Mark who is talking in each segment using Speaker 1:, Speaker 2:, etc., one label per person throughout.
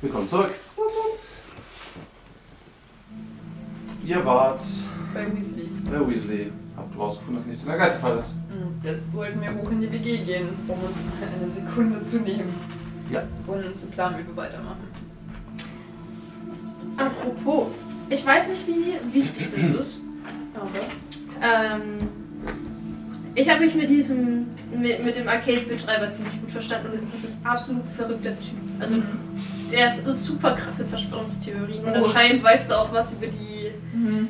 Speaker 1: Willkommen zurück. Ihr wart
Speaker 2: Bei Weasley.
Speaker 1: bei Weasley. Habt rausgefunden, dass nichts in der Geisterfall ist.
Speaker 2: Jetzt wollten wir hoch in die WG gehen, um uns mal eine Sekunde zu nehmen.
Speaker 1: Ja.
Speaker 2: Und uns zu planen, wie wir weitermachen.
Speaker 3: Apropos, ich weiß nicht, wie wichtig das ist. Aber, ähm, ich habe mich mit diesem, mit, mit dem Arcade-Betreiber ziemlich gut verstanden und es ist ein absolut verrückter Typ. Also
Speaker 2: Mhm.
Speaker 3: der ist super krasse Verschwörungstheorien und
Speaker 2: Oh.
Speaker 3: anscheinend weiß er auch was über die,
Speaker 2: Mhm.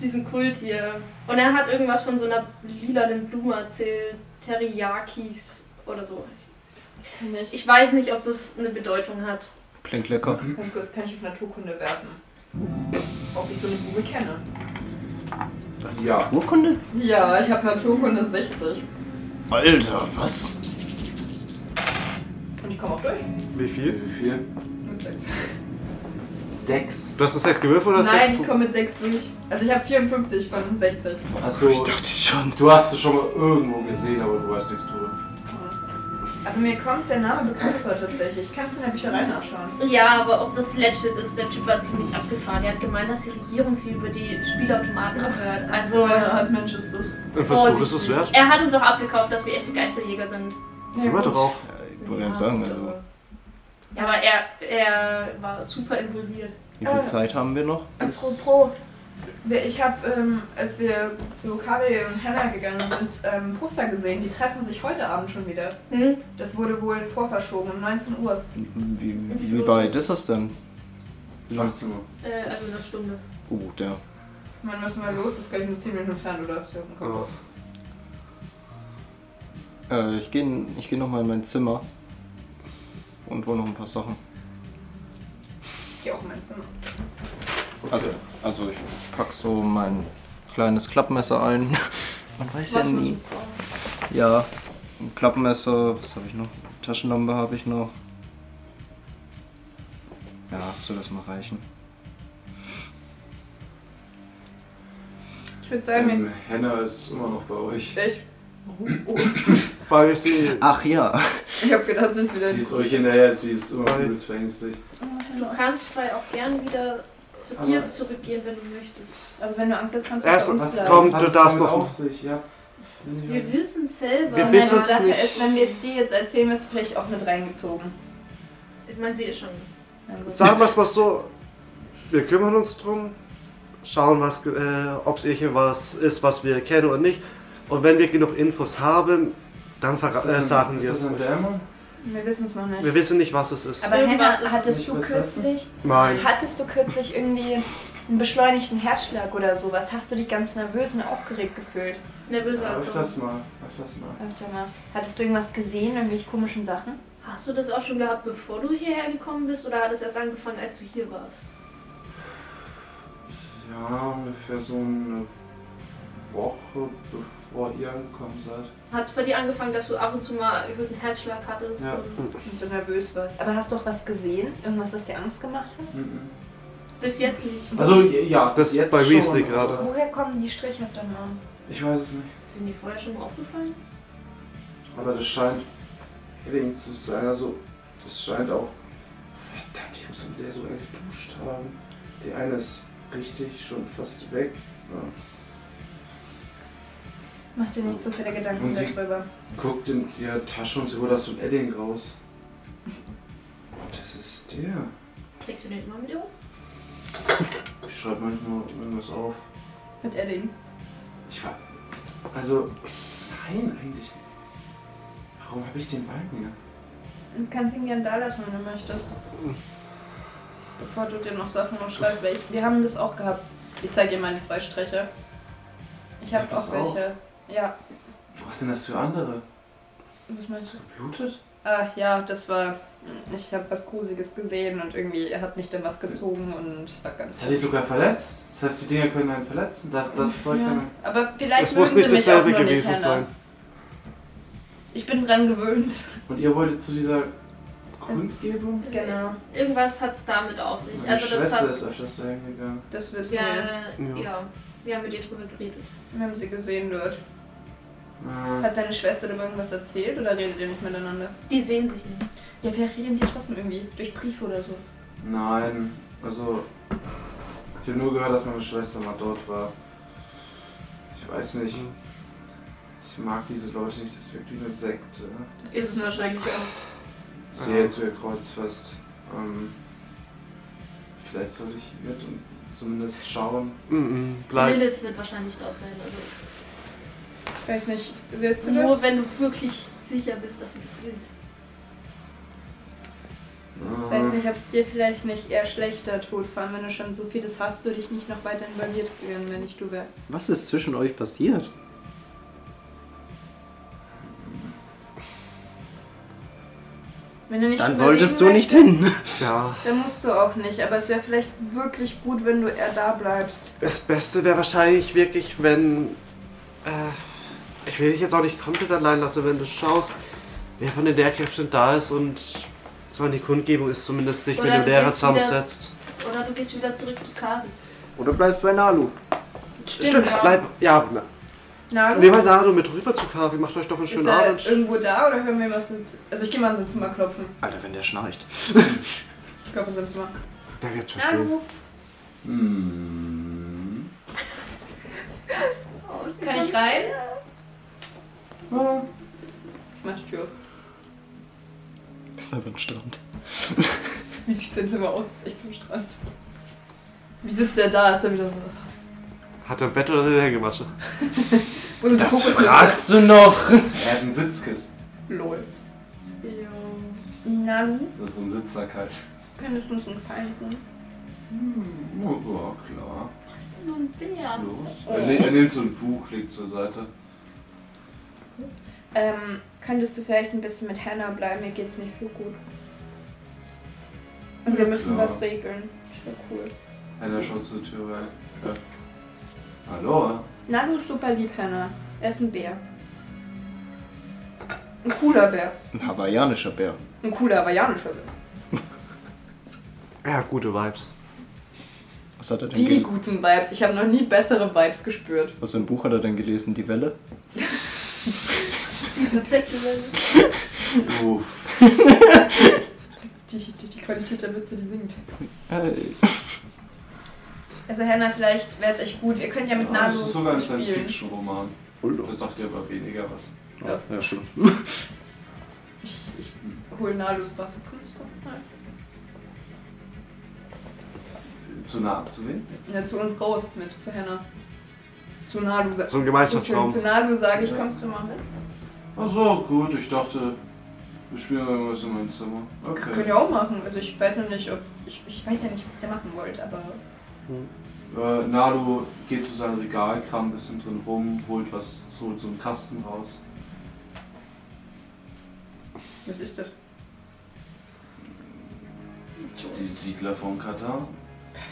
Speaker 3: diesen Kult hier. Und er hat irgendwas von so einer lilanen Blume erzählt, Teriyakis oder so.
Speaker 2: Kann ich
Speaker 3: Ich weiß nicht, ob das eine Bedeutung hat.
Speaker 4: Klingt lecker.
Speaker 2: ganz kurz kann ich auf Naturkunde werfen. Ob ich so eine Bube kenne.
Speaker 1: Ja.
Speaker 4: Urkunde?
Speaker 2: Ja, ich habe Naturkunde 60.
Speaker 4: Alter, was?
Speaker 2: Und ich komme auch durch.
Speaker 5: Wie viel?
Speaker 1: Wie viel?
Speaker 2: Mit 6.
Speaker 1: Sechs.
Speaker 5: Du hast eine 6 gewürfelt oder
Speaker 2: Nein,
Speaker 5: sechs
Speaker 2: ich komme mit 6 durch. Also ich habe 54 von 60.
Speaker 1: Also,
Speaker 4: Ich dachte schon.
Speaker 1: du hast es schon mal irgendwo gesehen, aber du weißt nichts drüber.
Speaker 2: Aber mir kommt der Name bekannt vor tatsächlich. Ich kann es in der Bücherei nachschauen.
Speaker 3: Ja, aber ob das legit ist, der Typ war ziemlich abgefahren. Der hat gemeint, dass die Regierung sie über die Spielautomaten abhört.
Speaker 2: Also
Speaker 3: Also,
Speaker 2: eine Art Mensch ist das.
Speaker 5: Ein Versuch ist es wert.
Speaker 3: er hat uns auch abgekauft, dass wir echte Geisterjäger sind.
Speaker 5: Sind wir doch auch.
Speaker 4: Ich wollte ihm sagen, also,
Speaker 3: Ja, aber er, er war super involviert.
Speaker 4: wie viel Zeit haben wir noch?
Speaker 2: Apropos, wir- ich habe, ähm, als wir zu Kari und Hannah gegangen sind, ähm, Poster gesehen. Die treffen sich heute Abend schon wieder.
Speaker 3: Hm?
Speaker 2: Das wurde wohl vorverschoben um 19 Uhr.
Speaker 4: Wie, wie weit ist das denn?
Speaker 1: 18 Uhr.
Speaker 3: Äh, also eine Stunde.
Speaker 4: Oh, der.
Speaker 2: Wann müssen wir los? Das ist gleich nur 10 Minuten entfernt, oder? Ist ja auf dem Kopf.
Speaker 4: Äh, ich gehe ich geh nochmal in mein Zimmer. Und hol noch ein paar Sachen.
Speaker 2: Ich geh auch um in mein Zimmer.
Speaker 4: Also, also ich pack so mein kleines Klappmesser ein. Man weiß ja nie. Ja, ein Klappmesser, was habe ich noch? Taschenlampe habe ich noch. Ja, soll das mal reichen.
Speaker 2: Ich würde sagen,
Speaker 1: Ähm, Hannah ist immer noch bei euch.
Speaker 2: wir- ich, oh,
Speaker 5: Bei sie.
Speaker 1: Ah.
Speaker 4: Ach ja.
Speaker 2: ich habe gedacht, sie ist wieder.
Speaker 1: Sie ist euch hinterher, sie ist immer
Speaker 5: Hi.
Speaker 1: übelst verängstigt.
Speaker 3: Du kannst frei auch gern wieder zu
Speaker 1: Aber-
Speaker 3: ihr zurückgehen, wenn du möchtest.
Speaker 2: Aber wenn du Angst hast, kannst du
Speaker 5: Erst
Speaker 2: bei uns
Speaker 5: was
Speaker 2: bleiben.
Speaker 5: kommt,
Speaker 1: hat
Speaker 5: du
Speaker 1: es
Speaker 5: darfst
Speaker 1: damit
Speaker 5: doch-
Speaker 1: auf sich, ja.
Speaker 3: Wir wissen selber.
Speaker 5: Wir
Speaker 2: Oh Nein,
Speaker 5: wissen-
Speaker 2: die
Speaker 5: Ist es
Speaker 2: Sache
Speaker 5: nicht-
Speaker 2: ist, wenn wir es dir jetzt erzählen, wirst du vielleicht auch mit reingezogen.
Speaker 3: Ich meine, sie ist schon.
Speaker 5: Sagen wir es mal so. Wir kümmern uns drum. Schauen, was, ge- äh, ob es irgendwas ist, was wir kennen oder nicht. Und wenn wir genug Infos haben, dann verra-
Speaker 1: Ist das
Speaker 5: äh,
Speaker 1: ein-
Speaker 5: sagen wir
Speaker 1: Ist das
Speaker 5: es.
Speaker 1: ein Dämon?
Speaker 2: Wir wissen es noch nicht.
Speaker 5: Wir wissen nicht, was es ist.
Speaker 2: Aber
Speaker 3: Irgendwas
Speaker 2: Hannah,
Speaker 3: ist
Speaker 1: nicht
Speaker 2: hattest du
Speaker 1: besessen.
Speaker 2: kürzlich,
Speaker 5: Nein.
Speaker 2: hattest du kürzlich irgendwie einen beschleunigten Herzschlag oder sowas? Hast du dich ganz nervös und aufgeregt gefühlt?
Speaker 3: Nervöser als
Speaker 1: Öfters
Speaker 3: sonst.
Speaker 1: mal. Öfters mal.
Speaker 2: Öfter mal. Hattest du irgendwas gesehen, irgendwelche komischen Sachen?
Speaker 3: Hast du das auch schon gehabt, bevor du hierher gekommen bist? Oder hat es erst angefangen, als du hier warst?
Speaker 1: Ja, ungefähr so eine Woche bevor ihr angekommen seid.
Speaker 3: Hat es bei dir angefangen, dass du ab und zu mal erhöhten Herzschlag hattest?
Speaker 1: Ja.
Speaker 3: Und
Speaker 2: Und so nervös warst. Aber hast du auch was gesehen? Irgendwas, was dir Angst gemacht hat?
Speaker 1: Mhm.
Speaker 3: bis jetzt nicht.
Speaker 1: Also ja,
Speaker 5: Das
Speaker 1: jetzt
Speaker 5: bei Weasley
Speaker 1: schon,
Speaker 5: gerade.
Speaker 1: aber
Speaker 2: Woher kommen die Striche auf deinem Arm?
Speaker 1: Ich weiß es nicht.
Speaker 3: Sind die vorher schon mal aufgefallen?
Speaker 1: Aber das scheint Edding zu sein. Also das scheint auch. Verdammt, ich muss ihn sehr so geduscht haben. Die eine ist richtig schon fast weg. Ja.
Speaker 2: Mach dir nicht so viele Gedanken
Speaker 1: Und sie-
Speaker 2: darüber.
Speaker 1: Guckt in ihre Tasche und sie holt aus dem Edding raus. Das ist der.
Speaker 3: Kriegst du den immer mit um? hoch?
Speaker 1: Ich schreibe manchmal irgendwas auf.
Speaker 2: Mit Edding.
Speaker 1: Ich war. Also. Nein, eigentlich nicht. Warum habe ich den Ball hier?
Speaker 2: Du kannst ihn gern da lassen, wenn du möchtest. Bevor du dir noch Sachen aufschreibst. weil ich- Wir haben das auch gehabt. Ich zeige dir meine zwei Striche. Ich habe
Speaker 1: Habt ihr's
Speaker 2: auch welche. Ja.
Speaker 1: Was sind das für andere?
Speaker 2: Was
Speaker 1: Hast
Speaker 2: meinst
Speaker 1: du geblutet?
Speaker 2: du? Ach Ah, ja, das war. hm, Ich habe was Grusiges gesehen und irgendwie hat mich dann was gezogen und es war ganz.
Speaker 1: Das hat dich sogar verletzt. Das heißt, die Dinger können einen verletzen. Das, das Zeug
Speaker 2: ja.
Speaker 1: kann einen.
Speaker 2: Aber vielleicht
Speaker 5: Es muss
Speaker 2: mögen
Speaker 5: nicht
Speaker 2: sie mich auch
Speaker 5: dasselbe
Speaker 2: nur
Speaker 5: gewesen
Speaker 2: nicht,
Speaker 5: sein.
Speaker 2: Hannah. Ich bin dran gewöhnt.
Speaker 1: Und ihr wolltet zu dieser Kundgebung?
Speaker 2: Genau.
Speaker 3: Irgendwas hat es damit auf sich.
Speaker 1: Meine
Speaker 3: also das
Speaker 1: Schwester
Speaker 3: hat.
Speaker 1: ist öfters dahin gegangen.
Speaker 2: Das wissen
Speaker 3: Ja,
Speaker 2: wir.
Speaker 3: äh,
Speaker 5: Ja.
Speaker 3: ja. wir haben mit dir drüber geredet.
Speaker 2: Wir haben sie gesehen dort.
Speaker 1: Ah,
Speaker 2: Hat deine Schwester dir irgendwas erzählt oder redet ihr nicht miteinander?
Speaker 3: Die sehen sich nicht.
Speaker 2: Ja, vielleicht reden sie trotzdem irgendwie durch Briefe oder so.
Speaker 1: Nein, also ich habe nur gehört, dass meine Schwester mal dort war. Ich weiß nicht.
Speaker 3: Mhm.
Speaker 1: Ich mag diese Leute nicht, das ist wirklich eine Sekte.
Speaker 2: Das ist es wahrscheinlich auch.
Speaker 1: Sehe zu ihr Kreuzfest. Ähm, vielleicht sollte ich mit und zumindest schauen.
Speaker 5: Mhm, bleib.
Speaker 3: Lilith wird wahrscheinlich dort sein. Also
Speaker 2: Ich weiß nicht, willst du
Speaker 3: nur
Speaker 2: das?
Speaker 3: wenn du wirklich sicher bist, dass du das willst.
Speaker 2: Ich weiß nicht, ob es dir vielleicht nicht eher schlechter tut. Vor allem, wenn du schon so vieles hast, würde ich nicht noch weiter involviert werden, wenn ich du wär.
Speaker 4: Was ist zwischen euch passiert?
Speaker 2: Wenn du nicht
Speaker 4: Dann
Speaker 2: überlegen
Speaker 4: solltest du nicht
Speaker 2: möchtest,
Speaker 4: hin.
Speaker 5: Ja.
Speaker 2: Dann musst du auch nicht, aber es wäre vielleicht wirklich gut, wenn du eher da bleibst.
Speaker 5: Das Beste wäre wahrscheinlich wirklich, wenn. Äh, ich will dich jetzt auch nicht komplett allein lassen, wenn du schaust, wer von den Lehrkräften da ist und so an die Kundgebung ist, zumindest dich mit
Speaker 3: Oder
Speaker 5: dem
Speaker 3: du
Speaker 5: Lehrer
Speaker 3: gehst wieder-
Speaker 5: zusammensetzt.
Speaker 3: Oder du gehst wieder zurück zu Karin.
Speaker 4: Oder bleibst bei Nalu.
Speaker 2: ja.
Speaker 5: bleib. Ja, na,
Speaker 2: Na,
Speaker 5: nehmt halt Naru mit rüber zu Kari, macht euch doch einen
Speaker 2: ist
Speaker 5: schönen
Speaker 2: er
Speaker 5: Abend.
Speaker 2: irgendwo da oder hören wir was? ins- Also ich gehe mal in sein Zimmer klopfen.
Speaker 4: Alter, wenn der schnarcht.
Speaker 2: Ich glaube in sein Zimmer.
Speaker 5: Da gibt's bestimmt.
Speaker 2: Hallo.
Speaker 1: Äh, Hm.
Speaker 2: Kann Oh, ich rein? Ich mach die Tür auf.
Speaker 4: Das ist einfach ein Strand.
Speaker 2: Wie sieht sein Zimmer aus? Ist echt zum Strand. Wie sitzt er da? Ist er wieder so.
Speaker 5: Hat er im Bett oder in der Hängematte?
Speaker 2: Wo sind
Speaker 4: Das
Speaker 2: Kokosnüsse?
Speaker 4: fragst du noch.
Speaker 1: Er hat einen Sitzkissen.
Speaker 2: Lol. Na, du
Speaker 1: Das ist so ein Sitzsack halt.
Speaker 2: könntest uns einen Gefallen tun.
Speaker 1: Hm. Ja, klar.
Speaker 3: So ein Bär.
Speaker 1: Los.
Speaker 2: Oh.
Speaker 1: Er, ne- er nimmt so ein Buch, legt zur Seite.
Speaker 2: Ähm, könntest du vielleicht ein bisschen mit Hannah bleiben? Mir geht's nicht so gut. Und wir müssen
Speaker 1: klar.
Speaker 2: was regeln. Ist ja cool.
Speaker 1: Einer schaut zur Tür rein. Ja. Hallo?
Speaker 2: Nanu ist super lieb, Hannah. Er ist ein Bär. Ein cooler Bär.
Speaker 4: Ein hawaiianischer Bär.
Speaker 2: Ein cooler hawaiianischer Bär.
Speaker 5: Ja, gute Vibes.
Speaker 4: Was hat er denn
Speaker 2: Die
Speaker 4: gelesen?
Speaker 2: guten Vibes. Ich habe noch nie bessere Vibes gespürt.
Speaker 4: Was für ein Buch hat er denn gelesen? Die Welle?
Speaker 1: Uff.
Speaker 2: Die, die, die Qualität der Witze, die singt.
Speaker 4: Hey.
Speaker 2: Also Hannah, vielleicht wäre es echt gut. Ihr könnt ja mit
Speaker 1: Ja,
Speaker 2: Nanu
Speaker 1: das Ah, ist sogar ein
Speaker 2: spielen.
Speaker 1: Science-Fiction-Roman. Das sagt dir aber weniger was.
Speaker 4: Ja, ja, stimmt.
Speaker 2: Ich, ich hol Nalus Wasser. Kommst du? Nein.
Speaker 1: Zu nah abzunehmen?
Speaker 2: Ja, zu uns raus mit, zu Hannah. Zu Nalu sag-
Speaker 5: So ein
Speaker 2: Entschuldigung, Zu
Speaker 5: Gemeinschaftsraum.
Speaker 2: Nalu sage ich,
Speaker 1: Ja.
Speaker 2: kommst du mal mit?
Speaker 1: Ach so, gut. Ich dachte, wir spielen irgendwas in meinem Zimmer. Okay.
Speaker 2: Könnt ihr auch machen. Also ich weiß noch nicht, ob. Ich, ich weiß ja nicht, was ihr machen wollt, aber.
Speaker 1: Äh, Nalu geht zu seinem Regal, kramt ein bisschen drin rum, holt was, holt so einen Kasten raus.
Speaker 2: Was ist das?
Speaker 1: Die Siedler von Katar.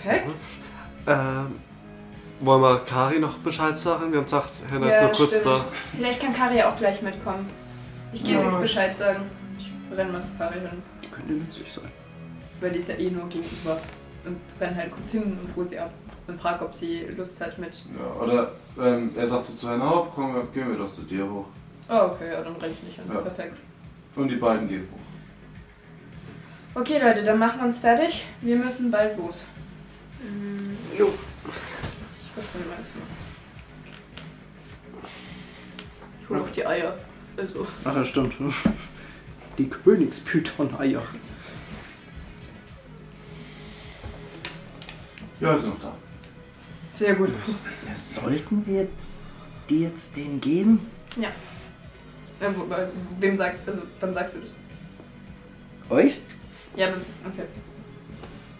Speaker 2: Perfekt.
Speaker 5: Ähm, wollen wir Kari noch Bescheid sagen? Wir haben gesagt, Hannah ist
Speaker 2: Ja,
Speaker 5: nur kurz
Speaker 2: stimmt.
Speaker 5: da.
Speaker 2: Vielleicht kann Kari auch gleich mitkommen. Ich gebe
Speaker 1: Ja.
Speaker 2: jetzt Bescheid sagen. Ich renn mal zu Kari hin.
Speaker 4: Die könnte nützlich sein.
Speaker 2: Weil die ist ja eh nur gegenüber. Und renn halt kurz hin und hol sie ab. Und frag, ob sie Lust hat mit.
Speaker 1: Ja, oder ähm, er sagt so zu Herrn Haupt, komm, wir- gehen wir doch zu dir hoch.
Speaker 2: Oh, okay, ja, dann renn ich nicht hin.
Speaker 1: Ja.
Speaker 2: Perfekt.
Speaker 1: Und die beiden gehen hoch.
Speaker 2: Okay, Leute, dann machen wir uns fertig. Wir müssen bald los. Mm, Ich öffne mein Zimmer. Ich hole auch die Eier. Also,
Speaker 4: Ach ja, stimmt. Die Königspython-Eier.
Speaker 1: Ja, ist noch da.
Speaker 2: sehr gut.
Speaker 4: Ja, sollten wir die jetzt den geben?
Speaker 2: Äh, wo- bei- Wem sagt, also, wann sagst du das?
Speaker 4: Euch?
Speaker 2: Ja, aber, okay.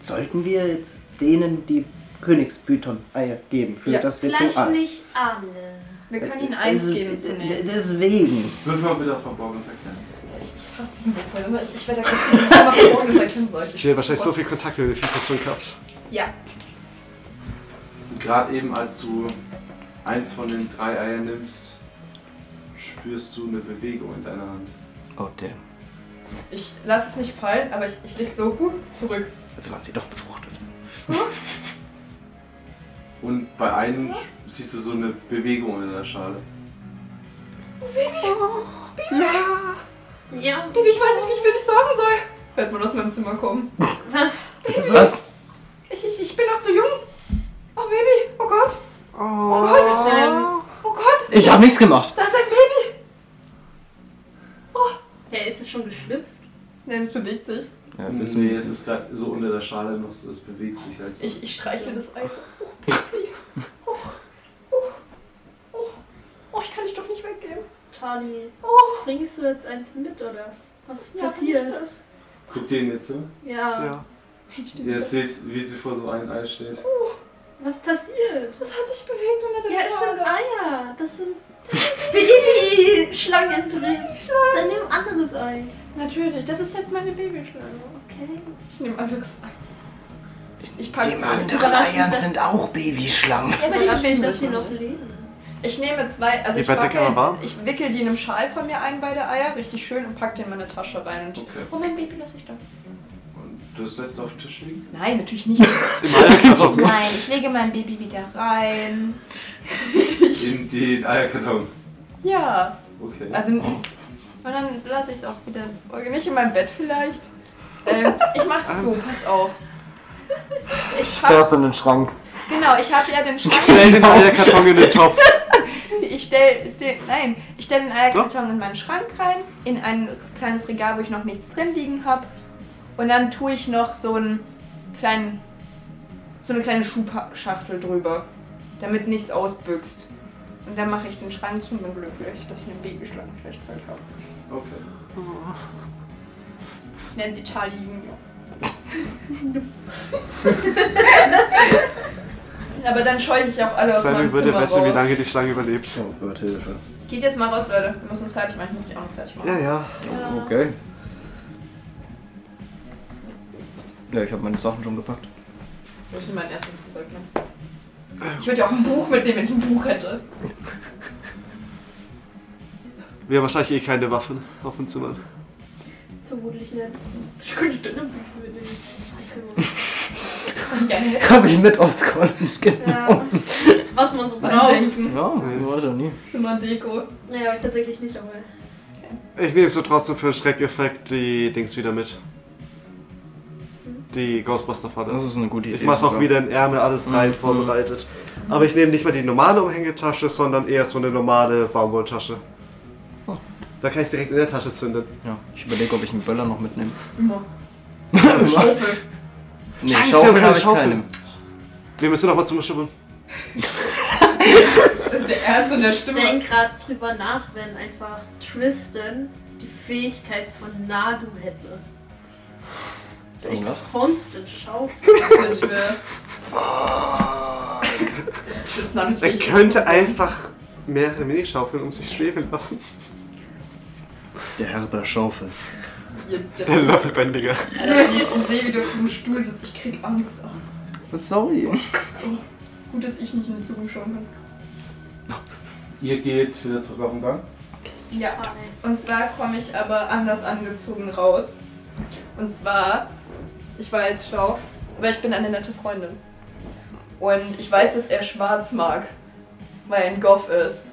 Speaker 4: Sollten wir jetzt denen die Königspython-Eier geben, für
Speaker 2: Ja,
Speaker 4: das wir
Speaker 3: Vielleicht
Speaker 4: Ah,
Speaker 3: nicht alle.
Speaker 2: Wir können
Speaker 5: Äh,
Speaker 2: ihnen
Speaker 4: es-
Speaker 5: also,
Speaker 2: eins geben
Speaker 4: es-
Speaker 2: zunächst.
Speaker 4: Deswegen.
Speaker 1: Wirf mal bitte auf Verborgenes erkennen.
Speaker 2: Ich fass diesen Wurf mal. Ich, ich werde da kurz ich hab mal morgen das erkennen sollte.
Speaker 5: Ich hätte wahrscheinlich so viel Kontakt mit dem Vieh schon gehabt.
Speaker 2: Ja,
Speaker 1: Und Gerade eben, als du eins von den drei Eiern nimmst, spürst du eine Bewegung in deiner Hand.
Speaker 4: Oh, damn.
Speaker 2: ich lasse es nicht fallen, aber ich, ich leg's so gut zurück.
Speaker 4: Also waren sie doch befruchtet.
Speaker 1: Und bei einem sch- siehst du so eine Bewegung in der Schale.
Speaker 3: Ja.
Speaker 5: Oh.
Speaker 2: Baby, ich weiß nicht, wie ich für dich sorgen soll. Hört man aus meinem Zimmer kommen.
Speaker 3: Was?
Speaker 4: Bitte was?
Speaker 2: Ich, ich, ich bin noch zu jung. Oh Baby, oh Gott. Oh Gott.
Speaker 3: Ähm,
Speaker 2: Oh Gott,
Speaker 4: Ich habe nichts gemacht.
Speaker 2: da ist ein Baby.
Speaker 3: ja, ist es schon geschlüpft?
Speaker 2: Nein, es bewegt sich.
Speaker 4: Ja, wissen
Speaker 1: Nee,
Speaker 4: wir
Speaker 1: es ist gerade so unter der Schale noch, so, es bewegt sich halt so.
Speaker 2: Ich, ich streichle das Ei. so. Oh, Baby. Oh, oh, oh. Oh, ich kann dich doch nicht weggeben.
Speaker 3: Charlie,
Speaker 2: Oh,
Speaker 3: bringst du jetzt eins mit oder was
Speaker 2: ja,
Speaker 3: passiert?
Speaker 2: nicht das.
Speaker 1: Guckt ihr ihn jetzt so?
Speaker 3: Ja.
Speaker 5: Ja.
Speaker 2: Ich stehe
Speaker 1: Ihr
Speaker 2: da.
Speaker 1: seht, wie sie vor so einem Ei steht.
Speaker 3: was passiert?
Speaker 2: Das hat sich bewegt unter der
Speaker 3: Ja, es sind
Speaker 2: Schale.
Speaker 3: Eier. Das sind
Speaker 2: Baby!
Speaker 3: Schlangen drin. Dann nimm ein anderes Ei.
Speaker 2: Natürlich, das ist jetzt meine Babyschlange.
Speaker 3: Okay.
Speaker 2: Ich nehme anderes Ei. Ich packe
Speaker 4: auch Babyschlangen.
Speaker 3: Ja, aber
Speaker 2: überrascht
Speaker 3: die will,
Speaker 2: mich
Speaker 3: dass sie
Speaker 2: das
Speaker 3: noch leben.
Speaker 2: Ich nehme zwei, also
Speaker 5: Die
Speaker 2: ich,
Speaker 5: Bettdecke war
Speaker 2: wackel,
Speaker 5: warm?
Speaker 2: ich wickel die in einem Schal von mir ein, beide Eier, richtig schön und pack die in meine Tasche rein. Und
Speaker 1: Okay.
Speaker 2: oh, mein Baby lasse ich da.
Speaker 1: Und du lässt es auf den Tisch liegen?
Speaker 2: Nein, natürlich nicht.
Speaker 5: Im Eierkarton.
Speaker 2: Nein, ich lege mein Baby wieder rein.
Speaker 1: In den Eierkarton.
Speaker 2: Ja,
Speaker 1: Okay.
Speaker 2: also und dann lasse ich es auch wieder. Oder Nicht in meinem Bett vielleicht. Ähm, ich mache es so, pass auf. Ich pack,
Speaker 4: Sperr's in den Schrank.
Speaker 2: genau, ich habe ja den Schrank.
Speaker 5: Stell den Eierkarton in den Topf.
Speaker 2: Ich stell den, nein, ich stell den Eierkarton in meinen Schrank rein, in ein kleines Regal, wo ich noch nichts drin liegen habe. Und dann tue ich noch so einen kleinen, so eine kleine Schubschachtel drüber, damit nichts ausbüchst. Und dann mache ich den Schrank zu und bin glücklich, dass ich einen Babyschlangen vielleicht bald habe.
Speaker 1: Okay.
Speaker 2: Ich nenne sie Charlie Junior. Aber dann scheue ich auch alle aus
Speaker 5: Sammy
Speaker 2: meinem
Speaker 5: würde
Speaker 2: Zimmer
Speaker 5: wetten, wie
Speaker 2: raus.
Speaker 5: lange die Schlange überlebt.
Speaker 4: Oh Gott, Hilfe.
Speaker 2: Geht jetzt mal raus, Leute. Wir müssen uns fertig machen. Ich muss mich auch noch fertig machen.
Speaker 5: Ja, ja.
Speaker 4: Okay. Ja, ich habe meine Sachen schon gepackt.
Speaker 2: Muss ich mein erstes Zeug nehmen. Ich würde ja auch ein Buch mitnehmen, wenn ich ein Buch hätte.
Speaker 5: Wir haben wahrscheinlich eh keine Waffen auf dem Zimmer.
Speaker 3: Vermutlich nicht.
Speaker 2: Ich könnte deine Büchse mitnehmen.
Speaker 4: Komm ich mit aufs College, genau.
Speaker 3: Ja, was man so
Speaker 2: Genau.
Speaker 3: braucht.
Speaker 4: Ja,
Speaker 2: Denken.
Speaker 4: war schon nie.
Speaker 2: Zimmerdeko.
Speaker 3: Naja, ich tatsächlich nicht, aber.
Speaker 5: Ich nehme so trotzdem für den Schreckeffekt die Dings wieder mit. Die Ghostbuster Falle.
Speaker 4: Das ist eine gute Idee.
Speaker 5: Ich mach's auch
Speaker 4: sogar.
Speaker 5: wieder in Ärmel, alles rein,
Speaker 4: Mhm.
Speaker 5: vorbereitet. Aber ich nehme nicht mal die normale Umhängetasche, sondern eher so eine normale Baumwolltasche.
Speaker 4: Oh.
Speaker 5: Da kann ich direkt in der Tasche zünden.
Speaker 4: Ja, ich überlege, ob ich einen Böller noch mitnehme.
Speaker 2: Immer.
Speaker 4: Nee,
Speaker 5: Scheiße,
Speaker 4: Schaufel
Speaker 5: keine
Speaker 4: habe ich
Speaker 5: Schaufel.
Speaker 4: keine.
Speaker 5: Wir müssen noch mal zum Schippen.
Speaker 2: Der Ernst in der
Speaker 3: Ich
Speaker 2: Stimme.
Speaker 3: denke gerade drüber nach, wenn einfach Tristan die Fähigkeit von Nadu hätte. Das ist echt
Speaker 4: Irgendwas?
Speaker 3: constant Schaufel.
Speaker 2: Ich will. Das ist noch nicht
Speaker 5: Er
Speaker 2: richtig.
Speaker 5: könnte einfach mehrere Minischaufeln um sich schweben lassen.
Speaker 4: Der Herr der Schaufel.
Speaker 2: Ihr
Speaker 5: Der
Speaker 2: Depp.
Speaker 5: Löffelbändiger.
Speaker 2: Alter, wenn ich sehe, wie du auf diesem Stuhl sitzt, ich krieg Angst. Oh,
Speaker 4: Sorry.
Speaker 2: gut, dass ich nicht in die Zukunft schauen kann.
Speaker 1: Ihr geht wieder zurück auf den Gang.
Speaker 2: Ja. Und zwar komme ich aber anders angezogen raus. Und zwar, ich war jetzt schlau, aber ich bin eine nette Freundin. Und ich weiß, dass er schwarz mag, weil er ein Goff ist.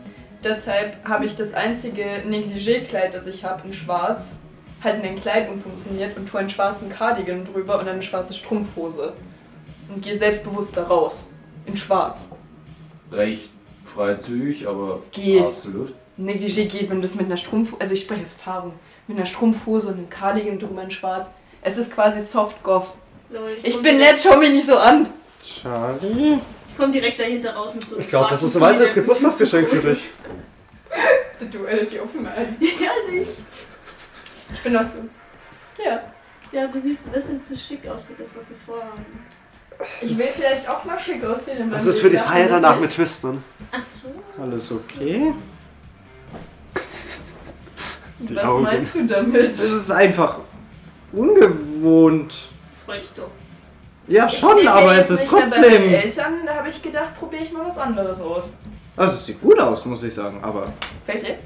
Speaker 2: Deshalb habe ich das einzige Negligé-Kleid, das ich habe, in schwarz, halt in ein Kleid umfunktioniert und tue einen schwarzen Cardigan drüber und eine schwarze Strumpfhose. Und gehe selbstbewusst da raus. In schwarz.
Speaker 1: Recht freizügig, aber
Speaker 2: Es geht.
Speaker 1: absolut.
Speaker 2: Negligé geht, wenn du das mit einer Strumpfhose, also ich spreche aus Erfahrung, mit einer Strumpfhose und einem Cardigan drüber in schwarz. Es ist quasi Soft Goth.
Speaker 3: Lol,
Speaker 2: Ich
Speaker 3: komm
Speaker 2: bin
Speaker 3: direkt-
Speaker 2: nett, schau mich nicht so an.
Speaker 5: Charlie.
Speaker 3: Ich komme direkt dahinter raus mit so einem
Speaker 5: Ich glaube, das
Speaker 3: schwarzen
Speaker 5: ist ein weiteres
Speaker 3: Flieger.
Speaker 5: Geburtstagsgeschenk für dich.
Speaker 2: The Duality of Man.
Speaker 3: Ja, dich.
Speaker 2: Ich bin auch so. Ja.
Speaker 3: Ja, du siehst ein bisschen zu schick aus für das, was wir vorhaben.
Speaker 2: Ich will vielleicht auch mal schick aussehen. in meinem
Speaker 5: Das ist für die
Speaker 2: Leben.
Speaker 5: Feier
Speaker 2: Das
Speaker 5: danach
Speaker 2: nicht.
Speaker 5: mit Twisten.
Speaker 3: Ach so.
Speaker 4: Alles okay?
Speaker 5: die
Speaker 2: Was
Speaker 5: Augen.
Speaker 2: meinst du damit?
Speaker 4: Es ist einfach ungewohnt.
Speaker 3: Freu dich doch.
Speaker 4: Ja, schon,
Speaker 2: Ich lebe
Speaker 4: aber es
Speaker 2: jetzt
Speaker 4: ist
Speaker 2: nicht Mehr bei meinen
Speaker 4: trotzdem.
Speaker 2: Eltern, da habe ich gedacht, probiere ich mal was anderes aus.
Speaker 4: Also, es sieht gut aus, muss ich sagen, aber.
Speaker 2: Fällt dir?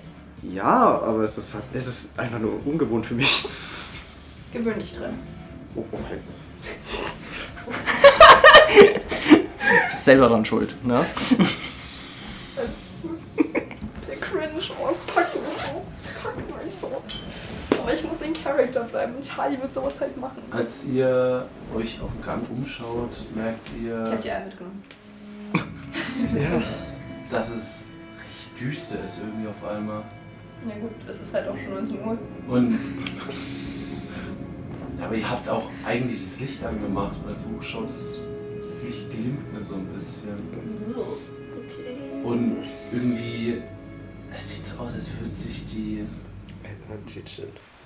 Speaker 4: Ja, aber es ist, halt- es ist einfach nur ungewohnt für mich.
Speaker 2: Gewöhn dich dran.
Speaker 4: Oh, okay. Selber dran schuld, ne?
Speaker 2: oh, Der Cringe auspacken ist so. Das packt man nicht so. Aber ich muss in Character bleiben. ähm, Charlie wird sowas halt machen.
Speaker 1: Als ihr euch auf dem Gang umschaut, merkt
Speaker 2: Ich
Speaker 1: ihr,
Speaker 2: hab die alle mitgenommen.
Speaker 5: Ja.
Speaker 1: dass es recht düster ist irgendwie auf einmal.
Speaker 2: Na gut, es ist halt auch schon 19 Uhr.
Speaker 1: Und. Aber ihr habt auch eigentlich das Licht angemacht und als ihr hochschaut, das, das Licht glimmt mir so ein bisschen.
Speaker 3: Okay.
Speaker 1: Und irgendwie. Es sieht so aus, als würde sich die.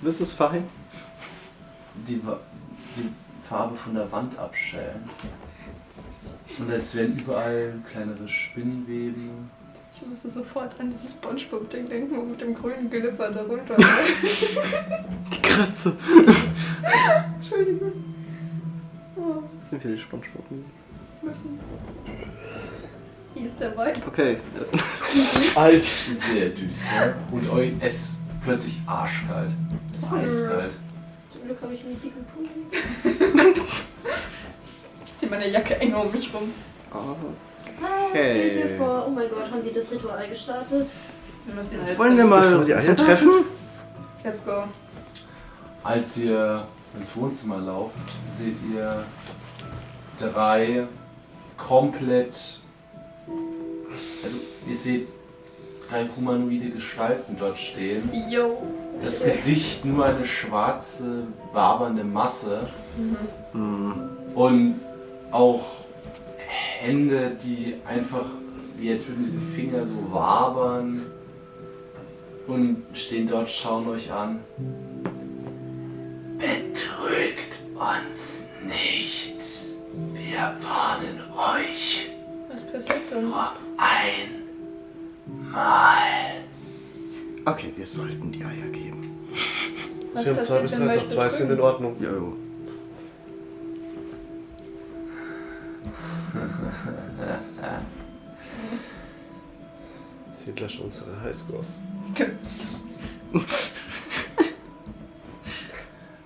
Speaker 4: Das ist fein.
Speaker 1: die, Wa- die Farbe von der Wand abschälen. Und als wären überall kleinere Spinnenweben.
Speaker 2: Ich musste sofort an dieses Spongebob-Ding denken, wo mit dem grünen Glipper da runter.
Speaker 4: Die Kratze.
Speaker 2: Entschuldigung. Oh,
Speaker 4: Das sind viele Spongebob.
Speaker 2: müssen. Wie ist der Vibe?
Speaker 4: Okay.
Speaker 5: Alt.
Speaker 1: Sehr düster. Und eu es plötzlich arschkalt. Es ist eiskalt.
Speaker 3: Zum Glück habe ich einen dicken Pulli.
Speaker 2: Ich zieh meine Jacke eng um mich rum.
Speaker 4: Ah.
Speaker 3: Was
Speaker 4: Okay.
Speaker 3: geht hier vor? Oh mein Gott, haben die das Ritual gestartet?
Speaker 2: Wir müssen jetzt.
Speaker 4: Wollen wir mal
Speaker 5: Bevor die Eier
Speaker 4: Ritter
Speaker 5: treffen?
Speaker 2: Let's go.
Speaker 1: Als ihr ins Wohnzimmer lauft, seht ihr drei komplett. Also, ihr seht drei humanoide Gestalten dort stehen.
Speaker 2: Yo.
Speaker 1: Das Gesicht nur eine schwarze, wabernde Masse. Und auch Hände, die einfach, wie jetzt würden diese Finger so wabern. Und stehen dort, schauen euch an. Betrügt uns nicht. Wir warnen euch
Speaker 2: Was passiert sonst?
Speaker 1: ein.
Speaker 4: Okay, wir sollten die Eier geben.
Speaker 2: Was
Speaker 5: Sie haben zwei
Speaker 2: passiert,
Speaker 5: bis
Speaker 2: wenn
Speaker 5: eins
Speaker 2: wir
Speaker 5: auf zwei
Speaker 2: euch
Speaker 5: sind in
Speaker 2: betrügen?
Speaker 5: Ordnung.
Speaker 4: Ja, jo.
Speaker 5: Sieht gleich äh, unsere Highscores.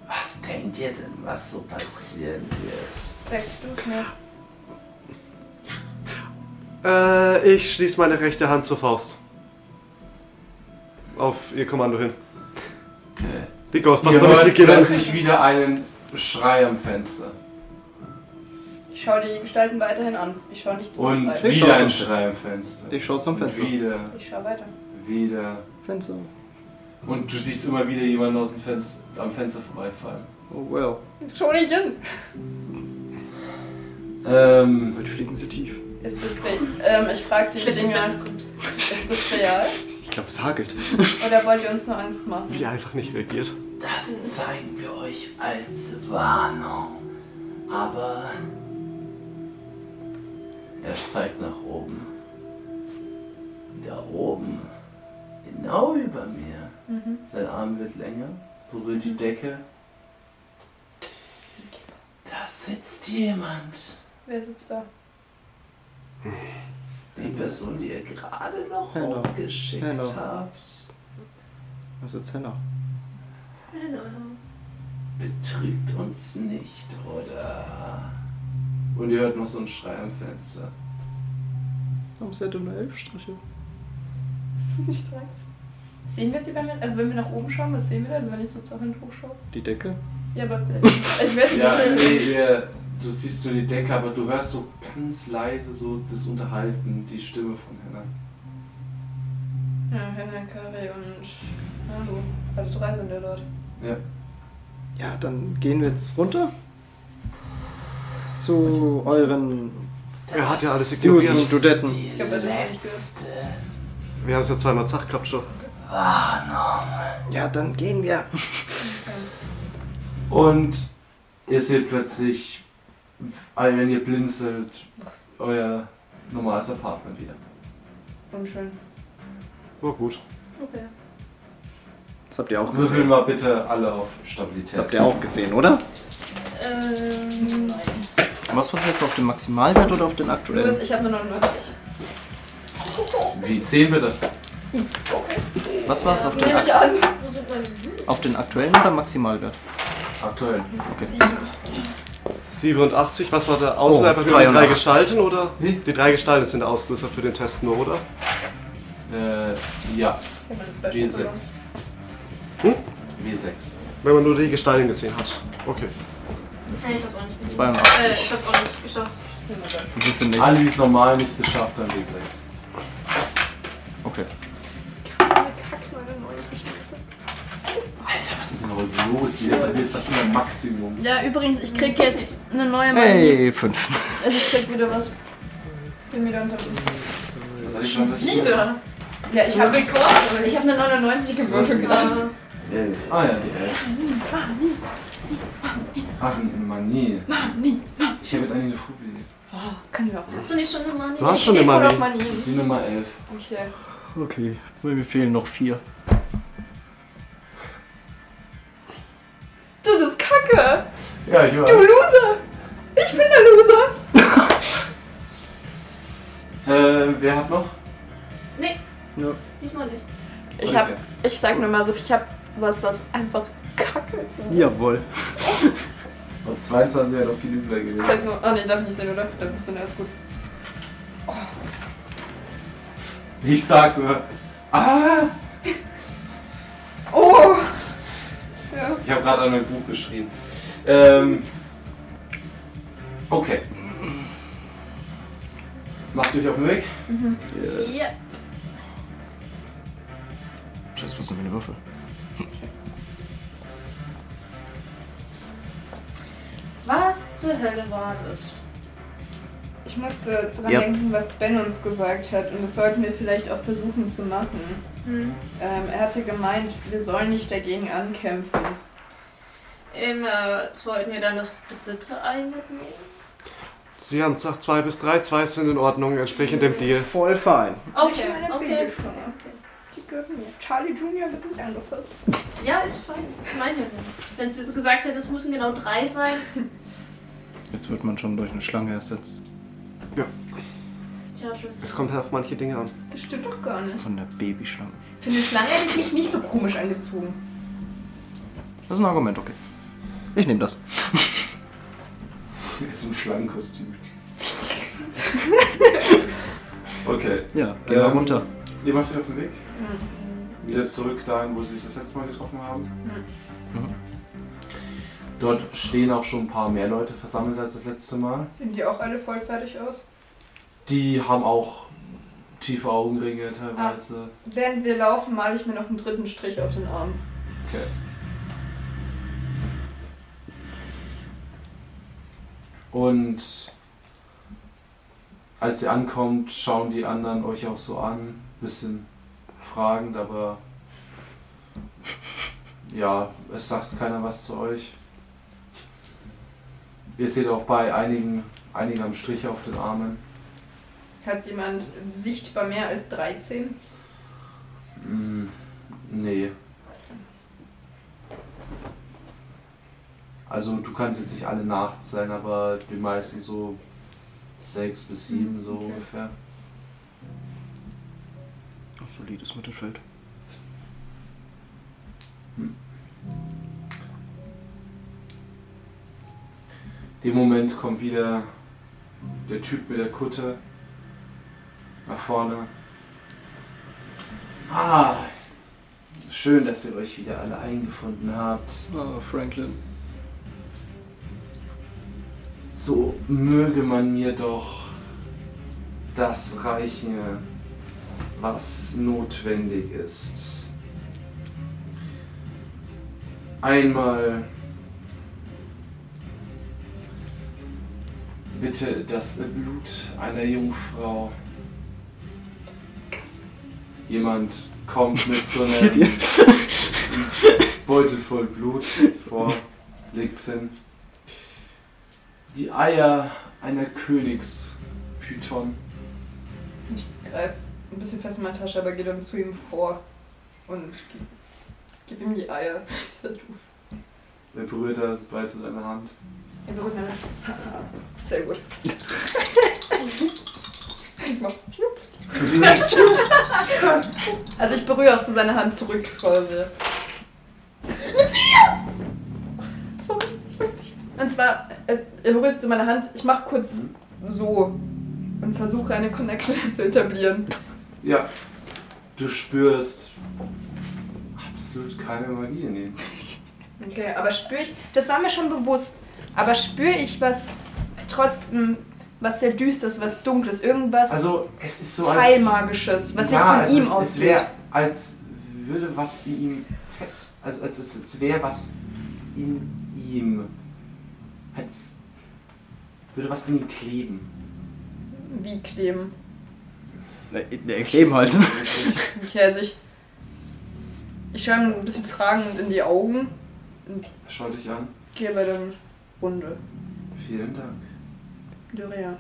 Speaker 1: Was denkt ihr denn, was so passieren wird?
Speaker 2: Sag du es mir.
Speaker 5: Äh, ich schließe meine rechte Hand zur Faust. Auf ihr Kommando hin.
Speaker 1: Okay.
Speaker 5: Die
Speaker 1: Ihr
Speaker 5: Ghostbuster
Speaker 1: hört
Speaker 5: Mystik
Speaker 1: plötzlich wieder einen Schrei am Fenster.
Speaker 2: Ich schaue die Gestalten weiterhin an. Ich schaue nicht zu
Speaker 1: Und
Speaker 2: den Schreien.
Speaker 4: Ich
Speaker 1: wieder
Speaker 4: schau
Speaker 1: ein
Speaker 4: zum-
Speaker 1: Schrei am Fenster.
Speaker 4: Ich schau zum
Speaker 1: Und
Speaker 4: Fenster.
Speaker 1: wieder,
Speaker 2: Ich schaue weiter.
Speaker 1: wieder.
Speaker 4: Fenster.
Speaker 1: Und du siehst immer wieder jemanden aus dem Fenster, am Fenster vorbeifallen.
Speaker 4: Oh well.
Speaker 2: Schau nicht hin!
Speaker 1: Ähm,
Speaker 4: Heute fliegen sie tief.
Speaker 2: Ist das real? ähm, ich frage die
Speaker 3: Schlechtes Wetter
Speaker 2: Dinger,
Speaker 3: kommt.
Speaker 2: ist das real?
Speaker 4: Ich glaube, es hagelt.
Speaker 2: Oder wollt ihr uns nur Angst machen?
Speaker 5: Wie einfach nicht reagiert.
Speaker 1: das zeigen wir euch als Warnung. Aber er zeigt nach oben. Da oben, genau über mir.
Speaker 2: Mhm.
Speaker 1: Sein Arm wird länger, berührt die Decke. Da sitzt jemand.
Speaker 2: Wer sitzt da?
Speaker 1: Die Person, die ihr gerade noch
Speaker 4: Hello.
Speaker 1: aufgeschickt
Speaker 4: Hello.
Speaker 1: habt,
Speaker 4: Was ist Henna?
Speaker 1: betrügt uns nicht, oder? Und ihr hört noch so einen Schrei am Fenster.
Speaker 4: Warum ist er denn nur Elfstriche?
Speaker 2: Ich sag's. Sehen wir sie, wenn wir, also wenn wir nach oben schauen, was sehen wir da? Also wenn ich so zur Hand hochschaue?
Speaker 4: Die Decke?
Speaker 2: Ja, aber vielleicht. Ich weiß nicht,
Speaker 1: Ja,
Speaker 2: was wir-
Speaker 1: nee, ihr, du siehst nur die Decke, aber du hörst so ganz leise so das Unterhalten, die Stimme von Hannah.
Speaker 2: Ja, Henna, Kari und Nalu. Alle drei sind ja dort.
Speaker 4: Ja, dann gehen wir jetzt runter. Zu euren.
Speaker 5: Er hat ja alles
Speaker 4: Dudes,
Speaker 5: ignoriert.
Speaker 4: Studenten.
Speaker 2: Ich glaube, er hat nicht
Speaker 5: Wir haben es ja zweimal zack gehabt schon.
Speaker 4: Ja, dann gehen wir.
Speaker 1: Und ihr seht plötzlich, wenn ihr blinzelt, euer normales Apartment wieder.
Speaker 2: Unschön.
Speaker 5: War Oh, gut.
Speaker 3: Okay.
Speaker 4: Das habt ihr auch
Speaker 1: Würfel
Speaker 4: gesehen.
Speaker 1: mal bitte alle auf Stabilität.
Speaker 4: Das habt ihr auch gesehen, oder?
Speaker 2: Ähm, nein.
Speaker 4: Was war jetzt auf den Maximalwert oder auf den
Speaker 2: Louis,
Speaker 4: aktuellen?
Speaker 2: ich habe nur 99.
Speaker 1: Wie 10 bitte?
Speaker 4: Was war es auf den,
Speaker 2: Nehme ich
Speaker 4: ak
Speaker 2: an.
Speaker 3: Versuch mal den
Speaker 4: auf den aktuellen oder Maximalwert?
Speaker 1: Aktuell.
Speaker 2: Sieben.
Speaker 5: 87, was war der Auslöser für die drei
Speaker 4: 82.
Speaker 5: Gestalten, oder?
Speaker 1: Wie?
Speaker 5: Die drei Gestalten sind der Auslöser für den Test nur, oder?
Speaker 1: Äh, ja,
Speaker 2: Ich hab meine Flasche verloren.
Speaker 1: W6.
Speaker 5: Hm?
Speaker 1: W6.
Speaker 5: wenn man nur die Gestaltung gesehen hat. Okay.
Speaker 3: Nee, ich hab's auch nicht. gesehen. Äh, ich
Speaker 4: 82.
Speaker 3: hab's auch nicht geschafft.
Speaker 4: Ich bin nicht.
Speaker 1: Ali ist normal nicht geschafft an W6.
Speaker 4: Okay.
Speaker 2: Kack, meine neues nicht mehr.
Speaker 1: Alter, was ist denn heute los hier? Das ist fast nur ein Maximum.
Speaker 2: Ja, übrigens, ich krieg jetzt eine neue Magie.
Speaker 4: Hey, 5.
Speaker 2: Also ich krieg wieder was. Ich bin wieder unter
Speaker 1: Was soll ich schon dazu?
Speaker 2: Ja, ich habe
Speaker 3: Rekord.
Speaker 2: ich hab eine 99 gewürfelt genau. gerade.
Speaker 6: Elf.
Speaker 1: Ah ja, die Elf. Ach, Mann, nee. Ich habe jetzt eigentlich eine Phobie.
Speaker 2: Oh, kann ich auch.
Speaker 3: Hast du nicht schon gemacht?
Speaker 5: Du hast
Speaker 2: Ich
Speaker 5: schon
Speaker 2: steh voll
Speaker 5: immer
Speaker 2: auf
Speaker 5: wie.
Speaker 2: meinen Knien.
Speaker 1: Die Nummer 11.
Speaker 2: Okay.
Speaker 4: Okay, mir fehlen noch 4.
Speaker 2: Du, das ist Kacke!
Speaker 1: Ja, ich
Speaker 2: Du Loser! Ich bin der Loser!
Speaker 1: Äh, wer hat noch?
Speaker 3: Nee.
Speaker 4: Ja.
Speaker 3: Diesmal nicht.
Speaker 2: Ich hab, ich sag nur mal so, ich hab was, was einfach Kacke ist.
Speaker 4: Jawohl.
Speaker 1: Und 22 wäre doch viel übler gewesen.
Speaker 2: Sag nur, ah ne, darf ich nicht sehen, oder? Darf ich nicht sehen, alles gut.
Speaker 1: Ich sag nur, ah!
Speaker 2: Oh! Ja.
Speaker 1: Ich habe gerade an mein Buch geschrieben. Ähm. Okay. Macht euch auf den Weg?
Speaker 3: Ja.
Speaker 4: Tschüss, was sind meine Würfel?
Speaker 3: Was zur Hölle war das?
Speaker 2: Ich musste dran
Speaker 4: Ja.
Speaker 2: denken, was Ben uns gesagt hat und das sollten wir vielleicht auch versuchen zu machen.
Speaker 3: Hm.
Speaker 2: Ähm, er hatte gemeint, wir sollen nicht dagegen ankämpfen.
Speaker 3: Im, äh, sollten wir dann das dritte Ei mitnehmen?
Speaker 5: Sie haben gesagt 2 bis 3, 2 sind in Ordnung, entsprechend dem Deal.
Speaker 4: Voll fein.
Speaker 3: Okay, okay.
Speaker 2: Die gehört mir. Charlie Junior wird nicht angefasst.
Speaker 3: Ja, ist fein. Ich Meine ja nicht. Wenn sie gesagt hätte, es müssen genau drei sein.
Speaker 4: Jetzt wird man schon durch eine Schlange ersetzt.
Speaker 3: Tja, tschüss.
Speaker 5: Es kommt halt auf manche Dinge an.
Speaker 2: Das stimmt doch gar nicht.
Speaker 4: Von der Babyschlange.
Speaker 2: Für eine Schlange hätte ich mich nicht so komisch angezogen.
Speaker 4: Das ist ein Argument, okay. Ich nehme das.
Speaker 1: Ist im Schlangenkostüm. okay.
Speaker 4: Ja, ähm,
Speaker 1: geh mal
Speaker 4: runter.
Speaker 1: Ihr macht euch auf den Weg?
Speaker 2: Hm.
Speaker 1: Wieder zurück dahin, wo sie sich das letzte Mal getroffen haben?
Speaker 4: Mhm.
Speaker 1: Dort stehen auch schon ein paar mehr Leute versammelt als das letzte Mal.
Speaker 2: Sehen die auch alle voll fertig aus?
Speaker 1: Die haben auch tiefe Augenringe teilweise.
Speaker 2: Während wir laufen, male ich mir noch einen dritten Strich auf den Arm.
Speaker 1: Okay. Und als ihr ankommt, schauen die anderen euch auch so an, bisschen fragend, aber ja, es sagt keiner was zu euch. Ihr seht auch bei einigen, einigen am Strich auf den Armen.
Speaker 2: Hat jemand sichtbar mehr als 13?
Speaker 1: Mm, nee. Also du kannst jetzt nicht alle nachts sein, aber die meisten so sechs bis sieben so ungefähr.
Speaker 4: Solides Mittelfeld.
Speaker 1: Dem Moment kommt wieder der Typ mit der Kutte nach vorne. Ah, schön, dass ihr euch wieder alle eingefunden habt.
Speaker 4: Ah, Franklin.
Speaker 1: So möge man mir doch das reichen, was notwendig ist. Einmal bitte das Blut einer Jungfrau. Jemand kommt mit so einem Beutel voll Blut vor, legt's hin. Die Eier einer Königspython.
Speaker 2: Ich greife ein bisschen fest in meine Tasche, aber gehe dann zu ihm vor und gib, gib ihm die Eier. Das ist halt los.
Speaker 1: Er berührt das, beißt in seine Hand.
Speaker 2: Er berührt meine Sehr gut. ich mach Piup. Also ich berühre auch so seine Hand zurück quasi. Sorry, ich mag dich. Und zwar, äh, er berührt so meine Hand, ich mach kurz so und versuche eine Connection zu etablieren.
Speaker 1: Ja, du spürst absolut keine Magie in ihm.
Speaker 2: Okay, aber spüre ich, das war mir schon bewusst, aber spüre ich was trotzdem, was sehr düsteres, was dunkles, irgendwas
Speaker 1: Also, es ist so als.
Speaker 2: Teilmagisches, was
Speaker 1: Ja, also
Speaker 2: nicht
Speaker 1: es
Speaker 2: von ihm
Speaker 1: ist- Es
Speaker 2: ausgeht.
Speaker 1: wäre, als würde was in ihm fest. Also, als, als, als wäre was in ihm. Als würde was an ihm kleben.
Speaker 2: Wie kleben.
Speaker 4: Ne, kleben halt.
Speaker 2: Okay, also ich. Ich schaue ihm ein bisschen fragend in die Augen,
Speaker 1: Schau dich an.
Speaker 2: gehe bei der Runde.
Speaker 1: Vielen Dank.
Speaker 2: Doria.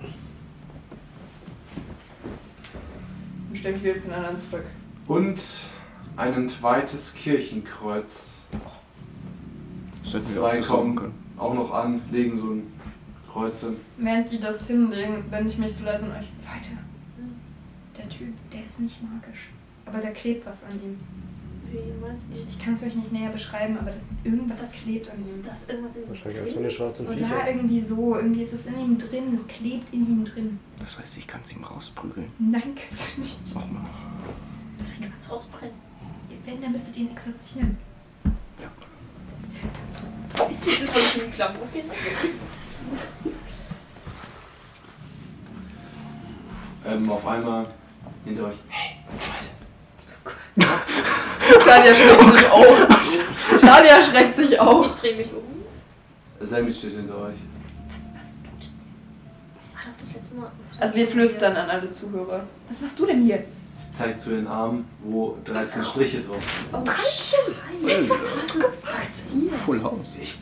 Speaker 2: Und stelle mich wieder zu den anderen zurück.
Speaker 1: Und ein zweites Kirchenkreuz.
Speaker 4: Das hätten wir auch
Speaker 1: Zwei
Speaker 4: besorgen
Speaker 1: kommen.
Speaker 4: können.
Speaker 1: Auch noch an, legen so ein Kreuz hin.
Speaker 2: Während die das hinlegen, wende ich mich so leise an euch. Leute, der Typ, der ist nicht magisch. Aber da klebt was an ihm.
Speaker 3: Wie meinst
Speaker 2: Ich, ich kann es euch nicht näher beschreiben, aber da- irgendwas
Speaker 3: Das-
Speaker 2: klebt an ihm.
Speaker 3: Dass irgendwas in
Speaker 5: Wahrscheinlich als von den schwarzen
Speaker 2: Ja,
Speaker 5: Viechern.
Speaker 2: irgendwie so. Irgendwie ist es in ihm drin. Es klebt in ihm drin.
Speaker 4: Das heißt, ich kann es ihm rausprügeln.
Speaker 2: Nein, kannst du nicht.
Speaker 4: Auch mal.
Speaker 3: Vielleicht kann man es rausbrennen.
Speaker 2: Wenn, dann müsstet ihr ihn exorzieren.
Speaker 3: Ist nicht das, was ich in die Flammen hochgehen lasse?
Speaker 1: Ähm, auf einmal hinter euch.
Speaker 2: Charlie erschreckt
Speaker 5: Oh
Speaker 2: sich auch. Charlie erschreckt sich auch.
Speaker 3: Ich drehe mich um.
Speaker 1: Sammy steht hinter euch.
Speaker 3: Was, was tut War Ah, doch das letzte Mal.
Speaker 2: Also wir flüstern an alle Zuhörer. Was machst du denn hier?
Speaker 1: Sie zeigt zu den Armen, wo 13 Striche drauf sind.
Speaker 3: Oh,
Speaker 5: Hm.
Speaker 3: Scheiße. Was, was ist passiert?
Speaker 4: Full House.
Speaker 1: Ich,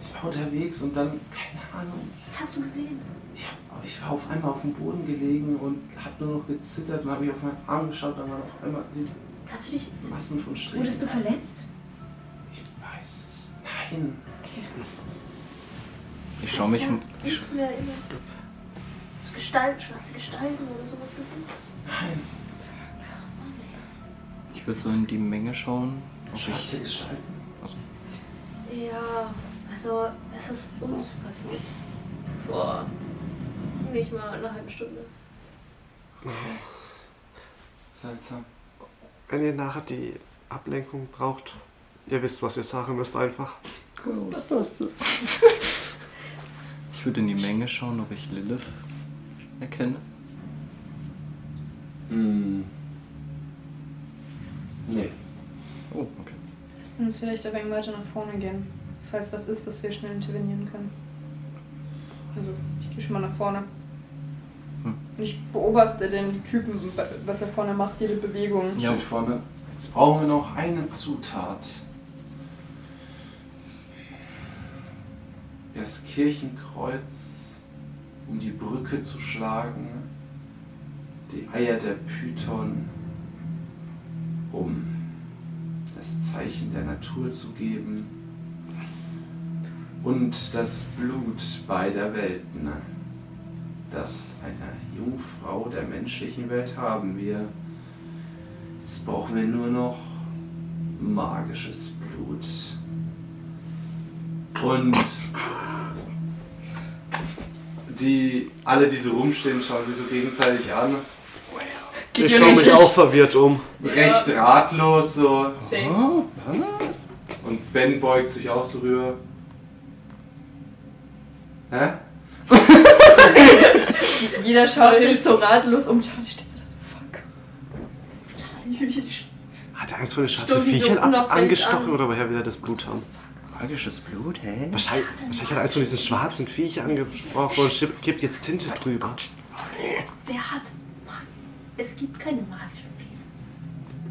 Speaker 1: ich war unterwegs und dann, keine Ahnung,
Speaker 3: Was hast du gesehen?
Speaker 1: ich, hab- ich war auf einmal auf dem Boden gelegen und hab nur noch gezittert und habe ich auf meinen Arm geschaut, dann waren auf einmal diese
Speaker 3: Hast du dich.
Speaker 1: Massen von Strichen.
Speaker 3: Wurdest du verletzt?
Speaker 1: Ich weiß es. Nein.
Speaker 4: Ich schaue mich. um. Ich,
Speaker 3: Nichts mehr erinnern. So Gestalten, schwarze Gestalten oder sowas gesehen?
Speaker 1: Nein.
Speaker 4: ich würde so in die Menge schauen. ob
Speaker 1: Schwarze Gestalten.
Speaker 3: Ja, also es ist uns passiert. Vor nicht mal einer halben Stunde.
Speaker 1: Okay. Seltsam.
Speaker 5: Wenn ihr nachher die Ablenkung braucht, ihr wisst, was ihr sagen müsst einfach.
Speaker 4: Ich würde in die Menge schauen, ob ich Lilith erkenne.
Speaker 1: Hm. Nee.
Speaker 4: Oh, okay.
Speaker 2: Lass uns vielleicht ein wenig weiter nach vorne gehen. Falls was ist, dass wir schnell intervenieren können. Also, ich gehe schon mal nach vorne.
Speaker 4: Hm.
Speaker 2: Ich beobachte den Typen, was er vorne macht, jede Bewegung.
Speaker 4: Ja.
Speaker 1: Steht vorne. Jetzt brauchen wir noch eine Zutat. Das Kirchenkreuz, um die Brücke zu schlagen. Die Eier der Python, um das Zeichen der Natur zu geben. Und das Blut beider Welten, das einer Jungfrau der menschlichen Welt haben wir. Jetzt brauchen wir nur noch magisches Blut. Und die, alle, die so rumstehen, schauen sich so gegenseitig an.
Speaker 5: ich schaue mich auch verwirrt um.
Speaker 1: Recht ratlos so.
Speaker 5: Hm?
Speaker 3: Same.
Speaker 4: Oh, was?
Speaker 1: Und Ben beugt sich auch so rüber. Hä?
Speaker 2: Jeder schaut sich so ratlos um. Charlie steht so da so, fuck.
Speaker 5: Hat er Angst vor den schwarzen
Speaker 3: Stoßen die so
Speaker 5: Viechern ab-
Speaker 3: unauffällig
Speaker 5: angestochen
Speaker 3: an.
Speaker 5: oder woher will er das Blut haben?
Speaker 4: Magisches Blut, hä?
Speaker 5: Wahrscheinlich, wahrscheinlich hat er eins von diesen schwarzen Viechern angesprochen und schip- kippt jetzt Tinte drüber.
Speaker 3: Wer hat. Mag- Es gibt keine magischen Wesen.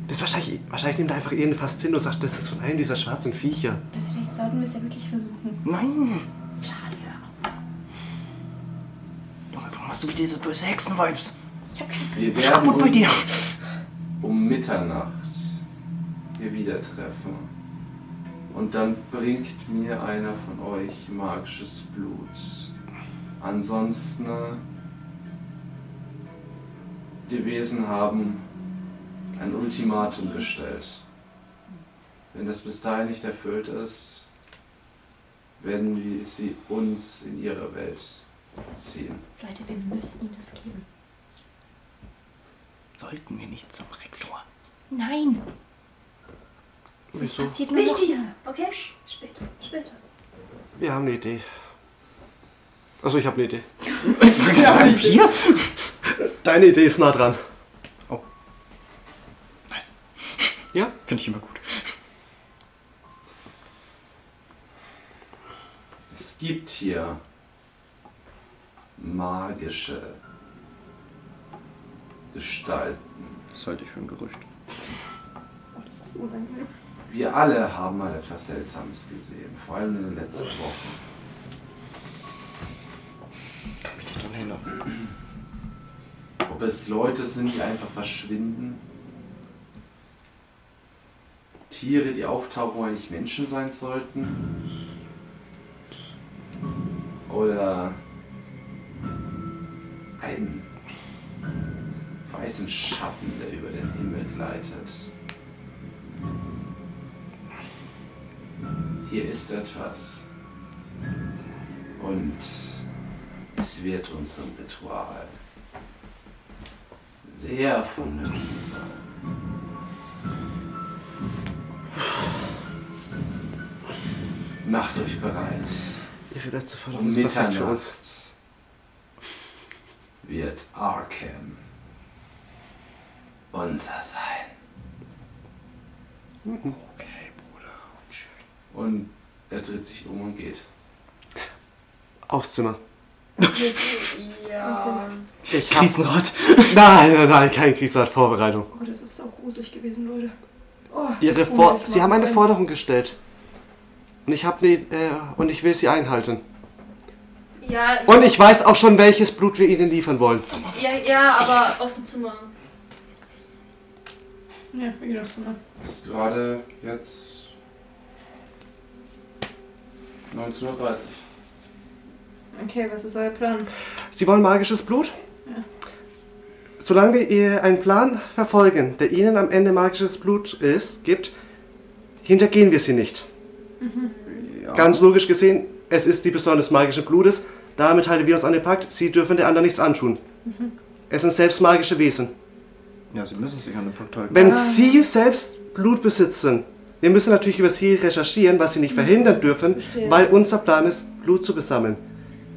Speaker 5: Das ist wahrscheinlich, wahrscheinlich nimmt er einfach irgendeine Faszin und sagt, das ist von einem dieser schwarzen Viecher.
Speaker 2: Aber vielleicht sollten wir es ja wirklich versuchen.
Speaker 4: Nein!
Speaker 3: Charlie, hör auf.
Speaker 4: Junge, warum hast du wieder diese böse Hexen-Vibes?
Speaker 1: Wir
Speaker 4: Was ist kaputt bei dir?
Speaker 1: um Mitternacht hier wieder treffen. Und dann bringt mir einer von euch magisches Blut. Ansonsten äh, die Wesen haben ein Ultimatum gestellt. Wenn das bis dahin nicht erfüllt ist, werden wir sie uns in ihre Welt ziehen.
Speaker 2: Leute, wir müssen ihm das geben.
Speaker 4: Sollten wir nicht zum Rektor?
Speaker 2: Nein!
Speaker 5: Wieso?
Speaker 2: Passiert nur
Speaker 3: Nicht
Speaker 2: noch
Speaker 3: hier, okay? Später, später.
Speaker 5: Wir haben eine Idee. Also ich habe eine Idee.
Speaker 4: Sagen wir?
Speaker 5: Deine Idee ist nah dran.
Speaker 4: Nice.
Speaker 5: Ja?
Speaker 4: Finde ich immer gut.
Speaker 1: Es gibt hier magische Gestalten.
Speaker 4: Das halte ich für ein Gerücht.
Speaker 2: Oh, das ist unangenehm.
Speaker 1: Wir alle haben mal etwas Seltsames gesehen, vor allem in den letzten Wochen.
Speaker 4: Kann mich nicht dran erinnern.
Speaker 1: Ob es Leute sind, die einfach verschwinden, Tiere, die auftauchen, wo eigentlich Menschen sein sollten, oder einen weißen Schatten, der über den Himmel gleitet. Hier ist etwas. Und es wird unserem Ritual sehr von Nutzen sein. Macht euch bereit.
Speaker 5: Ihre letzte
Speaker 1: Um
Speaker 5: Forderung ist perfekt für uns.
Speaker 1: Mitternacht wird Arkham unser sein.
Speaker 5: Mhm.
Speaker 4: Okay, Bruder.
Speaker 1: Und er dreht sich um und geht.
Speaker 5: Aufs Zimmer.
Speaker 2: Ja.
Speaker 5: Ich hab...
Speaker 4: Krisenrad.
Speaker 5: Nein, nein, nein, kein Kriegsrat Vorbereitung.
Speaker 2: Oh, das ist so gruselig gewesen, Leute. Oh,
Speaker 5: Ihre
Speaker 2: ich bin
Speaker 5: For
Speaker 2: gleich
Speaker 5: Sie
Speaker 2: mal
Speaker 5: haben eine
Speaker 2: rein.
Speaker 5: Forderung gestellt. Und ich hab ne, äh, und ich will sie einhalten.
Speaker 3: Ja,
Speaker 5: Und ich weiß auch schon, welches Blut wir ihnen liefern wollen.
Speaker 3: ja, ja, aber auf dem Zimmer.
Speaker 2: Ja, wir gehen aufs Zimmer.
Speaker 1: Ist gerade jetzt 19.30
Speaker 2: Okay, was ist euer Plan?
Speaker 5: Sie wollen magisches Blut?
Speaker 2: Ja.
Speaker 5: Solange wir ihr einen Plan verfolgen, der ihnen am Ende magisches Blut ist, gibt, hintergehen wir sie nicht.
Speaker 2: Mhm.
Speaker 4: Ja.
Speaker 5: Ganz logisch gesehen, es ist die Person des magischen Blutes. Damit halten wir uns an den Pakt. Sie dürfen der anderen nichts antun.
Speaker 2: Mhm.
Speaker 5: Es sind selbst magische Wesen.
Speaker 4: Ja, sie müssen sich an den Pakt halten.
Speaker 5: Wenn
Speaker 2: Ah.
Speaker 5: Sie selbst Blut besitzen, wir müssen natürlich über Sie recherchieren, was Sie nicht verhindern dürfen,
Speaker 2: Mhm. Verstehe.
Speaker 5: weil unser Plan ist, Blut zu besammeln.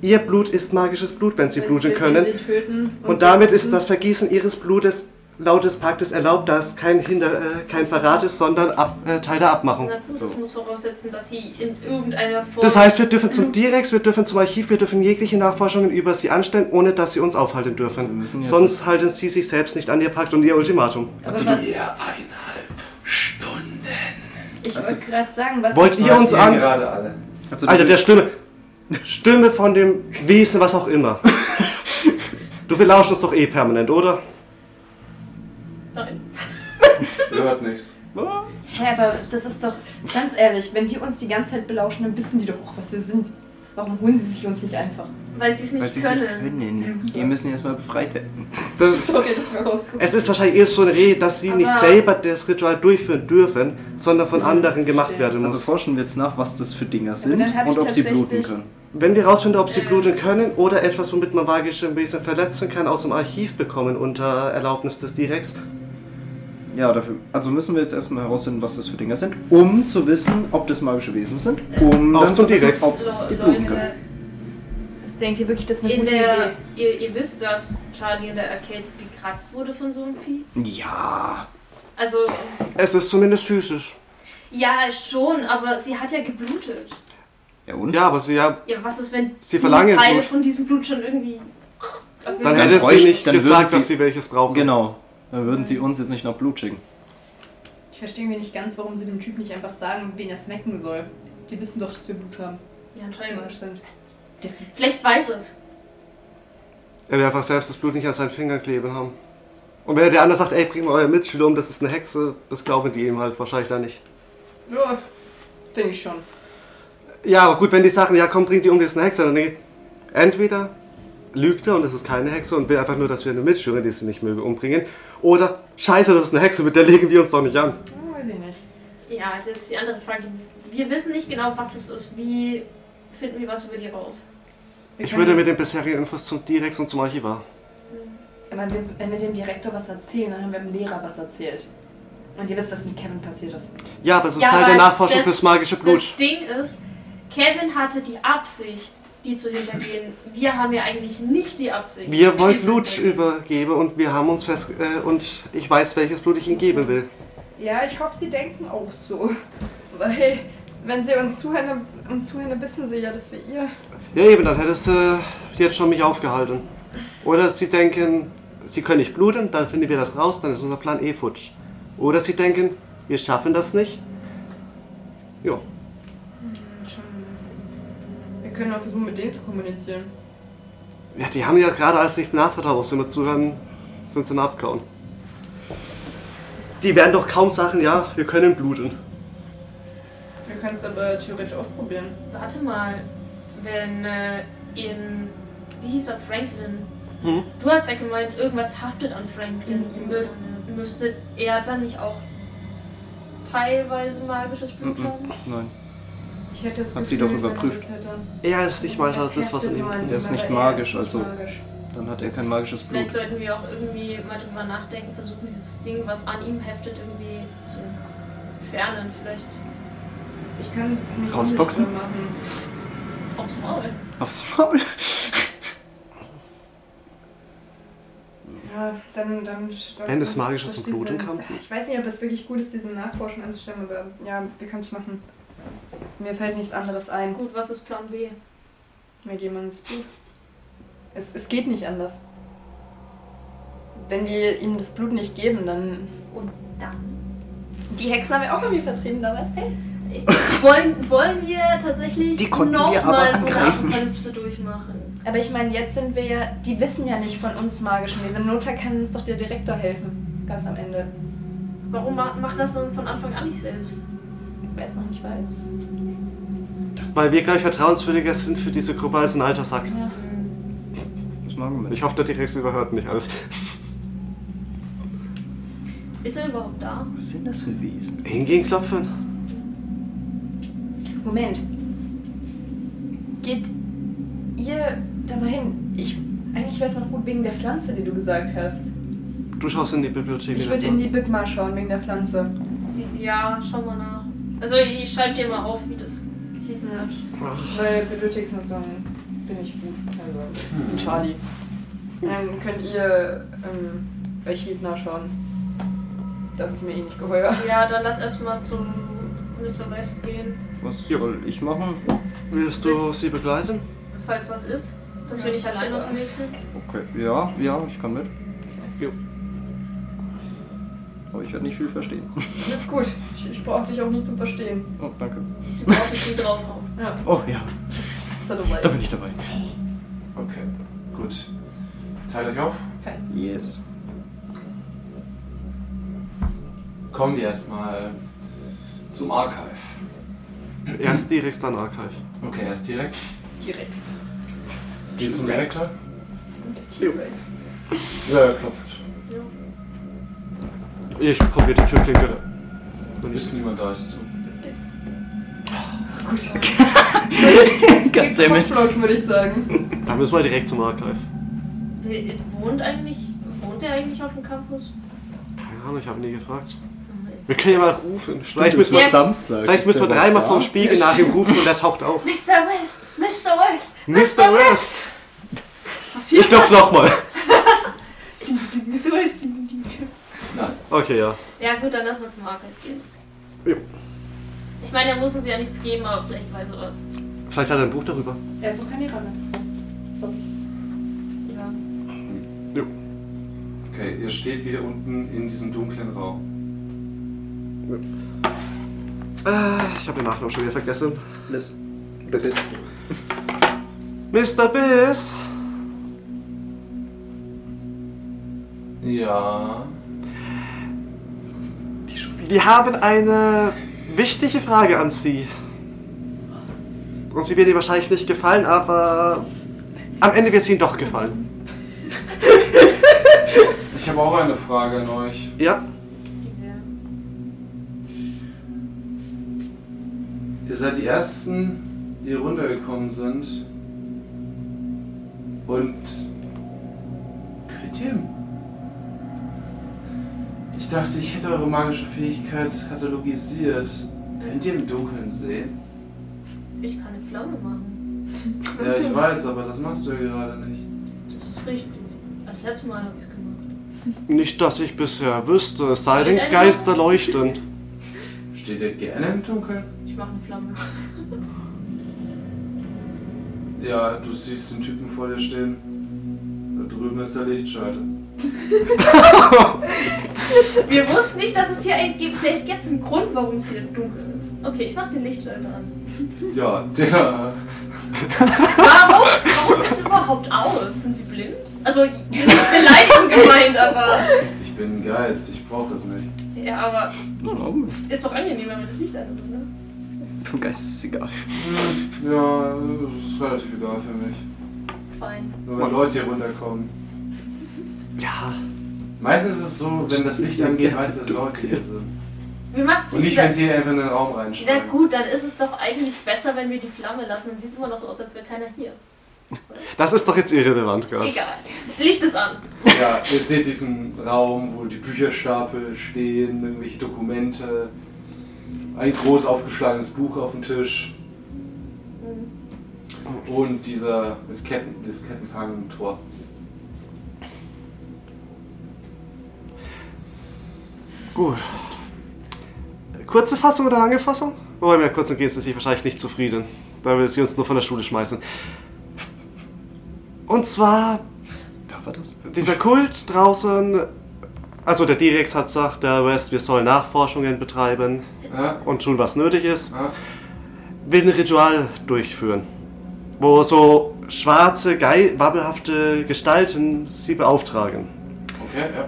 Speaker 5: Ihr Blut ist magisches Blut, wenn Sie
Speaker 2: Das heißt,
Speaker 5: bluten
Speaker 2: wir-
Speaker 5: können.
Speaker 2: Sie töten
Speaker 5: Und damit
Speaker 2: hm.
Speaker 5: ist das Vergießen ihres Blutes laut des Paktes erlaubt, da es kein, Hinder, äh, kein Verrat ist, sondern ab, äh, Teil der Abmachung.
Speaker 3: Na gut,
Speaker 4: So.
Speaker 3: ich muss voraussetzen, dass sie in irgendeiner Form.
Speaker 5: Das heißt, wir dürfen zum Direx, wir dürfen zum Archiv, wir dürfen jegliche Nachforschungen über sie anstellen, ohne dass sie uns aufhalten
Speaker 4: Also Wir
Speaker 5: dürfen.
Speaker 4: müssen jetzt- Also
Speaker 5: Sonst halten sie sich selbst nicht an ihr Pakt und ihr Ultimatum.
Speaker 2: Aber
Speaker 1: Uhr.
Speaker 2: was,
Speaker 1: Ihr eineinhalb Stunden.
Speaker 2: ich wollte gerade sagen, was
Speaker 5: also Wollt
Speaker 2: ist
Speaker 5: ihr uns
Speaker 1: Seid ihr
Speaker 5: an...
Speaker 1: gerade alle.
Speaker 4: Also,
Speaker 5: Alter, der Stimme. Stimme von dem Wesen, was auch immer. Du belauschst uns doch eh permanent, oder?
Speaker 3: Nein.
Speaker 1: Ihr hört nichts.
Speaker 4: Ah.
Speaker 2: Hä, aber das ist doch, ganz ehrlich, wenn die uns die ganze Zeit belauschen, dann wissen die doch auch, was wir sind. Warum holen sie sich uns nicht einfach?
Speaker 3: Weil sie es
Speaker 4: Weil sie
Speaker 3: nicht
Speaker 4: es nicht
Speaker 3: können.
Speaker 4: können. Wir müssen erstmal befreit werden.
Speaker 5: Das,
Speaker 2: Sorry, das ist mir rausgekommen.
Speaker 5: Es ist wahrscheinlich erst so eine Rede, dass sie nicht
Speaker 3: Aber-
Speaker 5: selber das Ritual durchführen dürfen, sondern von anderen gemacht werden muss.
Speaker 4: Also forschen wir jetzt nach, was das für Dinger sind
Speaker 2: dann hab ich
Speaker 4: und ob sie bluten
Speaker 2: tatsächlich-
Speaker 4: können.
Speaker 5: Wenn wir herausfinden, ob sie bluten können oder etwas, womit man magische Wesen verletzen kann, aus dem Archiv bekommen unter Erlaubnis des Direx,
Speaker 4: Ja, dafür. Also müssen wir jetzt erstmal herausfinden, was das für Dinger sind, um zu wissen, ob das magische Wesen sind, um
Speaker 5: Auf
Speaker 4: dann
Speaker 5: zum
Speaker 4: zu wissen,
Speaker 5: T-Rex.
Speaker 4: ob
Speaker 3: Le-
Speaker 4: die bluten können.
Speaker 3: Also, Leute,
Speaker 2: Das denkt ihr wirklich, das ist eine
Speaker 3: in
Speaker 2: gute
Speaker 3: der,
Speaker 2: Idee?
Speaker 3: ihr, ihr wisst, dass Charlie in der Arcade gekratzt wurde von so einem Vieh.
Speaker 4: Ja.
Speaker 3: Also,
Speaker 5: es ist zumindest physisch.
Speaker 3: ja, schon, aber sie hat ja geblutet.
Speaker 4: Ja und?
Speaker 5: Ja, aber sie, ja,
Speaker 3: Ja, was ist, wenn
Speaker 5: Sie verlangen
Speaker 3: Teile
Speaker 5: Blut.
Speaker 3: von diesem Blut schon irgendwie.
Speaker 5: dann,
Speaker 4: Dann
Speaker 5: hätte sie
Speaker 4: bräuchte-
Speaker 5: nicht
Speaker 4: dann würden
Speaker 5: gesagt,
Speaker 4: sie-
Speaker 5: dass sie welches brauchen.
Speaker 4: Genau. Dann würden sie uns jetzt nicht nach Blut schicken.
Speaker 2: Ich verstehe mir nicht ganz, warum sie dem Typ nicht einfach sagen, wen er snacken soll. Die wissen doch, dass wir Blut haben.
Speaker 3: Ja, anscheinend.
Speaker 2: Magisch sind.
Speaker 3: Vielleicht weiß es.
Speaker 5: Er will einfach selbst das Blut nicht an seinen Fingern kleben haben. Und wenn der andere sagt, ey, bring mal euer Mitschüler um, das ist eine Hexe, das glauben die ihm halt wahrscheinlich dann nicht.
Speaker 2: Ja, denke ich schon.
Speaker 5: Ja, aber gut, wenn die sagen, ja komm, bring die um, das ist eine Hexe, dann denke ich, entweder lügt er und es ist keine Hexe und will einfach nur, dass wir eine Mitschülerin, die sie nicht mögen, umbringen. Oder, scheiße, das ist eine Hexe, mit der legen wir uns doch nicht an.
Speaker 2: Oh, weiß ich nicht.
Speaker 3: Ja, das ist die andere Frage. Wir wissen nicht genau, was es ist. Wie finden wir was über die raus?
Speaker 2: Wir
Speaker 5: ich
Speaker 2: können-
Speaker 5: würde mit den bisherigen Infos zum Direx und zum Archivar.
Speaker 2: Wenn wir, wenn wir dem Direktor was erzählen, dann haben wir dem Lehrer was erzählt. Und ihr wisst, was mit Kevin passiert ist.
Speaker 5: Ja, aber es ist
Speaker 3: Ja,
Speaker 5: Teil der
Speaker 3: aber
Speaker 5: Nachforschung
Speaker 3: das-
Speaker 5: fürs magische Blut.
Speaker 3: Das Ding ist, Kevin hatte die Absicht, die zu hintergehen. Wir haben ja eigentlich nicht die Absicht.
Speaker 5: Wir
Speaker 3: sie
Speaker 5: wollen
Speaker 3: zu
Speaker 5: Blut
Speaker 3: hintergehen.
Speaker 5: übergeben und wir haben uns fest äh, und ich weiß, welches Blut ich ihm geben will.
Speaker 2: Ja, ich hoffe, sie denken auch so. Weil, wenn sie uns zuhören, uns zuhören wissen sie ja, dass wir ihr.
Speaker 5: Ja eben, dann hättest du jetzt schon mich aufgehalten. Oder sie denken, sie können nicht bluten, dann finden wir das raus, dann ist unser Plan eh futsch. Oder sie denken, wir schaffen das nicht. Ja,
Speaker 2: Wir können auch versuchen, mit denen zu kommunizieren.
Speaker 5: ja die haben ja gerade als nicht nachvertraut, ob sie mir zuhören, sind sie dann abgehauen. Die werden doch kaum sagen, ja, wir können bluten.
Speaker 2: Wir können es aber theoretisch ausprobieren.
Speaker 3: Warte mal, wenn äh, in. Wie hieß er? Franklin.
Speaker 5: Hm?
Speaker 3: Du hast ja gemeint, irgendwas haftet an Franklin.
Speaker 2: Mhm.
Speaker 3: Müsst, müsste er dann nicht auch teilweise magisches Blut
Speaker 4: Mhm.
Speaker 3: haben?
Speaker 4: Nein.
Speaker 2: Ich hätte es
Speaker 4: Hat sie doch überprüft.
Speaker 5: Er ist nicht mal das, ist was in ihm
Speaker 4: Der ist nicht magisch, also- Dann hat er kein magisches
Speaker 3: Vielleicht
Speaker 4: Blut.
Speaker 3: sollten wir auch irgendwie mal drüber nachdenken, versuchen, dieses Ding, was an ihm heftet, irgendwie zu entfernen. Vielleicht
Speaker 2: Ich kann mich
Speaker 4: Rausboxen?
Speaker 2: unsichtbar machen.
Speaker 3: aufs Maul.
Speaker 4: Aufs Maul.
Speaker 2: Ja, dann, dann das
Speaker 5: Wenn es
Speaker 2: ist-
Speaker 5: magisch ist
Speaker 2: durch
Speaker 5: und bluten
Speaker 2: diese-
Speaker 5: kann.
Speaker 2: Ich weiß nicht, ob es wirklich gut ist, diesen Nachforschung anzustellen, aber ja, wir können es machen. Mir fällt nichts anderes ein.
Speaker 3: Gut, was ist Plan B?
Speaker 2: Mir geben uns Blut. Es, es geht nicht anders. Wenn wir ihm das Blut nicht geben, dann.
Speaker 3: Und dann?
Speaker 2: Die Hexen haben wir auch irgendwie vertrieben damals. Hey.
Speaker 3: Wollen, wollen wir tatsächlich
Speaker 4: Die konnten wir
Speaker 3: nochmal
Speaker 4: aber
Speaker 3: so eine
Speaker 4: angreifen.
Speaker 3: Apokalypse durchmachen?
Speaker 2: Aber ich meine, jetzt sind wir ja. Die wissen ja nicht von uns magischen Wesen. Im Notfall kann uns doch der Direktor helfen. Ganz am Ende.
Speaker 3: Warum ma- machen das dann von Anfang an nicht selbst?
Speaker 2: Wer es noch nicht weiß.
Speaker 5: Weil wir, glaube ich, vertrauenswürdiger sind für diese Gruppe als ein alter Sack.
Speaker 2: Ja.
Speaker 4: Das machen wir nicht.
Speaker 5: Ich hoffe, der T-Rex überhört nicht alles.
Speaker 3: Ist er überhaupt da?
Speaker 4: Was sind das für Wesen?
Speaker 5: Hingehen klopfen?
Speaker 2: Moment. Geht ihr da mal hin? Ich, eigentlich wäre es noch gut wegen der Pflanze, die du gesagt hast.
Speaker 5: Du schaust in die Bibliothek.
Speaker 2: Ich würde in die Big Mar schauen, wegen der Pflanze.
Speaker 3: Ja, schau mal nach. Also ich schreibe dir mal auf, wie das hießen hat.
Speaker 2: Weil Bibliotheksnutzung bin ich gut. Also, bin Charlie. Dann könnt ihr ähm, Archiv nachschauen. Das ist mir eh nicht geheuer.
Speaker 3: Ja, dann lass erstmal zum Mr. West gehen,
Speaker 4: Was
Speaker 5: Jo.
Speaker 4: soll ich machen?
Speaker 5: Willst du sie begleiten?
Speaker 3: falls was ist. Dass
Speaker 2: Ja,
Speaker 3: wir nicht allein
Speaker 2: super.
Speaker 3: unterwegs sind.
Speaker 4: Okay. Ja, ja, ich kann mit. Jo. Aber ich werde nicht viel verstehen.
Speaker 2: Das ist gut. Ich, ich brauche dich auch nicht zum Verstehen.
Speaker 4: Oh, danke.
Speaker 3: Die brauche ich nie draufhauen.
Speaker 2: Ja,
Speaker 4: Oh ja,
Speaker 2: ist ja dabei.
Speaker 4: da bin ich dabei.
Speaker 1: Okay, gut. Teilt euch auf.
Speaker 4: Yes.
Speaker 1: Kommen wir erstmal zum Archive.
Speaker 5: Erst T-Rex, dann Archive.
Speaker 1: Okay, erst direkt.
Speaker 2: T-Rex.
Speaker 1: Geht zum
Speaker 4: T-Rex.
Speaker 1: Direktor.
Speaker 2: Und der T-Rex.
Speaker 1: Ja, er klopft.
Speaker 5: Ich probiere die Türklinke.
Speaker 1: Dann ist niemand da, ist zu.
Speaker 2: Jetzt geht's. Gut.
Speaker 4: Goddammit.
Speaker 2: Kopfblock, würde ich sagen.
Speaker 5: Dann müssen wir direkt zum Archive.
Speaker 3: Wer- Wohnt eigentlich, wohnt er eigentlich auf dem Campus?
Speaker 5: Keine Ahnung, ich habe nie gefragt.
Speaker 3: Mhm.
Speaker 5: Wir können ja mal rufen. Vielleicht müssen
Speaker 4: Stimmt, es
Speaker 5: wir,
Speaker 4: war Samstag.
Speaker 5: vielleicht
Speaker 4: Ist
Speaker 5: müssen wir
Speaker 4: der
Speaker 5: dreimal
Speaker 4: noch
Speaker 5: vorm
Speaker 4: da?
Speaker 5: Spiegel nach ihm rufen und er taucht auf.
Speaker 3: Mr. West! Mr. West!
Speaker 5: Mr. West! Ich klopfe nochmal.
Speaker 3: Mr. West!
Speaker 1: Nein.
Speaker 5: Okay, ja.
Speaker 3: Ja gut, dann lass mal zum Archive gehen.
Speaker 5: Jo.
Speaker 3: Ich meine, er muss uns ja nichts geben, aber vielleicht weiß er was.
Speaker 5: Vielleicht hat er ein Buch darüber.
Speaker 2: Er ist noch kein Iraner.
Speaker 3: Ja.
Speaker 1: Okay, ihr steht wieder unten in diesem dunklen Raum.
Speaker 5: Äh, ich habe den Nachnamen schon wieder vergessen.
Speaker 4: Liz.
Speaker 5: Biss. Mr. Biss!
Speaker 1: Ja.
Speaker 5: Wir haben eine wichtige Frage an Sie. Und sie wird Ihnen wahrscheinlich nicht gefallen, aber am Ende wird sie Ihnen doch gefallen.
Speaker 1: Ich habe auch eine Frage an euch.
Speaker 5: Ja?
Speaker 1: Ihr seid die Ersten, die runtergekommen sind. Und... Kritim. Ich Ich dachte, ich hätte eure magische Fähigkeit katalogisiert. Könnt ihr im Dunkeln sehen?
Speaker 3: Ich kann eine Flamme machen.
Speaker 1: Ja, ich weiß, aber das machst du ja gerade nicht.
Speaker 3: Das ist richtig. Das letzte Mal habe ich es gemacht.
Speaker 5: Nicht, dass ich bisher wüsste, es sei
Speaker 3: Ich
Speaker 5: denn,
Speaker 3: einfach-
Speaker 5: Geister leuchten.
Speaker 1: Steht ihr gerne im Dunkeln?
Speaker 3: Ich mache eine Flamme.
Speaker 1: Ja, du siehst den Typen vor dir stehen. Da drüben ist der Lichtschalter.
Speaker 3: Wir wussten nicht, dass es hier einen gibt. Vielleicht gäbe es einen Grund, warum es hier dunkel ist. Okay, ich mache den Lichtschalter an.
Speaker 1: Ja, der.
Speaker 3: Warum? Warum ist überhaupt aus? Sind Sie blind? Also, nicht beleidigend gemeint, aber.
Speaker 1: Ich bin ein Geist, ich brauch das nicht.
Speaker 3: Ja, aber
Speaker 4: Das ist auch gut.
Speaker 3: ist doch angenehm, wenn wir das Licht ne? an ist, oder?
Speaker 4: Für den Geist ist es egal.
Speaker 1: Hm, Ja, das ist relativ egal für mich.
Speaker 3: Fein.
Speaker 1: Nur wenn Leute hier runterkommen.
Speaker 5: Ja,
Speaker 1: Meistens ist es so, wenn das Licht angeht, weißt du, dass Leute hier sind.
Speaker 3: Mir macht's
Speaker 1: Und nicht, wenn sie einfach in den Raum
Speaker 3: Na
Speaker 1: reinschreien.
Speaker 3: gut, dann ist es doch eigentlich besser, wenn wir die Flamme lassen. Dann sieht es immer noch so aus, als wäre keiner hier.
Speaker 5: das ist doch jetzt irrelevant, Gott.
Speaker 3: Egal. Licht ist an.
Speaker 1: Ja, ihr seht diesen Raum, wo die Bücherstapel stehen, irgendwelche Dokumente, ein groß aufgeschlagenes Buch auf dem Tisch.
Speaker 3: Hm,
Speaker 1: Und dieser mit Ketten, dieses kettenfangende Tor.
Speaker 5: Gut. Kurze Fassung oder lange Fassung? Wobei, mit der kurzen geht es sich wahrscheinlich nicht zufrieden. Da will sie uns nur von der Schule schmeißen. Und zwar,
Speaker 4: Wer war das?
Speaker 5: dieser Kult draußen, also der Direx hat gesagt, der West, wir sollen Nachforschungen betreiben
Speaker 1: Ja?
Speaker 5: und tun, was nötig ist.
Speaker 1: Ja?
Speaker 5: will ein Ritual durchführen, wo so schwarze, geil, wabbelhafte Gestalten sie beauftragen.
Speaker 1: Okay, ja.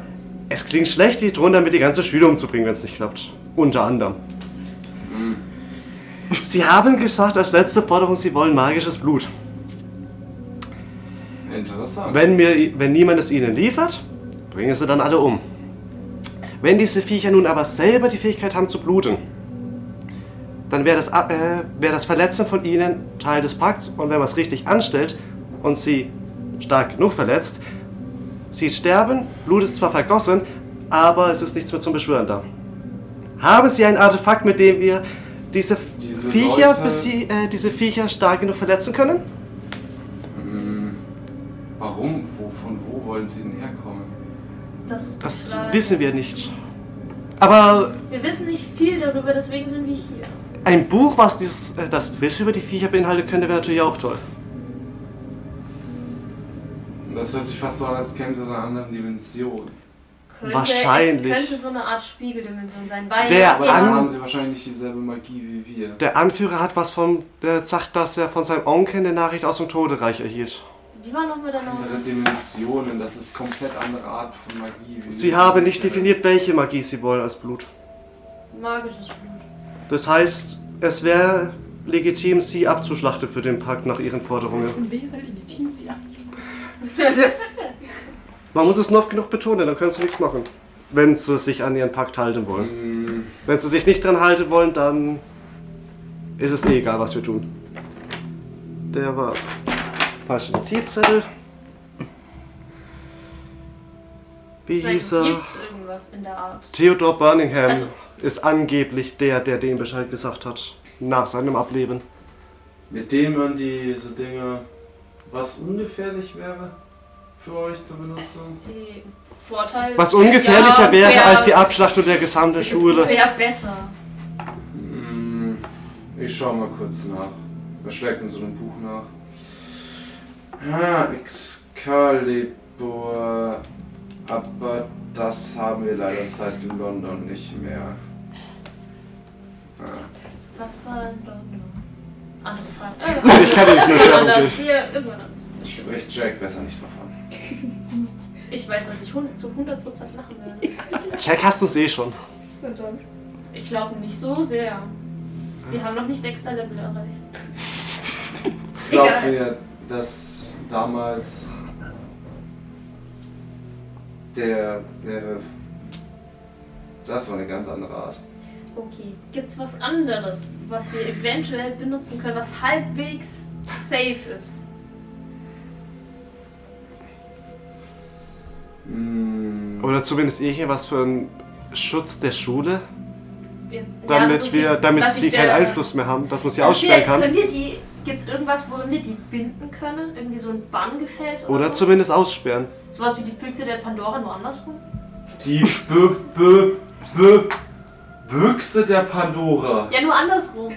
Speaker 5: Es klingt schlecht, die drohen damit die ganze Schule umzubringen, wenn es nicht klappt. Unter anderem. Sie haben gesagt, als letzte Forderung, sie wollen magisches Blut.
Speaker 1: Interessant.
Speaker 5: Wenn, mir, wenn niemand es ihnen liefert, bringen sie dann alle um. Wenn diese Viecher nun aber selber die Fähigkeit haben zu bluten, dann wäre das, Ab- äh, wäre das Verletzen von ihnen Teil des Pakts und wenn man es richtig anstellt und sie stark genug verletzt, sie sterben, Blut ist zwar vergossen, aber es ist nichts mehr zum Beschwören da. Haben sie ein Artefakt, mit dem wir diese,
Speaker 1: Diese
Speaker 5: Viecher,
Speaker 1: Leute-
Speaker 5: besie- äh, diese Viecher stark genug verletzen können?
Speaker 1: Hm, Warum? Wo, von wo wollen sie denn herkommen?
Speaker 3: Das ist
Speaker 5: Das
Speaker 3: klar.
Speaker 5: wissen wir nicht. Aber
Speaker 3: Wir wissen nicht viel darüber, deswegen sind wir hier.
Speaker 5: ein Buch, was dieses, äh, das Wissen über die Viecher beinhaltet, könnte, wäre natürlich auch toll.
Speaker 1: Das hört sich fast so an, als kämen sie aus einer anderen Dimension.
Speaker 3: Könnte,
Speaker 5: Wahrscheinlich.
Speaker 3: Es könnte so eine Art Spiegeldimension sein, weil
Speaker 5: Der
Speaker 3: die
Speaker 1: Aber dann
Speaker 5: an-
Speaker 1: haben
Speaker 3: haben,
Speaker 1: sie wahrscheinlich nicht dieselbe Magie wie wir.
Speaker 5: Der Anführer hat was vom, der sagt, dass er von seinem Onkel eine Nachricht aus dem Todereich erhielt.
Speaker 3: wie war nochmal der
Speaker 1: Andere
Speaker 3: Name?
Speaker 1: Dimensionen, das ist komplett andere Art von Magie. wie
Speaker 5: Sie
Speaker 1: wir
Speaker 5: haben
Speaker 1: sie
Speaker 5: nicht
Speaker 1: kennen.
Speaker 5: definiert, welche Magie sie wollen als Blut.
Speaker 3: Magisches Blut.
Speaker 5: Das heißt, es wäre legitim, sie abzuschlachten für den Pakt nach ihren Forderungen.
Speaker 2: Das wäre legitim, sie abzuholen.
Speaker 5: Man muss es nur oft genug betonen, dann können sie nichts machen. Wenn sie sich an ihren Pakt halten wollen.
Speaker 1: Hm,
Speaker 5: Wenn sie sich nicht dran halten wollen, dann ist es eh egal, was wir tun. Der war falsche Notizzettel. Wie hieß
Speaker 3: Vielleicht
Speaker 5: er?
Speaker 3: gibt's irgendwas in der Art.
Speaker 5: Theodore Birmingham
Speaker 3: Also-
Speaker 5: ist angeblich der, der dem Bescheid gesagt hat. Nach seinem Ableben.
Speaker 1: Mit dem man diese Dinge, was ungefährlich wäre für euch zur Benutzung.
Speaker 3: Die Vorteil.
Speaker 5: Was ungefährlicher
Speaker 3: Äh, Ja,
Speaker 5: wäre
Speaker 3: wer-
Speaker 5: als die Abschlachtung der gesamten Schule.
Speaker 3: Wäre besser.
Speaker 1: Hm, ich schau mal kurz nach. Was schlägt in so einem Buch nach? Ah, Excalibur. Aber das haben wir leider seit London nicht mehr. Ah.
Speaker 3: Was war in London? Andere Frage. Äh,
Speaker 5: Ich kann nicht nur
Speaker 3: irgendwann
Speaker 5: schauen.
Speaker 3: anders. Hier, irgendwann anders.
Speaker 1: Spricht Jack besser nicht drauf an.
Speaker 3: Ich weiß, was ich hun- zu 100% machen werde.
Speaker 5: Jack, hast du es eh schon.
Speaker 2: Und dann
Speaker 3: Ich glaube nicht so sehr. Wir haben noch nicht Dexter-Level erreicht.
Speaker 1: Glaubt
Speaker 2: Egal.
Speaker 1: mir, dass damals der, der. Das war eine ganz andere Art.
Speaker 3: Okay, gibt's was anderes, was wir eventuell benutzen können, was halbwegs safe ist?
Speaker 1: Hm, Mm,
Speaker 3: Hm.
Speaker 5: Oder zumindest eh hier was für ein Schutz der Schule,
Speaker 3: Ja,
Speaker 5: damit,
Speaker 3: das also ist-
Speaker 5: wir, damit
Speaker 3: lass
Speaker 5: sie
Speaker 3: ich
Speaker 5: keinen
Speaker 3: der-
Speaker 5: Einfluss mehr haben, dass man sie
Speaker 3: Können
Speaker 5: aussperren
Speaker 3: wir-
Speaker 5: kann.
Speaker 3: Können wir die, gibt's irgendwas, worin wir die binden können? Irgendwie so ein Banngefäß oder,
Speaker 5: Oder
Speaker 3: so?
Speaker 5: zumindest aussperren.
Speaker 3: Sowas wie die Pilze der Pandora nur andersrum?
Speaker 1: Die Bö Bö Bö Büchse der Pandora.
Speaker 3: Ja, nur andersrum.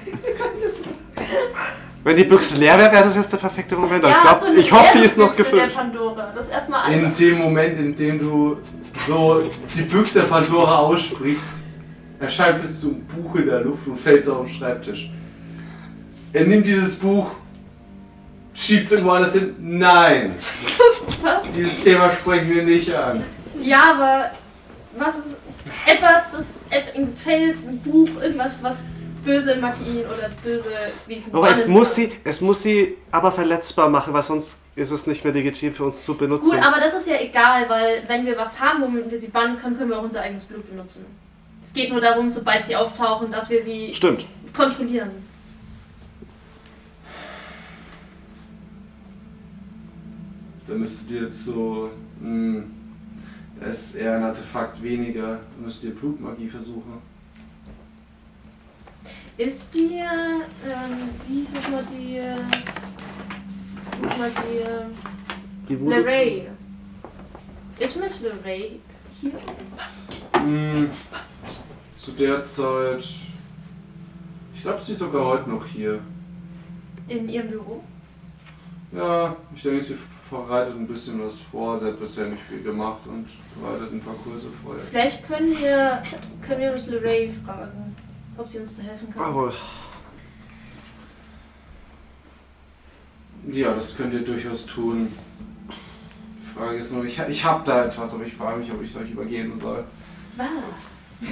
Speaker 5: Wenn die Büchse leer wäre, wäre das jetzt der perfekte Moment. Aber
Speaker 3: ja,
Speaker 5: ich, glaub,
Speaker 3: so eine
Speaker 5: ich hoffe, die ist noch
Speaker 3: Ehrenbüchse
Speaker 5: gefüllt.
Speaker 3: der Pandora. Das erstmal
Speaker 1: In
Speaker 3: alles.
Speaker 1: dem Moment, in dem du so die Büchse der Pandora aussprichst, erscheint plötzlich so ein Buch in der Luft und fällst auf den Schreibtisch. Er nimmt dieses Buch, schiebt es irgendwo anders hin. Nein,
Speaker 3: Was?
Speaker 1: dieses Thema sprechen wir nicht an.
Speaker 3: Ja, aber was ist etwas, das et- ein Fels, ein Buch, irgendwas, was böse Magien oder böse Wesen
Speaker 5: Aber es
Speaker 3: bannen
Speaker 5: muss,
Speaker 3: kann.
Speaker 5: sie, es muss sie aber verletzbar machen, weil sonst ist es nicht mehr legitim für uns zu benutzen.
Speaker 3: Gut, aber das ist ja egal, weil wenn wir was haben, womit wir sie bannen können, können wir auch unser eigenes Blut benutzen. Es geht nur darum, sobald sie auftauchen, dass wir sie
Speaker 5: Stimmt.
Speaker 3: kontrollieren.
Speaker 1: Dann müsst ihr dir jetzt so. Mh, da ist eher ein Artefakt weniger. Dann müsst ihr Blutmagie versuchen.
Speaker 3: Ist dir, ähm, wie sucht man die, äh, sucht man die, äh,
Speaker 5: Die Voodoo-
Speaker 3: Leray? Ist Miss Leray hier?
Speaker 1: Mh, Hm, zu der Zeit. Ich glaube, sie ist sogar heute noch hier.
Speaker 3: In ihrem Büro?
Speaker 1: Ja, ich denke, sie bereitet ein bisschen was vor. Sie hat bisher nicht viel gemacht und bereitet ein paar Kurse vor. jetzt.
Speaker 3: Vielleicht können wir, können wir Miss Leray fragen, ob sie uns da helfen kann.
Speaker 5: Aber
Speaker 1: Ja, das könnt ihr durchaus tun. Die Frage ist nur, ich, ich habe da etwas, aber ich frage mich, ob ich es euch übergeben soll.
Speaker 3: Was?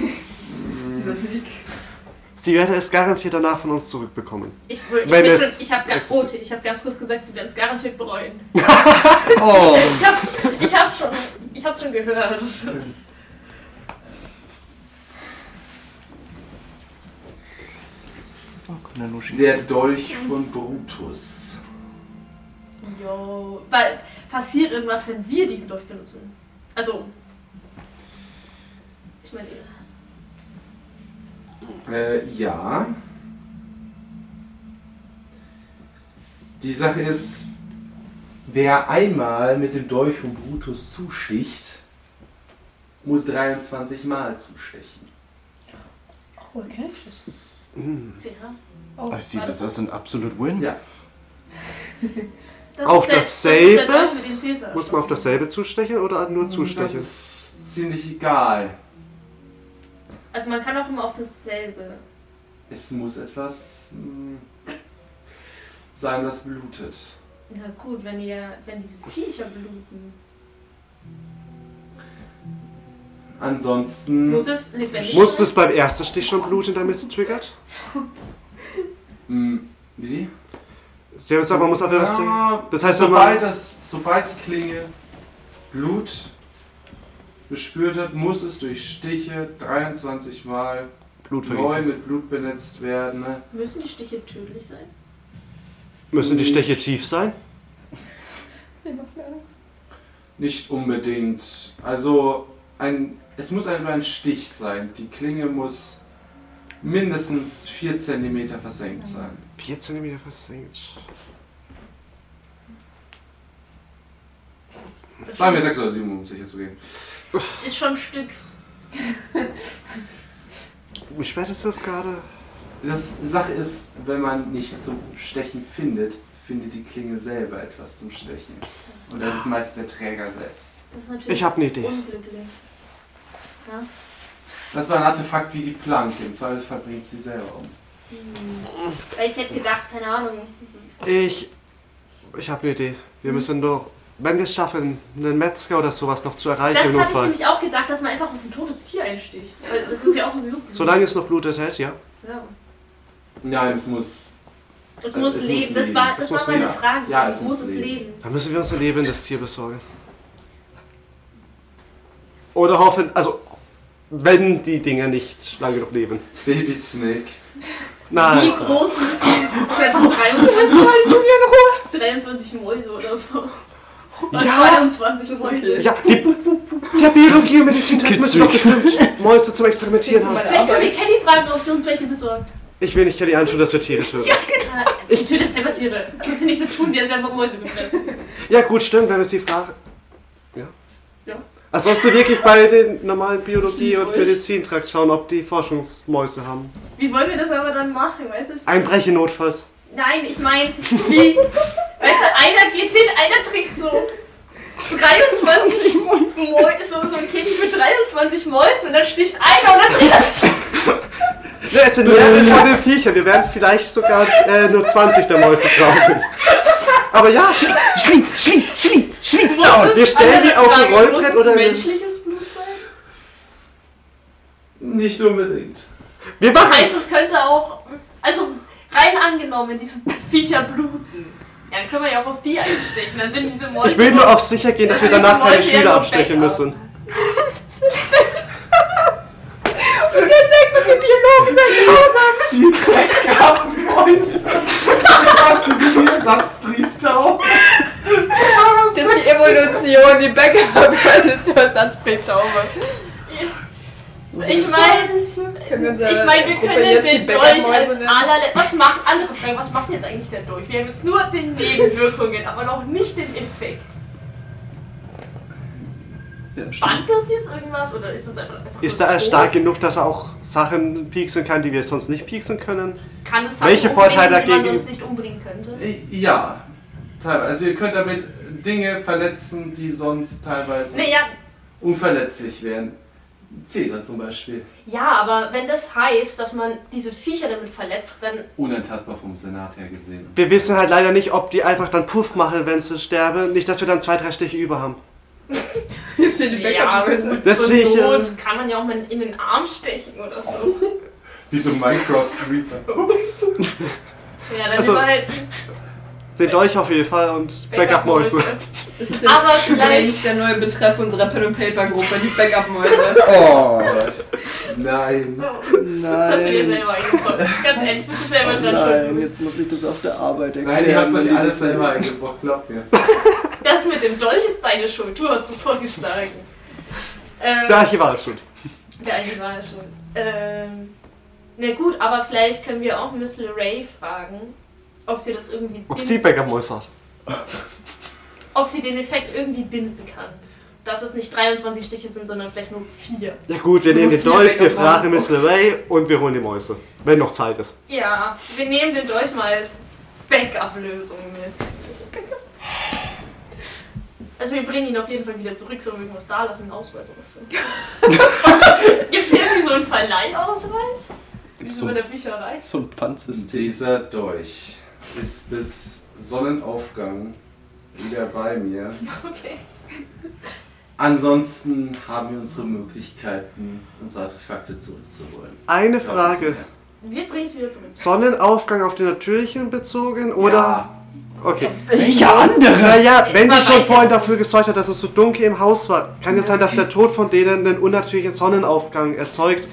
Speaker 2: Dieser Blick.
Speaker 5: sie werde es garantiert danach von uns zurückbekommen.
Speaker 3: Ich, ich,
Speaker 5: Wenn
Speaker 3: bin
Speaker 5: es
Speaker 3: schon, ich habe ganz,
Speaker 5: existiert.
Speaker 3: Ote, ich hab ganz kurz gesagt, sie werden es garantiert bereuen.
Speaker 4: Oh,
Speaker 3: Ich hab's, ich hab's, schon, ich hab's schon gehört.
Speaker 1: Der Dolch von Brutus.
Speaker 3: Jo. Weil passiert irgendwas, wenn wir diesen Dolch benutzen? Also. Ich meine,
Speaker 1: Äh, ja. Die Sache ist, wer einmal mit dem Dolch von Brutus zusticht, muss 23 Mal zustechen.
Speaker 2: Oh, okay.
Speaker 3: Zera.
Speaker 2: Oh,
Speaker 4: I see this as an absolute win.
Speaker 1: Ja.
Speaker 3: Das
Speaker 5: Auf
Speaker 3: der-
Speaker 5: dasselbe?
Speaker 3: Das ist der Dolch, mit dem Cäsar.
Speaker 5: Muss man auf dasselbe zustechen oder
Speaker 3: Hm,
Speaker 5: nur
Speaker 1: Das
Speaker 5: zustechen?
Speaker 1: ist ziemlich egal.
Speaker 3: Also man kann auch immer auf dasselbe.
Speaker 1: Es muss etwas mh, sein, das blutet.
Speaker 3: Na gut, wenn ihr, wenn diese Viecher bluten.
Speaker 1: Ansonsten.
Speaker 3: Muss es lebendig
Speaker 5: Muss
Speaker 3: sein?
Speaker 5: es beim ersten Stich schon bluten, damit es triggert?
Speaker 1: Mh, hm, wie?
Speaker 5: Sie haben gesagt, man muss auf das Ding.
Speaker 1: ja,
Speaker 5: Das heißt, wenn man,
Speaker 1: sobald, das, sobald die Klinge Blut gespürt hat, muss es durch Stiche 23 Mal
Speaker 5: Blut
Speaker 1: neu
Speaker 5: vergießen.
Speaker 1: mit Blut benetzt werden.
Speaker 3: Müssen die Stiche tödlich sein?
Speaker 5: Müssen die Stiche tief sein?
Speaker 2: Ich mach mir Angst.
Speaker 1: Nicht unbedingt. Also ein, es muss einmal ein Stich sein. Die Klinge muss mindestens 4 cm versenkt sein.
Speaker 5: 4 cm versenkt.
Speaker 3: Ist
Speaker 1: Sagen wir
Speaker 3: schon,
Speaker 1: 6 oder 7, um sicher zu gehen.
Speaker 3: ist schon ein Stück.
Speaker 5: Wie spät ist das gerade?
Speaker 1: Das die Sache ist, wenn man nichts zum Stechen findet, findet die Klinge selber etwas zum Stechen. Und das ist meist der Träger selbst.
Speaker 3: Das ist natürlich
Speaker 5: Ich habe eine Idee.
Speaker 3: unglücklich. Ja?
Speaker 1: Das war ein Artefakt wie die Planke. Im Zweifelsfall bringt sie selber um.
Speaker 3: Hm. Ich hätte gedacht, keine Ahnung.
Speaker 5: Ich. Ich habe eine Idee. Wir müssen doch, wenn wir es schaffen, einen Metzger oder sowas noch zu erreichen
Speaker 3: Das
Speaker 5: im
Speaker 3: hatte ich
Speaker 5: Notfall.
Speaker 3: nämlich auch gedacht, dass man einfach auf ein totes Tier einsticht. Weil das ist ja auch sowieso Blut.
Speaker 5: Solange es noch blutet hält, ja.
Speaker 3: Ja.
Speaker 1: Nein, es muss.
Speaker 3: Es,
Speaker 1: Es-
Speaker 3: muss
Speaker 1: es muss
Speaker 3: leben. das
Speaker 1: leben.
Speaker 3: war,
Speaker 5: Es
Speaker 3: das
Speaker 5: muss
Speaker 3: war meine
Speaker 1: leben.
Speaker 3: Frage.
Speaker 1: Ja,
Speaker 3: es muss es leben.
Speaker 5: Dann müssen wir uns ein lebendes Tier besorgen. Oder hoffen, also wenn die Dinger nicht lange noch leben.
Speaker 1: Baby Snake.
Speaker 3: Wie
Speaker 5: Nein.
Speaker 3: groß müssen die? Das sind einfach 23, 23 Mäuse oder so. Und
Speaker 5: Ja.
Speaker 3: 22
Speaker 2: Ist
Speaker 3: Mäuse.
Speaker 2: okay.
Speaker 5: Ja, die, ja, Biologie und Medizintechnik müssen doch bestimmt Mäuse zum Experimentieren haben.
Speaker 3: Vielleicht können wir Kelly fragen, ob sie uns welche besorgt.
Speaker 5: Ich will nicht Kelly anschauen, dass wir Tiere töten.
Speaker 3: Äh, sie tötet selber Tiere. Das wird sie nicht so tun, sie hat selber Mäuse gefressen.
Speaker 5: Ja, gut, stimmt, wenn wir sie fragen. Ja?
Speaker 3: Ja.
Speaker 5: Ansonsten wirklich bei den normalen Biologie- und
Speaker 3: Euch.
Speaker 5: Medizintrakt schauen, ob die Forschungsmäuse haben.
Speaker 3: Wie wollen wir das aber dann machen, weißt du?
Speaker 5: Einbrechen notfalls.
Speaker 3: Nein, ich meine, wie? weißt du, einer geht hin, einer trinkt so 23 Mäuse, so, so ein Käfig mit 23 Mäusen und dann sticht einer und dann trinkt er sich.
Speaker 5: Ja, Ne, es sind mehrere tolle Viecher. Wir werden vielleicht sogar äh, nur 20 der Mäuse brauchen. Aber ja,
Speaker 4: Schlitz, Schlitz, Schlitz, Schlitz
Speaker 3: Muss
Speaker 5: wir
Speaker 3: es
Speaker 5: stellen die
Speaker 3: andere
Speaker 5: auf ein
Speaker 3: Frage,
Speaker 5: Rollbrett
Speaker 3: muss es
Speaker 5: oder eine-
Speaker 3: menschliches Blut sein?
Speaker 1: Nicht unbedingt.
Speaker 5: wir
Speaker 3: Das
Speaker 5: machen
Speaker 3: heißt, es könnte auch, also rein angenommen, diese Viecher bluten. Ja, dann können wir ja auch auf die einstechen, dann sind diese Mäuse...
Speaker 5: Ich will nur auf sicher gehen, dass wir
Speaker 3: Also
Speaker 5: danach
Speaker 3: diese
Speaker 5: keine
Speaker 3: Mäuse ja
Speaker 5: Schüler
Speaker 3: nur
Speaker 5: abstechen
Speaker 3: weg
Speaker 5: müssen.
Speaker 2: Und der sagt, wir Biologen sind grausam.
Speaker 1: Die dreckarmen Mäuse. Hast du den Ersatzbrief da?
Speaker 2: Das ist die Evolution, die Backup ist die Ersatzbrieftaube.
Speaker 3: Ich meine,
Speaker 2: Können wir unsere
Speaker 3: Ich meine, wir
Speaker 2: Gruppe
Speaker 3: können
Speaker 2: jetzt die
Speaker 3: den Dolch als
Speaker 2: Bäckermäuse nennen?
Speaker 3: allerletztes. Was machen andere Fragen? Was macht jetzt eigentlich der Dolch? Wir haben jetzt nur den Nebenwirkungen, aber noch nicht den Effekt. Spannt das jetzt irgendwas oder ist das einfach. einfach
Speaker 5: Ist
Speaker 3: nur
Speaker 5: er
Speaker 3: so?
Speaker 5: stark genug, dass er auch Sachen pieksen kann, die wir sonst nicht pieksen können?
Speaker 3: Kann es Sachen
Speaker 5: Welche
Speaker 3: umbringen,
Speaker 5: Vorteile
Speaker 3: die man
Speaker 5: dagegen?
Speaker 3: sonst nicht umbringen könnte?
Speaker 1: Äh, Ja, teilweise. Also ihr könnt damit Dinge verletzen, die sonst teilweise
Speaker 3: Naja,
Speaker 1: unverletzlich wären. Cäsar zum Beispiel.
Speaker 3: ja, aber wenn das heißt, dass man diese Viecher damit verletzt, dann.
Speaker 1: Unantastbar vom Senat her gesehen.
Speaker 5: Wir wissen halt leider nicht, ob die einfach dann Puff machen, wenn sie sterben. Nicht, dass wir dann zwei, drei Stiche über haben.
Speaker 2: Gibt's hier die
Speaker 3: Ja,
Speaker 2: Bäckermäuse?
Speaker 5: Deswegen,
Speaker 3: zur
Speaker 5: äh,
Speaker 3: Not kann man ja auch mal in den Arm stechen oder so.
Speaker 1: Wie so Minecraft Reaper.
Speaker 3: Ja, dann
Speaker 5: Also,
Speaker 3: also, halt
Speaker 5: Den Dolch auf jeden Fall und Backup-Mäuse.
Speaker 2: Das ist jetzt
Speaker 3: Aber
Speaker 2: Aber
Speaker 3: vielleicht-
Speaker 2: vielleicht der neue Betreff unserer Pen and Paper Gruppe, die Backup-Mäuse.
Speaker 6: Oh, nein.
Speaker 3: Das hast du dir selber eingebaut. Ganz ehrlich, bist du selber dran schuld.
Speaker 4: Nein, jetzt muss ich das auf der Arbeit erklären.
Speaker 1: Nein, ihr habt
Speaker 4: weil
Speaker 1: euch
Speaker 4: die
Speaker 1: alles
Speaker 4: das
Speaker 1: selber eingebrockt, glaubt mir.
Speaker 3: Das mit dem Dolch ist deine Schuld. Du hast es vorgeschlagen. Ähm,
Speaker 5: Der Archivar ist schuld.
Speaker 3: Der eigentlich war ja schuld. Ähm, na gut, aber vielleicht können wir auch Miss Ray fragen, ob sie das irgendwie
Speaker 5: Ob
Speaker 3: bin-
Speaker 5: sie Backup-Mäuse hat.
Speaker 3: ob sie den Effekt irgendwie binden kann. Dass es nicht 23 Stiche sind, sondern vielleicht nur vier.
Speaker 5: Ja gut, wir
Speaker 2: Nur
Speaker 5: nehmen den
Speaker 2: vier
Speaker 5: Dolch, wir
Speaker 2: Backup-Mäuse.
Speaker 5: fragen Miss LeRae und wir holen die Mäuse. Wenn noch Zeit ist.
Speaker 3: Ja, wir nehmen den Dolch mal als Backup-Lösung mit. Also wir bringen ihn auf jeden Fall wieder zurück, so irgendwas da lassen, einen Ausweis oder so. Gibt's hier irgendwie so einen Verleihausweis? Wie so bei der Bücherei?
Speaker 4: So ein
Speaker 1: Hm.
Speaker 4: Pfandsystem.
Speaker 1: Dieser Dolch ist bis Sonnenaufgang wieder bei mir.
Speaker 3: Okay.
Speaker 1: Ansonsten haben wir unsere Möglichkeiten, unsere Artefakte zurückzuholen.
Speaker 5: Eine
Speaker 1: Ich glaub, das-
Speaker 5: Frage.
Speaker 3: Wir bringen es wieder zurück.
Speaker 5: Sonnenaufgang auf den natürlichen bezogen oder?
Speaker 1: Ja,
Speaker 5: Okay.
Speaker 4: Welcher andere?
Speaker 5: Naja, wenn die
Speaker 3: Man
Speaker 5: schon
Speaker 3: weiß ja
Speaker 5: vorhin
Speaker 3: nicht.
Speaker 5: dafür gesorgt hat, dass es so dunkel im Haus war, kann ja sein, dass der Tod von denen einen unnatürlichen Sonnenaufgang erzeugt.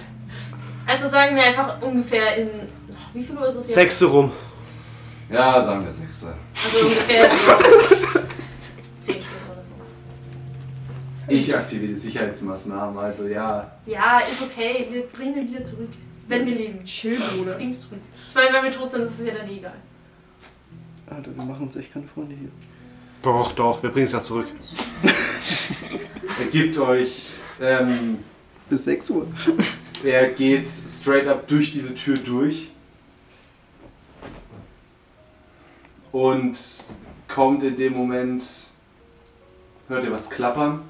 Speaker 3: Also sagen wir einfach ungefähr in. ach, Wie viel Uhr ist es jetzt?
Speaker 5: Sechs rum.
Speaker 1: ja sagen wir Sechser.
Speaker 3: Also ungefähr. zehn Stunden oder so.
Speaker 1: Ich aktiviere die Sicherheitsmaßnahmen, also ja.
Speaker 3: Ja, ist okay. Wir bringen ihn wieder zurück. Wenn wir leben.
Speaker 2: Chill,
Speaker 3: Wir
Speaker 2: Bruder.
Speaker 3: bringen es zurück. Ich meine, wenn wir tot sind, ist es ja dann egal.
Speaker 4: Alter, wir machen uns echt keine Freunde hier.
Speaker 5: Doch, doch, wir bringen es ja zurück.
Speaker 1: Er gibt euch, ähm,
Speaker 4: Bis 6 Uhr.
Speaker 1: er geht straight up durch diese Tür durch und kommt in dem Moment, hört ihr was klappern.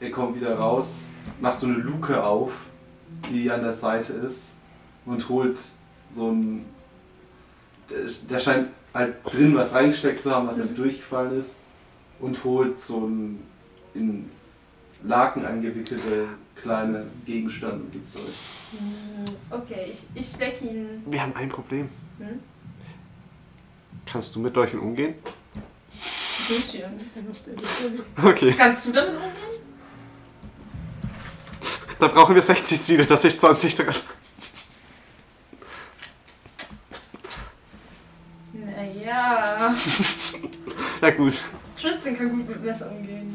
Speaker 1: Er kommt wieder raus, macht so eine Luke auf, die an der Seite ist und holt so ein, der scheint halt drin was reingesteckt zu haben, was dann durchgefallen ist und holt so ein in Laken angewickelte kleine Gegenstand und gibt euch.
Speaker 3: Hm, Okay, ich, ich stecke ihn.
Speaker 5: Wir haben ein Problem.
Speaker 3: Hm?
Speaker 5: Kannst du mit Dolchen umgehen?
Speaker 3: Durch Das ist ja noch der Weg.
Speaker 5: Okay,
Speaker 3: Kannst du damit umgehen?
Speaker 5: da brauchen wir 60 Ziele, dass ich 20 dran.
Speaker 3: Naja.
Speaker 5: Na gut.
Speaker 3: Tristan kann gut mit Messer umgehen.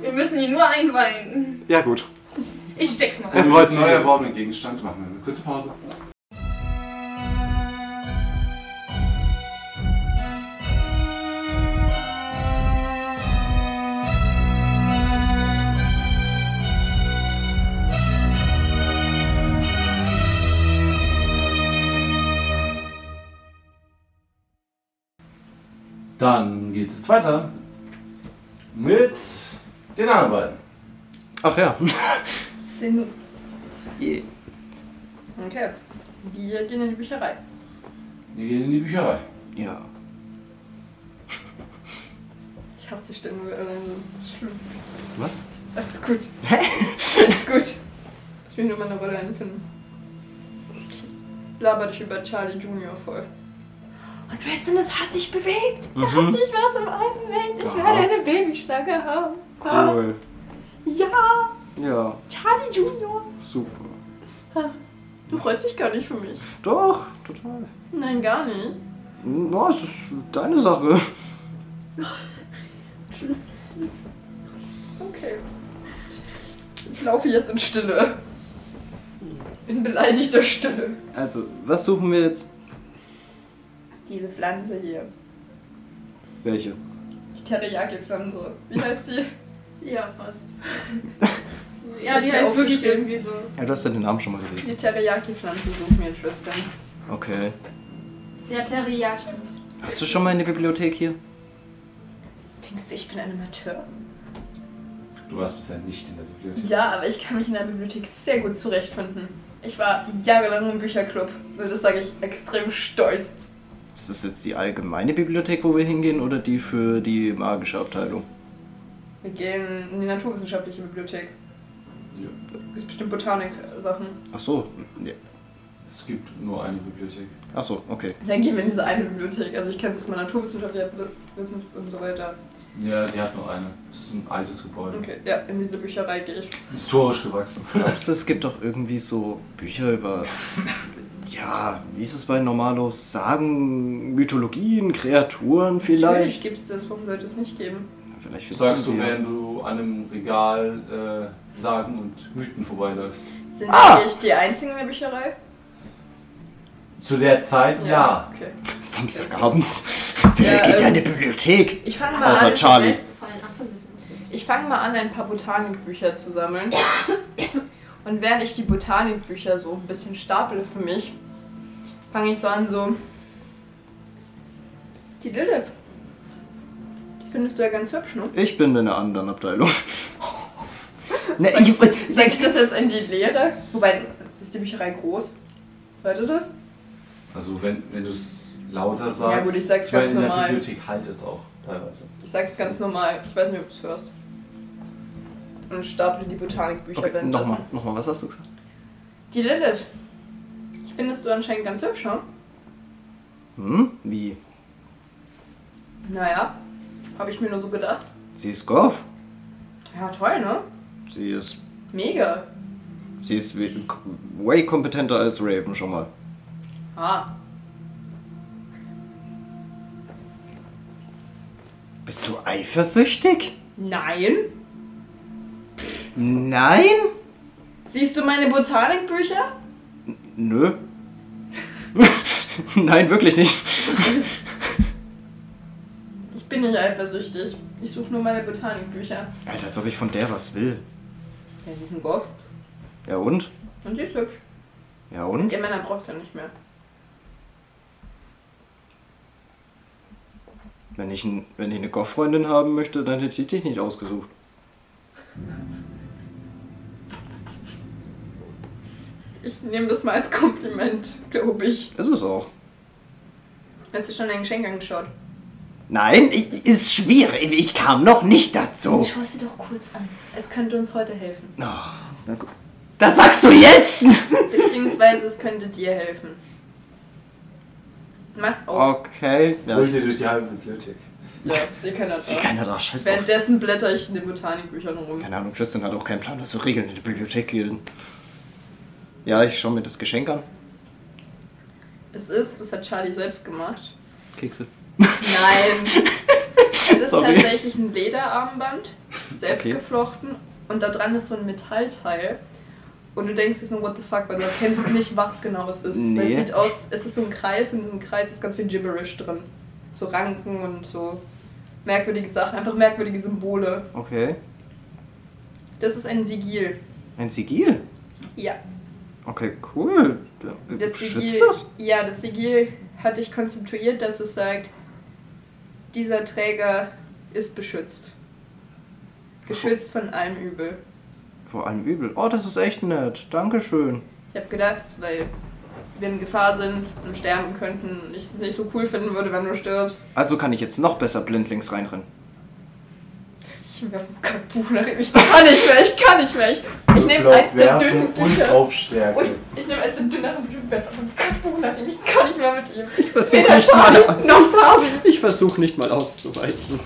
Speaker 3: Wir müssen ihn nur einweihen.
Speaker 5: Ja, gut.
Speaker 3: Ich steck's mal
Speaker 5: Ja.
Speaker 3: an.
Speaker 1: Wenn wir
Speaker 5: wollte
Speaker 1: diesen neu erworbenen Gegenstand machen, wir eine kurze Pause. Dann geht's jetzt weiter mit den anderen beiden.
Speaker 4: Ach ja.
Speaker 2: Sinu. Okay. Wir gehen in die Bücherei.
Speaker 1: Wir gehen in die Bücherei.
Speaker 4: Ja.
Speaker 2: Ich hasse die Stimme. äh, Schlimm.
Speaker 4: Was?
Speaker 2: Alles gut. Alles gut. Lass mich nur meine Rolle einfinden. Ich laber dich über Charlie Junior voll. Und Tristan, es hat sich bewegt. Da hat sich was im alten Welt. Ich
Speaker 4: Aha.
Speaker 2: werde eine Babyschlange haben.
Speaker 4: Cool.
Speaker 2: Ja,
Speaker 4: Ja,
Speaker 2: Charlie Junior.
Speaker 4: super.
Speaker 2: Du freust dich gar nicht für mich.
Speaker 4: Doch, total.
Speaker 2: Nein, gar nicht.
Speaker 4: Na, es ist deine Sache.
Speaker 2: Tschüss. Okay. Ich laufe jetzt in Stille. In beleidigter Stille.
Speaker 4: Also, was suchen wir jetzt?
Speaker 2: Diese Pflanze hier.
Speaker 4: Welche?
Speaker 2: Die Teriyaki-Pflanze. Wie heißt die?
Speaker 3: Ja, fast. ja,
Speaker 2: Ist
Speaker 3: die
Speaker 2: mir
Speaker 3: heißt wirklich
Speaker 2: aufgeschrieben.
Speaker 3: irgendwie so.
Speaker 4: Ja, du hast ja den Namen schon mal
Speaker 2: Die
Speaker 4: gelesen.
Speaker 2: Teriyaki-Pflanze suchen wir, Tristan.
Speaker 4: Okay.
Speaker 3: Der Teriyaki.
Speaker 4: Hast du schon mal in der Bibliothek hier?
Speaker 2: Denkst du, ich bin ein Amateur?
Speaker 1: Du warst bisher nicht in der Bibliothek.
Speaker 2: Ja, aber ich kann mich in der Bibliothek sehr gut zurechtfinden. Ich war jahrelang im Bücherclub. Und das sage ich extrem stolz.
Speaker 4: Ist das jetzt die allgemeine Bibliothek, wo wir hingehen, oder die für die magische Abteilung?
Speaker 2: Wir gehen in die naturwissenschaftliche Bibliothek.
Speaker 1: Ja.
Speaker 2: Ist bestimmt Botanik-Sachen.
Speaker 4: Ach so. Ja.
Speaker 1: Es gibt nur eine Bibliothek.
Speaker 4: Ach so, okay.
Speaker 2: Dann gehen wir in diese eine Bibliothek. Also ich kenne das mal naturwissenschaftliche Wissen und so weiter.
Speaker 1: Ja, die hat nur eine. Es ist ein altes Gebäude.
Speaker 2: Okay, ja, in diese Bücherei gehe ich.
Speaker 1: Historisch gewachsen.
Speaker 4: Glaubst du, es gibt doch irgendwie so Bücher über. Ja, wie ist es bei Normalos? Sagen, Mythologien, Kreaturen vielleicht?
Speaker 2: Natürlich gibt es das, warum sollte es nicht geben?
Speaker 4: Vielleicht finden
Speaker 1: Sagst du,
Speaker 4: wir-
Speaker 1: während du an einem Regal äh, Sagen und Mythen vorbeiläufst.
Speaker 2: Sind ich die Einzige in der Bücherei?
Speaker 1: Zu der Zeit ja.
Speaker 2: Okay.
Speaker 4: Samstagabends. Wer
Speaker 2: Ja,
Speaker 4: geht da in die
Speaker 2: ähm,
Speaker 4: Bibliothek?
Speaker 2: Ich fange mal,
Speaker 4: Außer
Speaker 2: an-
Speaker 4: Charlie.
Speaker 2: ich fang mal an, ein paar Botanikbücher zu sammeln. Und während ich die Botanikbücher so ein bisschen staple für mich, fange ich so an, so. Die Lilith. Die findest du ja ganz hübsch, ne?
Speaker 4: Ich bin in einer anderen Abteilung. Ne, ich,
Speaker 2: Sag ich das jetzt an die Lehre? Wobei, ist die Bücherei groß? Hört ihr das?
Speaker 1: Also wenn, wenn du es lauter sagst.
Speaker 2: Ja, gut, ich sag's
Speaker 1: meine,
Speaker 2: ganz
Speaker 1: in der
Speaker 2: normal.
Speaker 1: Bibliothek halt es auch teilweise.
Speaker 2: Ich sag's ganz normal. Ich weiß nicht, ob du es hörst. Und staple die Botanikbücher
Speaker 4: okay,
Speaker 2: währenddessen.
Speaker 4: nochmal, nochmal, was hast du gesagt?
Speaker 2: Die Lilith. Die findest du anscheinend ganz hübsch, ne?
Speaker 4: Hm? Wie?
Speaker 2: Naja, habe ich mir nur so gedacht.
Speaker 4: Sie ist Goff.
Speaker 2: Ja, toll, ne?
Speaker 4: Sie ist.
Speaker 2: Mega.
Speaker 4: Sie ist we- way kompetenter als Raven schon mal.
Speaker 2: Ah,
Speaker 4: Bist du eifersüchtig?
Speaker 2: nein.
Speaker 4: Nein?
Speaker 2: Siehst du meine Botanikbücher?
Speaker 4: Nö. Nein, wirklich nicht.
Speaker 2: Ich bin nicht eifersüchtig. Ich suche nur meine Botanikbücher.
Speaker 4: Alter, als ob ich von der was will.
Speaker 2: Ja, sie ist ein Golf.
Speaker 4: Ja und?
Speaker 2: Und sie ist hübsch.
Speaker 4: Ja und?
Speaker 2: Ihr Männer braucht er nicht mehr.
Speaker 4: Wenn ich, ein, wenn ich eine Goff-Freundin haben möchte, dann hätte ich dich nicht ausgesucht.
Speaker 2: Ich nehme das mal als Kompliment, glaube ich.
Speaker 4: Ist es auch.
Speaker 2: Hast du schon dein Geschenk angeschaut?
Speaker 4: Nein, ich, ist schwierig. Ich kam noch nicht dazu.
Speaker 2: Schau es dir doch kurz an. Es könnte uns heute helfen.
Speaker 4: Ach, na gut. Das sagst du jetzt!
Speaker 2: Beziehungsweise es könnte dir helfen. Mach's auf.
Speaker 4: Okay. Ja,
Speaker 1: Hol dir durch die halbe Bibliothek.
Speaker 2: Ja, ist eh keiner
Speaker 4: sie
Speaker 2: da.
Speaker 4: kann ja da scheiß drauf.
Speaker 2: Währenddessen blätter ich in den Botanikbüchern rum.
Speaker 4: Keine Ahnung, Tristan hat auch keinen Plan, was so Regeln in der Bibliothek gilt. Ja, ich schaue mir das Geschenk an.
Speaker 2: Es ist, das hat Charlie selbst gemacht.
Speaker 4: Kekse.
Speaker 2: Nein. es ist
Speaker 4: Sorry.
Speaker 2: tatsächlich ein Lederarmband, selbst
Speaker 4: Okay.
Speaker 2: geflochten und da dran ist so ein Metallteil. Und du denkst jetzt nur, what the fuck, weil du erkennst nicht, was genau es ist. Weil
Speaker 4: Nee.
Speaker 2: es sieht aus, es ist so ein Kreis und in diesem Kreis ist ganz viel Gibberish drin. So Ranken und so merkwürdige Sachen, einfach merkwürdige Symbole.
Speaker 4: Okay.
Speaker 2: Das ist ein Sigil.
Speaker 4: Ein Sigil?
Speaker 2: Ja.
Speaker 4: Okay, cool.
Speaker 2: Das
Speaker 4: Schützt
Speaker 2: Sigil,
Speaker 4: Äh, das?
Speaker 2: Ja, das Sigil hatte ich konzentriert, dass es sagt, dieser Träger ist beschützt. Geschützt von allem Übel.
Speaker 4: Vor allem übel. Oh, das ist echt nett. Dankeschön.
Speaker 2: Ich habe gedacht, weil wir in Gefahr sind und sterben könnten und ich es nicht so cool finden würde, wenn du stirbst.
Speaker 4: Also kann ich jetzt noch besser blindlings reinrennen.
Speaker 2: Ich werfe kein Buch nach ihm. Ich kann nicht mehr, ich kann nicht mehr. Ich, ich nehme als der
Speaker 1: werfen
Speaker 2: dünnen
Speaker 1: und
Speaker 2: Bücher.
Speaker 1: Aufstärke.
Speaker 2: Und ich nehme als den dünneren Blutbett und kein Buch nach ihm. Ich kann nicht mehr mit ihm.
Speaker 4: Ich versuche
Speaker 2: Weder
Speaker 4: nicht mal.
Speaker 2: Charlie noch Tasi.
Speaker 4: Ich versuche nicht mal auszuweichen.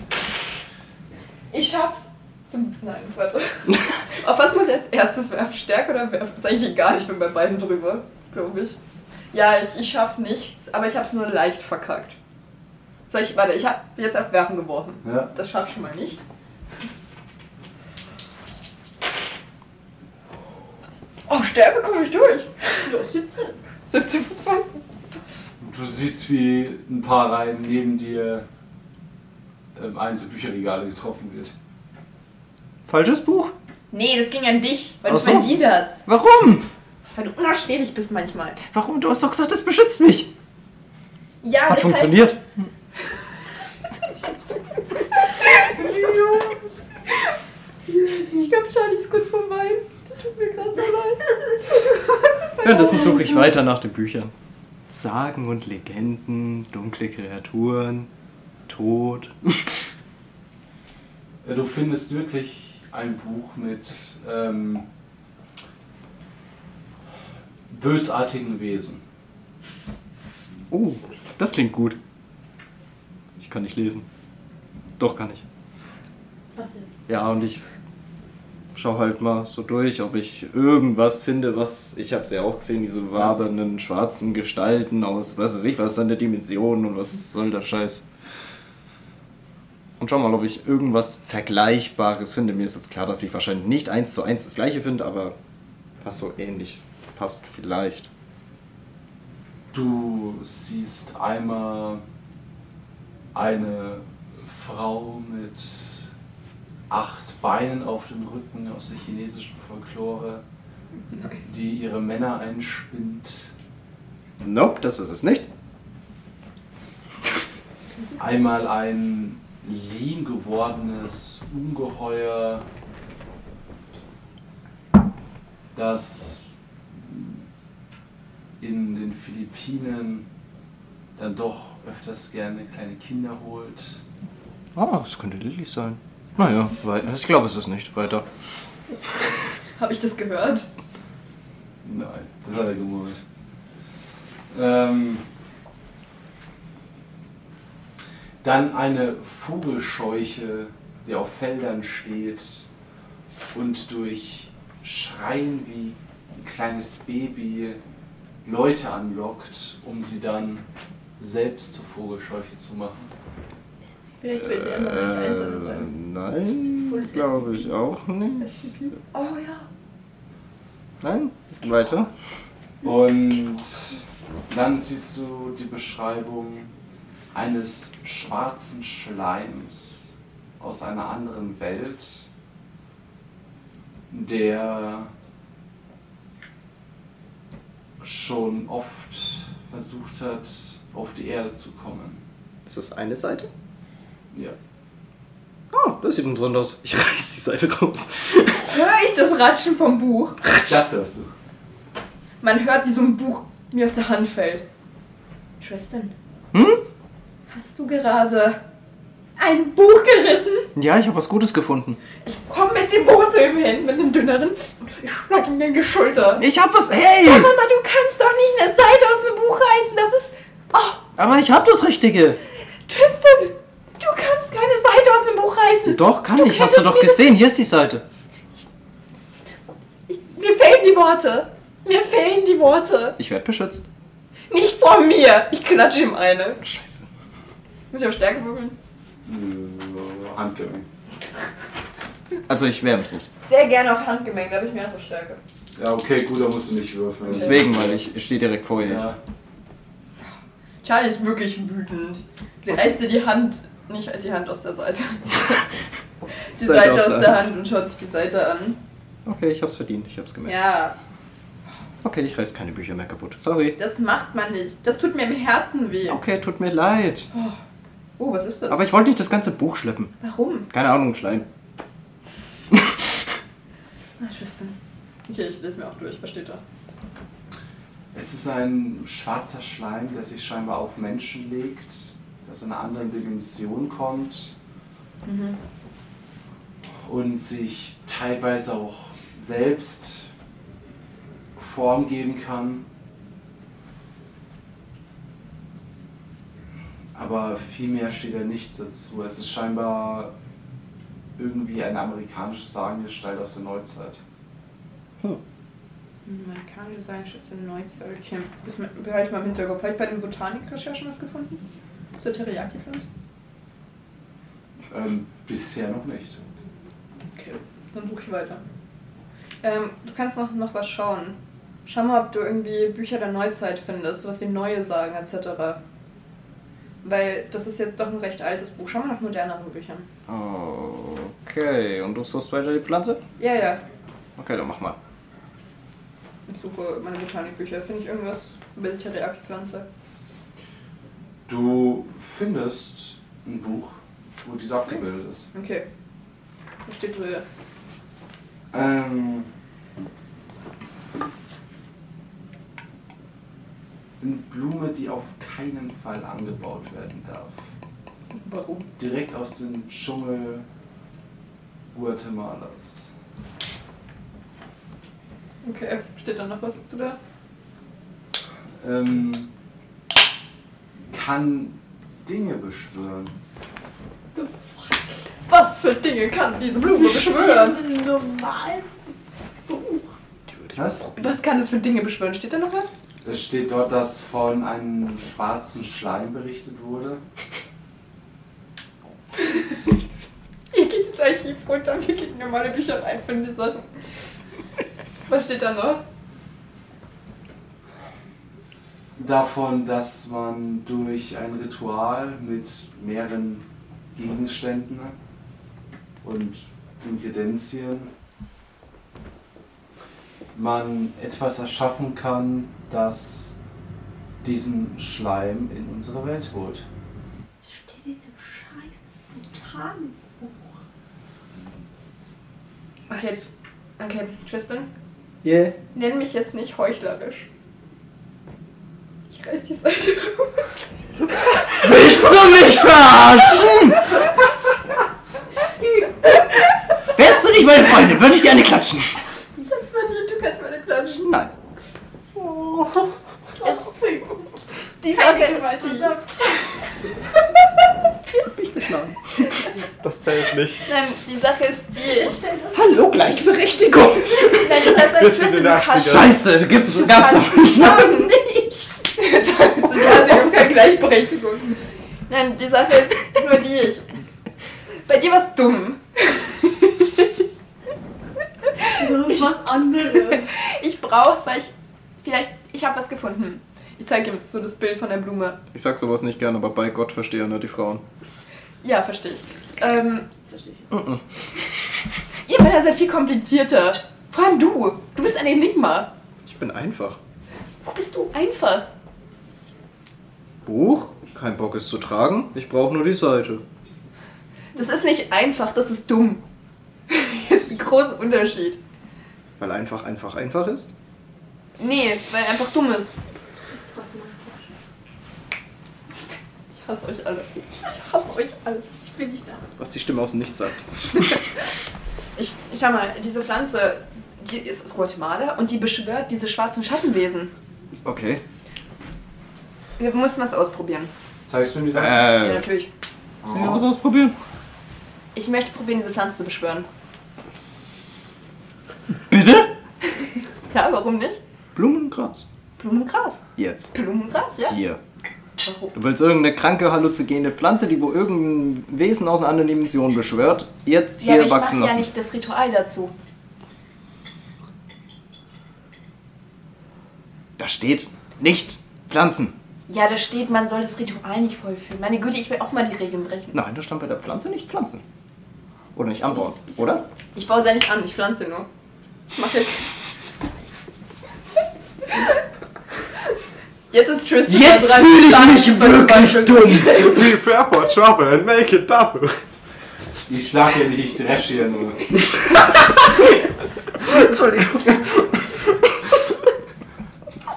Speaker 2: Ich schaff's zum. Nein, warte. Auf was muss ich als erstes werfen? Stärke oder werfen? Ist eigentlich egal, ich bin bei beiden drüber, glaube ich. Ja, ich, ich schaff nichts, aber ich hab's nur leicht verkackt. Soll ich. Warte, ich hab jetzt auf Werfen geworfen.
Speaker 1: Ja.
Speaker 2: Das schafft schon mal nicht. Oh, Stärke komme ich durch.
Speaker 3: Du hast 17.
Speaker 2: 17 von 20.
Speaker 1: Du siehst, wie ein paar Reihen neben dir ähm, eins im Bücherregale getroffen wird.
Speaker 4: Falsches Buch?
Speaker 2: Nee, das ging an dich, weil
Speaker 4: Ach
Speaker 2: du
Speaker 4: so.
Speaker 2: verdient hast.
Speaker 4: Warum?
Speaker 2: Weil du unausstehlich bist manchmal.
Speaker 4: Warum? Du hast doch gesagt, das beschützt mich.
Speaker 2: Ja,
Speaker 4: Hat
Speaker 2: das
Speaker 4: funktioniert.
Speaker 2: Ich glaube, Charlie ist kurz vom Wein. Der tut mir gerade so leid.
Speaker 4: Ja, das suche ich weiter nach den Büchern. Sagen und Legenden, dunkle Kreaturen, Tod.
Speaker 1: Äh, Du findest wirklich ein Buch mit ähm, bösartigen Wesen.
Speaker 4: Oh, das klingt gut. Ich kann nicht lesen. Doch, kann ich.
Speaker 3: Was jetzt?
Speaker 4: Ja, und ich schau halt mal so durch, ob ich irgendwas finde, was. Ich hab's ja auch gesehen, diese wabernden schwarzen Gestalten aus, was weiß ich, was ist eine Dimension und was soll der Scheiß. Und schau mal, ob ich irgendwas Vergleichbares finde. Mir ist jetzt klar, dass ich wahrscheinlich nicht eins zu eins das gleiche finde, aber was so ähnlich passt vielleicht.
Speaker 1: Du siehst einmal eine Frau mit acht Beinen auf dem Rücken aus der chinesischen Folklore, die ihre Männer einspinnt.
Speaker 4: Nope, das ist es nicht.
Speaker 1: Einmal ein lean gewordenes Ungeheuer, das in den Philippinen dann doch öfters gerne kleine Kinder holt.
Speaker 4: Ah, es könnte Lilly sein. Naja, wei- ich glaube, es ist nicht. Weiter.
Speaker 2: Habe ich das gehört?
Speaker 1: Nein, das hat er gemurmelt. Ähm, dann eine Vogelscheuche, die auf Feldern steht und durch Schreien wie ein kleines Baby Leute anlockt, um sie dann selbst zur Vogelscheuche zu machen.
Speaker 3: Vielleicht will sie immer nicht einsam sein.
Speaker 4: Äh, nein,
Speaker 3: Obwohl es
Speaker 4: glaube
Speaker 3: SCP.
Speaker 4: ich auch nicht.
Speaker 2: Oh ja.
Speaker 4: Nein, weiter.
Speaker 1: Und dann siehst du die Beschreibung eines schwarzen Schleims aus einer anderen Welt, der schon oft versucht hat, auf die Erde zu kommen.
Speaker 4: Ist das eine Seite?
Speaker 1: Ja.
Speaker 4: Ah, das sieht interessant aus. Ich reiß die Seite raus.
Speaker 2: Höre ich das Ratschen vom Buch?
Speaker 1: Das hörst du.
Speaker 2: Man hört, wie so ein Buch mir aus der Hand fällt. Tristan. Hm? Hast du gerade ein Buch gerissen?
Speaker 4: Ja, ich habe was Gutes gefunden.
Speaker 2: Ich komme mit dem Buch zu ihm hin, mit dem dünneren, und ich schlag ihm gegen die Schulter.
Speaker 4: Ich habe was. Hey!
Speaker 2: Sag mal, du kannst doch nicht eine Seite aus einem Buch reißen. Das ist. Oh,
Speaker 4: Aber ich habe das Richtige.
Speaker 2: Tristan, du kannst keine Seite aus einem Buch reißen.
Speaker 4: Doch, kann ich. Hast
Speaker 2: könntest
Speaker 4: du doch
Speaker 2: mir das-
Speaker 4: gesehen. Hier ist die Seite.
Speaker 2: Mir fehlen die Worte. Mir fehlen die Worte.
Speaker 4: Ich werde beschützt.
Speaker 2: Nicht von mir. Ich klatsche ihm eine.
Speaker 4: Scheiße.
Speaker 2: Muss ich auf Stärke würfeln?
Speaker 1: Nö, Handgelenk.
Speaker 4: Also ich wehre mich nicht.
Speaker 2: Sehr gerne auf Handgemenge, da habe ich mehr als auf Stärke.
Speaker 1: Ja, okay, gut, da musst du nicht würfeln.
Speaker 4: Deswegen, weil ich, ich stehe direkt vor ihr.
Speaker 1: Ja.
Speaker 2: Charlie ist wirklich wütend. Sie reißt dir die Hand, nicht die Hand aus der Seite. die
Speaker 4: Seite
Speaker 2: Seite
Speaker 4: aus
Speaker 2: aus
Speaker 4: der
Speaker 2: der Hand und schaut sich die Seite an.
Speaker 4: Okay, ich hab's verdient, ich hab's gemerkt.
Speaker 2: Ja,
Speaker 4: Okay, ich reiß keine Bücher mehr kaputt. Sorry.
Speaker 2: das macht man nicht. Das tut mir im Herzen weh.
Speaker 4: Okay, tut mir leid.
Speaker 2: Oh, was ist das?
Speaker 4: Aber ich wollte nicht das ganze Buch schleppen.
Speaker 2: Warum?
Speaker 4: Keine Ahnung, Schleim.
Speaker 2: Ah, Tristan. Okay, ich lese mir auch durch. Was steht da?
Speaker 1: Es ist ein schwarzer Schleim, der sich scheinbar auf Menschen legt, das in einer anderen Dimension kommt und sich teilweise auch selbst Form geben kann. Aber viel mehr steht da nichts dazu. Es ist scheinbar irgendwie eine amerikanische Sagengestalt aus der Neuzeit.
Speaker 2: Amerikanische Seilenschütze in Neuzeit. Okay, das behalte ich mal im Hinterkopf. Habe ich bei den Botanikrecherchen was gefunden? Zur teriyaki pflanze
Speaker 1: Ähm, bisher noch nicht.
Speaker 2: Okay, dann suche ich weiter. Ähm, du kannst noch, noch was schauen. Schau mal, ob du irgendwie Bücher der Neuzeit findest, sowas wie neue Sagen etc. Weil das ist jetzt doch ein recht altes Buch. Schau mal nach moderneren Büchern.
Speaker 4: Okay, und du suchst weiter die Pflanze?
Speaker 2: Ja, ja.
Speaker 4: Okay, dann mach mal.
Speaker 2: Ich suche meine Botanikbücher. Finde ich irgendwas über die Teriyaki-Pflanze?
Speaker 1: Du findest ein Buch, wo dies abgebildet ist.
Speaker 2: Okay. Da steht drin.
Speaker 1: Ähm, eine Blume, die auf keinen Fall angebaut werden darf.
Speaker 2: Warum?
Speaker 1: Direkt aus dem Dschungel Guatemalas.
Speaker 2: Okay. Steht da noch was zu da?
Speaker 1: Ähm, kann Dinge beschwören.
Speaker 2: Was für Dinge kann diese Blume beschwören?
Speaker 1: Was?
Speaker 2: Was kann es für Dinge beschwören? Steht da noch was?
Speaker 1: Es steht dort, dass von einem schwarzen Schleim berichtet wurde.
Speaker 2: Ihr geht ins Archiv runter, wir kicken mir meine Bücher rein von die Sachen. Was steht da noch?
Speaker 1: davon, dass man durch ein Ritual mit mehreren Gegenständen und Inkredenzien man etwas erschaffen kann, das diesen Schleim in unsere Welt holt.
Speaker 3: Steht in dem scheiß Botanenbuch.
Speaker 2: Okay, okay, Tristan,
Speaker 4: Yeah.
Speaker 2: nenn mich jetzt nicht heuchlerisch. Ich reiß die Seite raus.
Speaker 4: Willst du mich verarschen? Wärst du nicht meine Freundin, würde ich dir eine klatschen.
Speaker 2: Ich hab's verdient, du kannst meine klatschen.
Speaker 4: Nein.
Speaker 2: Es ist Die
Speaker 3: Keine
Speaker 2: Sache
Speaker 3: Gewalt
Speaker 2: ist die.
Speaker 4: Sie hat mich geschlagen.
Speaker 5: Das zählt nicht.
Speaker 2: Nein, die Sache ist die.
Speaker 4: Hallo, Gleichberechtigung.
Speaker 2: Nein, deshalb sag
Speaker 5: Wir
Speaker 2: ich
Speaker 5: sind
Speaker 2: Tristan,
Speaker 5: in den
Speaker 2: du
Speaker 5: 80ern.
Speaker 2: kannst
Speaker 4: Scheiße, da gibt's, gab's noch einen Schlag.
Speaker 2: Nein, nicht. Scheiße, da ist keine Gleichberechtigung. Nein, die Sache ist nur die. Ich, bei dir war's dumm.
Speaker 3: Das ist was anderes.
Speaker 2: Ich brauch's, weil ich vielleicht ich habe was gefunden. Ich zeige ihm so das Bild von der Blume.
Speaker 4: Ich sag sowas nicht gern, aber bei Gott verstehe nur die Frauen.
Speaker 2: Ja, verstehe ich. Ähm,
Speaker 3: Verstehe ich.
Speaker 2: ihr Männer seid viel komplizierter. Vor allem du. Du bist ein Enigma.
Speaker 4: Ich bin einfach.
Speaker 2: Wo bist du einfach?
Speaker 4: Buch? Kein Bock ist zu tragen. Ich brauche nur die Seite.
Speaker 2: Das ist nicht einfach, das ist dumm. Das ist ein großer Unterschied.
Speaker 4: Weil einfach, einfach, einfach ist?
Speaker 2: Nee, weil er einfach dumm ist. Ich hasse euch alle. Ich hasse euch alle.
Speaker 3: Ich bin nicht da.
Speaker 4: Was die Stimme aus dem Nichts sagt.
Speaker 2: Ich, ich schau mal, diese Pflanze, die ist aus Guatemala und die beschwört diese schwarzen Schattenwesen.
Speaker 4: Okay.
Speaker 2: Wir müssen was ausprobieren.
Speaker 1: Zeigst du ihm die Sache?
Speaker 2: Ja,
Speaker 4: Äh.
Speaker 2: natürlich.
Speaker 4: Sollen wir was ausprobieren?
Speaker 2: Ich möchte probieren, diese Pflanze zu beschwören.
Speaker 4: Bitte?
Speaker 2: Ja, warum nicht?
Speaker 4: Blumengras.
Speaker 2: Blumengras.
Speaker 4: Jetzt.
Speaker 2: Blumengras, ja?
Speaker 4: Hier.
Speaker 2: Warum?
Speaker 4: Du willst irgendeine kranke, halluzogene Pflanze, die wo irgendein Wesen aus einer anderen Dimension beschwört, jetzt
Speaker 2: Ja,
Speaker 4: hier
Speaker 2: aber ich
Speaker 4: wachsen
Speaker 2: mache ja
Speaker 4: lassen.
Speaker 2: nicht das Ritual dazu.
Speaker 4: Da steht nicht Pflanzen.
Speaker 2: Ja, da steht, man soll das Ritual nicht vollführen. Meine Güte, ich will auch mal die Regeln brechen.
Speaker 4: Nein, da stand bei der Pflanze nicht Pflanzen. Oder nicht anbauen, oder?
Speaker 2: Ich baue sie ja nicht an, ich pflanze nur. Ich mache jetzt. Jetzt ist Tristan da dran, Tristan ist verzweifelt.
Speaker 4: dumm.
Speaker 5: Prepare for trouble and make it double.
Speaker 1: Ich schlag hier nicht, ich dresch hier nur.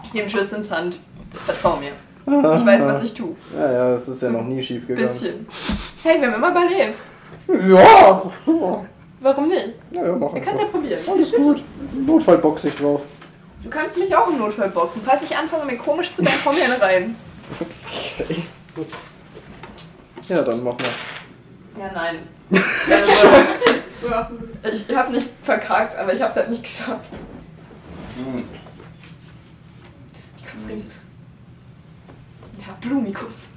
Speaker 2: Ich nehme Tristans Hand. Vertrau mir. Ich weiß, was ich tue.
Speaker 4: Ja, ja, das ist ja noch nie schief gegangen.
Speaker 2: Bisschen. Hey, wir haben immer überlebt.
Speaker 4: Ja,
Speaker 2: Warum nicht?
Speaker 4: ja, ja, mach
Speaker 2: Wir können es ja probieren.
Speaker 4: Alles gut. Notfallbox ich drauf.
Speaker 2: Du kannst mich auch im Notfall boxen. Falls ich anfange, mir komisch zu werden, komm hier rein.
Speaker 4: Ja, dann mach mal.
Speaker 2: Ja, nein. Also, ich habe nicht verkackt, aber ich habe es halt nicht geschafft.
Speaker 1: Hm.
Speaker 2: Ich kann es nicht. Ja, Blumikus.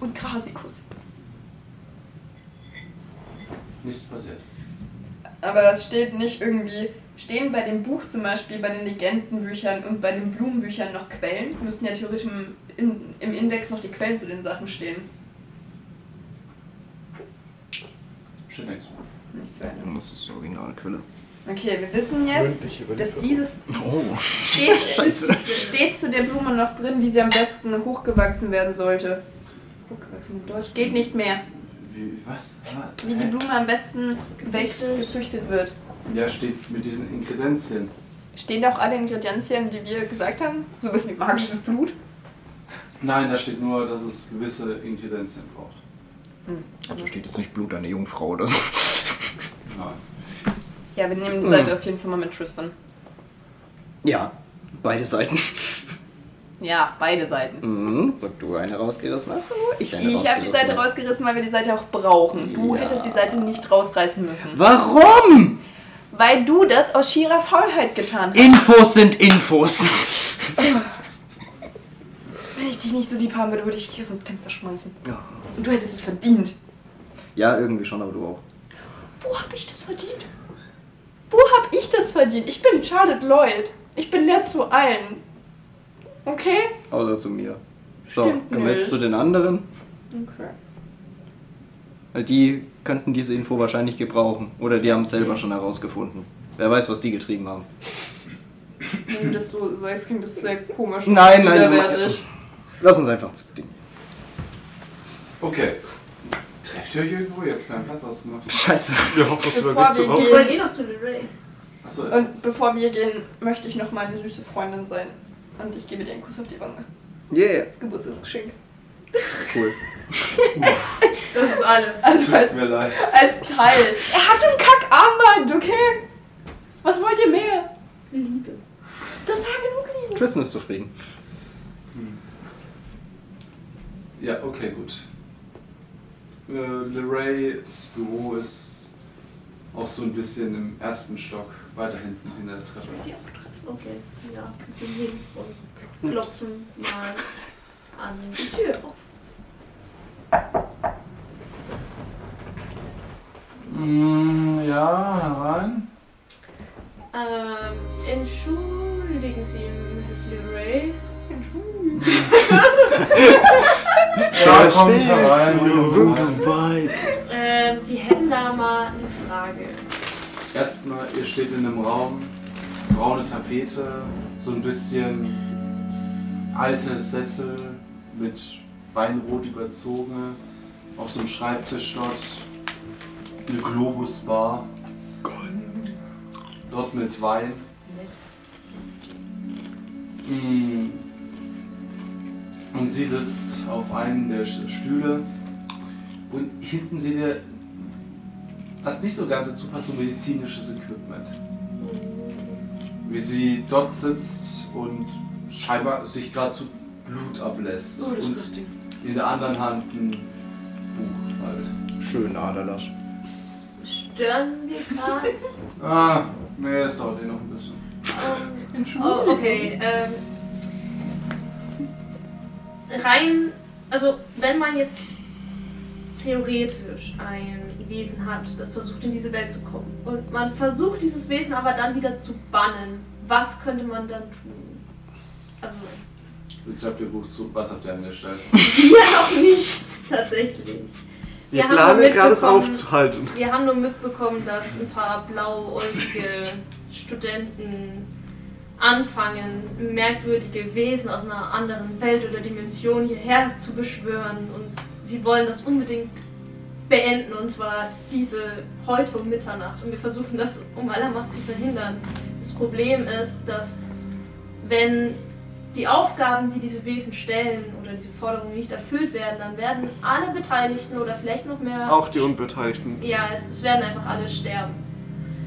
Speaker 2: Und Grasikus.
Speaker 1: Nichts passiert.
Speaker 2: Aber es steht nicht irgendwie. Stehen bei dem Buch zum Beispiel, bei den Legendenbüchern und bei den Blumenbüchern noch Quellen? Müssten ja theoretisch im, in, im Index noch die Quellen zu den Sachen stehen.
Speaker 1: Steht nichts.
Speaker 2: Nichts weiter.
Speaker 4: Das ist die Originalquelle.
Speaker 2: Okay, wir wissen jetzt, dass dieses
Speaker 4: Oh.
Speaker 2: steht,
Speaker 4: Scheiße.
Speaker 2: steht zu der Blume noch drin, wie sie am besten hochgewachsen werden sollte. Hochgewachsen in Deutsch geht nicht mehr.
Speaker 1: Wie, was? Ah,
Speaker 2: Wie die
Speaker 1: hä?
Speaker 2: Blume am besten wächst, gezüchtet wird.
Speaker 1: Ja, steht mit diesen Inkredenzien.
Speaker 2: Stehen da auch alle Ingredienzien, die wir gesagt haben? So ein bisschen magisches Blut?
Speaker 1: Nein, da steht nur, dass es gewisse Inkredenzien braucht.
Speaker 4: Also steht jetzt nicht Blut einer Jungfrau oder so.
Speaker 1: Nein.
Speaker 2: Ja, wir
Speaker 4: Mhm.
Speaker 2: nehmen die Seite auf jeden Fall mal mit Tristan.
Speaker 4: Ja, beide Seiten.
Speaker 2: Ja, beide Seiten.
Speaker 4: Mhm. Und du eine rausgerissen hast, oder ich eine
Speaker 2: Ich habe die Seite
Speaker 4: rausgerissen hab.
Speaker 2: rausgerissen, weil wir die Seite auch brauchen. Du
Speaker 4: Ja.
Speaker 2: hättest die Seite nicht rausreißen müssen.
Speaker 4: Warum?
Speaker 2: Weil du das aus schierer Faulheit getan hast.
Speaker 4: Infos sind Infos.
Speaker 2: Wenn ich dich nicht so lieb haben würde, würde ich dich aus dem Fenster schmeißen.
Speaker 4: Ja.
Speaker 2: Und du hättest es verdient.
Speaker 4: Ja, irgendwie schon, aber du auch.
Speaker 2: Wo hab ich das verdient? Wo hab ich das verdient? Ich bin Charlotte Lloyd. Ich bin nett zu allen. Okay?
Speaker 4: Außer zu mir. So,
Speaker 2: Stimmt,
Speaker 4: kommen wir jetzt
Speaker 2: nö.
Speaker 4: zu den anderen.
Speaker 2: Okay.
Speaker 4: Weil Die könnten diese Info wahrscheinlich gebrauchen. Oder die haben es selber schon herausgefunden. Wer weiß, was die getrieben haben.
Speaker 2: Wenn du das so sagst, klingt das sehr komisch.
Speaker 4: Nein, nein,
Speaker 2: widerwärtig.
Speaker 4: Lass uns einfach zu dem.
Speaker 1: Okay. Trefft ihr euch irgendwo? Ihr habt keinen Platz ausgemacht.
Speaker 4: Scheiße.
Speaker 5: Wir hoffen, es
Speaker 2: Bevor
Speaker 5: überlebt
Speaker 2: wir
Speaker 5: so auf.
Speaker 3: Ich wollte
Speaker 2: gehen,
Speaker 3: eh noch zu Ray.
Speaker 1: Achso,
Speaker 2: und bevor wir gehen, möchte ich noch meine süße Freundin sein. Und ich gebe dir einen Kuss auf die Wange.
Speaker 4: Yeah.
Speaker 2: Das Geburtstagsgeschenk.
Speaker 4: Cool.
Speaker 3: Das ist alles.
Speaker 2: Also als,
Speaker 1: tut mir leid.
Speaker 2: als Teil. Er hat ein Kackarmband, okay? Was wollt ihr mehr?
Speaker 3: Liebe.
Speaker 2: Das war genug Liebe.
Speaker 4: Tristan ist zufrieden.
Speaker 1: Ja, okay, gut. Äh, Lerays Büro ist auch so ein bisschen im ersten Stock, weiter hinten in der Treppe.
Speaker 3: Ich will sie auch treffen. Okay, ja, ich bin hin und klopfen mal an die Tür drauf.
Speaker 1: Mm, ja, herein.
Speaker 3: Ähm, entschuldigen Sie, Mrs. Leray.
Speaker 5: Ja, kommt herein.
Speaker 3: Ähm, wir hätten da mal eine Frage.
Speaker 1: Erstmal, ihr steht in einem Raum, braune Tapete, so ein bisschen alte Sessel mit Weinrot überzogen, auf so einem Schreibtisch dort, eine Globusbar, dort mit Wein. Mm. Und sie sitzt auf einem der Stühle und hinten seht ihr was nicht so ganz dazu passt, so medizinisches Equipment. Wie sie dort sitzt und scheinbar sich gerade zu Blut ablässt. und in der anderen Hand ein Buch halt.
Speaker 4: Schön, Adelasch.
Speaker 3: Stören wir gerade?
Speaker 1: Ah, nee, es dauert eh noch ein bisschen.
Speaker 3: ähm, Oh, okay. Ähm, rein, also wenn man jetzt theoretisch ein Wesen hat, das versucht in diese Welt zu kommen und man versucht dieses Wesen aber dann wieder zu bannen, was könnte man dann tun? Also,
Speaker 1: Ich habe dir Buch zu Wasserplan gestellt.
Speaker 3: wir haben nichts tatsächlich.
Speaker 5: Wir,
Speaker 3: Wir haben
Speaker 5: planen gerade es
Speaker 3: mitbekommen-
Speaker 5: aufzuhalten.
Speaker 3: Wir haben nur mitbekommen, dass ein paar blauäugige Studenten anfangen, merkwürdige Wesen aus einer anderen Welt oder Dimension hierher zu beschwören. Und sie wollen das unbedingt beenden, und zwar diese heute um Mitternacht. Und wir versuchen das um aller Macht zu verhindern. Das Problem ist, dass wenn die Aufgaben, die diese Wesen stellen oder diese Forderungen nicht erfüllt werden, dann werden alle Beteiligten oder vielleicht noch mehr
Speaker 5: Auch die Unbeteiligten.
Speaker 3: ja, es, es werden einfach alle sterben.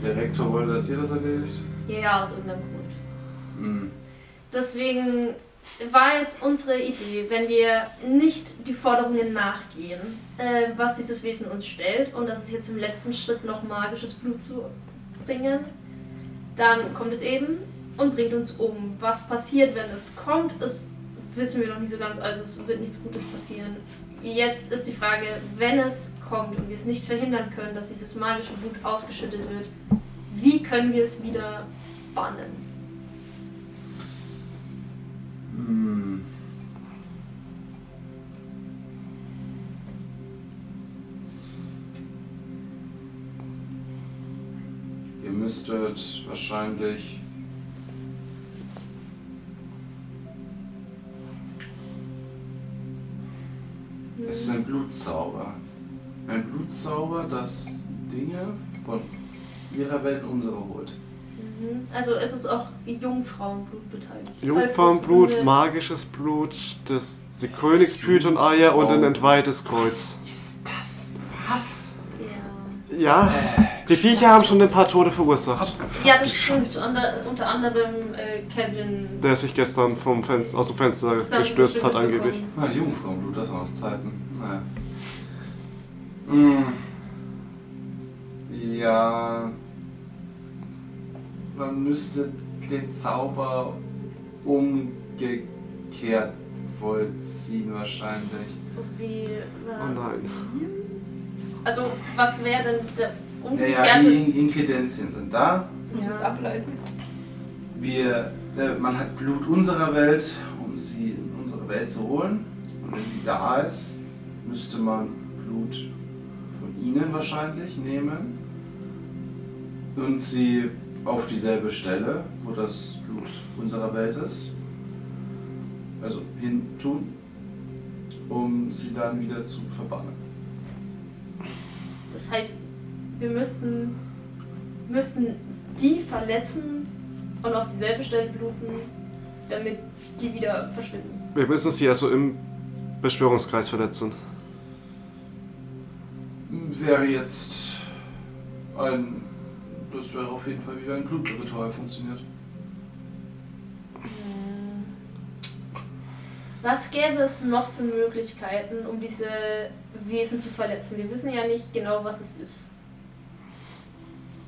Speaker 1: Der Rektor wollte, dass ihr das erledigt.
Speaker 3: Ja, ja, aus irgendeinem Grund.
Speaker 1: Hm.
Speaker 3: Deswegen war jetzt unsere Idee, wenn wir nicht die Forderungen nachgehen, äh, was dieses Wesen uns stellt, und das ist jetzt im letzten Schritt noch magisches Blut zu bringen, dann kommt es eben und bringt uns um. Was passiert, wenn es kommt, ist, wissen wir noch nicht so ganz, also es wird nichts Gutes passieren. Jetzt ist die Frage, wenn es kommt und wir es nicht verhindern können, dass dieses magische Blut ausgeschüttet wird, wie können wir es wieder bannen?
Speaker 1: Hm. Ihr müsstet wahrscheinlich Es
Speaker 6: Hm.
Speaker 1: ist ein Blutzauber. Ein Blutzauber, das Dinge von ihrer Welt in unsere holt.
Speaker 3: Mhm. Also es ist auch Jungfrauenblut beteiligt. Falls es
Speaker 5: Jungfrauenblut,
Speaker 3: eine-
Speaker 5: magisches Blut, das, die Königspython-Eier und ein entweihtes Kreuz.
Speaker 6: Ist das was?
Speaker 3: ja.
Speaker 5: Ja,
Speaker 1: Äh,
Speaker 5: die Viecher haben schon ein paar Tote verursacht.
Speaker 3: ja, das stimmt. Unter, unter anderem äh, Kevin.
Speaker 5: Der sich gestern vom Fenster, aus dem Fenster
Speaker 3: Sam
Speaker 5: gestürzt hat
Speaker 3: bekommen.
Speaker 5: angeblich.
Speaker 1: Na, Jungfrauenblut, das waren noch Zeiten. Naja. Mm. Ja. Man müsste den Zauber umgekehrt vollziehen, wahrscheinlich.
Speaker 3: Wie, äh,
Speaker 5: Oh nein.
Speaker 3: also was wäre denn der
Speaker 1: Naja,
Speaker 3: umgekehrte?
Speaker 1: die In- Inkredenzien sind da.
Speaker 2: Und das ableiten.
Speaker 1: Wir, äh, man hat Blut unserer Welt, um sie in unsere Welt zu holen. Und wenn sie da ist, müsste man Blut von ihnen wahrscheinlich nehmen und sie auf dieselbe Stelle, wo das Blut unserer Welt ist, also hin tun, um sie dann wieder zu verbannen.
Speaker 3: Das heißt, wir müssten, müssten die verletzen und auf dieselbe Stelle bluten, damit die wieder verschwinden.
Speaker 5: Wir müssen sie also im Beschwörungskreis verletzen.
Speaker 1: Wäre jetzt ein, das wäre auf jeden Fall wieder ein Blutritual funktioniert.
Speaker 3: Was gäbe es noch für Möglichkeiten, um diese Wesen zu verletzen? Wir wissen ja nicht genau, was es ist.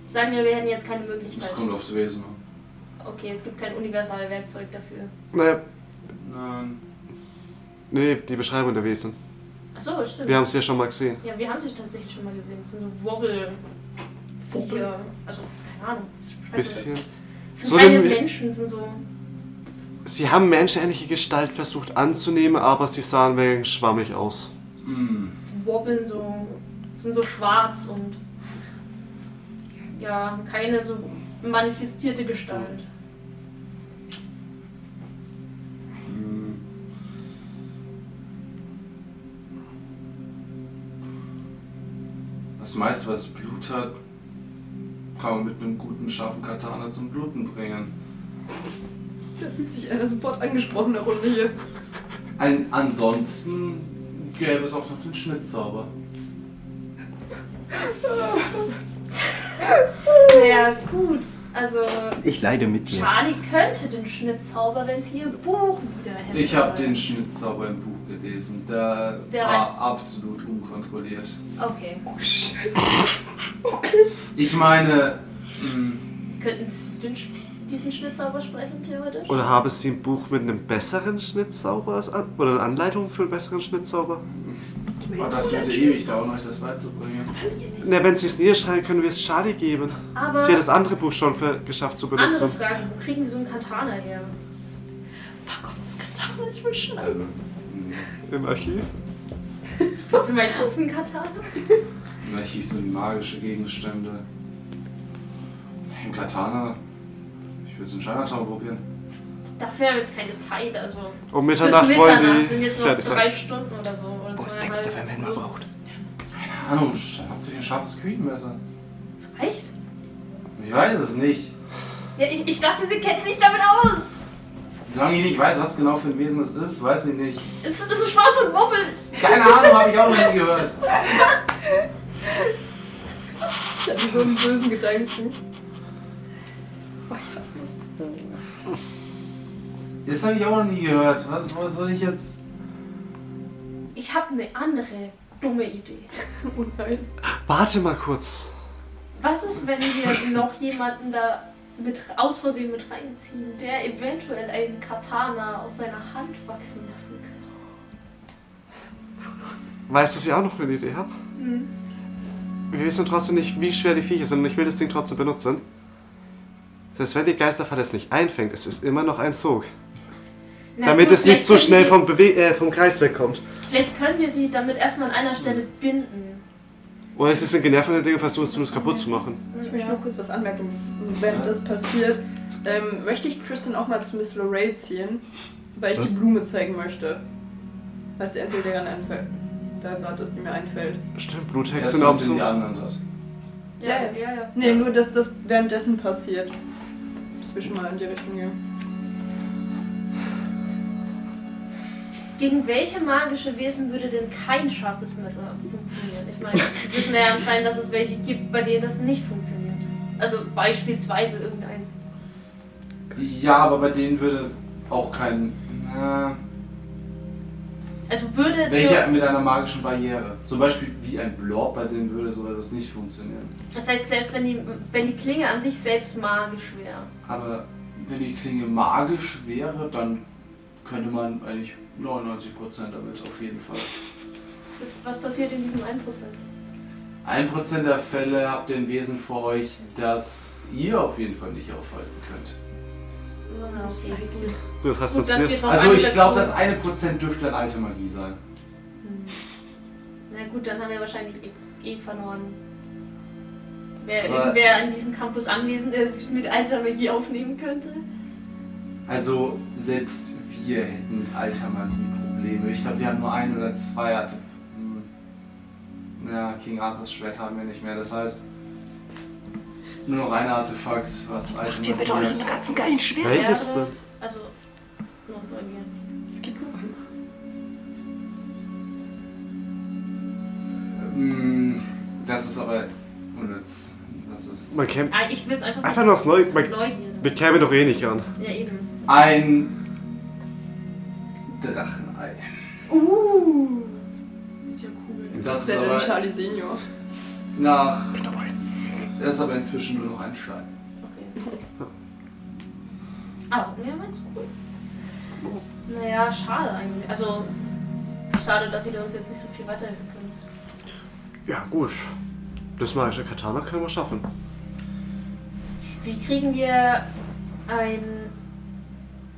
Speaker 3: Sagen wir, wir hätten jetzt keine
Speaker 1: Das
Speaker 3: Möglichkeit.
Speaker 1: kommt aufs Wesen an.
Speaker 3: Okay, es gibt kein universales Werkzeug dafür.
Speaker 5: Naja,
Speaker 1: Nein.
Speaker 5: nee, die Beschreibung der Wesen.
Speaker 3: Achso, stimmt.
Speaker 5: Wir haben es ja schon mal gesehen.
Speaker 3: Ja, wir haben sie tatsächlich schon mal gesehen. Das sind so Wobbel. Viecher. Also, keine Ahnung. das beschreibt man Also das.
Speaker 5: Bisschen.
Speaker 3: Das sind
Speaker 5: So
Speaker 3: keine
Speaker 5: denn-
Speaker 3: Menschen, sind so.
Speaker 5: Sie haben menschenähnliche Gestalt versucht anzunehmen, aber sie sahen wegen schwammig aus.
Speaker 1: Mm.
Speaker 3: wobbeln so, sind so schwarz und ja, haben keine so manifestierte Gestalt.
Speaker 1: Das meiste, was Blut hat, kann man mit einem guten, scharfen Katana zum Bluten bringen.
Speaker 2: Da fühlt sich einer sofort angesprochen, der Runde hier.
Speaker 1: Ein, ansonsten gäbe es auch noch den Schnittzauber.
Speaker 3: Naja, gut. Also,
Speaker 4: Ich leide mit dir.
Speaker 3: Charlie könnte den Schnittzauber, wenn sie ihr Buch wieder hätte.
Speaker 1: Ich habe den Schnittzauber im Buch gelesen. Der,
Speaker 3: Der reicht-
Speaker 1: war absolut unkontrolliert.
Speaker 3: Okay.
Speaker 1: Ich meine, hm, mm,
Speaker 3: Könnten sie den Sch- diesen Schnitzzauber sprechen, theoretisch?
Speaker 5: Oder habe sie ein Buch mit einem besseren Schnittzauber als an oder eine Anleitung für einen besseren Schnittzauber?
Speaker 1: Aber oh, das würde ewig dauern, euch das beizubringen.
Speaker 5: Na, wenn sie es niederschreiben, können wir es Shadi geben.
Speaker 3: Aber
Speaker 5: Sie hat das andere Buch schon für, geschafft zu
Speaker 3: andere
Speaker 5: benutzen.
Speaker 3: Frage, wo kriegen wir so einen Katana her?
Speaker 2: Fuck auf das Katana, ich will schneiden.
Speaker 1: Also, mh,
Speaker 5: Im Archiv?
Speaker 3: Kannst du mir mal kaufen, einen Katana?
Speaker 1: im Archiv sind magische Gegenstände. Ein Katana. Ich würde es in Chinatown probieren.
Speaker 3: Dafür haben wir jetzt keine Zeit, also.
Speaker 5: Um
Speaker 3: Bis
Speaker 5: Mitternacht wollen
Speaker 3: Mitternacht sind
Speaker 5: die
Speaker 3: jetzt noch
Speaker 5: fertig
Speaker 3: drei
Speaker 5: sein.
Speaker 3: Stunden oder so. Oder
Speaker 4: Wo ist
Speaker 3: zweieinhalb.
Speaker 4: Dexter, wenn man ihn mal
Speaker 3: Los.
Speaker 4: braucht?
Speaker 1: Keine Ahnung, habt ihr ein scharfes Küchenmesser?
Speaker 3: Das reicht?
Speaker 1: Ich weiß es nicht.
Speaker 3: Ja, ich, ich dachte, sie kennt sich damit aus.
Speaker 1: Solange ich nicht weiß, was genau für ein Wesen es ist, weiß ich nicht.
Speaker 3: Es ist so schwarz und wuppelt.
Speaker 1: Keine Ahnung, habe ich auch noch nie gehört.
Speaker 2: Ich hatte so einen bösen Gedanken. Oh, ich hasse mich.
Speaker 1: Das habe ich auch noch nie gehört. Was, was soll ich jetzt.
Speaker 3: Ich habe eine andere dumme Idee.
Speaker 2: Oh nein.
Speaker 5: Warte mal kurz.
Speaker 3: Was ist, wenn wir noch jemanden da mit, aus Versehen mit reinziehen, der eventuell einen Katana aus seiner Hand wachsen lassen kann?
Speaker 5: Weißt du, dass ich auch noch eine Idee habe?
Speaker 3: Hm.
Speaker 5: Wir wissen trotzdem nicht, wie schwer die Viecher sind und ich will das Ding trotzdem benutzen. Selbst wenn die Geisterfalle es nicht einfängt, es ist immer noch ein Zug.
Speaker 3: Na
Speaker 5: damit
Speaker 3: gut,
Speaker 5: es nicht
Speaker 3: vielleicht
Speaker 5: so
Speaker 3: können
Speaker 5: schnell
Speaker 3: wir-
Speaker 5: vom, Bewe äh, vom Kreis wegkommt.
Speaker 3: Vielleicht können wir sie damit erstmal an einer Stelle
Speaker 2: Hm.
Speaker 3: binden.
Speaker 5: Oder es ist ein genervter Ding und versuchst du es kaputt zu machen.
Speaker 2: Ich möchte nur kurz was anmerken, wenn das passiert. Ähm, möchte ich Tristan auch mal zu Miss Lorraine ziehen, weil ich
Speaker 4: Was?
Speaker 2: die Blume zeigen möchte. Was die einzige, die daran einfällt. Da gerade ist, die mir einfällt.
Speaker 5: Stimmt, Bluthexen
Speaker 1: Erstens
Speaker 5: auf
Speaker 1: sind
Speaker 5: so.
Speaker 1: die anderen dort.
Speaker 2: Ja, ja.
Speaker 3: ja. ja.
Speaker 2: Nee, nur dass das währenddessen passiert. Dass wir schon mal in die Richtung gehen.
Speaker 3: Gegen welche magische Wesen würde denn kein scharfes Messer funktionieren? Ich meine, wir wissen ja anscheinend, dass es welche gibt, bei denen das nicht funktioniert. Also beispielsweise irgendeins.
Speaker 1: Ja, aber bei denen würde auch kein. Na,
Speaker 3: Also würde
Speaker 1: welche
Speaker 3: Theo-
Speaker 1: mit einer magischen Barriere. Zum Beispiel wie ein Blob, bei denen würde so etwas nicht funktionieren.
Speaker 3: Das heißt, selbst wenn die, wenn die Klinge an sich selbst magisch wäre.
Speaker 1: Aber wenn die Klinge magisch wäre, dann könnte man eigentlich 99% damit auf jeden Fall.
Speaker 3: Was ist- Was passiert in diesem 1%?
Speaker 1: 1% der Fälle habt ihr ein Wesen vor euch, das ihr auf jeden Fall nicht aufhalten könnt.
Speaker 3: Na, okay, wie gut.
Speaker 5: Gut, das heißt,
Speaker 3: Gut, dass
Speaker 5: sonst
Speaker 3: wir
Speaker 5: nicht.
Speaker 3: drauf
Speaker 1: Also ich glaube, das
Speaker 3: angesetzt
Speaker 1: 1% dürfte dann alte Magie sein.
Speaker 3: wurden. Na gut, dann haben wir wahrscheinlich eh, eh verloren. Wer
Speaker 1: Aber-
Speaker 3: irgendwer an diesem Campus anwesend ist, mit alter Magie aufnehmen könnte.
Speaker 1: Also selbst wir hätten mit alter Magie Probleme. Ich glaube, wir haben nur ein oder zwei Artefakte. Ja, King Arthurs Schwert haben wir nicht mehr. Das heißt, nur noch ein Artefakt, was
Speaker 2: Was
Speaker 1: alte
Speaker 2: macht ihr mit
Speaker 1: Magie
Speaker 2: euren
Speaker 1: ist.
Speaker 2: ganzen geilen Schwert?
Speaker 5: Welches
Speaker 3: wäre-
Speaker 5: denn?
Speaker 3: Also, nur aus Neugier.
Speaker 2: Gib nur eins.
Speaker 1: Mm, Das ist aber unnütz. Das ist
Speaker 5: Man käme
Speaker 3: Ah, ich will es einfach,
Speaker 5: einfach nur aus Neu. Man,
Speaker 3: Neugier.
Speaker 5: wir kämen doch eh nicht an.
Speaker 3: Ja, eben.
Speaker 1: ein Drachenei.
Speaker 2: Uh! Das ist ja cool.
Speaker 1: Das
Speaker 2: Das
Speaker 1: ist
Speaker 2: wäre dann
Speaker 1: aber-
Speaker 2: Charlie Senior.
Speaker 1: Nach. Das ist aber inzwischen nur noch ein Stein.
Speaker 3: Okay. Ah, hatten wir meins cool. Naja, schade eigentlich. Also, schade, dass wir uns jetzt nicht so viel weiterhelfen können.
Speaker 5: Ja, gut. Das magische Katana können wir schaffen.
Speaker 3: Wie kriegen wir ein.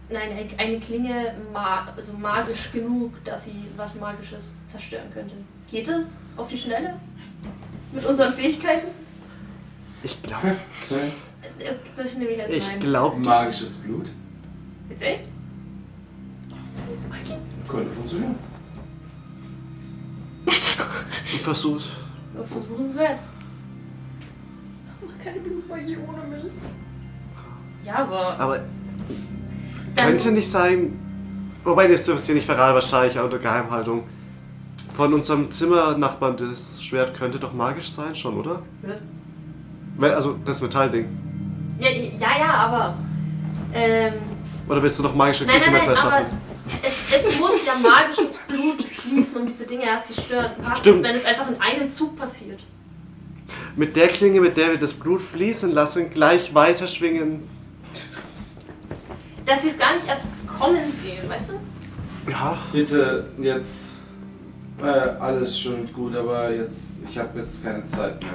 Speaker 3: Nein, ein- eine Klinge ma also magisch genug, dass sie was Magisches zerstören könnte? Geht es? Auf die Schnelle? Mit unseren Fähigkeiten?
Speaker 5: Ich glaube.
Speaker 3: Äh, Das nehme ich als
Speaker 5: Ich
Speaker 3: nein.
Speaker 5: glaube.
Speaker 1: Magisches Blut.
Speaker 3: Jetzt echt?
Speaker 1: Könnte funktionieren.
Speaker 5: Ich versuch's.
Speaker 3: Versuchen es wert.
Speaker 2: Mach keine Blutmagie ohne mich.
Speaker 3: Ja, aber.
Speaker 5: Aber
Speaker 3: Dann-
Speaker 5: Ah, könnte nicht sein. Wobei, jetzt dürfen hier nicht verraten, wahrscheinlich auch unter Geheimhaltung. Von unserem Zimmernachbarn das Schwert könnte doch magisch sein, schon, oder?
Speaker 3: Was?
Speaker 5: Weil, also das Metallding.
Speaker 3: Ja, ja, ja, aber. Ähm,
Speaker 5: Oder willst du noch magische
Speaker 3: nein, nein,
Speaker 5: Küchenmesser
Speaker 3: nein, aber
Speaker 5: erschaffen?
Speaker 3: es, es muss ja magisches Blut fließen, um diese Dinge erst zu stören. Was ist,
Speaker 5: Stimmt.
Speaker 3: wenn es einfach in einem Zug passiert?
Speaker 5: Mit der Klinge, mit der wir das Blut fließen lassen, gleich weiterschwingen.
Speaker 3: dass wir es gar nicht erst kommen sehen, weißt du?
Speaker 5: Ja,
Speaker 6: Bitte, jetzt. Äh, alles schön gut, aber jetzt. Ich habe jetzt keine Zeit mehr.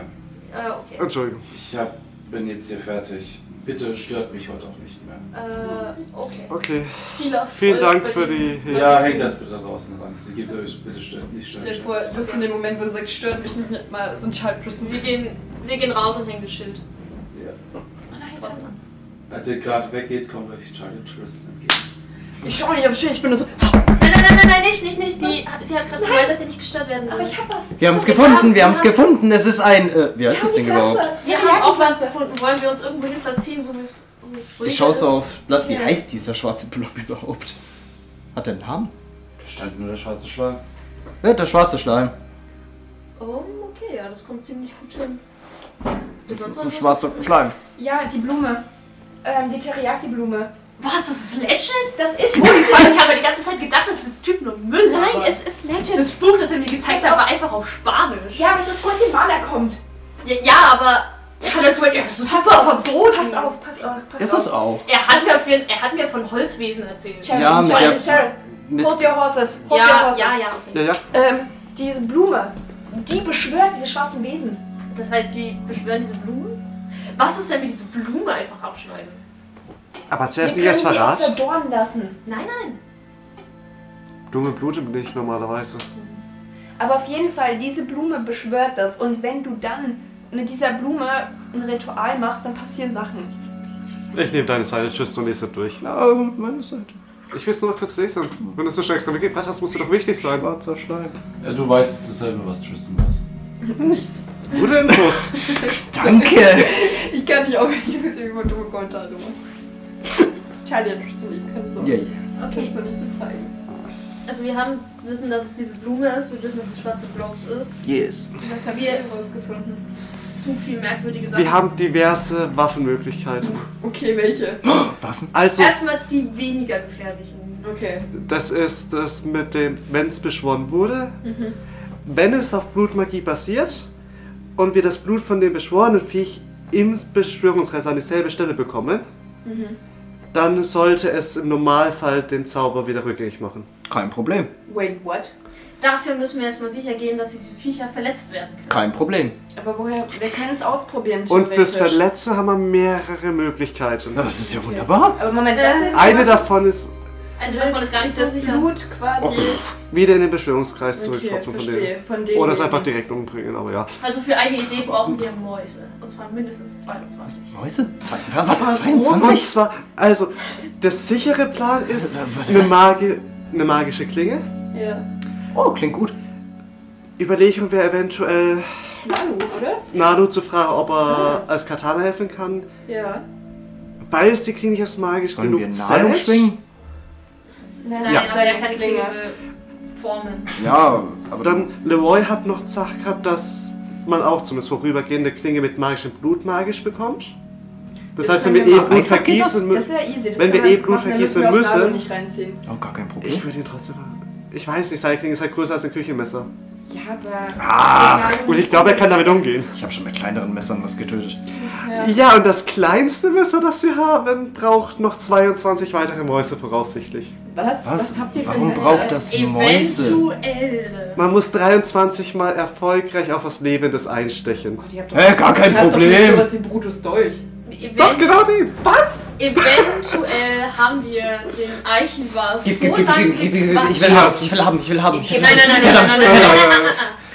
Speaker 3: Äh, okay.
Speaker 5: Entschuldigung.
Speaker 6: Ich hab, bin jetzt hier fertig. Bitte stört mich heute auch nicht mehr.
Speaker 3: Äh, okay.
Speaker 5: Okay.
Speaker 3: Viel Erfolg
Speaker 5: Vielen Dank
Speaker 3: bei
Speaker 5: für
Speaker 3: dem-
Speaker 5: die Hilfe.
Speaker 6: Ja, hängt das bitte draußen ran. Sie geht euch bitte stört, nicht
Speaker 2: Stell dir
Speaker 6: stören.
Speaker 2: vor, just in dem Moment, wo sie sagt, stört mich nicht mal, sind Child Prison.
Speaker 3: Wir gehen, wir gehen raus und hängen das Schild.
Speaker 6: Ja.
Speaker 3: Draußen an.
Speaker 6: Als ihr gerade weggeht, kommt euch Charlie Twist entgegen.
Speaker 2: Ich schau nicht auf Schild, ich bin nur so.
Speaker 3: Nein, nein, nein, nein, nein, nicht, nicht, nicht. Die, sie hat gerade gemeint, dass sie nicht gestört werden
Speaker 2: Aber
Speaker 3: will.
Speaker 2: ich hab was.
Speaker 4: Wir haben es
Speaker 3: Wir
Speaker 4: gefunden,
Speaker 3: haben-
Speaker 4: wir haben es
Speaker 3: wir
Speaker 4: gefunden. Es ist ein. Äh, wie heißt das Ding überhaupt?
Speaker 3: Wir haben auch was gefunden. Wollen wir uns irgendwo hin verziehen, wo es wo es ruhiger
Speaker 4: Ich schaue so
Speaker 3: ist?
Speaker 4: auf Blatt. Wie heißt dieser schwarze Blob überhaupt? Hat er einen Namen?
Speaker 6: Da stand nur der schwarze Schleim.
Speaker 4: Ja, der schwarze Schleim.
Speaker 3: Oh, okay, ja, das kommt ziemlich gut hin. Ist sonst noch
Speaker 4: Der
Speaker 3: was?
Speaker 4: schwarze Schleim.
Speaker 2: Ja, die Blume. Ähm, die Teriyaki-Blume.
Speaker 3: Was, das ist legit? Das ist Holy Ich habe die ganze Zeit gedacht, das ist Typ nur Müll.
Speaker 2: Nein,
Speaker 3: aber
Speaker 2: es ist legit.
Speaker 3: das Buch, das er mir gezeigt hat, war einfach auf Spanisch.
Speaker 2: ja, aber das ist Guatemala kommt.
Speaker 3: ja, ja aber
Speaker 2: Das ist super verboten. Pass auf, pass auf, pass
Speaker 4: Ist
Speaker 2: auf.
Speaker 4: es auch.
Speaker 3: er hat, mir, von- er hat mir von Holzwesen erzählt.
Speaker 2: Sharon,
Speaker 4: Ja, mit
Speaker 2: Sharon,
Speaker 4: der-
Speaker 2: Sharon,
Speaker 4: Mit
Speaker 2: hold your horses. Hold your
Speaker 3: ja,
Speaker 2: horses.
Speaker 3: ja, ja, okay.
Speaker 5: Ja, ja.
Speaker 2: Ähm, diese Blume, die beschwört diese schwarzen Wesen.
Speaker 3: Das heißt, sie beschwören diese Blumen? Was ist, wenn wir diese Blume einfach abschneiden?
Speaker 5: Aber
Speaker 2: Wir
Speaker 5: zuerst nicht
Speaker 2: können
Speaker 5: erst
Speaker 2: sie auch
Speaker 5: Verrat.
Speaker 2: verdorren lassen.
Speaker 3: Nein, nein.
Speaker 5: Dumme blutet nicht normalerweise.
Speaker 2: Aber auf jeden Fall, diese Blume beschwört das. Und wenn du dann mit dieser Blume ein Ritual machst, dann passieren Sachen.
Speaker 5: Ich nehme deine Seite, tschüss und lese durch.
Speaker 4: Ja, meine Seite.
Speaker 5: Ich will es nur noch kurz lesen. Wenn du es so schnell extra mitgebracht hast, musst du doch wichtig sein.
Speaker 4: Schwarzer Schleim.
Speaker 1: Ja, du weißt es dasselbe, was Tristan weiß.
Speaker 5: Gute Infos.
Speaker 4: Danke.
Speaker 2: Ich kann nicht auch, ich muss irgendwo dumme Kommentare machen. Charlie und Tristan, ich kann so.
Speaker 4: Yeah.
Speaker 3: Okay,
Speaker 2: noch nicht so zeigen.
Speaker 3: also wir haben, wissen, dass es diese Blume ist, wir wissen, dass es schwarze Blobs ist.
Speaker 4: Yes.
Speaker 2: Das haben
Speaker 3: wir
Speaker 2: herausgefunden.
Speaker 3: Zu viel merkwürdige Sachen.
Speaker 5: Wir haben diverse Waffenmöglichkeiten.
Speaker 2: Okay, welche?
Speaker 4: Waffen.
Speaker 5: Also,
Speaker 3: Erstmal die weniger gefährlichen.
Speaker 2: Okay.
Speaker 5: das ist das mit dem, wenn es beschworen wurde.
Speaker 2: Mhm.
Speaker 5: Wenn es auf Blutmagie basiert und wir das Blut von dem beschworenen Viech im Beschwörungskreis an dieselbe Stelle bekommen,
Speaker 2: Mhm.
Speaker 5: dann sollte es im Normalfall den Zauber wieder rückgängig machen.
Speaker 4: Kein Problem.
Speaker 2: Wait, what?
Speaker 3: Dafür müssen wir erstmal sicher gehen, dass diese Viecher verletzt werden können.
Speaker 4: Kein Problem.
Speaker 2: Aber woher? Wir können es ausprobieren.
Speaker 5: Und fürs
Speaker 2: theoretisch.
Speaker 5: Verletzen haben wir mehrere Möglichkeiten.
Speaker 4: Ja, das ist ja wunderbar.
Speaker 2: Aber Moment,
Speaker 3: Äh,
Speaker 2: das ist.
Speaker 5: Eine davon ist
Speaker 3: Eine davon ist gar nicht so
Speaker 2: das
Speaker 3: sicher.
Speaker 2: Blut quasi.
Speaker 5: wieder in den Beschwörungskreis
Speaker 2: okay,
Speaker 5: zurücktropfen Oh, von denen.
Speaker 2: verstehe. Von denen.
Speaker 5: Oder es einfach direkt umbringen, aber ja.
Speaker 3: Also für eine Idee brauchen wir Mäuse. Und zwar mindestens 22.
Speaker 4: Mäuse? Zwei, was?
Speaker 5: Und
Speaker 4: 22?
Speaker 5: zwar, also, der sichere Plan ist
Speaker 4: Äh, Was?
Speaker 5: eine, Magi eine magische Klinge.
Speaker 2: Ja.
Speaker 4: Oh, klingt gut.
Speaker 5: Überlegung wäre eventuell,
Speaker 2: Manu, oder?
Speaker 5: Nano zu fragen, ob er als Katana helfen kann.
Speaker 2: Ja.
Speaker 5: Weil es die Klinge nicht als magisch
Speaker 4: Sollen
Speaker 5: genug
Speaker 4: wir Nadeln
Speaker 5: zählt.
Speaker 4: schwingen?
Speaker 2: Nein,
Speaker 3: Nein, aber
Speaker 2: seine
Speaker 3: er kann die
Speaker 2: Klinge.
Speaker 3: Klinge formen.
Speaker 4: Ja, aber
Speaker 5: Dann, Leroy hat noch gesagt gehabt, dass man auch zumindest vorübergehende Klinge mit magischem Blut magisch bekommt. Das,
Speaker 2: Das
Speaker 5: heißt, wenn
Speaker 2: können wir
Speaker 5: wir eh
Speaker 2: machen.
Speaker 5: Blut
Speaker 4: Einfach geht das?
Speaker 5: vergießen
Speaker 2: Das
Speaker 5: müssen.
Speaker 2: wäre easy. Das
Speaker 5: Wenn
Speaker 2: kann
Speaker 5: wir eh
Speaker 2: man
Speaker 5: Blut
Speaker 2: machen, dann
Speaker 5: vergießen
Speaker 2: wir auf
Speaker 5: müssen-
Speaker 2: Nano nicht reinziehen.
Speaker 4: Oh, gar kein Problem.
Speaker 5: Ich würde ihn trotzdem. Ich weiß nicht, seine Klinge ist halt größer als ein Küchenmesser.
Speaker 2: Ja, aber.
Speaker 5: Ach, und ich glaube, er kann damit umgehen.
Speaker 4: Ich habe schon mit kleineren Messern was getötet.
Speaker 2: Ja.
Speaker 5: Ja, und das kleinste Messer, das wir haben, braucht noch 22 weitere Mäuse voraussichtlich.
Speaker 2: Was? Was, habt ihr für ein
Speaker 4: Warum
Speaker 2: Messer?
Speaker 4: braucht das
Speaker 3: Äh,
Speaker 4: Mäuse?
Speaker 3: Eventuell.
Speaker 5: Man muss 23 Mal erfolgreich auf was Lebendes einstechen.
Speaker 2: Gott, ihr habt doch.
Speaker 4: Hä, Äh, gar kein
Speaker 2: ihr habt Doch nicht
Speaker 4: Problem.
Speaker 2: sowas wie Brutus Dolch.
Speaker 5: Doch,
Speaker 3: Event
Speaker 5: genau den!
Speaker 3: eventuell haben wir den Archivar so
Speaker 4: Gib, gib, gib,
Speaker 3: lange
Speaker 4: gib, gib, gib, ich will
Speaker 3: gequatscht.
Speaker 4: haben, ich will haben, ich will haben. Ich will
Speaker 3: Nein, nein, nein, nein, nein, nein, nein, nein, nein,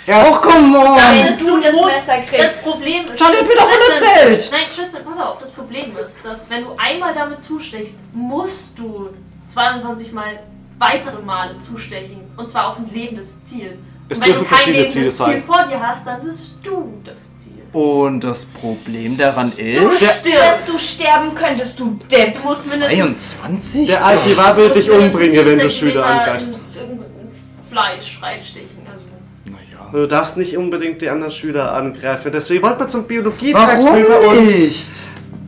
Speaker 3: nein, nein.
Speaker 4: Oh, come
Speaker 3: Nein,
Speaker 4: on!
Speaker 3: das- du das Messer Das
Speaker 2: Das
Speaker 3: Problem ist,
Speaker 4: Charlotte,
Speaker 3: dass
Speaker 4: wir doch
Speaker 3: Tristan-
Speaker 4: unerzählt.
Speaker 3: Nein, Tristan, pass auf, das Problem ist, dass wenn du einmal damit zustichst, musst du 22 Mal weitere Male zustechen. Und zwar auf ein lebendes Ziel.
Speaker 5: Es
Speaker 3: und wenn du
Speaker 5: dürfen
Speaker 3: kein
Speaker 5: verschiedene
Speaker 3: lebendes
Speaker 5: Ziele
Speaker 3: Ziel
Speaker 5: sein.
Speaker 3: vor dir hast, dann wirst du das Ziel.
Speaker 4: Und das Problem daran
Speaker 2: Du
Speaker 4: ist.
Speaker 2: stirbst, du sterben könntest, du Depp.
Speaker 3: Du musst mindestens,
Speaker 4: 22?
Speaker 5: Der Archivar will
Speaker 3: musst
Speaker 5: dich
Speaker 3: mindestens
Speaker 5: umbringen, wenn du
Speaker 3: 7
Speaker 5: Schüler
Speaker 3: Zentimeter
Speaker 5: angreifst.
Speaker 3: in- in Fleisch reinstechen. Also,
Speaker 4: Naja.
Speaker 5: Du darfst nicht unbedingt die anderen Schüler angreifen. Deswegen wollte man zum Biologietag rüber
Speaker 4: Warum
Speaker 5: und
Speaker 4: nicht?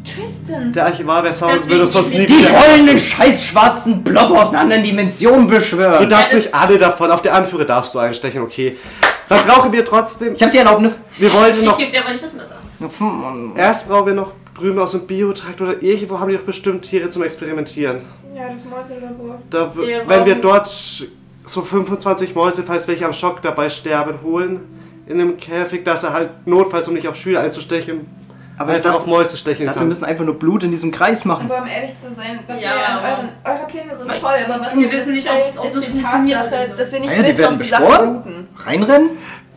Speaker 2: Tristan.
Speaker 5: der Archivar wäre sauer und
Speaker 3: Deswegen
Speaker 5: würde uns sonst nie
Speaker 3: sind
Speaker 4: Die
Speaker 5: wieder.
Speaker 4: wollen den scheiß schwarzen Blob aus einer anderen Dimension
Speaker 5: Du
Speaker 4: beschwören.
Speaker 5: darfst
Speaker 3: Ja, das-
Speaker 5: nicht alle davon, auf der Anführer darfst du einstechen, okay. Dann brauchen wir trotzdem.
Speaker 4: Ich habe die Erlaubnis.
Speaker 5: Wir wollten
Speaker 3: ich
Speaker 5: noch.
Speaker 3: gebe dir aber nicht das Messer.
Speaker 4: Hm,
Speaker 5: Erst brauchen wir noch drüben aus dem Biotrakt oder irgendwo haben die doch bestimmt Tiere zum Experimentieren.
Speaker 2: Ja, das Mäuselabor.
Speaker 5: Da, w-
Speaker 3: Wir
Speaker 5: wenn wir
Speaker 3: brauchen-
Speaker 5: dort so 25 Mäuse, falls welche am Schock dabei sterben, holen in dem Käfig, dass er halt notfalls, um nicht auf Schüler einzustechen,
Speaker 4: Aber ich
Speaker 5: einfach auf
Speaker 4: dachte,
Speaker 5: Mäuse
Speaker 4: ich
Speaker 5: stechen
Speaker 4: dachte, wir
Speaker 5: kann.
Speaker 4: müssen einfach nur Blut in diesem Kreis machen.
Speaker 2: Aber um ehrlich zu sein, was
Speaker 3: Ja.
Speaker 2: wir an euren, eure Pläne sind toll, aber was
Speaker 3: Wir wissen nicht, ob-
Speaker 2: fehlt,
Speaker 3: ob
Speaker 2: ist
Speaker 3: das
Speaker 2: die
Speaker 3: funktioniert oder
Speaker 2: Tatsache,
Speaker 3: nicht.
Speaker 2: dass wir nicht
Speaker 4: Naja, die
Speaker 2: wissen,
Speaker 4: werden
Speaker 2: ob die Sachen
Speaker 4: beschworen.
Speaker 2: bluten.
Speaker 4: Reinrennen?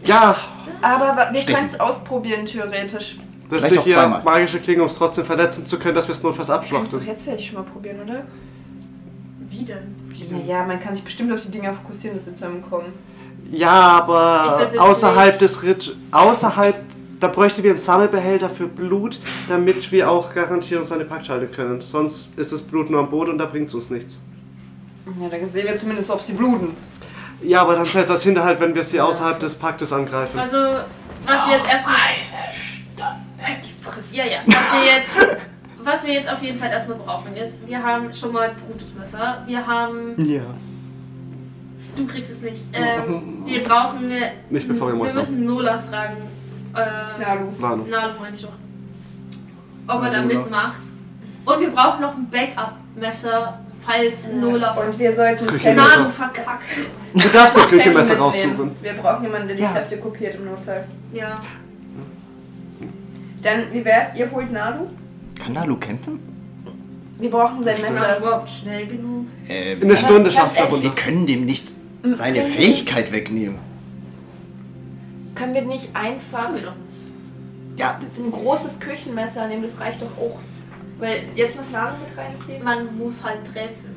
Speaker 5: ja,
Speaker 2: Aber wa- wir
Speaker 4: Stechen.
Speaker 2: können es ausprobieren, theoretisch.
Speaker 5: dass
Speaker 4: Vielleicht
Speaker 5: wir
Speaker 4: auch
Speaker 5: hier
Speaker 4: zweimal.
Speaker 5: magische Klingen, um es trotzdem verletzen zu können, dass wir es notfalls
Speaker 2: Kannst du doch
Speaker 5: abschlachten.
Speaker 2: jetzt vielleicht schon mal probieren, oder?
Speaker 3: Wie denn?
Speaker 2: Naja, man kann sich bestimmt auf die Dinger fokussieren, dass sie zu einem kommen.
Speaker 5: Ja,
Speaker 3: Ich
Speaker 5: aber
Speaker 3: würd's jetzt
Speaker 5: außerhalb
Speaker 3: nicht-
Speaker 5: des Rit außerhalb, da bräuchten wir einen Sammelbehälter für Blut, damit wir auch garantiert uns an den Pakt halten können. Sonst ist das Blut nur am Boden und da bringt es uns nichts.
Speaker 2: Ja, dann sehen wir zumindest, ob sie bluten.
Speaker 5: Ja, aber dann ist jetzt das Hinterhalt, wenn wir sie außerhalb des Paktes angreifen.
Speaker 3: Also, was wir jetzt erstmal. Ja, ja. Was wir jetzt. Was wir jetzt auf jeden Fall erstmal brauchen ist, wir haben schon mal Brutmesser, wir haben.
Speaker 4: Ja.
Speaker 3: Du kriegst es nicht.
Speaker 2: Hm,
Speaker 3: Ähm, wir brauchen eine.
Speaker 5: Nicht bevor wir
Speaker 3: Wir
Speaker 5: Mäuse
Speaker 3: müssen Nola fragen. Äh,
Speaker 2: Ja, du.
Speaker 5: Warnung.
Speaker 3: Nalu meine ich doch. Ob er da
Speaker 4: Nola.
Speaker 3: mitmacht. Und wir brauchen noch ein Backup-Messer, falls Nola
Speaker 2: Und wir sollten
Speaker 5: Küche-
Speaker 2: Sally-
Speaker 3: Nalu verkackt.
Speaker 5: Du darfst das
Speaker 2: Sally
Speaker 5: Küchenmesser
Speaker 2: mitnehmen.
Speaker 5: raussuchen.
Speaker 2: Wir brauchen jemanden, der die
Speaker 4: Ja.
Speaker 2: Kräfte kopiert im Notfall.
Speaker 3: Ja.
Speaker 2: Dann, wie wär's, ihr holt Nalu?
Speaker 4: Kann Nalu kämpfen?
Speaker 2: Wir brauchen sein
Speaker 3: Ist das
Speaker 2: Messer.
Speaker 3: überhaupt schnell genug?
Speaker 4: Äh,
Speaker 5: In der Stunde
Speaker 2: ganz
Speaker 5: schafft er
Speaker 2: ehrlich,
Speaker 5: runter.
Speaker 4: wir können dem nicht seine
Speaker 2: Mhm.
Speaker 4: Fähigkeit wegnehmen.
Speaker 2: Können wir nicht einfach
Speaker 3: Haben wir doch.
Speaker 4: Ja,
Speaker 2: ein großes Küchenmesser nehmen? Das reicht doch auch. Weil jetzt noch Nalu mit reinziehen?
Speaker 3: Man muss halt treffen.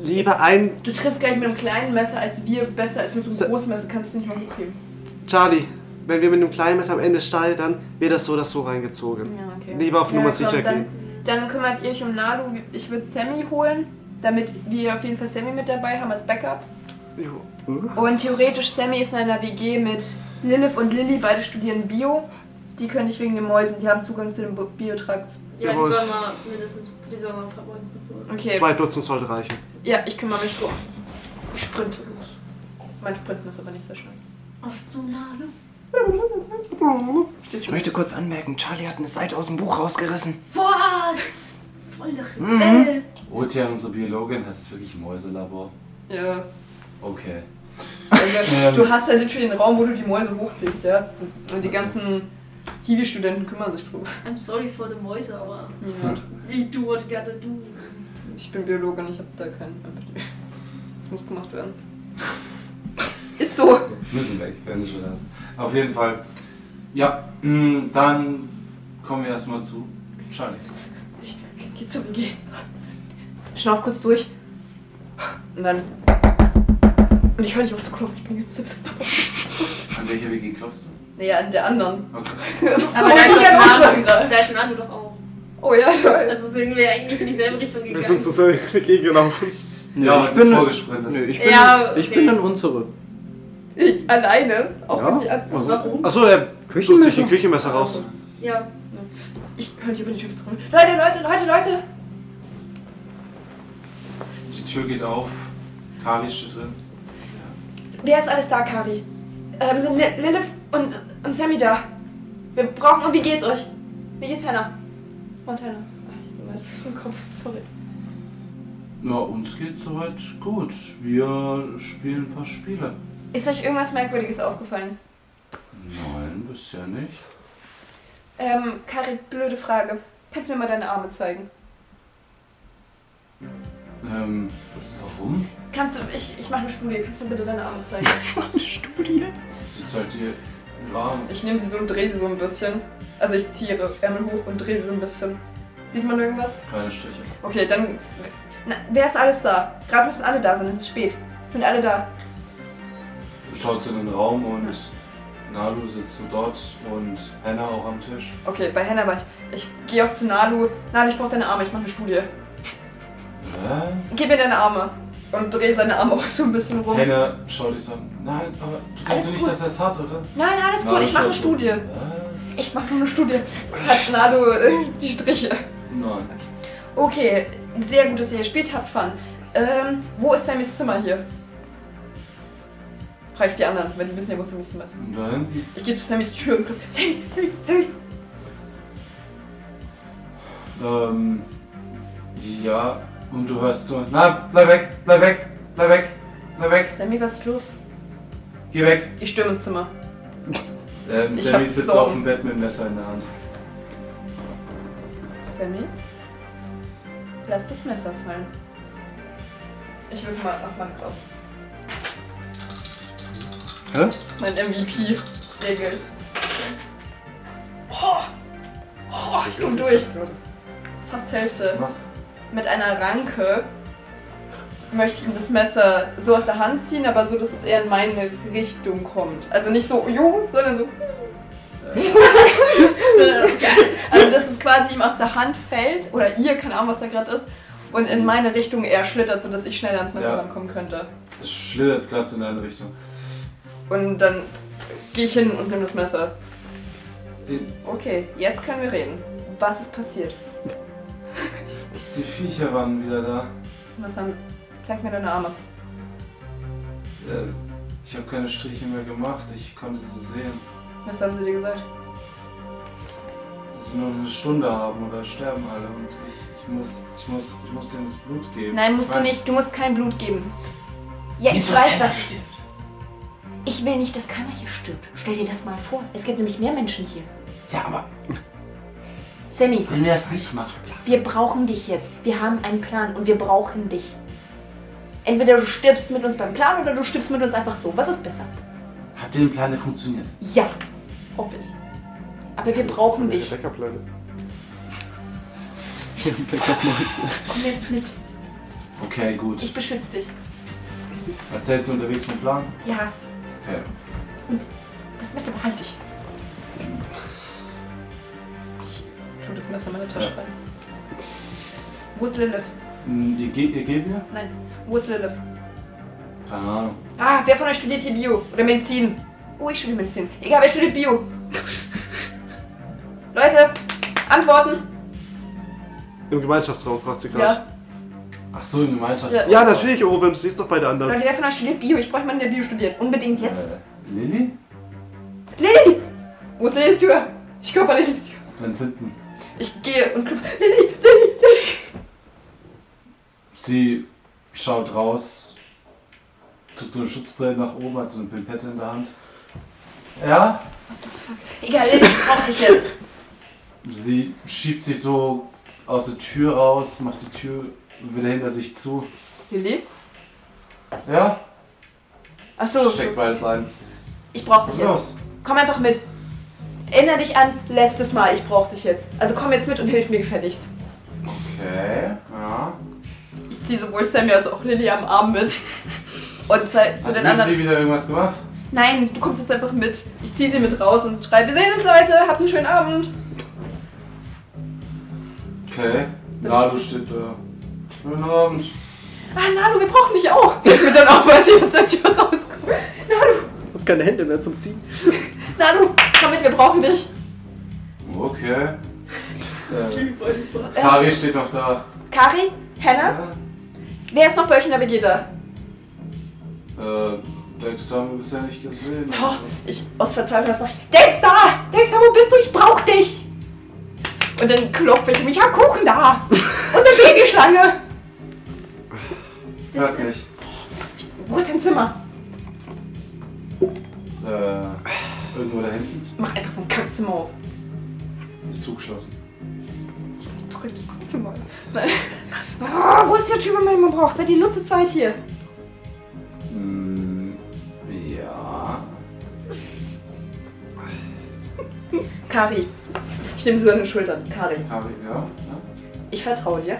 Speaker 5: Lieber ein
Speaker 2: Du triffst gleich mit einem kleinen Messer als wir, besser als mit so
Speaker 5: Sa-
Speaker 2: einem großen Messer. Kannst du nicht mal hochheben.
Speaker 5: Charlie. Wenn wir mit einem kleinen Messer am Ende steigen, dann wird das so oder so reingezogen.
Speaker 2: Ja, okay.
Speaker 5: Lieber auf Nummer sicher
Speaker 2: dann,
Speaker 5: gehen.
Speaker 2: dann kümmert ihr euch um Nalu. Ich würde Sammy holen, damit wir auf jeden Fall Sammy mit dabei haben als Backup.
Speaker 5: Jo.
Speaker 2: Und theoretisch, Sammy ist in einer WG mit Lilith und Lilly, beide studieren Bio. Die können ich wegen den Mäusen, die haben Zugang zu den Bu- Biotrakt.
Speaker 3: Ja, die
Speaker 5: Jawohl.
Speaker 3: sollen mal mindestens die sollen mal ein paar Bolzen besorgen.
Speaker 2: Okay,
Speaker 5: Zwei Dutzend sollte reichen.
Speaker 2: ja, ich kümmere mich drum. Ich sprinte los. Mein Sprinten ist aber nicht so schnell.
Speaker 3: Auf zu Nalu.
Speaker 4: ich möchte kurz anmerken, Charlie hat eine Seite aus dem Buch rausgerissen.
Speaker 3: What? Voll der Äh. Rebell.
Speaker 1: Holt ihr unsere Biologin? Heißt es wirklich Mäuselabor?
Speaker 2: Ja.
Speaker 1: Okay.
Speaker 2: Also, du hast ja literally den Raum, wo du die Mäuse hochziehst, ja? Und die ganzen Hiwi-Studenten kümmern sich drum.
Speaker 3: I'm sorry for the Mäuse, aber you do what you gotta do.
Speaker 2: Ich bin Biologin, ich habe da keinen Empathie. Das muss gemacht werden. Ist so.
Speaker 1: Müssen weg, wenn sie schon da sind. Auf jeden Fall. Ja, mh, dann kommen wir erstmal zu Charlie.
Speaker 2: Geh zur WG. Schnauf kurz durch. Und dann. Und ich höre nicht auf zu klopfen, ich bin jetzt tipp.
Speaker 1: An welcher WG klopfst du?
Speaker 2: Naja, an der anderen.
Speaker 1: Okay.
Speaker 2: Aber
Speaker 3: da ist,
Speaker 2: da
Speaker 3: doch
Speaker 2: ist
Speaker 3: Nalu, da ist Nalu doch auch.
Speaker 2: Oh ja, toll.
Speaker 3: Also sind wir eigentlich in dieselbe Richtung gegangen.
Speaker 5: Wir sind zur WG gelaufen.
Speaker 1: Ja, was ist vorgesprintet?
Speaker 4: Nö, ich bin,
Speaker 3: Ja,
Speaker 4: ich
Speaker 3: okay.
Speaker 4: bin in unsere.
Speaker 2: Ich alleine. Auch
Speaker 4: Ja?
Speaker 2: wenn die an
Speaker 3: Warum?
Speaker 5: Achso, er sucht sich ein Küchenmesser raus.
Speaker 3: Ja.
Speaker 2: Ich höre nicht auf die Tür zu drücken. Leute, Leute, Leute, Leute!
Speaker 1: Die Tür geht auf. Kari steht drin.
Speaker 2: Wer ist alles da, Kari? Ähm, sind Li- Lilith und, und Sammy da? Wir brauchen. Und wie geht's euch? Wie geht's Hannah? Und Hannah. Ach, ich weiß, im Kopf, sorry.
Speaker 1: Ja, uns geht's soweit gut. Wir spielen ein paar Spiele.
Speaker 2: Ist euch irgendwas Merkwürdiges aufgefallen?
Speaker 1: Nein, bisher nicht.
Speaker 2: Ähm, Kari, blöde Frage. Kannst du mir mal deine Arme zeigen?
Speaker 1: Ähm, warum?
Speaker 2: Kannst du, ich, ich mache eine Studie, kannst du mir bitte deine Arme zeigen?
Speaker 1: Sie zeigt ihr ja,
Speaker 2: Ich nehme sie so und drehe sie so ein bisschen. Also ich ziehe ihre Ärmel hoch und drehe sie so ein bisschen. Sieht man irgendwas?
Speaker 1: keine Striche.
Speaker 2: Okay, dann. Na, wer ist alles da? Gerade müssen alle da sein, es ist spät. Sind alle da?
Speaker 1: Du schaust in den Raum und Nalu sitzt so dort und Hannah auch am Tisch.
Speaker 2: Okay, bei Hannah war ich. Ich gehe auch zu Nalu. Nalu, ich brauche deine Arme, ich mache eine Studie.
Speaker 1: Was?
Speaker 2: Gib mir deine Arme. Und drehe seine Arme auch so ein bisschen rum.
Speaker 1: Hannah schaut dich so an. Nein, aber du
Speaker 2: Alles
Speaker 1: kannst nicht,
Speaker 2: gut.
Speaker 1: dass er es hat, oder?
Speaker 2: Nein, alles gut,
Speaker 1: Nalu
Speaker 2: ich mache eine
Speaker 1: schaut so,
Speaker 2: Studie.
Speaker 1: Was?
Speaker 2: Ich mache nur eine Studie. Hat Nalu äh, die Striche.
Speaker 1: Nein.
Speaker 2: Okay, sehr gut, dass ihr gespielt habt, Fun. Ähm, wo ist Sammys Zimmer hier? Frag ich die anderen, weil die wissen ja, wo Sammys Zimmer ist.
Speaker 1: Und da hinten?
Speaker 2: Ich gehe zu Sammys Tür und klopfe. Sammy, Sammy, Sammy.
Speaker 1: Ähm, ja, und du hörst nur, nein, bleib weg, bleib weg, bleib weg, bleib weg,
Speaker 2: Sammy, was ist los?
Speaker 1: geh weg.
Speaker 2: Ich stürme ins Zimmer.
Speaker 1: Ähm,
Speaker 2: Ich
Speaker 1: Sammy
Speaker 2: hab
Speaker 1: sitzt
Speaker 2: Sorgen.
Speaker 1: auf dem Bett mit dem Messer in der Hand.
Speaker 2: Sammy? Lass das Messer fallen. Ich würfel mal nach meinem Kopf.
Speaker 4: Hä?
Speaker 2: Mein MVP regelt. Oh, oh, ich komm durch. Fast Hälfte.
Speaker 1: Was?
Speaker 2: Mit einer Ranke möchte ich ihm das Messer so aus der Hand ziehen, aber so, dass es eher in meine Richtung kommt. Also nicht so, juh, sondern so. also, dass es quasi ihm aus der Hand fällt, oder ihr, keine Ahnung, was da gerade ist, und in meine Richtung eher schlittert, sodass ich schneller ans Messer
Speaker 1: Ja.
Speaker 2: rankommen könnte.
Speaker 1: Es schlittert gerade so in deine Richtung.
Speaker 2: Und dann gehe ich hin und nehme das Messer.
Speaker 1: Die,
Speaker 2: Okay, jetzt können wir reden. Was ist passiert?
Speaker 1: die Viecher waren wieder da.
Speaker 2: Was haben. Zeig mir deine Arme.
Speaker 1: Äh, ich habe keine Striche mehr gemacht, ich konnte sie sehen.
Speaker 2: Was haben sie dir gesagt?
Speaker 1: Dass wir nur eine Stunde haben oder sterben alle und ich, ich muss, ich muss, ich muss denen das Blut geben.
Speaker 2: Nein, musst
Speaker 1: Ich
Speaker 2: du
Speaker 1: mein,
Speaker 2: nicht. Du musst kein Blut geben. Ja, ich weiß, was es ist.
Speaker 7: Ich will nicht, dass keiner hier stirbt. Stell dir das mal vor. Es gibt nämlich mehr Menschen hier.
Speaker 8: Ja, aber
Speaker 7: Sammy,
Speaker 8: wenn wir das nicht machen,
Speaker 7: wir brauchen dich jetzt. Wir haben einen Plan und wir brauchen dich. Entweder du stirbst mit uns beim Plan oder du stirbst mit uns einfach so. Was ist besser?
Speaker 8: habt ihr den Plan, der funktioniert?
Speaker 7: Ja, hoffe ich. Aber wir brauchen dich.
Speaker 5: Backup-Pläne.
Speaker 7: Komm jetzt mit.
Speaker 1: Okay, gut.
Speaker 7: Ich beschütze dich.
Speaker 1: Erzählst du unterwegs vom Plan?
Speaker 7: Ja,
Speaker 1: Okay.
Speaker 7: das Messer behalte ich.
Speaker 2: Tu das Messer in meine Tasche rein. Wo ist Lilith?
Speaker 1: Hm, Ihr, ge ihr geht mir?
Speaker 2: Wo ist Lilith?
Speaker 1: Keine Ahnung.
Speaker 2: Ah, wer von euch studiert hier Bio? Oder Medizin? Oh, ich studiere Medizin. Egal, wer studiert Bio? Leute, Antworten.
Speaker 5: Im Gemeinschaftsraum fragt sie gerade.
Speaker 2: Ja.
Speaker 1: Ach so, im Gemeinschafts...
Speaker 2: Ja.
Speaker 5: Ja. natürlich, Owen, du siehst doch bei der anderen.
Speaker 2: Leute, wer von euch studiert Bio? Ich brauche jemanden, der Bio studiert. Unbedingt jetzt.
Speaker 1: Äh, Lilly?
Speaker 2: Lilly! Wo ist Lillys Tür? Ich körper Lillys Tür.
Speaker 1: Ganz hinten.
Speaker 2: Ich gehe und klopfe. Lilly, Lilly, Lilly.
Speaker 1: Sie schaut raus, tut so eine Schutzbrille nach oben, hat so eine Pimpette in der Hand. Ja?
Speaker 2: Egal, Lilly, ich brauche dich jetzt.
Speaker 1: Sie schiebt sich so aus der Tür raus, macht die Tür wieder hinter sich zu.
Speaker 2: Lilly?
Speaker 1: Ja?
Speaker 2: Achso,
Speaker 1: Steckt beides ein.
Speaker 2: ich brauche
Speaker 1: Was
Speaker 2: dich
Speaker 1: ist
Speaker 2: jetzt.
Speaker 1: los?
Speaker 2: Komm einfach mit. Erinner dich an letztes Mal, ich brauche dich jetzt. Also komm jetzt mit und hilf mir gefälligst.
Speaker 1: Okay, ja.
Speaker 2: Ich ziehe sowohl Sammy als auch Lilly am Arm mit. Und zei- zu
Speaker 1: Hat
Speaker 2: den
Speaker 1: Lizzie
Speaker 2: anderen.
Speaker 1: wieder irgendwas gemacht?
Speaker 2: Nein, du kommst jetzt einfach mit. Ich ziehe sie mit raus und schreie, wir sehen uns, Leute, habt einen schönen Abend.
Speaker 1: Okay. Lado steht da. Schönen Abend.
Speaker 2: Ah, Nalu, wir brauchen dich auch. Ich bin dann auch, weil sie aus der Tür rauskommt. Nalu,
Speaker 4: Du hast keine Hände mehr zum Ziehen.
Speaker 2: Nalu, komm mit, wir brauchen dich.
Speaker 1: Okay. Äh, Kari steht noch da.
Speaker 2: Kari, Hannah, wer ist noch bei euch in der WG da?
Speaker 1: Äh, Dexter haben wir bisher nicht gesehen. Also,
Speaker 2: Oh, ich aus Verzweiflung das noch. Dexter! Dexter, wo bist du? Ich brauch dich! Und dann klopfe ich mich, ich hab Kuchen da! Und eine Babyschlange!
Speaker 1: Hört nicht.
Speaker 2: Wo ist dein Zimmer?
Speaker 1: Äh, irgendwo da hinten.
Speaker 2: Ich mach einfach so ein Kackzimmer auf.
Speaker 1: Ist zugeschlossen.
Speaker 2: Drück das Kackzimmer auf. Nein. Ah, wo ist der Typ, den man immer braucht? Seid ihr nur zu zweit hier?
Speaker 1: Hm, ja.
Speaker 2: Kari. Ich nehme sie so an den Schultern. Kari,
Speaker 1: Kari, ja.
Speaker 2: ich vertraue dir.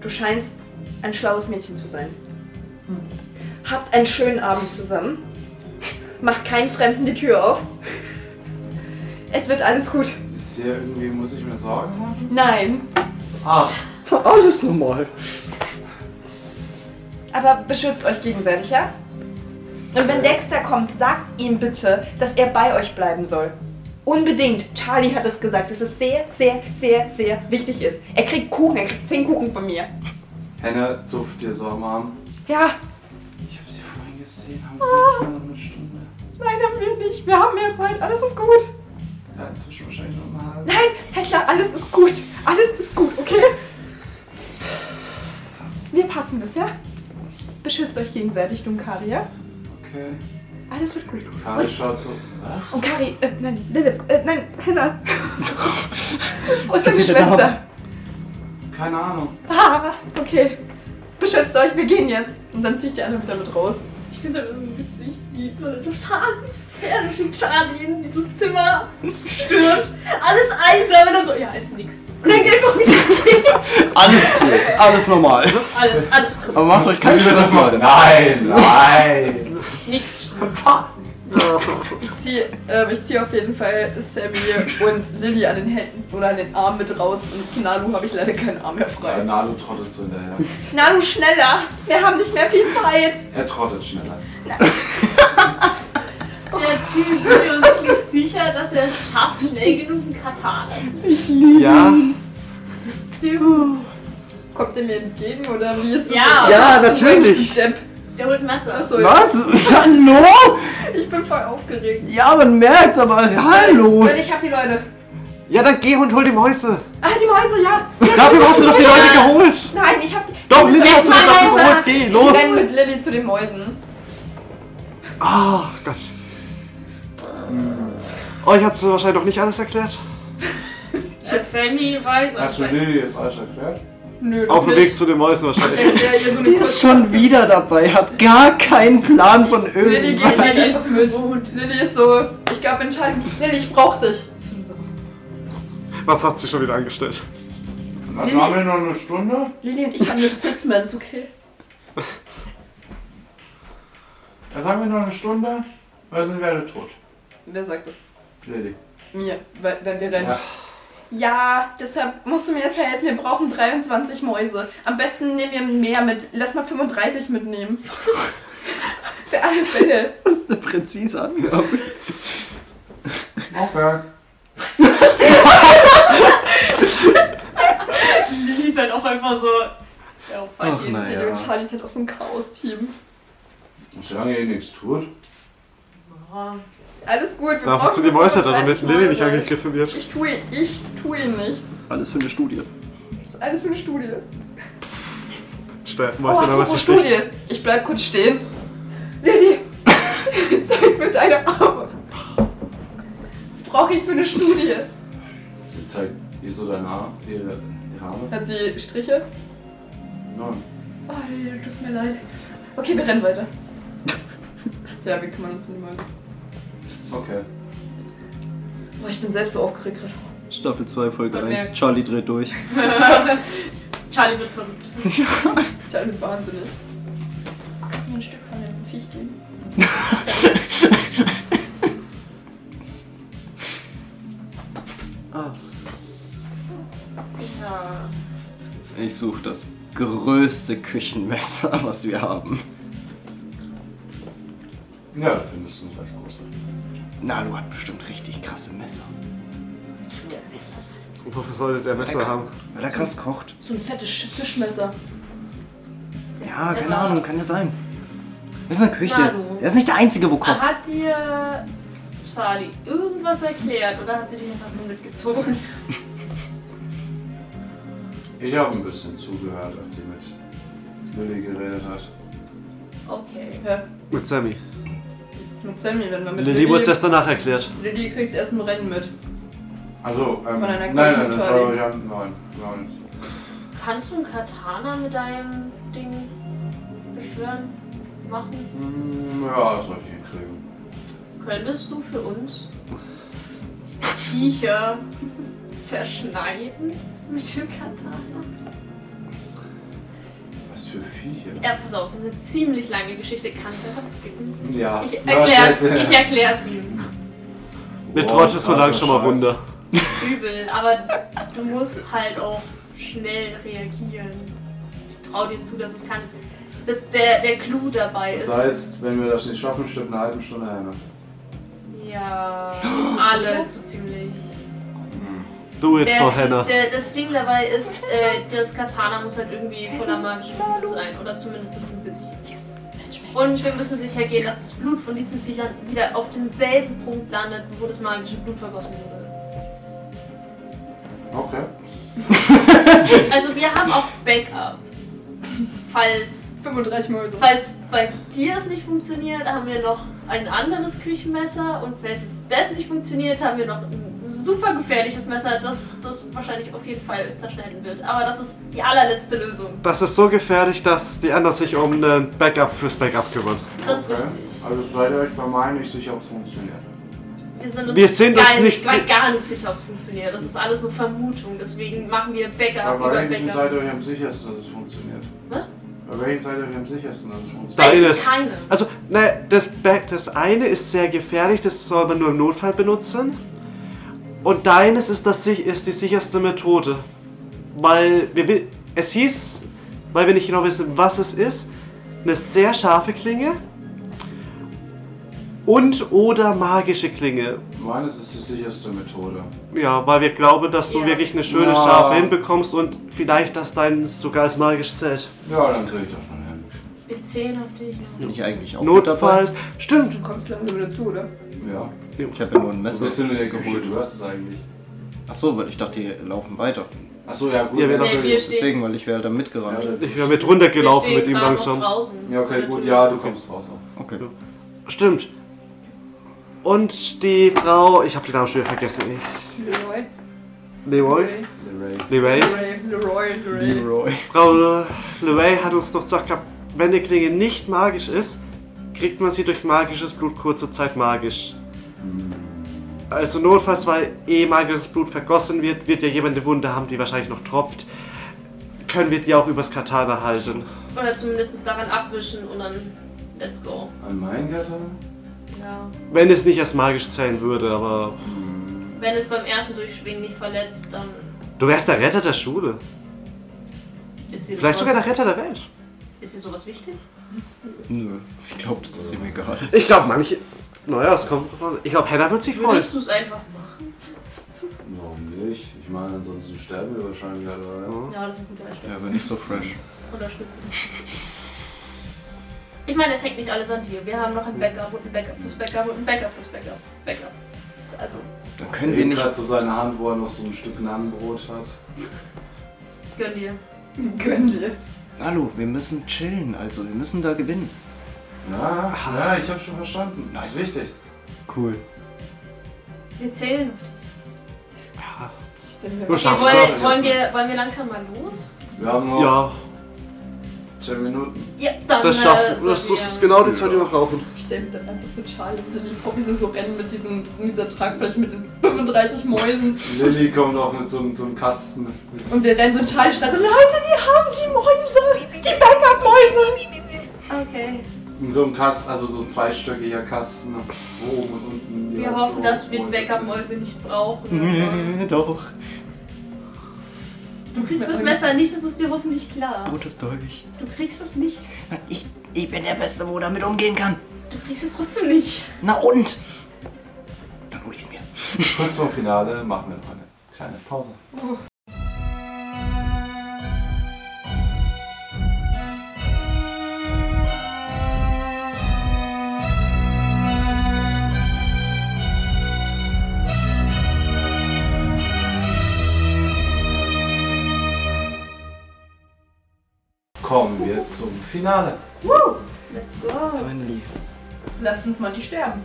Speaker 2: Du scheinst ein schlaues Mädchen zu sein. Hm. Habt einen schönen Abend zusammen. Macht keinen Fremden die Tür auf. Es wird alles gut.
Speaker 1: Ist hier irgendwie, muss ich mir Sorgen machen?
Speaker 2: Nein,
Speaker 1: Ach,
Speaker 4: Alles normal.
Speaker 2: aber beschützt euch gegenseitig, ja? Und wenn Dexter kommt, sagt ihm bitte, dass er bei euch bleiben soll. Unbedingt. Charlie hat es gesagt, dass es sehr, sehr, sehr, sehr wichtig ist. Er kriegt Kuchen, er kriegt zehn Kuchen von mir.
Speaker 1: Henne zupft dir so am Arm.
Speaker 2: Ja,
Speaker 1: Ich hab sie vorhin gesehen, haben wir nicht nur noch eine Stunde.
Speaker 2: nein, haben wir nicht. Wir haben mehr Zeit, alles ist gut.
Speaker 1: Ja, inzwischen wahrscheinlich noch eine halbe.
Speaker 2: Nein, Herr
Speaker 7: klar, alles ist gut. Alles ist gut, okay? Wir packen das, ja? Beschützt euch gegenseitig, du und Kari, ja?
Speaker 1: Okay.
Speaker 7: Alles wird gut.
Speaker 1: Kari schaut so. Was?
Speaker 7: Und Kari, äh, nein, Lilith, äh, nein, Hannah. Unsere Schwester.
Speaker 1: Keine Ahnung.
Speaker 7: Ah, okay. Beschützt euch, wir gehen jetzt. Und dann zieht die andere wieder mit raus.
Speaker 3: Ich finde es aber so witzig, wie so eine totale hysterische Charlie in dieses Zimmer stürmt. Alles einsam und dann so, ja, ist nix. Und dann geht einfach wieder
Speaker 4: Alles cool, alles normal.
Speaker 3: alles, alles cool.
Speaker 4: Aber macht euch keinen Stress, Leute.
Speaker 1: Nein, nein.
Speaker 3: Nix schlimm.
Speaker 2: Ich ziehe ähm, ich zieh auf jeden Fall Sammy und Lilly an den Händen oder an den Armen mit raus und Nalu habe ich leider keinen Arm mehr
Speaker 1: Ja,
Speaker 2: frei.
Speaker 1: Nalu trottet so hinterher.
Speaker 2: Nalu, schneller! Wir haben nicht mehr viel Zeit!
Speaker 1: Er trottet schneller.
Speaker 3: Der Typ ist mir wirklich sicher, dass er es schafft, schnell genug einen Katana.
Speaker 5: Ja,
Speaker 2: Kommt ihr mir entgegen oder wie ist das?
Speaker 3: Ja.
Speaker 2: jetzt?
Speaker 4: Ah,
Speaker 5: ja, natürlich.
Speaker 2: Depp.
Speaker 3: Der holt ein Messer.
Speaker 2: Achso,
Speaker 4: Was? Hallo?
Speaker 2: ich bin voll aufgeregt.
Speaker 4: Ja, man merkt's, aber hallo.
Speaker 2: Wenn ich hab die Leute.
Speaker 5: Ja, dann geh und hol die Mäuse.
Speaker 2: Ah, die Mäuse, ja!
Speaker 5: Dafür hast du doch die Leute geholt.
Speaker 2: Nein, ich hab die.
Speaker 5: Doch, Lilly hast du doch
Speaker 2: Jetzt mal
Speaker 5: dafür
Speaker 2: einfach.
Speaker 5: geholt. Geh,
Speaker 2: Ich
Speaker 5: los.
Speaker 2: renn mit Lilly zu den Mäusen.
Speaker 5: Ach Gott. Euch hat's wahrscheinlich noch nicht alles erklärt.
Speaker 3: Der Sammy weiß
Speaker 1: Hast
Speaker 3: was.
Speaker 4: ne.
Speaker 1: du Lilly jetzt alles erklärt?
Speaker 2: Nö,
Speaker 5: Auf dem
Speaker 2: nicht.
Speaker 5: Weg zu den Mäusen
Speaker 2: Ich
Speaker 5: wahrscheinlich.
Speaker 2: erklär ihr so eine
Speaker 4: Die ist
Speaker 2: kurze-
Speaker 4: schon wieder dabei, hat gar keinen Plan von
Speaker 2: Lilly geht
Speaker 4: irgendwas.
Speaker 2: Lilly ist mit. Lilly ist so, ich glaube Entscheidung. Lilly, ich brauch dich.
Speaker 5: Was hat sie schon wieder angestellt?
Speaker 1: Was Also haben wir noch eine Stunde?
Speaker 2: Lilly und ich haben eine Cis-Mans, okay?
Speaker 1: Was Also haben wir noch eine Stunde? Oder sind wir alle tot?
Speaker 2: Wer sagt das?
Speaker 1: Lilly.
Speaker 2: Mir, weil- wenn wir rennen.
Speaker 1: Ja.
Speaker 2: Ja. deshalb musst du mir jetzt helfen. Wir brauchen 23 Mäuse. Am besten nehmen wir mehr mit. Lass mal 35 mitnehmen. Für alle Fälle.
Speaker 4: Das ist eine präzise Angabe.
Speaker 1: Okay.
Speaker 3: Lilly ist halt auch einfach so. Ja,
Speaker 4: Ach,
Speaker 3: fuck ihn.
Speaker 4: na
Speaker 2: Lilly
Speaker 4: ja.
Speaker 2: und Charlie ist halt auch so ein Chaos-Team.
Speaker 1: Solange ihr nichts tut.
Speaker 2: Alles gut. wir
Speaker 5: Da hast du die
Speaker 2: brauchen
Speaker 5: Mäuse dann, damit
Speaker 2: 35
Speaker 5: Lilly nicht
Speaker 2: Mäuse.
Speaker 5: angegriffen wird.
Speaker 2: Ich tue, ich tue ihm nichts.
Speaker 4: Alles für eine Studie.
Speaker 2: Das ist alles für eine Studie.
Speaker 5: Schnell,
Speaker 2: Oh,
Speaker 5: Mäuse, wenn man
Speaker 2: apropos
Speaker 5: sie
Speaker 2: Studie.
Speaker 5: sticht.
Speaker 2: Ich bleib kurz stehen. Lilly, zeig mir deine Arme. Was brauche ich für eine Studie?
Speaker 1: Sie zeigt ihr so deine Arme, ihre, ihre Arme.
Speaker 2: Hat sie Striche?
Speaker 1: Nein.
Speaker 2: Oh, Lilly, du tust mir leid. Okay, wir rennen weiter. ja, wir kümmern uns um die Mäuse.
Speaker 1: Okay.
Speaker 2: Boah, ich bin selbst so aufgeregt gerade.
Speaker 4: Staffel 2, Folge
Speaker 3: Man
Speaker 4: 1.
Speaker 3: merkt's.
Speaker 4: Charlie dreht durch.
Speaker 3: Charlie wird verrückt.
Speaker 2: Ich bin wahnsinnig. Oh, kannst du mir ein Stück von dem Viech geben? Ah.
Speaker 3: Ja.
Speaker 4: Ich suche das größte Küchenmesser, was wir haben.
Speaker 1: Ja, findest du gleich groß.
Speaker 4: Nalu hat bestimmt richtig krasse Messer.
Speaker 5: Wofür sollte der Messer haben?
Speaker 4: Weil er krass kocht.
Speaker 2: So ein fettes Sch- Fischmesser.
Speaker 4: Ja,
Speaker 3: ist
Speaker 4: keine
Speaker 3: immer-
Speaker 4: Ahnung, kann ja sein. Das ist eine Küche.
Speaker 3: Nalu.
Speaker 4: Er ist nicht der Einzige, wo kocht.
Speaker 3: Hat dir Charlie irgendwas erklärt oder hat sie dich einfach nur mitgezogen?
Speaker 1: Ich habe ein bisschen zugehört, als sie mit Lilly geredet hat.
Speaker 3: Okay.
Speaker 2: Ja,
Speaker 5: Mit Sammy.
Speaker 2: mit Sammy, wenn wir mit
Speaker 5: Lilly wurde erst danach erklärt.
Speaker 2: Lilly kriegst erst im Rennen mit.
Speaker 1: Also, ähm,
Speaker 2: Von einer
Speaker 1: nein,
Speaker 2: kleinen
Speaker 1: nein, das
Speaker 2: Charlie.
Speaker 1: war, ich habe neun. neun.
Speaker 3: Kannst du einen Katana mit deinem Ding beschwören? Machen?
Speaker 1: Hm, ja, das soll ich hinkriegen.
Speaker 3: Könntest du für uns Viecher zerschneiden mit dem Katana?
Speaker 1: Was für Viecher.
Speaker 3: Ja, pass auf, das ist eine ziemlich lange Geschichte. Kann ich einfach skippen?
Speaker 1: Ja.
Speaker 3: Ich
Speaker 1: Ja,
Speaker 3: erklär's,
Speaker 1: das-
Speaker 3: ich erklär's ihm.
Speaker 5: Eine
Speaker 1: Wow,
Speaker 5: Torte ist so
Speaker 1: krasser
Speaker 5: lang schon mal
Speaker 1: Scheiß.
Speaker 5: Wunder.
Speaker 3: Übel, aber du musst halt auch schnell reagieren. Ich trau dir zu, dass du es kannst. Dass der, der Clou dabei ist.
Speaker 1: Das heißt, wenn wir das nicht schaffen, steht eine halbe Stunde her.
Speaker 3: ja, alle so ziemlich.
Speaker 5: Do it for
Speaker 3: Der,
Speaker 5: Hannah.
Speaker 3: der, das Ding dabei ist, äh, das Katana muss halt irgendwie von der magischen Blut sein. Oder zumindest das ein bisschen. Und wir müssen sicher gehen, dass das Blut von diesen Viechern wieder auf demselben Punkt landet, wo das magische Blut vergossen wurde.
Speaker 6: ja?
Speaker 3: Also wir haben auch Backup. Falls,
Speaker 2: 35 Mal so.
Speaker 3: falls bei dir es nicht funktioniert, haben wir noch ein anderes Küchenmesser und falls es das nicht funktioniert, haben wir noch ein super gefährliches Messer, das das wahrscheinlich auf jeden Fall zerschneiden wird. Aber das ist die allerletzte Lösung.
Speaker 5: Das ist so gefährlich, dass die anderen sich um ein Backup fürs Backup kümmern.
Speaker 3: Das ist
Speaker 6: Okay.
Speaker 3: richtig.
Speaker 6: Also seid ihr euch bei meinen nicht sicher, ob es funktioniert.
Speaker 3: Wir sind uns,
Speaker 5: Wir sind uns
Speaker 3: gar,
Speaker 5: nicht
Speaker 3: gar,
Speaker 5: si-
Speaker 3: gar nicht sicher, ob es funktioniert. Das ist alles nur Vermutung. Deswegen machen wir Backup
Speaker 6: Aber
Speaker 3: über
Speaker 6: welchen seid
Speaker 3: Backup.
Speaker 6: ihr euch am sichersten, dass es funktioniert?
Speaker 3: Was?
Speaker 6: Bei welchen seid ihr euch am sichersten, dass es funktioniert?
Speaker 5: Da
Speaker 3: Beide
Speaker 5: ist-
Speaker 3: keine.
Speaker 5: Also, ne, das, Ba- das eine ist sehr gefährlich, das soll man nur im Notfall benutzen. Und deines ist, das, sich- ist die sicherste Methode. Weil wir, wi- es hieß, weil wir nicht genau wissen, was es ist, eine sehr scharfe Klinge und oder magische Klinge.
Speaker 6: Meines ist die sicherste Methode.
Speaker 5: Ja, weil wir glauben, dass du
Speaker 3: Ja.
Speaker 5: wirklich eine schöne
Speaker 6: Ja.
Speaker 5: Scharfe hinbekommst und vielleicht, dass dein sogar als magisch zählt.
Speaker 6: Ja, dann krieg ich das schon hin.
Speaker 3: Wir zählen auf dich. ne?
Speaker 4: Bin ich eigentlich auch mit dabei?
Speaker 5: Notfalls. Stimmt,
Speaker 2: Du kommst langsam wieder zu, oder?
Speaker 6: Ja.
Speaker 4: Ich habe ja nur ein
Speaker 1: Du bist
Speaker 4: Messer.
Speaker 1: in der Küche, du hast es eigentlich.
Speaker 4: Achso, weil ich dachte, die laufen weiter.
Speaker 1: Achso, ja gut.
Speaker 5: Ja, wir-
Speaker 3: Nee, wir stehen,
Speaker 4: Deswegen, weil ich wäre dann mitgerannt.
Speaker 5: ich wäre mit runtergelaufen
Speaker 3: wir
Speaker 5: mit
Speaker 3: stehen
Speaker 5: ihm
Speaker 3: gerade
Speaker 5: langsam.
Speaker 3: Noch draußen.
Speaker 1: Ja, okay, gut,
Speaker 3: Natürlich.
Speaker 1: ja, du kommst raus auch.
Speaker 4: Okay.
Speaker 5: Stimmt. Und die Frau, ich habe den Namen schon wieder vergessen. eh.
Speaker 2: Leroy.
Speaker 5: Leroy?
Speaker 1: Leray.
Speaker 5: Leroy?
Speaker 2: Leroy. Leroy. Leroy.
Speaker 4: Leroy.
Speaker 5: Frau Le- Leroy hat uns doch gesagt, gehabt, wenn die Klinge nicht magisch ist, kriegt man sie durch magisches Blut kurze Zeit magisch. Also notfalls, weil eh magisches Blut vergossen wird, wird ja jemand eine Wunde haben, die wahrscheinlich noch tropft. Können wir die auch übers Katana halten.
Speaker 3: Oder zumindest es daran abwischen und dann let's go.
Speaker 1: An meinen Gatter?
Speaker 3: Ja.
Speaker 5: Wenn es nicht als magisch zählen würde, aber...
Speaker 3: Wenn es beim ersten Durchschwingen nicht verletzt, dann
Speaker 5: Du wärst der Retter der Schule.
Speaker 3: ist sie
Speaker 5: Vielleicht
Speaker 3: sowas,
Speaker 5: sogar der Retter der Welt.
Speaker 3: Ist sie sowas wichtig?
Speaker 4: Nö, ich glaube, das ist ihm egal.
Speaker 5: Ich glaube, manche... Naja, es kommt... drauf an. Ich glaube, Hannah wird sich freuen.
Speaker 3: Würdest du es einfach machen?
Speaker 1: Warum nicht? Ich meine, ansonsten sterben wir wahrscheinlich halt alle, oder?
Speaker 3: Ja, das ist ein guter Einstieg.
Speaker 4: Der wäre nicht so fresh.
Speaker 3: Unterstütze dich. Ich meine, es hängt nicht alles an dir. Wir haben noch ein Backup und ein Backup fürs Backup und ein Backup fürs Backup. Backup. Also,
Speaker 4: Dann
Speaker 1: Der
Speaker 4: können wir
Speaker 1: hebt
Speaker 4: nicht.
Speaker 1: gerade so seine Hand, wo er noch so ein Stück Nannenbrot hat.
Speaker 3: gönn dir.
Speaker 2: Gönn dir.
Speaker 4: Hallo, wir müssen chillen, also wir müssen da gewinnen.
Speaker 1: Ja, ja, ich habe schon verstanden.
Speaker 4: Nice.
Speaker 1: Wichtig.
Speaker 4: Cool.
Speaker 3: Wir zählen auf dich.
Speaker 2: Ich bin
Speaker 5: Du
Speaker 2: mir
Speaker 3: Okay,
Speaker 5: schaffst
Speaker 3: wollen,
Speaker 5: das.
Speaker 3: wollen, wir, wollen wir langsam mal los?
Speaker 1: Wir haben noch
Speaker 5: Ja,
Speaker 1: 10 Minuten.
Speaker 3: Ja, dann.
Speaker 5: das
Speaker 3: äh,
Speaker 5: schaffen
Speaker 3: sollten
Speaker 5: Das ist
Speaker 3: wir-
Speaker 5: genau die Zeit, die wir brauchen.
Speaker 2: Ich stelle mir dann einfach so Charlie und Lilly vor, wie sie so rennen mit, diesen, mit dieser Tragfläche mit den 35 Mäusen.
Speaker 1: Lilly kommt auch mit so, einem- so einem Kasten.
Speaker 2: Und wir rennen so und Charlie schreit so, Leute, wir haben die Mäuse! Die Backup-Mäuse!
Speaker 5: genau-
Speaker 3: Okay.
Speaker 1: In so einem Kasten, also so ein zweistöckiger Kasten, wo oben und unten.
Speaker 3: Wir
Speaker 1: jeweils
Speaker 3: hoffen,
Speaker 1: so
Speaker 3: dass wir die
Speaker 1: Mäuse drin
Speaker 3: Backup-Mäuse nicht brauchen.
Speaker 4: Doch.
Speaker 3: Du kriegst das Messer nicht, das ist dir hoffentlich klar.
Speaker 4: Gutes Dolch.
Speaker 3: Du kriegst es nicht.
Speaker 4: Ich, ich bin der Beste, wo damit umgehen kann.
Speaker 3: Du kriegst es trotzdem nicht.
Speaker 4: Na und? Dann hol ich's mir.
Speaker 1: sind. Kurz vor dem Finale machen wir noch eine kleine Pause. Kommen wir zum Finale.
Speaker 3: Let's go.
Speaker 4: Finally.
Speaker 2: Lasst uns mal nicht sterben.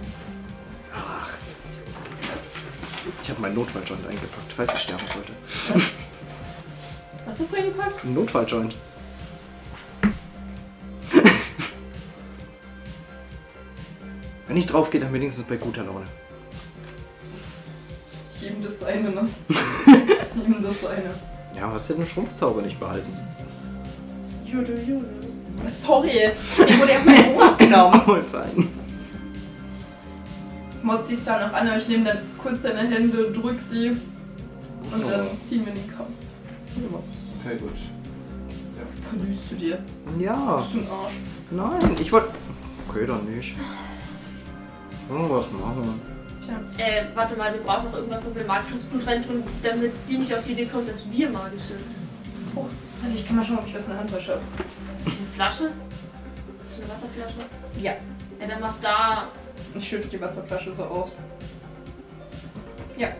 Speaker 4: Ich habe meinen Notfalljoint eingepackt, falls ich sterben sollte.
Speaker 2: Was hast du hingepackt?
Speaker 4: Ein Notfalljoint. Wenn ich drauf gehe, dann wenigstens bei guter Laune.
Speaker 2: Jedem das seine, ne? Jedem das seine.
Speaker 4: Ja, hast du den Schrumpfzauber nicht behalten?
Speaker 3: Judo, judo.
Speaker 2: Sorry, mir wurde ja mein Ohr abgenommen.
Speaker 4: Voll fein.
Speaker 2: Motz die Zahl noch an, aber ich nehme dann kurz deine Hände, drück sie und dann ziehen wir in den Kampf.
Speaker 1: Okay, gut.
Speaker 2: Voll süß zu dir.
Speaker 4: Ja,
Speaker 2: Bist du ein Arsch.
Speaker 4: nein, ich wollte. Okay, dann nicht. Irgendwas machen.
Speaker 2: Tja,
Speaker 3: Äh, warte mal, wir brauchen noch irgendwas, wo wir magisches Blut reintun, damit die nicht auf die Idee kommt, dass wir magisch sind.
Speaker 2: also ich kann mal schauen, ob ich was in der Handtasche habe.
Speaker 3: Eine Flasche? Ist eine Wasserflasche?
Speaker 2: Ja.
Speaker 3: Ja, dann mach da.
Speaker 2: Ich schütte die Wasserflasche so aus. Ja. Ja,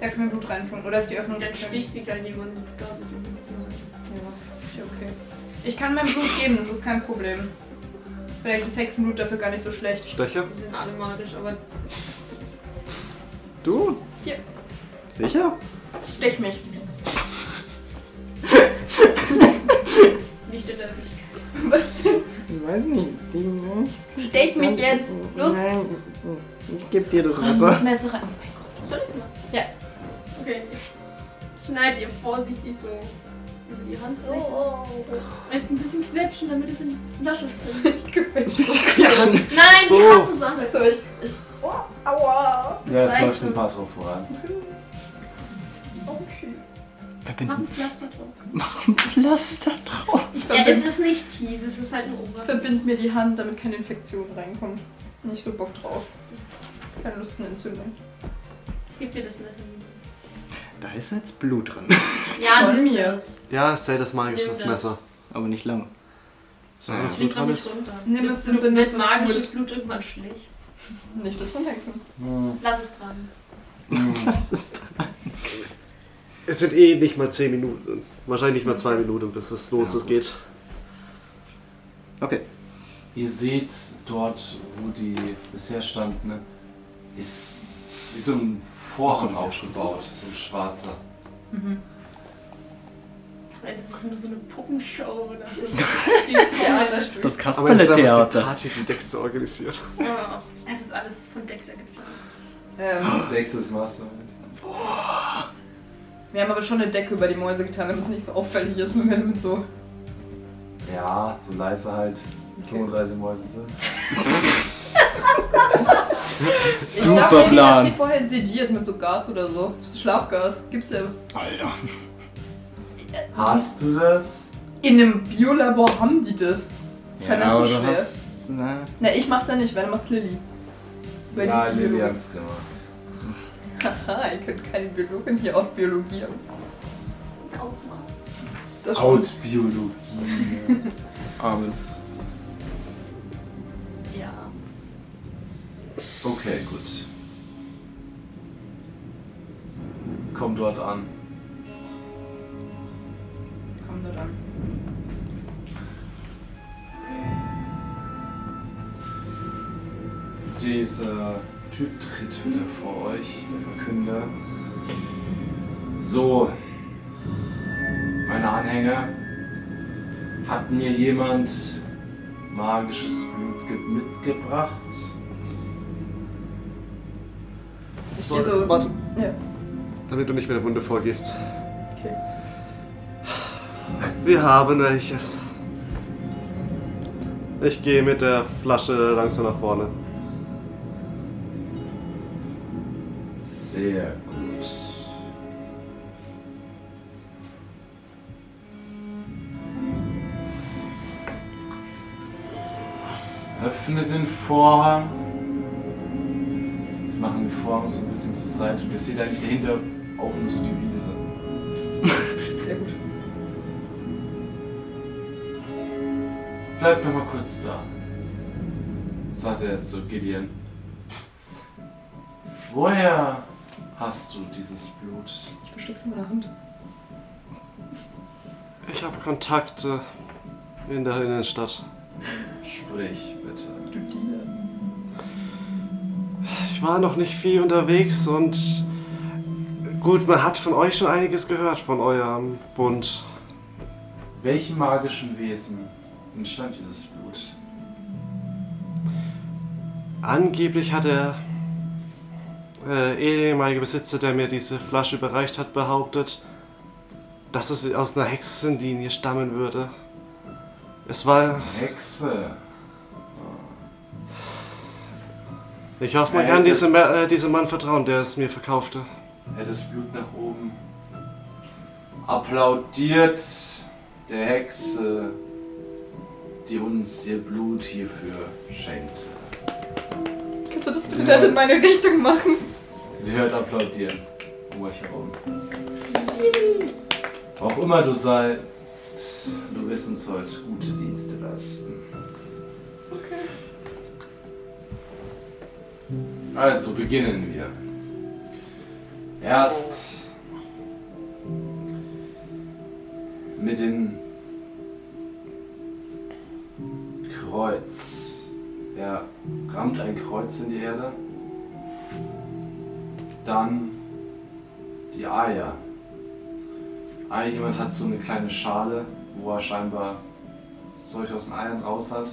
Speaker 2: Da können wir Blut reintun. Oder ist die Öffnung
Speaker 3: Dann
Speaker 2: zu klein?
Speaker 3: sticht dich halt jemand mit Blasen.
Speaker 2: Ja, okay. Ich kann mein Blut geben, das ist kein Problem. Vielleicht ist Hexenblut dafür gar nicht so schlecht.
Speaker 5: Stecher?
Speaker 3: Die sind alle magisch, aber
Speaker 4: Du?
Speaker 2: Ja.
Speaker 4: Sicher?
Speaker 2: Stech mich.
Speaker 3: nicht in der Öffentlichkeit.
Speaker 2: Was denn?
Speaker 4: Ich weiß nicht. Die, ne?
Speaker 2: Stech mich jetzt. Los.
Speaker 4: Nein. Ich geb dir das
Speaker 9: Komm, das
Speaker 4: Messer.
Speaker 9: Messer rein. Oh mein Gott.
Speaker 3: Soll ich machen?
Speaker 2: Ja.
Speaker 3: Okay. Ich schneide ihr vorsichtig so über die Hand.
Speaker 2: Oh,
Speaker 3: Jetzt ein bisschen quetschen, damit es in die Flasche springt.
Speaker 4: Klatschen.
Speaker 3: Nein,
Speaker 5: So.
Speaker 3: die Hand zusammen.
Speaker 2: Achso, ich. ich oh, aua.
Speaker 1: Ja, es
Speaker 3: Reicht
Speaker 1: läuft
Speaker 3: schon.
Speaker 1: ein paar so voran.
Speaker 2: Okay.
Speaker 3: Mach
Speaker 4: Verbinden.
Speaker 3: ein Pflaster drauf.
Speaker 4: Mach ein Pflaster drauf.
Speaker 2: Ich
Speaker 3: Ja,
Speaker 2: verbind,
Speaker 3: es ist nicht tief, es ist halt ein Ober.
Speaker 2: verbind mir die Hand, damit keine Infektion reinkommt. Nicht so Bock drauf. Keine Lust eine Entzündung.
Speaker 3: Ich geb dir das Messer wieder.
Speaker 4: Da ist jetzt Blut drin.
Speaker 3: Ja,
Speaker 2: Von
Speaker 3: nimm
Speaker 2: mir.
Speaker 3: das.
Speaker 5: Ja, sei das magische
Speaker 3: Nimm das.
Speaker 5: Messer.
Speaker 4: Aber nicht lang.
Speaker 5: Ja.
Speaker 3: Das fließt
Speaker 5: Blut
Speaker 3: doch
Speaker 5: dran
Speaker 3: nicht
Speaker 5: ist.
Speaker 3: runter.
Speaker 2: Nimm es und
Speaker 3: Blut,
Speaker 2: benutze
Speaker 3: mit
Speaker 2: es
Speaker 3: magisches
Speaker 2: gut.
Speaker 3: Blut irgendwann schlecht.
Speaker 2: Nicht das von Hexen.
Speaker 1: Hm.
Speaker 3: Lass es dran.
Speaker 4: Das ist dran.
Speaker 5: Es sind eh nicht mal 10 Minuten. Wahrscheinlich nicht mal 2 Minuten, bis es los
Speaker 1: Ja.
Speaker 5: es geht.
Speaker 4: Okay.
Speaker 1: Ihr seht dort, wo die bisher stand, ne, ist wie so ein Vorhang aufgebaut, so ein schwarzer.
Speaker 3: Nein, das ist nur so eine Puppenshow oder so. Sie ist Theater.
Speaker 4: Das
Speaker 5: ist einfach die
Speaker 4: Kasperle-Theater.
Speaker 5: Party, die Dexter organisiert.
Speaker 3: Ja, Es ist alles von Dexter geplant.
Speaker 2: Ähm,
Speaker 1: Dexter's Mastermind.
Speaker 2: wir haben aber schon eine Decke über die Mäuse getan, damit es nicht so auffällig ist, wenn wir damit so.
Speaker 1: Ja, so leise halt. 35 Mäuse sind.
Speaker 2: ich
Speaker 4: Super
Speaker 2: glaub, Lilly hat sie
Speaker 4: Plan.
Speaker 2: vorher sediert mit so Gas oder so. Schlafgas. Gibt's ja.
Speaker 4: Alter.
Speaker 1: Hast du das?
Speaker 2: In einem Biolabor haben die das. Das wäre ja, so schwer.
Speaker 4: hast.
Speaker 1: Ne.
Speaker 4: Na,
Speaker 2: Na, ich mach's ja nicht, weil dann macht's Lilly. Weil
Speaker 1: ja,
Speaker 2: die ist die
Speaker 1: Lilly
Speaker 2: Biologin.
Speaker 1: hat's gemacht.
Speaker 2: Haha, ihr könnt keine Biologin hier auf Biologie. haben.
Speaker 3: Ausmachen.
Speaker 2: Das schon.
Speaker 1: Out Biologie.
Speaker 4: Abel.
Speaker 3: Ja.
Speaker 1: okay, gut. Komm dort an.
Speaker 2: Komm da dann.
Speaker 10: Dieser Typ tritt wieder vor euch, der Verkünder. So, meine Anhänger, hat mir jemand magisches Blut ge- mitgebracht?
Speaker 2: Ich
Speaker 5: So,
Speaker 2: geh so.
Speaker 5: warte.
Speaker 2: Ja.
Speaker 5: Damit du nicht mit der Wunde vorgehst.
Speaker 2: Okay.
Speaker 5: Wir haben welches. Ich gehe mit der Flasche langsam nach vorne.
Speaker 10: Sehr gut.
Speaker 1: Öffne den Vorhang. Sie machen den Vorhang so ein bisschen zur Seite und ihr seht eigentlich dahinter auch nur so die Wiese.
Speaker 2: Sehr gut.
Speaker 1: Bleibt noch mal kurz da, sagt er zu Gideon. Woher hast du dieses Blut?
Speaker 2: Ich versteck's in meiner Hand.
Speaker 5: Ich habe Kontakte in der Innenstadt.
Speaker 1: Sprich bitte.
Speaker 2: Du Dealer.
Speaker 5: Ich war noch nicht viel unterwegs und gut, man hat von euch schon einiges gehört, von eurem Bund.
Speaker 1: Welchem magischen Wesen entstand dieses Blut?
Speaker 5: Angeblich hat der äh, ehemalige Besitzer, der mir diese Flasche überreicht hat, behauptet, dass es aus einer Hexenlinie stammen würde. Es war.
Speaker 1: Hexe.
Speaker 5: Ich hoffe, man
Speaker 1: Äh,
Speaker 5: kann
Speaker 1: das-
Speaker 5: diesem, Ma- äh, diesem Mann vertrauen, der es mir verkaufte.
Speaker 1: Er hat das Blut nach oben. Applaudiert der Hexe, die uns ihr Blut hierfür schenkte.
Speaker 2: Kannst du das bitte dann in meine Richtung machen?
Speaker 1: Sie hört applaudieren. Um euch herum. Auch immer du seist, du wirst uns heute gute Dienste leisten. Okay. Also beginnen wir. Erst mit dem Kreuz. Er rammt ein Kreuz in die Erde. Dann die Eier. Ah, jemand hat so eine kleine Schale, wo er scheinbar Zeug aus den Eiern raus hat.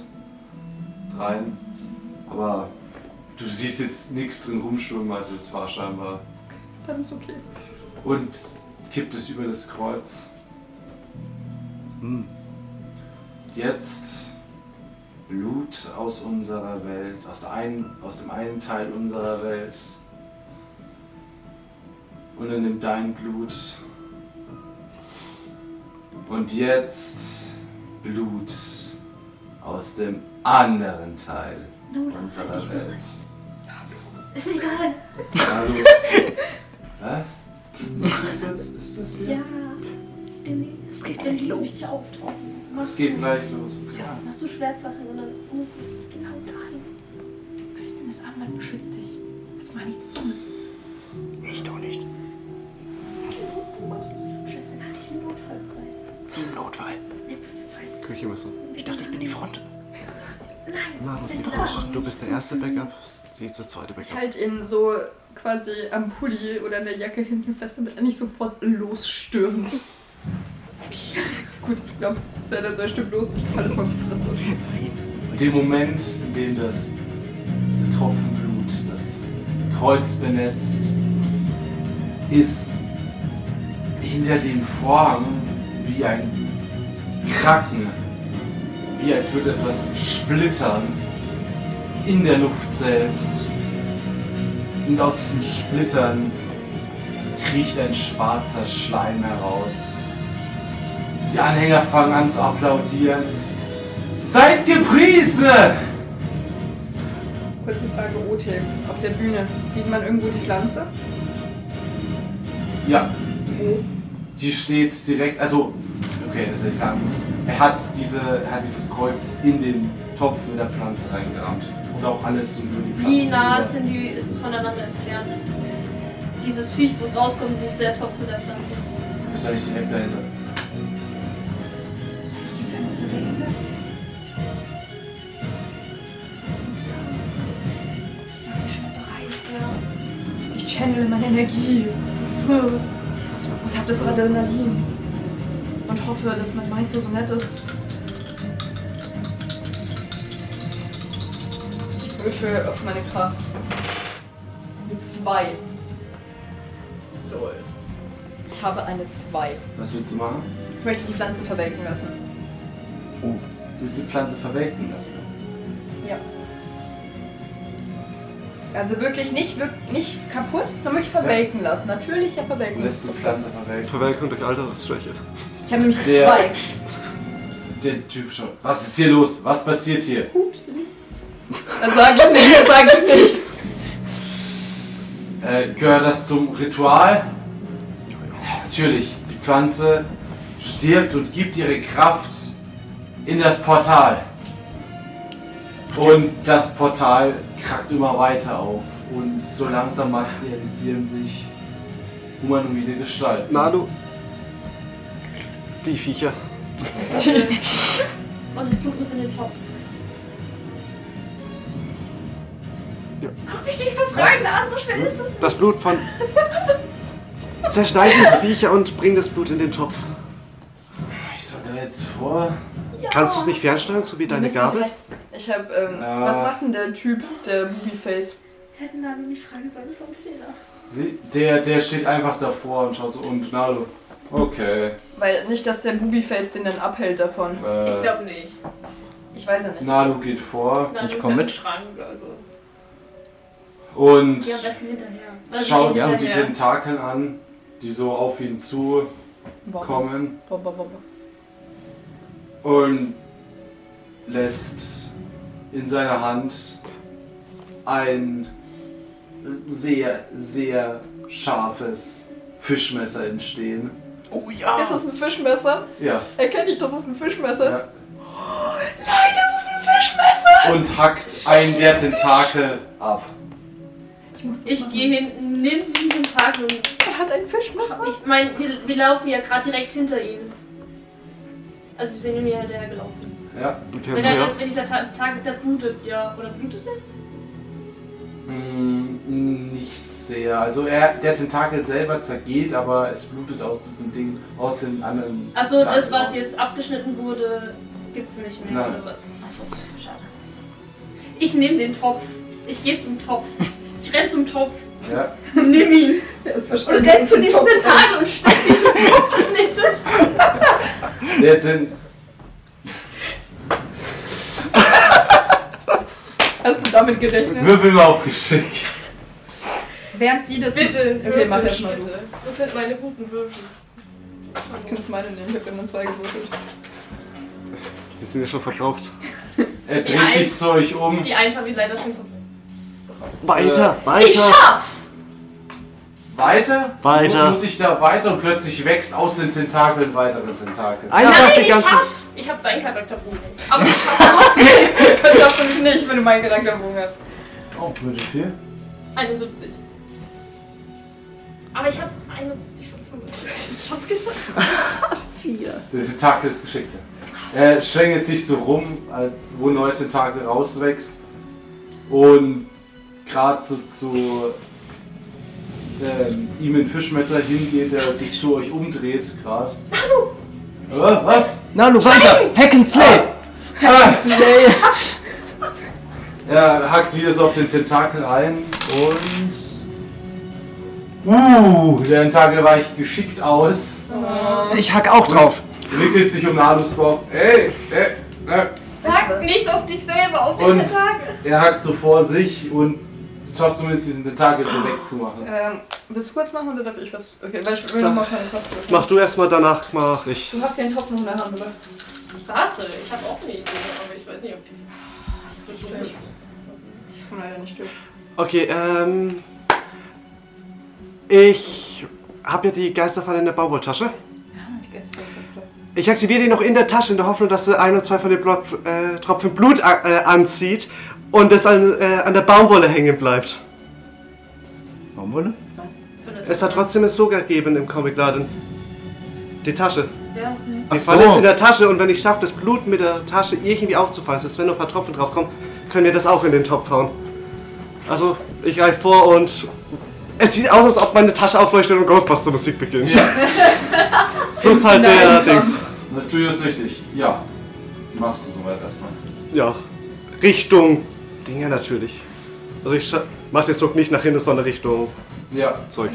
Speaker 1: Rein. Aber du siehst jetzt nichts drin rumschwimmen, also es war scheinbar.
Speaker 2: Dann ist okay.
Speaker 1: Und kippt es über das Kreuz.
Speaker 4: Hm.
Speaker 1: Jetzt Blut aus unserer Welt, aus, ein, aus dem einen Teil unserer Welt. Und dann nimmt dein Blut. Und jetzt Blut aus dem anderen Teil unserer Welt.
Speaker 3: Ist mir egal.
Speaker 1: Hallo. Hä? Was ist das? Ist das hier?
Speaker 3: Ja. Es geht gleich los. auftauchen.
Speaker 1: Es
Speaker 3: Machst
Speaker 1: geht
Speaker 3: du-
Speaker 1: gleich los. Okay.
Speaker 3: Machst du Schwertsachen und dann muss es genau dahin.
Speaker 7: Tristan, das Armband beschützt dich. Also mach nichts Dummes.
Speaker 4: Ich doch nicht.
Speaker 3: Du machst es. Tristan hatte ich einen Notfall gleich.
Speaker 4: Wie im Notfall.
Speaker 3: Nee, falls-
Speaker 5: Küchenmesser.
Speaker 4: Ich dachte, ich bin die Front.
Speaker 3: Nein.
Speaker 5: Na, wo ist die Front? Du bist der erste Backup, sie ist das zweite
Speaker 2: Ich
Speaker 5: Backup.
Speaker 2: halt ihn so quasi am Pulli oder an der Jacke hinten fest, damit er nicht sofort losstürmt. Gut, ich glaube, Zelda soll stimmt los und ich falle jetzt mal auf die Fresse.
Speaker 1: In dem Moment, in dem das der Tropfen Blut das Kreuz benetzt, ist hinter dem Vorhang wie ein Kraken, wie als würde etwas splittern in der Luft selbst. Und aus diesen Splittern kriecht ein schwarzer Schleim heraus. Die Anhänger fangen an zu applaudieren. Seid gepriesen!
Speaker 2: Kurze Frage, OT. Auf der Bühne sieht man irgendwo die Pflanze?
Speaker 1: Ja. Die steht direkt, also, okay, das hätte ich sagen müssen. Er hat, diese, er hat dieses Kreuz in den Topf mit der Pflanze reingerammt. Und auch alles und nur die Pflanze.
Speaker 3: Wie nah
Speaker 1: drüber.
Speaker 3: sind die, ist es voneinander entfernt? Dieses Viech muss rauskommen, wo der Topf mit der Pflanze.
Speaker 1: Das ist eigentlich direkt dahinter.
Speaker 2: Ich channel meine Energie. Und hab das Adrenalin. Und hoffe, dass mein Meister so nett ist. Ich würfel auf meine Kraft. Mit zwei. Lol. Ich habe eine zwei.
Speaker 1: Was willst du machen?
Speaker 2: Ich möchte die Pflanze verwelken lassen.
Speaker 1: Oh. Willst du die Pflanze verwelken lassen?
Speaker 2: Also wirklich nicht, wirk- nicht kaputt, sondern wirklich verwelken lassen. Natürlicher
Speaker 1: Du
Speaker 2: verwelken
Speaker 1: lässt die Pflanze verwelken.
Speaker 5: Verwelkung durch Altersschwäche.
Speaker 2: Ich habe nämlich
Speaker 1: Der-
Speaker 2: zwei.
Speaker 1: Der Typ schon. Was ist hier los? Was passiert hier?
Speaker 2: Das sage ich nicht, das sage ich nicht.
Speaker 1: Äh, gehört das zum Ritual? Natürlich. Die Pflanze stirbt und gibt ihre Kraft in das Portal. Und das Portal krackt immer weiter auf. Und so langsam materialisieren sich humanoide Gestalten.
Speaker 5: Nanu. Die Viecher.
Speaker 3: Und das Blut muss in den Topf.
Speaker 5: Das Blut von. Zerschneid diese Viecher und bring das Blut in den Topf.
Speaker 1: Ich soll da jetzt vor.
Speaker 5: Kannst du es nicht fernsteuern, so wie deine
Speaker 2: Müssen
Speaker 5: Gabel?
Speaker 2: vielleicht- Ich habe, ähm,
Speaker 1: Ja.
Speaker 2: was macht denn der Typ, der Boobyface?
Speaker 3: Hätten wir nur nicht fragen sollen, das war ein Fehler.
Speaker 1: Der, der steht einfach davor und schaut so und Nalo. Okay.
Speaker 2: Weil nicht, dass der Boobyface den dann abhält davon.
Speaker 1: Äh,
Speaker 3: Ich glaube nicht.
Speaker 2: Ich weiß ja nicht.
Speaker 1: Nalu geht vor
Speaker 3: Nein, du bist
Speaker 4: komm
Speaker 3: ja
Speaker 4: mit.
Speaker 3: im Schrank, also.
Speaker 1: und.
Speaker 3: Ja, am besten hinterher. Also
Speaker 1: schaut
Speaker 3: hinterher.
Speaker 1: so die Tentakel an, die so auf ihn zukommen.
Speaker 2: Boah, boah, boah, boah, boah.
Speaker 1: und lässt in seiner Hand ein sehr, sehr scharfes Fischmesser entstehen.
Speaker 4: Oh ja.
Speaker 2: Ist das ein Fischmesser?
Speaker 1: Ja.
Speaker 2: Erkenne ich, dass es ein Fischmesser ist?
Speaker 1: ja.
Speaker 2: Nein, das ist ein Fischmesser!
Speaker 1: Und hackt einen der Tentakel ab.
Speaker 2: Ich muss das
Speaker 3: Ich gehe hinten, nimm diesen Tag und
Speaker 2: Er hat einen Fischmesser.
Speaker 3: Ich meine, wir, wir laufen ja gerade direkt hinter ihm. Also wir sind ihm ja hinterhergelaufen.
Speaker 1: Ja.
Speaker 5: Okay,
Speaker 3: Wenn er
Speaker 5: ja.
Speaker 3: jetzt, wenn dieser Ta Tag da blutet, ja, oder blutet er?
Speaker 1: Hm, nicht sehr. Also er, der Tentakel selber zergeht, aber es blutet aus diesem Ding, aus den anderen.
Speaker 3: Also das,
Speaker 1: Tentakeln
Speaker 3: was
Speaker 1: aus.
Speaker 3: jetzt abgeschnitten wurde, gibt's nicht mehr,
Speaker 1: Nein.
Speaker 3: oder was? Achso, schade. Ich nehme den Topf. Ich gehe zum Topf. Ich renn zum Topf.
Speaker 1: Ja.
Speaker 2: Nimm ihn. Der ist
Speaker 7: Und
Speaker 2: verschwunden.
Speaker 7: rennst du diesen Tag?
Speaker 3: Tentakel und steck diesen Topf in den Tisch.
Speaker 1: Der Ten
Speaker 2: Hast du damit gerechnet?
Speaker 8: Würfel mal auf Geschick.
Speaker 2: Während sie das.
Speaker 3: Bitte,
Speaker 2: Okay, mach
Speaker 3: würfel,
Speaker 2: erst mal du.
Speaker 3: bitte. Das sind meine guten Würfel.
Speaker 2: Du kannst meine nehmen, ich hab immer zwei gewürfelt.
Speaker 5: Die sind ja schon verbraucht.
Speaker 1: er
Speaker 3: Die
Speaker 1: dreht sich
Speaker 3: Eins.
Speaker 1: zu euch um.
Speaker 3: Die Eins haben wir leider schon verbrannt.
Speaker 5: Weiter,
Speaker 3: Ich
Speaker 5: weiter.
Speaker 3: schaff's!
Speaker 1: Weiter?
Speaker 5: Weiter.
Speaker 1: Und Muss ich da weiter und plötzlich wächst aus den Tentakeln weitere Tentakel.
Speaker 5: Einfach
Speaker 3: Nein,
Speaker 5: die
Speaker 3: ich
Speaker 5: ganzen.
Speaker 3: schaff's! Ich hab deinen Charakterbogen. Aber ich schaff's trotzdem.
Speaker 2: Das darfst du mich nicht, wenn du meinen Charakterbogen hast.
Speaker 1: Oh, würde viel.
Speaker 3: 71. Aber ich hab 71 von 75 Schuss geschafft.
Speaker 1: Der Tentakel ist geschickter. Er schlängelt sich so rum, äh, wo ein neuer Tentakel rauswächst. Und gerade so zu ähm, ihm ein Fischmesser hingeht, der sich zu euch umdreht gerade. Hallo! Äh, was?
Speaker 4: Na, du weiter! Hack and Slay!
Speaker 1: Ah, er hackt wieder so auf den Tentakel ein und. Uh, der Tentakel weicht geschickt aus.
Speaker 11: Ah.
Speaker 4: Ich hack auch drauf.
Speaker 1: wickelt sich um Nalus Bauch. Ey, äh, äh.
Speaker 3: Sag nicht auf dich selber, auf den
Speaker 1: Und-
Speaker 3: Tentakel.
Speaker 1: Er hackt so vor sich und schafft zumindest diesen Tentakel so wegzumachen.
Speaker 2: Ähm, willst du kurz machen oder darf ich was? Okay, weil ich will nochmal keine Kosten.
Speaker 5: Mach du erstmal, danach mach ich.
Speaker 2: Du hast ja den Topf noch in der Hand, oder?
Speaker 3: Warte, ich hab auch eine Idee, aber ich weiß nicht, ob die. Ah, Ich so dumm ist.
Speaker 2: Ich komm leider nicht durch.
Speaker 5: Okay, ähm. Ich habe ja die Geisterfalle in der Baumwolltasche.
Speaker 2: Ich esse
Speaker 5: Ich aktiviere die noch in der Tasche in der Hoffnung, dass sie ein oder zwei von den Blopf, äh, Tropfen Blut a- äh, anzieht und es an, äh, an der Baumwolle hängen bleibt.
Speaker 4: Baumwolle?
Speaker 3: Von der
Speaker 5: Es hat trotzdem es sogar gegeben im Comicladen. Die Tasche.
Speaker 2: hm.
Speaker 3: Ja.
Speaker 5: Die
Speaker 4: Ach
Speaker 5: Falle
Speaker 4: so.
Speaker 5: ist in der Tasche und wenn ich schaffe, das Blut mit der Tasche irgendwie aufzufassen, dass wenn noch ein paar Tropfen draufkommen, können wir das auch in den Topf hauen. Also, ich greife vor und es sieht aus, als ob meine Tasche aufleuchtet und Ghostbuster-Musik beginnt. Plus halt der
Speaker 2: Nein, komm.
Speaker 5: Dings.
Speaker 1: Das tue ich das richtig. Ja. Machst du soweit erstmal.
Speaker 5: Ja. Richtung Dinger natürlich. Also ich scha- mach den Zug nicht nach hinten, sondern Richtung
Speaker 1: Ja.
Speaker 5: Zeug.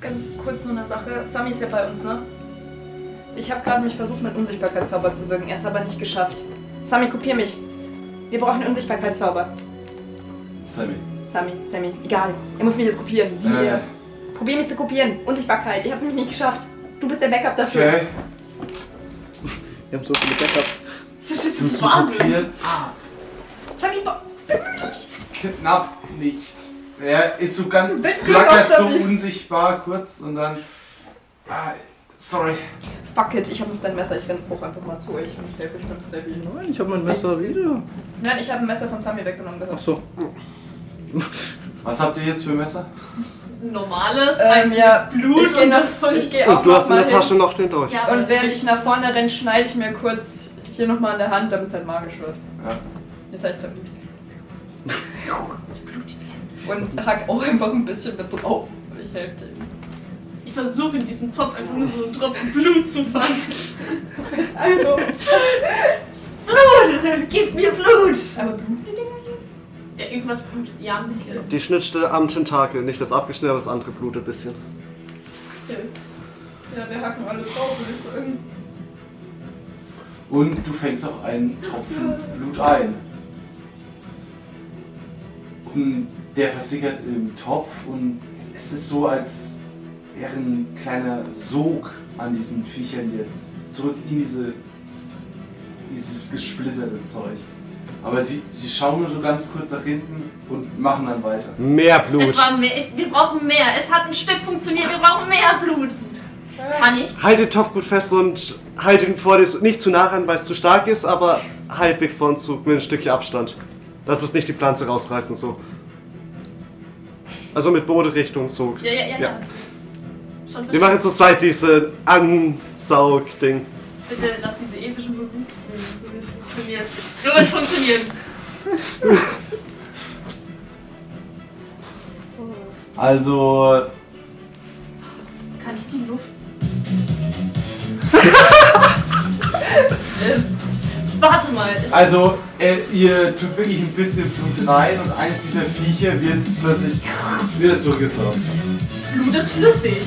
Speaker 2: Ganz kurz nur eine Sache. Sami ist ja bei uns, ne? Ich habe gerade mich versucht, mit Unsichtbarkeitszauber zu wirken. Er ist aber nicht geschafft. Sami, kopier mich. Wir brauchen einen Unsichtbarkeitszauber.
Speaker 1: Sammy.
Speaker 2: Sami, Sammy, egal. Er muss mich jetzt kopieren. Sieh
Speaker 1: Äh.
Speaker 2: hier. Probier mich zu kopieren. Unsichtbarkeit. Ich hab's nämlich nicht geschafft. Du bist der Backup dafür.
Speaker 1: Okay.
Speaker 4: Wir haben so viele Backups.
Speaker 3: Das ist
Speaker 1: Du zu
Speaker 3: Wahnsinn.
Speaker 1: kopieren.
Speaker 2: Sami, bo-
Speaker 1: Knapp nicht. Er ist so ganz
Speaker 2: Mit Glück
Speaker 1: flackert
Speaker 2: auf
Speaker 1: so
Speaker 2: Sammy.
Speaker 1: unsichtbar kurz und dann. Ah, sorry.
Speaker 2: fuck it. Ich hab noch dein Messer. Ich renn hoch einfach mal zu euch und helfe euch beim Stabby.
Speaker 4: Nein, ich habe mein Messer wieder.
Speaker 2: ne? Nein, ich habe ein Messer von Sami weggenommen gehabt.
Speaker 4: Achso.
Speaker 1: Was habt ihr jetzt für Messer?
Speaker 3: Ein normales,
Speaker 2: Ähm,
Speaker 3: eins
Speaker 2: ja,
Speaker 3: mit Blut
Speaker 2: ich geh
Speaker 3: und
Speaker 2: nach-
Speaker 3: das von.
Speaker 2: Ich gehe auch
Speaker 5: Und du hast in
Speaker 2: noch
Speaker 5: der
Speaker 2: mal
Speaker 5: Tasche
Speaker 2: hin.
Speaker 5: noch den durch.
Speaker 3: Ja,
Speaker 2: Und während ich nach vorne renne, schneide ich mir kurz hier nochmal an der Hand, damit es halt magisch wird.
Speaker 1: Ja.
Speaker 2: Jetzt halt zwei Blut. Und hack auch einfach ein bisschen mit drauf. Ich helfe dir.
Speaker 3: Ich versuche in diesen Topf einfach nur so einen Tropfen Blut zu fangen.
Speaker 2: Also.
Speaker 3: Blut! Gib mir Blut!
Speaker 2: Aber bluten die Dinger jetzt?
Speaker 3: Ja, irgendwas blutet. Ja, ein bisschen.
Speaker 5: Die Schnittstelle am Tentakel, nicht das abgeschnittene, aber das andere blutet ein bisschen.
Speaker 2: Ja, wir hacken alle drauf, würde ich sagen.
Speaker 1: Und du fängst auch einen Tropfen Blut ein. Und der versickert im Topf und es ist so, als wäre ein kleiner Sog an diesen Viechern jetzt zurück in diese, dieses gesplitterte Zeug. Aber sie, sie schauen nur so ganz kurz nach hinten und machen dann weiter.
Speaker 5: Mehr Blut.
Speaker 3: Es war mehr. Wir brauchen mehr. Es hat ein Stück funktioniert. Wir brauchen mehr Blut. Kann ich?
Speaker 5: Halt den Topf gut fest und halt ihn vor dir, nicht zu nah ran, weil es zu stark ist, aber halbwegs vor uns zu, mit ein Stückchen Abstand. Dass es nicht die Pflanze rausreißt und so. Also mit Boderichtung so.
Speaker 3: Ja, ja, ja. ja.
Speaker 5: Ja.
Speaker 3: Schon
Speaker 5: Wir machen zu zweit diese Ansaug-Ding.
Speaker 3: Bitte lass diese epischen Bewegungen funktionieren. Nur wenn funktionieren.
Speaker 1: Also,
Speaker 3: Kann ich die Luft.
Speaker 2: Ist.
Speaker 3: Warte mal. Ist
Speaker 1: also äh, ihr tut wirklich ein bisschen Blut rein und eines dieser Viecher wird plötzlich wieder zurückgesaugt.
Speaker 3: Blut ist flüssig.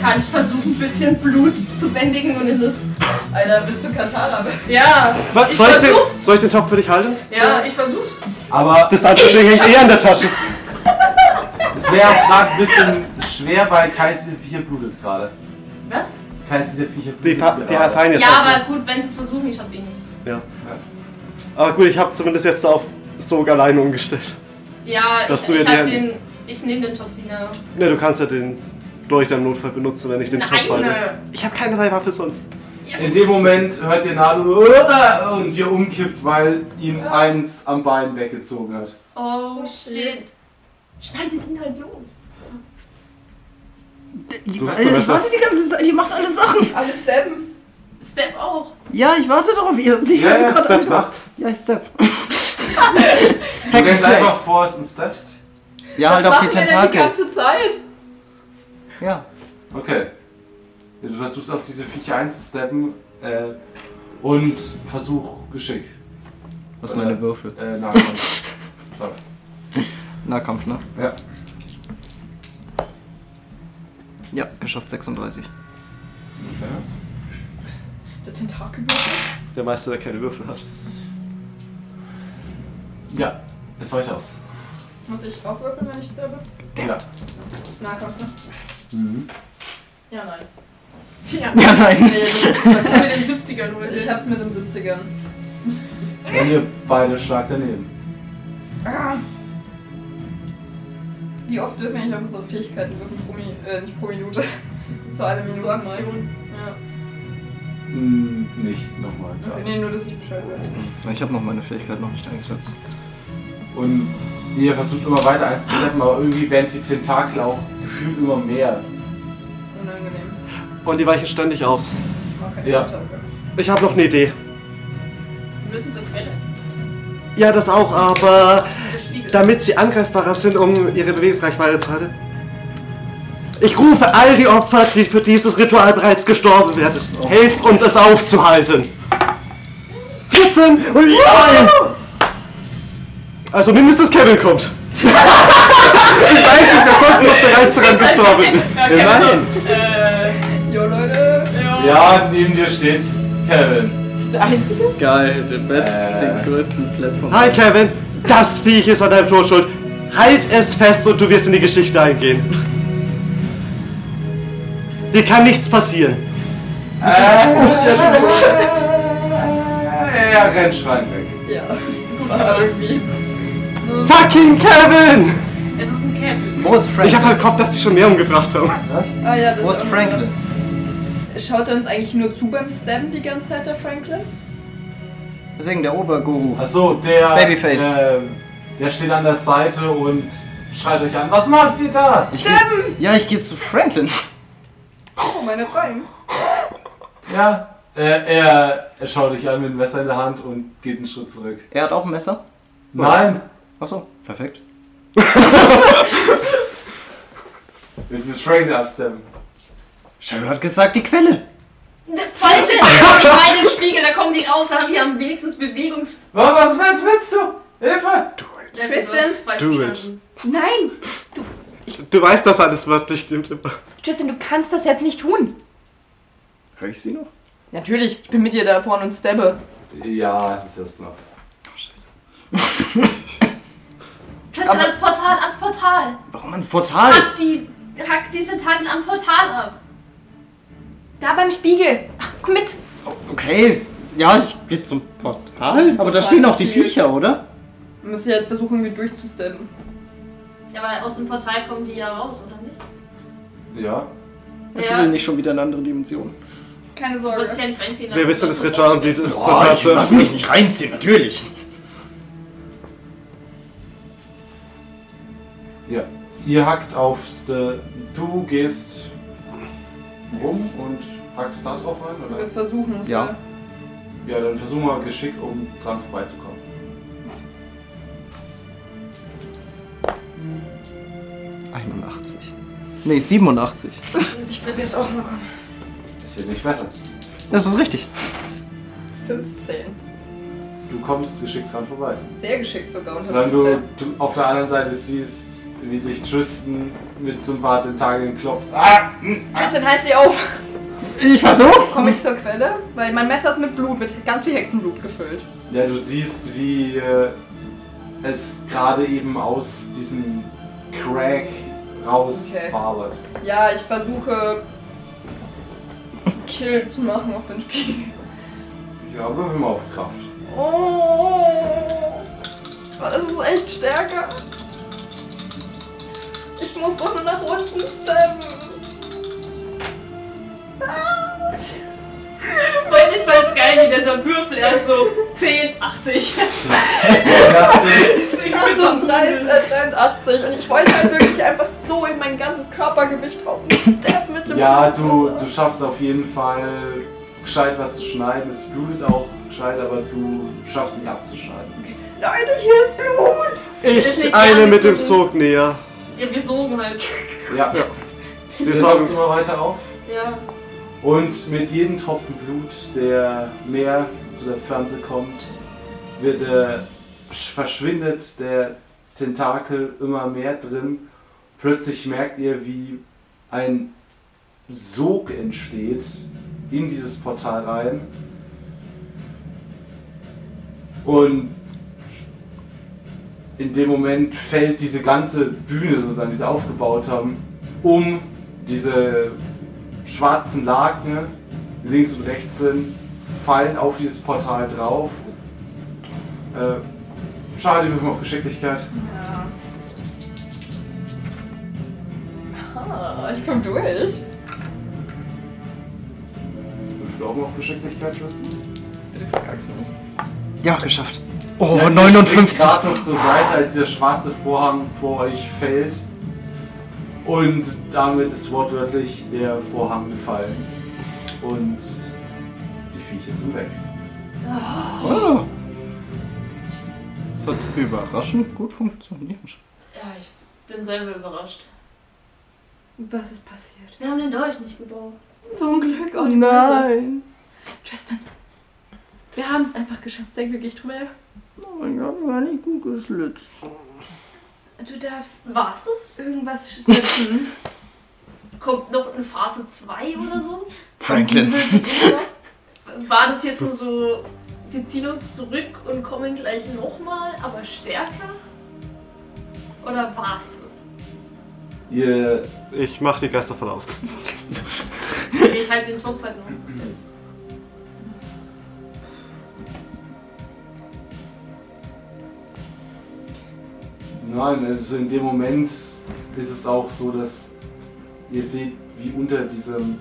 Speaker 2: Kann ich versuchen, ein bisschen Blut zu bändigen und in das. Alter, bist du Katara?
Speaker 3: Ja.
Speaker 5: Was,
Speaker 3: Ich
Speaker 5: soll, ich den,
Speaker 3: versuch's.
Speaker 5: soll ich den Topf für dich halten?
Speaker 3: Ja, ich versuch's.
Speaker 1: Aber
Speaker 5: Das andere Ding hängt eher an der Tasche.
Speaker 1: es wäre auch gerade ein bisschen schwer, weil keins dieser Viecher blutet gerade.
Speaker 3: Was?
Speaker 1: Keins dieser Viecher
Speaker 5: Die,
Speaker 1: blutet
Speaker 5: fa- die
Speaker 1: gerade.
Speaker 5: fallen jetzt
Speaker 3: Ja,
Speaker 5: dazu.
Speaker 3: aber gut, wenn sie es versuchen, ich schaff's eh nicht.
Speaker 5: aber gut, ich habe zumindest jetzt auf Sog alleine umgestellt.
Speaker 3: Ja,
Speaker 5: Dass
Speaker 3: ich,
Speaker 5: du
Speaker 3: ich
Speaker 5: jetzt
Speaker 3: hab
Speaker 5: die-
Speaker 3: den. Ich nehme den Topf wieder.
Speaker 5: Ne, du kannst ja den Leuchter im Notfall benutzen, wenn ich den Topf
Speaker 3: Nein,
Speaker 5: halte.
Speaker 3: ne.
Speaker 5: Ich habe keinerlei Waffe sonst.
Speaker 1: In dem Moment hört ihr Nalu "Uah!" und hier umkippt, weil ihm eins am Bein weggezogen hat.
Speaker 3: Oh shit.
Speaker 7: Schneidet ihn halt los.
Speaker 11: Ich,
Speaker 5: Du bist so besser.
Speaker 11: warte die ganze Zeit, ihr macht alle Sachen.
Speaker 2: Alle steppen.
Speaker 3: Step auch.
Speaker 11: Ja, ich warte darauf. Ihr, ich
Speaker 1: Ja,
Speaker 11: hab
Speaker 1: ja,
Speaker 11: gerade
Speaker 5: Step
Speaker 11: alles-
Speaker 5: macht.
Speaker 11: Ja, ich step.
Speaker 1: Du gehst einfach vor und steppst.
Speaker 4: Ja, halt auf die
Speaker 2: die
Speaker 4: Tentakel.
Speaker 2: ganze Zeit.
Speaker 4: Ja.
Speaker 1: Okay. Du versuchst auf diese Viecher einzusteppen äh, und versuch Geschick.
Speaker 4: Was sind meine Würfel?
Speaker 1: Äh, Nahkampf. Sorry.
Speaker 4: Nahkampf, ne?
Speaker 1: Ja.
Speaker 4: Ja, geschafft 36.
Speaker 1: Okay.
Speaker 2: Der Tentakelwürfel.
Speaker 5: Der Meister, der keine Würfel hat.
Speaker 1: Ja, es reicht aus.
Speaker 2: Muss ich auch würfeln, wenn ich sterbe?
Speaker 1: Ja.
Speaker 2: Nahkampf, ne?
Speaker 3: Ja, nein.
Speaker 2: Ja.
Speaker 4: Ja, nein.
Speaker 2: Nee, das ist, was
Speaker 3: Das ist mit den 70ern nur.
Speaker 2: ich, ich hab's mit den 70ern.
Speaker 1: Und ihr beide schlagt daneben.
Speaker 2: Wie oft dürfen wir eigentlich auf unsere Fähigkeiten würfeln pro, Mi äh, nicht pro Minute? So eine Minute. mal. Ja.
Speaker 1: Hm, nicht nochmal.
Speaker 2: Okay,
Speaker 1: Ja.
Speaker 2: nee, nur, dass ich Bescheid weiß.
Speaker 4: Ich habe noch meine Fähigkeit noch nicht eingesetzt.
Speaker 1: Und ihr versucht immer weiter einzusteppen, aber irgendwie werden die Tentakel auch gefühlt immer mehr.
Speaker 2: Unangenehm.
Speaker 5: Und die weichen ständig aus.
Speaker 2: Okay,
Speaker 1: Ja.
Speaker 2: Tentakel.
Speaker 5: Ich habe noch eine Idee.
Speaker 3: Wir müssen zur Quelle.
Speaker 5: Ja, das auch, aber
Speaker 3: Der Spiegel.
Speaker 5: damit sie angreifbarer sind, um ihre Bewegungsreichweite zu halten. Ich rufe all die Opfer, die für dieses Ritual bereits gestorben werden. Helft uns, es aufzuhalten. 14 und ja! Also mindestens Kevin kommt. ich weiß nicht, wer sonst noch bereits daran gestorben ist.
Speaker 2: Jo, Leute.
Speaker 1: Ja, neben dir steht Kevin.
Speaker 11: Das ist der einzige.
Speaker 4: Geil, den besten,
Speaker 1: Äh.
Speaker 4: den größten Pleb von
Speaker 5: Hi Kevin, das Viech ist an deinem Tor schuld. Halt es fest und du wirst in die Geschichte eingehen. Dir kann nichts passieren.
Speaker 1: Äh, ja, renn schreien weg.
Speaker 2: Ja, das war irgendwie.
Speaker 5: Fucking Kevin!
Speaker 3: Es ist ein Camp.
Speaker 4: Wo ist
Speaker 5: Ich hab
Speaker 4: Franklin?
Speaker 5: halt Kopf, dass die schon mehr umgebracht haben.
Speaker 1: Was?
Speaker 2: Ah ja, das
Speaker 4: Wo ist
Speaker 2: auch noch-
Speaker 4: Franklin?
Speaker 2: Schaut er uns eigentlich nur zu beim Stem die ganze Zeit, der Franklin?
Speaker 4: Deswegen der Oberguru.
Speaker 1: Achso, der.
Speaker 4: Babyface.
Speaker 1: ähm, der steht an der Seite und schreit euch an. Was macht ihr da?
Speaker 4: Ich geh, ja, ich gehe zu Franklin.
Speaker 2: Oh, meine Reim.
Speaker 1: Ja. Äh, er, er schaut dich an mit dem Messer in der Hand und geht einen Schritt zurück.
Speaker 4: Er hat auch ein Messer.
Speaker 1: Nein!
Speaker 4: Achso, perfekt.
Speaker 1: Jetzt ist Franklin abstemmen.
Speaker 4: Sharon hat gesagt, die Quelle.
Speaker 3: Falsche! Ich meine den Spiegel, da kommen die raus, da haben wir am wenigstens Bewegungs...
Speaker 1: Was, was willst du? Hilfe!
Speaker 3: Tristan,
Speaker 5: Do it.
Speaker 7: Nein,
Speaker 5: Du weißt, dass alles wörtlich stimmt.
Speaker 7: Tristan, du kannst das jetzt nicht tun.
Speaker 4: Hör ich sie noch?
Speaker 2: Natürlich, ich bin mit dir da vorne und stabbe.
Speaker 1: Ja, es ist erst noch.
Speaker 3: Tristan, ans Portal, ans Portal!
Speaker 4: Warum ans Portal?
Speaker 3: Hack die, hack die Tentakel am Portal ab!
Speaker 7: Da beim Spiegel. Ach, komm mit.
Speaker 4: Oh, Okay. Ja, ich gehe zum Portal. Aber da stehen auch die Viecher, oder?
Speaker 2: Wir müssen halt versuchen, irgendwie durchzustabben.
Speaker 3: Ja, aber aus dem Portal kommen die ja raus, oder nicht?
Speaker 1: Ja.
Speaker 4: Ich
Speaker 3: Ja,
Speaker 4: will
Speaker 3: du
Speaker 4: nicht schon wieder eine andere Dimension.
Speaker 2: Keine
Speaker 3: sollst dich
Speaker 2: Sorge.
Speaker 3: ja nicht reinziehen. also
Speaker 5: Wir
Speaker 3: lassen.
Speaker 5: wissen das Ritual und die das Portal zu
Speaker 4: Ah, lass
Speaker 5: öffnen.
Speaker 4: mich nicht reinziehen, natürlich.
Speaker 1: Ja. Ihr hackt aufs. äh, Du gehst rum und packst da drauf ein, oder?
Speaker 2: Wir versuchen es
Speaker 4: Ja.
Speaker 2: mal.
Speaker 1: Ja, dann versuchen wir Geschick, um dran vorbeizukommen.
Speaker 2: Hm.
Speaker 4: 81. Nee, 87.
Speaker 2: Ich probier's auch mal. komm.
Speaker 1: Das wird nicht besser.
Speaker 4: Das ist richtig.
Speaker 2: 15.
Speaker 1: Du kommst geschickt dran vorbei.
Speaker 2: Sehr geschickt sogar. unter
Speaker 1: Solange
Speaker 2: der
Speaker 1: Also du
Speaker 2: Hüfte.
Speaker 1: t- auf der anderen Seite siehst, wie sich Tristan mit so ein paar Tentakeln klopft. Ah!
Speaker 2: Tristan, halt sie auf!
Speaker 4: Ich versuch's!
Speaker 2: Komme ich zur Quelle? Weil mein Messer ist mit Blut, mit ganz viel Hexenblut gefüllt.
Speaker 1: Ja, du siehst, wie äh, es gerade eben aus diesem Crack raus
Speaker 2: Okay.
Speaker 1: wabert.
Speaker 2: Ja, ich versuche. Kill zu machen auf den Spiegel.
Speaker 1: Ja, würfel mal auf Kraft.
Speaker 2: Oh! Das ist echt stärker. Ich muss doch nur nach unten stemmen.
Speaker 3: Weiß ich fand's geil, wie dieser Würfel erst so 10, 80.
Speaker 2: Ich bin schon 30,
Speaker 3: halt.
Speaker 2: äh, 83 und ich wollte halt wirklich einfach so in mein ganzes Körpergewicht auf den Step mit dem
Speaker 1: Ja, du,
Speaker 2: Blutmesser.
Speaker 1: du schaffst auf jeden Fall gescheit was zu schneiden. Es blutet auch gescheit, aber du schaffst nicht abzuschneiden.
Speaker 2: Leute, hier ist Blut!
Speaker 3: Ist nicht
Speaker 5: Ich eine
Speaker 3: gar
Speaker 5: mit
Speaker 3: nicht
Speaker 5: dem
Speaker 3: so
Speaker 5: Sog näher.
Speaker 3: Ja, wir sogen halt.
Speaker 1: Ja,
Speaker 5: Ja.
Speaker 1: wir
Speaker 5: Wir
Speaker 1: saugen
Speaker 5: sagen,
Speaker 1: immer weiter auf.
Speaker 3: Ja.
Speaker 1: Und mit jedem Tropfen Blut, der mehr zu der Pflanze kommt, wird, äh, sch- verschwindet der Tentakel immer mehr drin. Plötzlich merkt ihr, wie ein Sog entsteht in dieses Portal rein. Und in dem Moment fällt diese ganze Bühne, sozusagen, die sie aufgebaut haben, um diese schwarzen Laken links und rechts sind, fallen auf dieses Portal drauf. Äh, schade, wir haben auf Geschicklichkeit.
Speaker 2: Ah, ich komm durch.
Speaker 1: Wir auch mal auf Geschicklichkeit wissen.
Speaker 2: Bitte verkackst nicht.
Speaker 4: Ja, geschafft. Oh, 59.
Speaker 1: Gerade noch zur Seite, als dieser schwarze Vorhang vor euch fällt. Und damit ist wortwörtlich der Vorhang gefallen. Und die Viecher sind weg.
Speaker 4: Oh. Das hat überraschend gut funktioniert.
Speaker 3: Ja, ich bin selber überrascht.
Speaker 2: Was ist passiert?
Speaker 3: Wir haben den Dolch nicht gebaut.
Speaker 2: Zum Glück,
Speaker 12: Oh
Speaker 2: die Böse.
Speaker 12: nein.
Speaker 2: Tristan, wir haben es einfach geschafft. Sehr glücklich drüber.
Speaker 12: Oh, ich hab gar nicht gut geslitzt.
Speaker 2: Du darfst
Speaker 3: War's das?
Speaker 2: irgendwas schnitzen.
Speaker 3: Kommt noch in Phase 2 oder so?
Speaker 4: Franklin.
Speaker 3: War das jetzt nur so, wir ziehen uns zurück und kommen gleich nochmal, aber stärker? Oder war's das?
Speaker 1: Ihr
Speaker 5: ich mach die Geister voll aus.
Speaker 3: Ich halte den Topf halt noch
Speaker 1: Mhm.
Speaker 3: fest.
Speaker 1: Nein, also in dem Moment ist es auch so, dass ihr seht, wie unter diesem.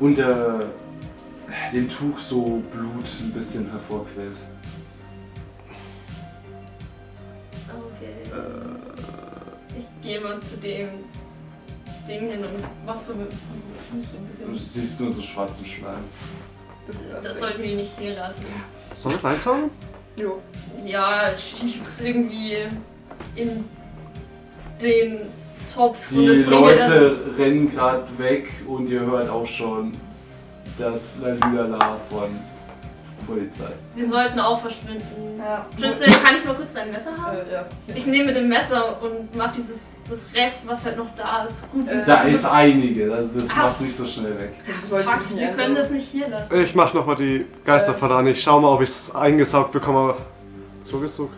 Speaker 1: unter dem Tuch so Blut ein bisschen hervorquillt.
Speaker 3: Okay. Ich gehe mal zu dem Ding hin und mach so mit dem Fuß so ein
Speaker 1: Du
Speaker 3: bisschen.
Speaker 1: siehst nur so schwarzen Schleim.
Speaker 3: Das sollten wir nicht hier lassen.
Speaker 5: Sollen wir es einsaugen?
Speaker 2: Jo.
Speaker 3: Ja, ich ich muss irgendwie in den Topf
Speaker 1: Die
Speaker 3: das bringt mir dann-
Speaker 1: Leute rennen gerade weg und ihr hört auch schon das Lalulala von Polizei.
Speaker 3: Wir sollten auch verschwinden.
Speaker 2: Ja.
Speaker 3: Tristan, kann ich mal kurz dein Messer haben?
Speaker 2: Äh, ja.
Speaker 3: Ich nehme dem Messer und mach dieses das Rest, was halt noch da ist, gut.
Speaker 2: Äh,
Speaker 1: Da ist einige, also das
Speaker 3: Ah.
Speaker 1: machst du nicht so schnell weg.
Speaker 2: Du
Speaker 3: Fuck,
Speaker 2: solltest es nicht
Speaker 3: wir
Speaker 2: ansaugen.
Speaker 3: können das nicht hier lassen.
Speaker 5: Ich mach nochmal die Geisterfalle an. Ich schau mal, ob ich es eingesaugt bekomme. aber Zug ist Zug.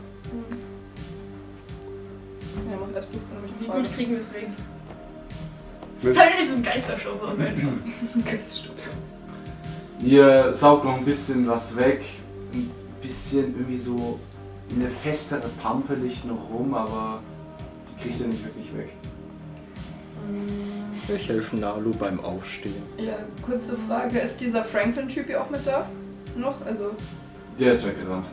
Speaker 2: Ja, mach erst du. dann hab
Speaker 3: Wie
Speaker 2: ich
Speaker 3: gut
Speaker 2: eine
Speaker 3: kriegen wir es weg? Das
Speaker 5: Mit-
Speaker 3: ist völlig so ein Geisterschuss auf jeden Fall.
Speaker 2: Frage.
Speaker 1: Ihr saugt noch ein bisschen was weg. Ein bisschen irgendwie so eine festere Pampe liegt noch rum, aber die kriegt ihr nicht wirklich weg.
Speaker 4: Ich helfe Nalu beim Aufstehen.
Speaker 2: Ja, kurze Frage. Ist dieser Franklin-Typ hier auch mit da? Noch? Also.
Speaker 1: Der ist weggerannt.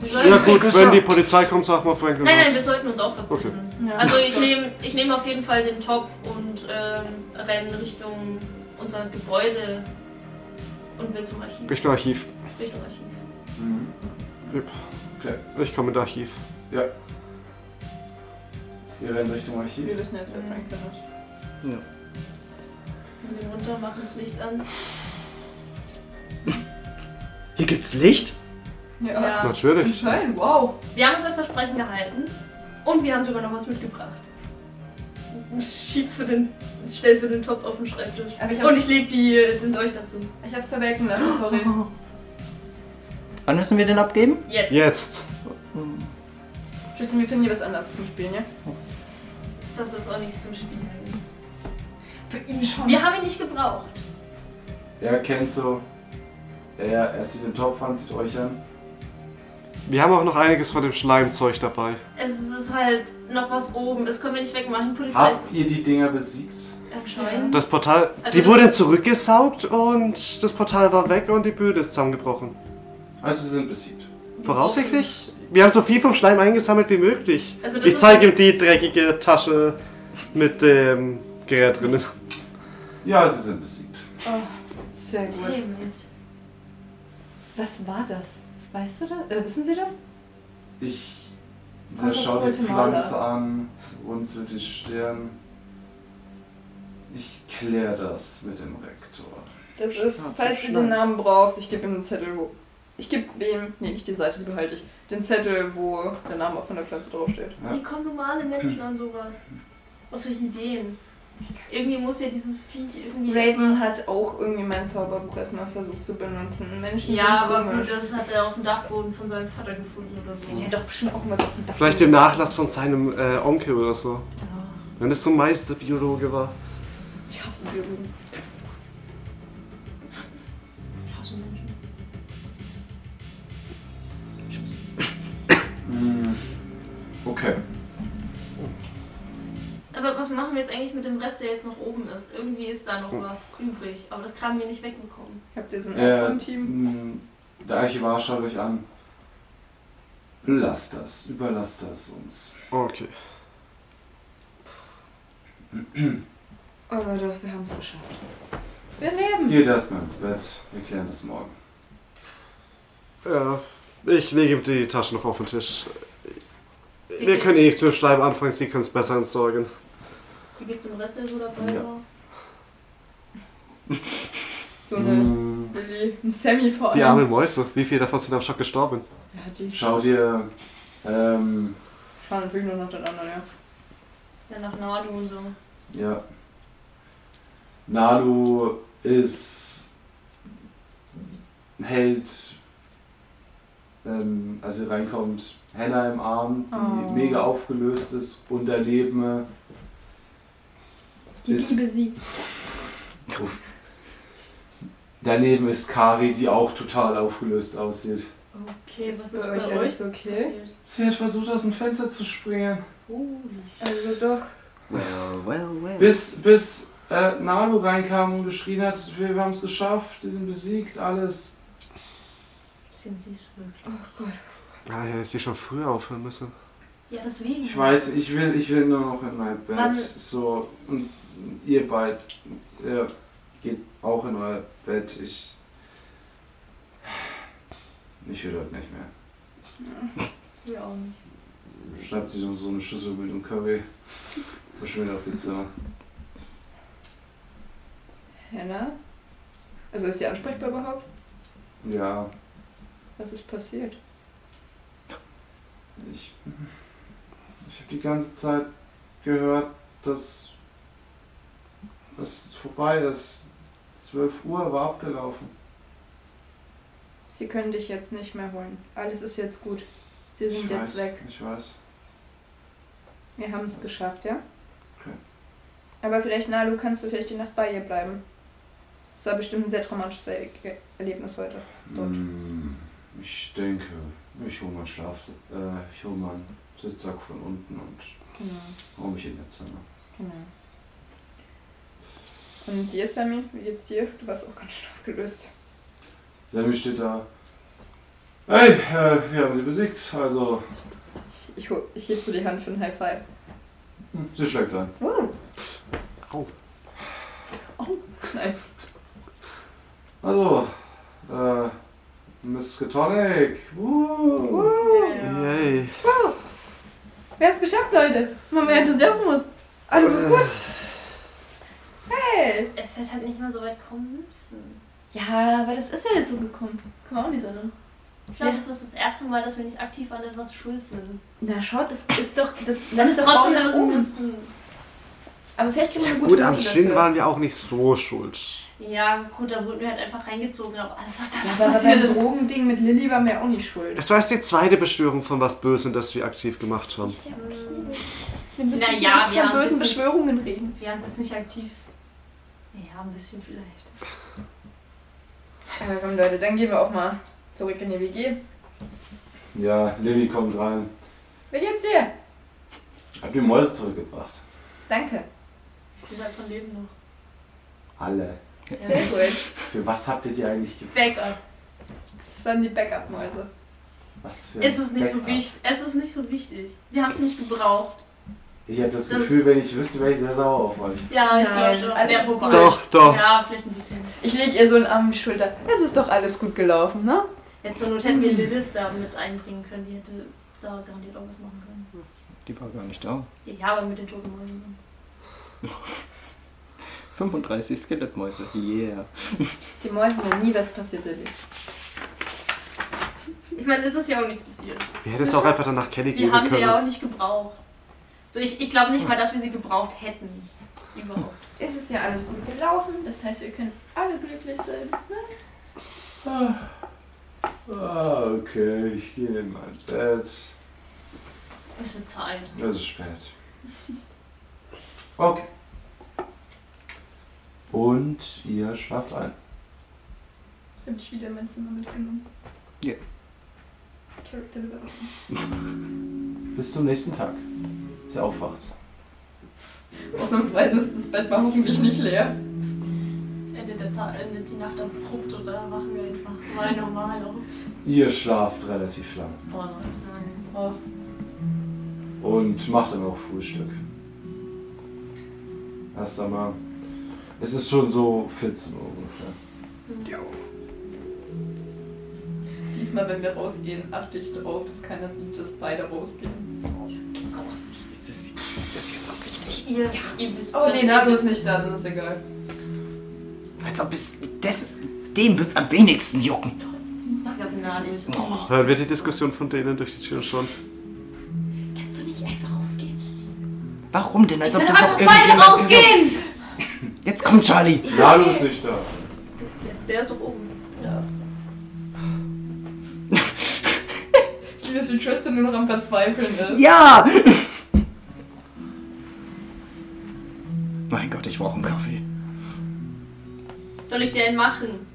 Speaker 3: Wir sollten-
Speaker 5: Ja gut, wenn die Polizei kommt, sag mal Franklin
Speaker 3: Nein, nein, wir
Speaker 5: was.
Speaker 3: sollten uns auch verpissen. Also ich nehme ich nehm auf jeden Fall den Topf und ähm, rennen Richtung unser Gebäude und will zum Archiv.
Speaker 5: Richtung Archiv.
Speaker 3: Richtung Archiv.
Speaker 1: Mhm.
Speaker 5: Ich komme mit Archiv.
Speaker 1: Wir rennen Richtung Archiv.
Speaker 2: Wir wissen jetzt, wer Franklin ist.
Speaker 3: Gehen wir runter, machen das Licht an.
Speaker 4: Hier gibt's Licht?
Speaker 3: Ah,
Speaker 2: Ja.
Speaker 5: Natürlich.
Speaker 2: Anscheinend, wow.
Speaker 3: Wir haben unser Versprechen gehalten und wir haben sogar noch was mitgebracht. Schiebst du den, stellst du den Topf auf den Schreibtisch.
Speaker 2: Aber ich hab's-
Speaker 3: und ich leg die, den Leuchter zu.
Speaker 2: Ich hab's verwecken lassen, sorry.
Speaker 4: Wann müssen wir den abgeben?
Speaker 3: Jetzt.
Speaker 5: Jetzt.
Speaker 2: Tristan, wir finden dir was anderes zum Spielen, ja?
Speaker 3: Das ist auch nichts zum Spielen.
Speaker 2: Für ihn schon.
Speaker 3: Wir haben ihn nicht gebraucht.
Speaker 1: Er kennt so. Er, er sieht den Topf an, sieht euch an.
Speaker 5: Wir haben auch noch einiges von dem Schleimzeug dabei.
Speaker 3: Es ist halt noch was oben. Das können wir nicht wegmachen. Die Polizei
Speaker 1: Habt
Speaker 3: ist
Speaker 1: ihr die Dinger besiegt?
Speaker 3: anscheinend.
Speaker 5: Das Portal.
Speaker 3: Also
Speaker 5: die
Speaker 3: das
Speaker 5: wurde
Speaker 3: ist-
Speaker 5: zurückgesaugt und das Portal war weg und die Bühne ist zusammengebrochen.
Speaker 1: Also sie sind besiegt.
Speaker 5: Voraussichtlich? Wir haben so viel vom Schleim eingesammelt wie möglich.
Speaker 3: Also das
Speaker 5: Ich
Speaker 3: ist
Speaker 5: zeige ihm die dreckige Tasche mit dem Gerät drinnen.
Speaker 1: Ja, sie sind besiegt.
Speaker 2: Sehr
Speaker 3: das
Speaker 2: gut. Was war das? Weißt du das? Äh, wissen Sie das?
Speaker 1: Ich.
Speaker 2: Kommt
Speaker 1: Der
Speaker 2: aus
Speaker 1: schaut die
Speaker 2: Guatemala.
Speaker 1: Pflanze an, runzelt die Stirn. Ich klär das mit dem Rektor.
Speaker 2: Das ist, falls ihr den Namen braucht, ich gebe ihm den Zettel, wo. Ich gebe ihm, nee, nicht die Seite, die behalte ich. Den Zettel, wo der Name von der Pflanze draufsteht.
Speaker 3: Wie kommen normale Menschen an sowas? Aus solchen Ideen? Irgendwie muss ja dieses Viech irgendwie.
Speaker 2: Raven hat auch irgendwie mein Zauberbuch erstmal versucht zu benutzen. Menschen
Speaker 3: Ja,
Speaker 2: sind
Speaker 3: aber
Speaker 2: komisch.
Speaker 3: gut, das hat er auf dem Dachboden von seinem Vater gefunden oder so.
Speaker 2: Ja, doch bestimmt auch was auf dem Dach.
Speaker 5: Vielleicht den Nachlass von seinem äh, Onkel oder so. Wenn es so ein Meisterbiologe war.
Speaker 2: Ich hasse Biologen.
Speaker 3: Ich hasse Menschen.
Speaker 1: Hm, Okay.
Speaker 3: Aber was machen wir jetzt eigentlich mit dem Rest, der jetzt noch oben ist? Irgendwie ist da noch
Speaker 1: Hm.
Speaker 3: was übrig, aber das haben wir nicht wegbekommen.
Speaker 2: Habt ihr so ein
Speaker 1: Äh,
Speaker 2: Aufräumteam?
Speaker 1: mh, Der Archivar schaut euch an. Lasst das, überlasst das uns.
Speaker 5: Okay.
Speaker 2: Oh Leute, wir haben es geschafft. Wir leben.
Speaker 1: Geht erstmal ins Bett, wir klären das morgen.
Speaker 5: Ja. Ich lege ihm die Tasche noch auf den Tisch. Wir können eh nichts mit dem Schleim anfangen, sie können es besser entsorgen.
Speaker 3: Wie geht's dem Rest, der so dabei
Speaker 1: Ja.
Speaker 3: war?
Speaker 2: So eine
Speaker 1: Hm,
Speaker 2: Lilly, ein Sammy vor allem.
Speaker 5: Die armen Mäuse, wie viele davon sind am Schock gestorben?
Speaker 2: Ja, die
Speaker 1: Schaut ihr, ähm,
Speaker 2: fahren natürlich nur nach den anderen, ja.
Speaker 3: Ja, nach Nadu und so.
Speaker 1: ja. Nalu ist. hält. Ähm, als ihr reinkommt, Hannah im Arm, die
Speaker 2: Oh.
Speaker 1: mega aufgelöst ist und daneben
Speaker 7: Die
Speaker 1: Ist-
Speaker 7: Liebe sie.
Speaker 1: Daneben ist Kari, die auch total aufgelöst aussieht.
Speaker 3: Okay, was ist
Speaker 2: bei
Speaker 3: bei euch?
Speaker 2: alles okay?
Speaker 3: passiert?
Speaker 1: Sie hat versucht, aus dem Fenster zu springen.
Speaker 2: Also doch.
Speaker 4: Well, well, well.
Speaker 1: Bis, bis äh, Nalu reinkam und geschrien hat, wir, wir haben es geschafft, sie sind besiegt, alles.
Speaker 3: Sind sie es wirklich?
Speaker 2: Oh Gott.
Speaker 5: Ah, ja, hätte sie schon früher aufhören müssen.
Speaker 3: Ja, deswegen.
Speaker 1: Ich weiß, ich will, ich will nur noch in mein Bett.
Speaker 3: Wann-
Speaker 1: So, und ihr beid, ihr geht auch in euer Bett. Ich. Ich will heute nicht mehr.
Speaker 3: Wir auch nicht.
Speaker 1: Schnappt sich so eine Schüssel mit dem Curry. Verschwindet auf die Zimmer.
Speaker 2: Hannah? Also ist sie ansprechbar überhaupt?
Speaker 1: Ja,
Speaker 2: Was ist passiert?
Speaker 1: Ich, ich habe die ganze Zeit gehört, dass es vorbei ist. 12 Uhr war abgelaufen.
Speaker 2: Sie können dich jetzt nicht mehr holen. Alles ist jetzt gut. Sie sind
Speaker 1: ich
Speaker 2: jetzt
Speaker 1: weiß,
Speaker 2: weg.
Speaker 1: Ich weiß.
Speaker 2: Wir haben es geschafft, ja?
Speaker 1: Okay.
Speaker 2: Aber vielleicht, Nalu, kannst du vielleicht die Nacht bei ihr bleiben. Es war bestimmt ein sehr traumatisches Er Erlebnis heute. Dort.
Speaker 1: Mm, Ich denke, ich hole meinen Schlaf, äh, ich hole meinen Sitzsack von unten und
Speaker 2: Genau,
Speaker 1: hau mich in der Zimmer.
Speaker 2: genau. Und dir, Sammy, wie geht's dir? Du warst auch ganz schön aufgelöst.
Speaker 1: Sammy steht da. Hey, äh, wir haben sie besiegt, also hm,
Speaker 2: Ich, ich, hol- ich heb so die Hand für ein High Five.
Speaker 1: sie schlägt ein.
Speaker 2: Uh,
Speaker 5: Oh.
Speaker 1: Also, äh, Miss Ketonic.
Speaker 2: Oh.
Speaker 1: Uh.
Speaker 3: Ja.
Speaker 5: Yay.
Speaker 2: Wir haben es geschafft, Leute. Mal mehr Enthusiasmus. Alles ist gut. Hey.
Speaker 3: Es hätte halt nicht mal so weit kommen müssen.
Speaker 2: Ja, aber das ist ja jetzt so gekommen. Kann man auch nicht sagen.
Speaker 3: Ich glaube,
Speaker 2: Ja.
Speaker 3: das ist das erste Mal, dass wir nicht aktiv an etwas schuld sind.
Speaker 7: Na schaut, das ist doch. Das,
Speaker 3: Wenn es
Speaker 7: ist doch
Speaker 3: trotzdem
Speaker 7: Raum nach
Speaker 3: lösen
Speaker 7: oben.
Speaker 3: müssten.
Speaker 7: Aber vielleicht kriegen wir eine gute
Speaker 5: Gut, am
Speaker 7: Note
Speaker 5: Gin
Speaker 7: dafür.
Speaker 5: waren wir auch nicht so schuld.
Speaker 3: Ja, gut, da wurden wir halt einfach reingezogen, aber alles, was
Speaker 2: Ja,
Speaker 3: danach
Speaker 2: aber
Speaker 3: passiert
Speaker 2: beim
Speaker 3: ist.
Speaker 2: Drogending mit Lilly war mir auch nicht schuld.
Speaker 5: Das war jetzt die zweite Beschwörung von was Bösem, das wir aktiv gemacht haben.
Speaker 2: Wir müssen
Speaker 3: Na
Speaker 2: nicht über
Speaker 3: ja, wir
Speaker 2: die
Speaker 3: haben
Speaker 2: bösen
Speaker 3: jetzt-
Speaker 2: Beschwörungen reden.
Speaker 3: Wir haben es jetzt nicht aktiv. Ja, ein bisschen vielleicht.
Speaker 2: Aber komm, Leute, dann gehen wir auch mal zurück in die WG.
Speaker 1: Ja, Lilly kommt rein.
Speaker 2: Wer geht's dir?
Speaker 1: Hab die Mäuse zurückgebracht.
Speaker 2: Danke.
Speaker 3: Wie weit von Leben noch?
Speaker 1: Alle.
Speaker 2: Sehr gut.
Speaker 1: Für was habt ihr die eigentlich ge...
Speaker 3: Backup.
Speaker 2: Das waren die Backup-Mäuse.
Speaker 1: Was für
Speaker 3: Es ist nicht so
Speaker 1: Backup?
Speaker 3: wichtig. Es ist nicht so wichtig. Wir haben es nicht gebraucht.
Speaker 1: Ich habe das
Speaker 3: Das-
Speaker 1: Gefühl, wenn ich wüsste, wäre ich sehr sauer auf euch.
Speaker 3: Ja, ich
Speaker 2: Nein,
Speaker 3: glaube schon.
Speaker 2: alles
Speaker 3: ja,
Speaker 2: ist
Speaker 3: wobei-
Speaker 2: gut.
Speaker 5: Doch, doch.
Speaker 3: Ja, vielleicht ein bisschen.
Speaker 2: Ich leg ihr so einen Arm in die Schulter. Es ist doch alles gut gelaufen, ne?
Speaker 3: Jetzt zur Not hätten wir Lilith da mit einbringen können. Die hätte da garantiert auch was machen können.
Speaker 4: Die war gar nicht da.
Speaker 3: Ja, aber mit den toten Mäusen.
Speaker 4: 35 Skelettmäuse. Yeah.
Speaker 2: Die Mäuse haben nie was passiert, Lilly.
Speaker 3: Ich meine, es ist ja auch nichts passiert.
Speaker 5: Wir hätten es auch einfach danach Kelly
Speaker 3: Wir
Speaker 5: geben
Speaker 3: haben sie
Speaker 5: können.
Speaker 3: ja auch nicht gebraucht. So, ich, ich glaube nicht mal, dass wir sie gebraucht hätten. Überhaupt.
Speaker 2: Es ist ja alles gut gelaufen, das heißt, wir können alle glücklich sein.
Speaker 1: Ah, okay, ich gehe in mein Bett.
Speaker 3: Es wird Zeit.
Speaker 1: Es ist spät. Okay. Und ihr schlaft ein.
Speaker 2: Ich hab dich wieder in mein Zimmer mitgenommen.
Speaker 4: Ja.
Speaker 2: Character Development.
Speaker 1: Bis zum nächsten Tag. Dass ihr aufwacht.
Speaker 2: Ausnahmsweise ist das Bett mal hoffentlich nicht leer.
Speaker 3: Endet, der Tag, endet die Nacht abrupt oder machen wir einfach mal normal um. auf?
Speaker 1: Ihr schlaft relativ lang.
Speaker 3: Boah, nice, nice.
Speaker 2: Oh.
Speaker 1: Und macht dann auch Frühstück. Erst einmal. Es ist schon so 14 Uhr ungefähr.
Speaker 2: Diesmal, wenn wir rausgehen, achte ich darauf, dass keiner sieht, dass beide rausgehen.
Speaker 3: Ihr, ihr wisst
Speaker 2: Oh
Speaker 3: dass
Speaker 2: nee, na bloß nicht dann, ist egal.
Speaker 12: Als ob es. Das ist, dem wird's am wenigsten jucken.
Speaker 3: Ich glaube gar nicht.
Speaker 4: Oh.
Speaker 5: Hören wir die Diskussion von denen durch die Tür schon.
Speaker 7: Kannst du nicht einfach rausgehen?
Speaker 12: Warum denn? Als ob
Speaker 3: Dann
Speaker 12: das noch
Speaker 3: einfach beide
Speaker 12: irgendjemand.
Speaker 3: rausgehen!
Speaker 12: Jetzt kommt Charlie.
Speaker 1: Salu ist nicht da.
Speaker 3: Der ist doch oben.
Speaker 2: Ich liebe es, wie Tristan nur noch am Verzweifeln ist.
Speaker 12: Ja! Mein Gott, ich brauche einen Kaffee.
Speaker 3: Soll ich den machen?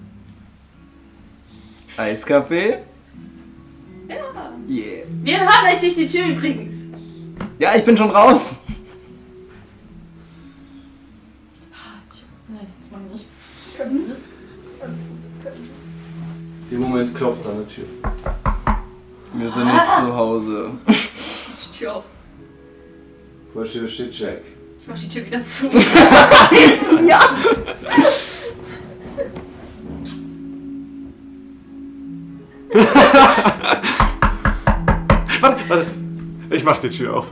Speaker 4: Eiskaffee?
Speaker 3: Ja.
Speaker 4: Yeah.
Speaker 3: Wir hören euch durch die Tür übrigens.
Speaker 4: Ja, ich bin schon raus.
Speaker 2: Nein, das machen wir nicht. Das können wir nicht. Alles gut, das können wir nicht.
Speaker 1: In dem Moment klopft es an der Tür.
Speaker 4: Wir sind
Speaker 3: Ah.
Speaker 4: nicht zu Hause.
Speaker 3: Mach die Tür auf.
Speaker 1: Vor der Tür steht Jack.
Speaker 3: Ich mach die Tür wieder zu.
Speaker 5: Warte, warte. Ich mach die Tür auf.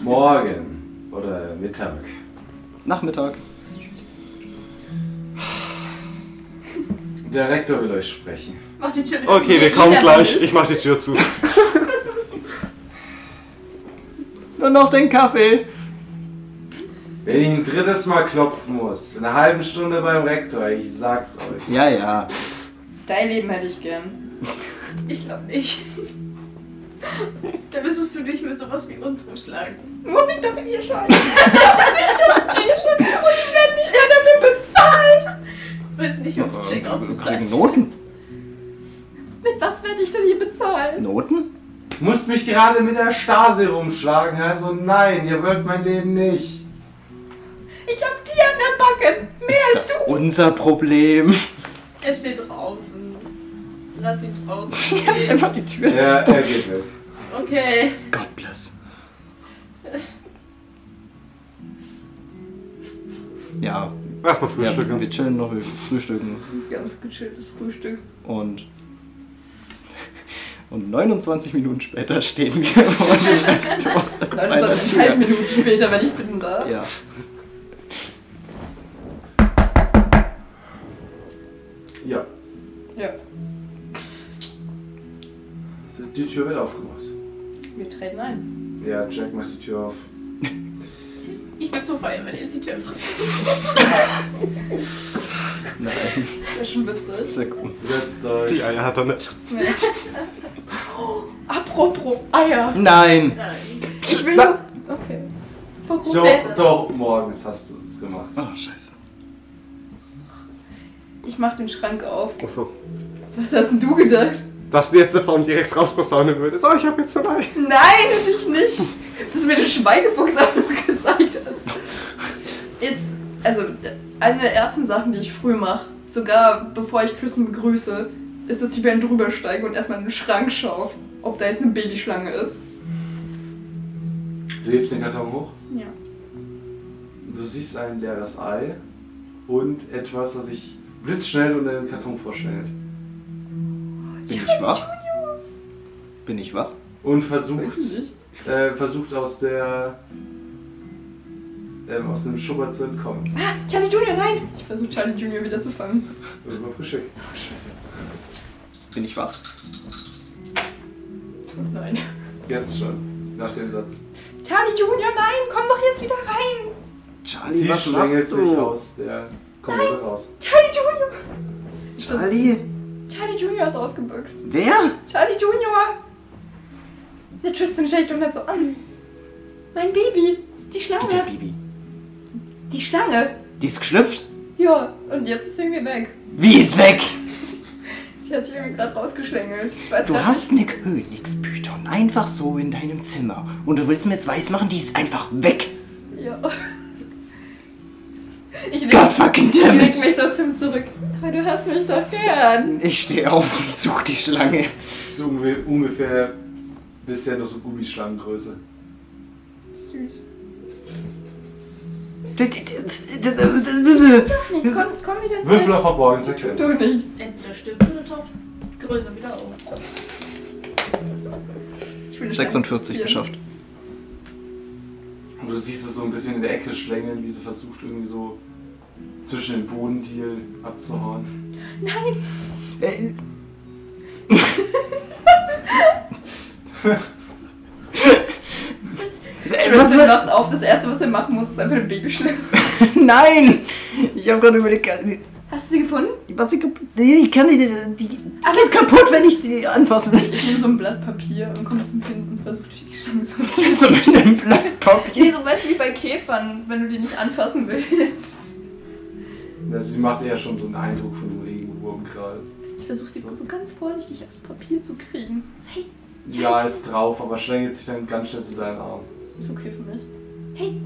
Speaker 1: Morgen oder Mittag.
Speaker 4: Nachmittag.
Speaker 1: Der Rektor will euch sprechen.
Speaker 3: Mach die Tür wieder
Speaker 5: Okay,
Speaker 3: zu.
Speaker 5: wir kommen
Speaker 3: Ihr
Speaker 5: gleich. Ich mach die Tür zu.
Speaker 4: Nur noch den Kaffee.
Speaker 1: Wenn ich ein drittes Mal klopfen muss, in einer halben Stunde beim Rektor, ich sag's euch.
Speaker 4: Ja, ja.
Speaker 2: Dein Leben hätte ich gern.
Speaker 3: Ich glaube nicht. da müsstest du dich mit sowas wie uns rumschlagen.
Speaker 2: Muss ich doch in ihr scheiden? Muss ich doch in ihr scheiden? Und ich werde nicht mehr dafür bezahlt!
Speaker 3: Weiß nicht, ob Jack auch
Speaker 4: Wir
Speaker 3: bezahlt.
Speaker 4: kriegen Noten.
Speaker 2: Mit was werde ich denn hier bezahlt?
Speaker 4: Noten?
Speaker 1: Musst mich gerade mit der Stasi rumschlagen, also nein, ihr wollt mein Leben nicht.
Speaker 2: Ich hab dir an der Backe!
Speaker 4: Ist das unser Problem?
Speaker 3: Er steht draußen. Lass ihn draußen.
Speaker 4: Jetzt
Speaker 3: stehen.
Speaker 4: einfach die Tür
Speaker 1: Ja,
Speaker 4: zu.
Speaker 1: er geht weg.
Speaker 3: Okay.
Speaker 4: God bless. Ja,
Speaker 5: Erstmal
Speaker 4: ja,
Speaker 5: frühstücken.
Speaker 4: wir chillen noch, wir frühstücken.
Speaker 2: Ganz gechilltes Frühstück.
Speaker 4: Und, und 29 Minuten später stehen wir vor dem Tor seiner
Speaker 2: 29,5
Speaker 4: Tür.
Speaker 2: Minuten später, wenn ich bin da.
Speaker 4: Ja.
Speaker 1: Ja.
Speaker 2: Ja.
Speaker 1: Also, Die Tür wird aufgemacht.
Speaker 2: Wir treten ein.
Speaker 1: Ja, Jack macht die Tür auf.
Speaker 3: Ich würde so feiern, wenn ihr jetzt die Tür einfach.
Speaker 4: Nein,
Speaker 2: Das ist schon witzig.
Speaker 4: sehr cool.
Speaker 1: Setzt euch.
Speaker 5: Die Eier hat er nicht.
Speaker 2: Apropos Eier.
Speaker 4: Nein!
Speaker 3: Nein.
Speaker 2: Ich will nur... Okay.
Speaker 1: Doch, doch, morgens hast du es gemacht.
Speaker 4: Oh, scheiße.
Speaker 2: Ich mach den Schrank auf.
Speaker 5: Achso.
Speaker 2: Was hast denn du gedacht?
Speaker 5: Dass die jetzt eine Frau direkt rausposaunen würde. So, ich hab jetzt ein Ei.
Speaker 2: Nein, natürlich nicht. Dass du mir den Schweigefuchs auch noch gezeigt hast. Ist, also, eine der ersten Sachen, die ich früh mache, sogar bevor ich Tristan begrüße, ist, dass ich über ihn drüber steige und erstmal in den Schrank schaue, ob da jetzt eine Babyschlange ist.
Speaker 1: Du hebst den Karton hoch.
Speaker 3: Ja.
Speaker 1: Du siehst ein leeres Ei und etwas, was sich blitzschnell unter den Karton vorstellt.
Speaker 4: Bin ich wach? Bin ich wach?
Speaker 1: Und versucht, äh, versucht aus der. Ähm, aus dem Schubert zu entkommen.
Speaker 2: Ah, Charlie Junior, nein! Ich versuche Charlie Junior wieder zu fangen.
Speaker 1: Irgendwo geschickt.
Speaker 4: Bin ich wach?
Speaker 2: Nein.
Speaker 1: Jetzt schon. Nach dem Satz.
Speaker 2: Charlie Junior, nein! Komm doch jetzt wieder rein!
Speaker 4: Charlie,
Speaker 1: Sie
Speaker 4: was
Speaker 1: schlängelt
Speaker 4: machst
Speaker 1: sich
Speaker 4: du?
Speaker 1: aus der Kommode raus.
Speaker 2: Charlie Junior! Ich versuch,
Speaker 12: Ali,
Speaker 2: Charlie Junior ist ausgebüxt.
Speaker 12: wer?
Speaker 2: Charlie Junior! Der Tristan stellt doch nicht so an. Mein Baby! Die
Speaker 1: Ah,
Speaker 12: Bitte,
Speaker 2: Schlange!
Speaker 12: Bibi.
Speaker 2: Die Schlange!
Speaker 12: Die ist geschlüpft?
Speaker 2: Ja, und jetzt ist sie irgendwie weg.
Speaker 12: Wie ist weg?
Speaker 2: Die hat sich irgendwie gerade rausgeschlängelt. Ich weiß
Speaker 12: Du
Speaker 2: grad
Speaker 12: hast eine Königspython einfach so in deinem Zimmer. Und du willst mir jetzt weismachen, die ist einfach weg.
Speaker 2: nicht- Ja. Ich leg,
Speaker 12: God fucking
Speaker 2: ich
Speaker 12: damn
Speaker 2: leg
Speaker 12: it.
Speaker 2: mich so zum Zurück. Aber du hast mich doch gern.
Speaker 12: Ich stehe auf und suche die Schlange.
Speaker 1: Das ist unge- ungefähr bisher noch so Gummischlangengröße.
Speaker 2: Süß. Nichts,
Speaker 12: Wie
Speaker 2: komm, komm wieder ins Bett.
Speaker 1: Würfel auf verborgen, sagt er.
Speaker 2: Du nichts.
Speaker 3: Entweder stirbt oder taucht größer wieder auf.
Speaker 2: Ich will nicht
Speaker 4: 46
Speaker 2: einkassieren.
Speaker 4: geschafft.
Speaker 1: Und du siehst es so ein bisschen in der Ecke schlängeln, wie sie versucht, irgendwie so zwischen den Bodendielen abzuhauen.
Speaker 12: Äh,
Speaker 2: Tristan wacht auf, das erste, was er machen muss, ist einfach eine Babyschlange.
Speaker 12: Nein! Ich habe gerade überlegt, äh,
Speaker 2: Hast du sie gefunden?
Speaker 12: was ich kaputt. Nee, ich kann nicht. äh, Die, die, die geht kaputt, wenn ich die anfasse.
Speaker 2: Ich nehme so ein Blatt Papier und komme zum Kind und versuche durch die Schlange zu
Speaker 12: Das ist so mit einem Blatt
Speaker 2: Nee,
Speaker 12: Papier.
Speaker 2: so weißt du wie bei Käfern, wenn du die nicht anfassen willst.
Speaker 1: Ja, Also, sie macht eher schon so einen Eindruck von dem Regenwurm gerade.
Speaker 2: Ich versuche sie so ganz vorsichtig aufs Papier zu kriegen. So, hey,
Speaker 1: Ja, ist drauf, aber schlängelt sich dann ganz schnell zu deinen Armen.
Speaker 2: ist okay für mich. Hey,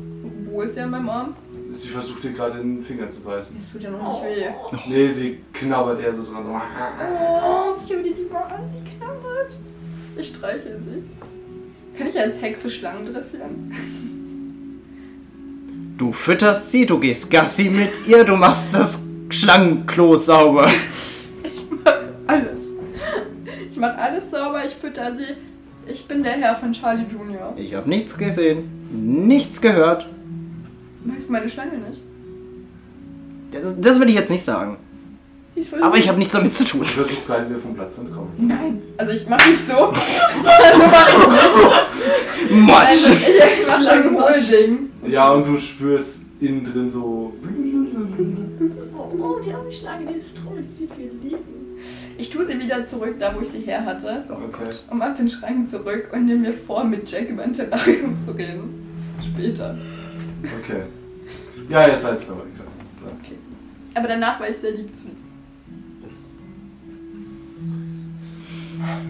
Speaker 2: wo ist er in meinem Arm?
Speaker 1: Sie versucht dir gerade in den Finger zu beißen.
Speaker 2: Das tut ja noch nicht weh.
Speaker 1: Nee, sie knabbert eher so dran.
Speaker 2: Oh, ich höre dir die mal an, die knabbert. Ich streiche sie. Kann ich als Hexe Schlangen dressieren?
Speaker 12: Du fütterst sie, du gehst Gassi mit ihr, du machst das Schlangenklo sauber.
Speaker 2: Ich mache alles. Ich mache alles sauber, ich fütter sie. Ich bin der Herr von Charlie Junior.
Speaker 12: Ich habe nichts gesehen, nichts gehört.
Speaker 2: Magst du meine Schlange nicht?
Speaker 12: Das, das würde ich jetzt nicht sagen.
Speaker 2: Die ist voll
Speaker 12: Aber
Speaker 2: süß.
Speaker 12: ich habe nichts damit zu
Speaker 1: Sie
Speaker 12: tun.
Speaker 1: versucht gerade wieder vom Platz zu entkommen.
Speaker 2: Nein. Also ich mache nicht so. also mache ich nicht. Also
Speaker 12: Matsch!
Speaker 2: ich, ich mache so ein Holding.
Speaker 1: Ja, und du spürst innen drin so.
Speaker 3: Oh, oh die arme Schlange, die ist stolz, sie viel lieben.
Speaker 2: Ich tue sie wieder zurück, da wo ich sie her hatte.
Speaker 1: Okay.
Speaker 2: Und mach den Schrank zurück und nehme mir vor, mit Jack über ein Terrarium zu reden. Später.
Speaker 1: Okay. Ja, ihr seid verrückt.
Speaker 2: Aber danach war ich sehr lieb zu ihm.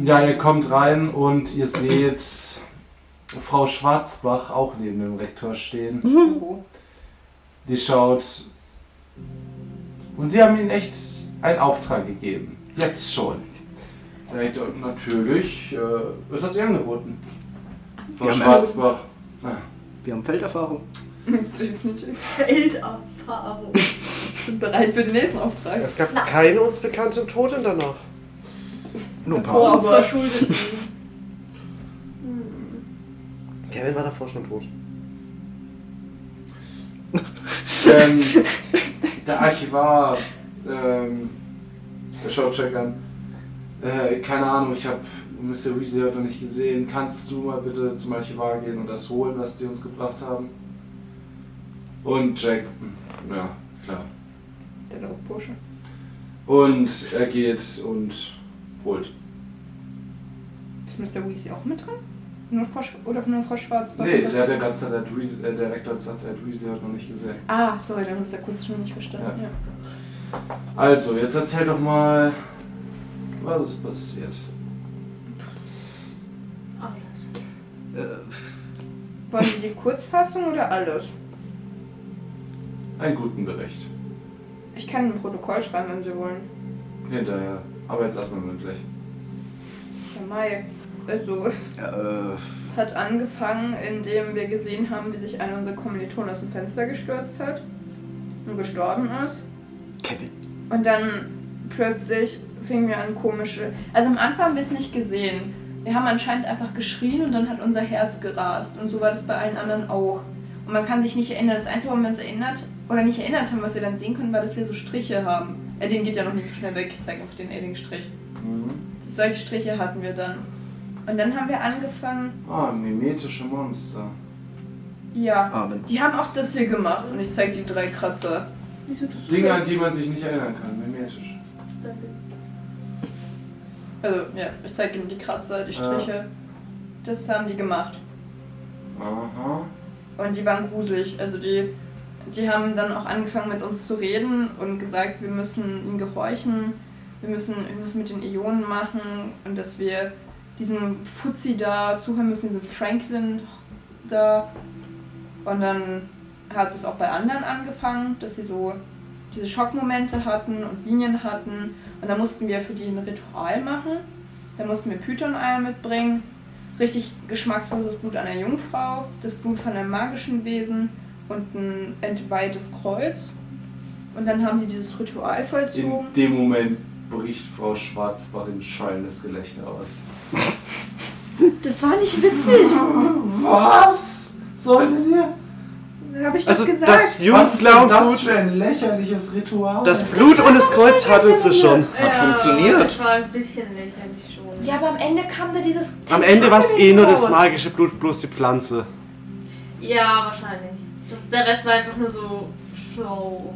Speaker 1: Ja, ihr kommt rein und ihr seht Frau Schwarzbach auch neben dem Rektor stehen. Die schaut. Und sie haben ihnen echt einen Auftrag gegeben. Jetzt schon. Der Rektor, natürlich, äh, was hat sie angeboten? Frau
Speaker 12: Ja, Mann.
Speaker 1: Schwarzbach.
Speaker 4: Wir haben Felderfahrung.
Speaker 2: Definitiv.
Speaker 3: Felderfahrung.
Speaker 2: Ich bin bereit für den nächsten Auftrag.
Speaker 5: Es gab keine uns bekannten Toten danach.
Speaker 12: Nur ein
Speaker 2: Vor-
Speaker 12: paar.
Speaker 3: Uns
Speaker 2: aber-
Speaker 3: verschuldet.
Speaker 5: Kevin war davor schon tot.
Speaker 1: ähm, der Archivar, ähm, der Showcheck an. Äh, keine Ahnung, ich habe Mr. Weasley heute noch nicht gesehen. Kannst du mal bitte zum Archivar gehen und das holen, was die uns gebracht haben? Und Jack, hm, ja, klar.
Speaker 2: Dann auf Bursche.
Speaker 1: Und er geht und holt.
Speaker 2: Ist Mr. Weasley auch mit drin? Nur Frau Sch- oder nur Frau Schwarz?
Speaker 1: Nee, sie hat ja ganz gesagt, der hat Weas- äh, der Rektor hat gesagt, er hat Weasley heute noch nicht gesehen.
Speaker 2: Ah, sorry, dann habe ich es akustisch noch nicht verstanden. Ja.
Speaker 1: Also, jetzt erzähl doch mal, was ist passiert.
Speaker 3: Alles.
Speaker 2: Wollen Sie die Kurzfassung oder alles?
Speaker 1: Einen guten Bericht.
Speaker 2: Ich kann ein Protokoll schreiben, wenn Sie wollen.
Speaker 1: Hinterher. Aber jetzt erstmal mündlich.
Speaker 2: Der Mai. Also,
Speaker 12: Äh,
Speaker 2: hat angefangen, indem wir gesehen haben, wie sich einer unserer Kommilitonen aus dem Fenster gestürzt hat und gestorben ist.
Speaker 12: Kevin.
Speaker 2: Und dann plötzlich fingen wir an komische. Also am Anfang haben wir es nicht gesehen. Wir haben anscheinend einfach geschrien und dann hat unser Herz gerast. Und so war das bei allen anderen auch. Und man kann sich nicht erinnern. Das Einzige, woran wir uns erinnert oder nicht erinnert haben, was wir dann sehen können, war, dass wir so Striche haben. Äh, den geht ja noch nicht so schnell weg. Ich zeige auf den Edding-Strich.
Speaker 1: Mhm.
Speaker 2: Solche Striche hatten wir dann. Und dann haben wir angefangen,
Speaker 1: Ah, mimetische Monster.
Speaker 2: ja,
Speaker 4: Ah.
Speaker 12: Amen.
Speaker 2: Die haben auch das hier gemacht und ich zeig die drei Kratzer.
Speaker 3: Wieso tust du
Speaker 1: Dinge, an
Speaker 3: das?
Speaker 1: die man sich nicht erinnern kann, mimetisch.
Speaker 3: Danke.
Speaker 2: Also, ja, ich zeig ihnen die Kratzer, die Striche. Das haben die gemacht.
Speaker 1: Aha.
Speaker 2: Und die waren gruselig. Also, die, die haben dann auch angefangen mit uns zu reden und gesagt, wir müssen ihnen gehorchen, wir müssen irgendwas mit den Ionen machen und dass wir diesem Fuzzi da zuhören müssen, diesem Franklin da. Und dann hat es auch bei anderen angefangen, dass sie so diese Schockmomente hatten und Linien hatten. Und dann mussten wir für die ein Ritual machen. Dann mussten wir Python-Eier mitbringen. Richtig geschmacksloses Blut einer Jungfrau, das Blut von einem magischen Wesen und ein entweihtes Kreuz. Und dann haben sie dieses Ritual vollzogen.
Speaker 1: In dem Moment bricht Frau Schwarz bei dem schallendes Gelächter aus.
Speaker 2: Das war nicht witzig.
Speaker 1: Was? Solltet ihr?
Speaker 2: Habe ich das
Speaker 5: Also
Speaker 2: gesagt?
Speaker 5: das
Speaker 1: Was ist denn das
Speaker 5: Jugendclown-Blut,
Speaker 1: für ein lächerliches Ritual?
Speaker 5: das Blut und das Kreuz hattest du schon.
Speaker 3: Hat
Speaker 4: funktioniert.
Speaker 3: Das war ein bisschen lächerlich schon.
Speaker 7: Ja, aber am Ende kam da dieses.
Speaker 5: Am Ende war es eh nur das
Speaker 7: raus.
Speaker 5: magische Blut plus die Pflanze.
Speaker 3: Ja, wahrscheinlich. Das, der Rest war einfach nur so Show.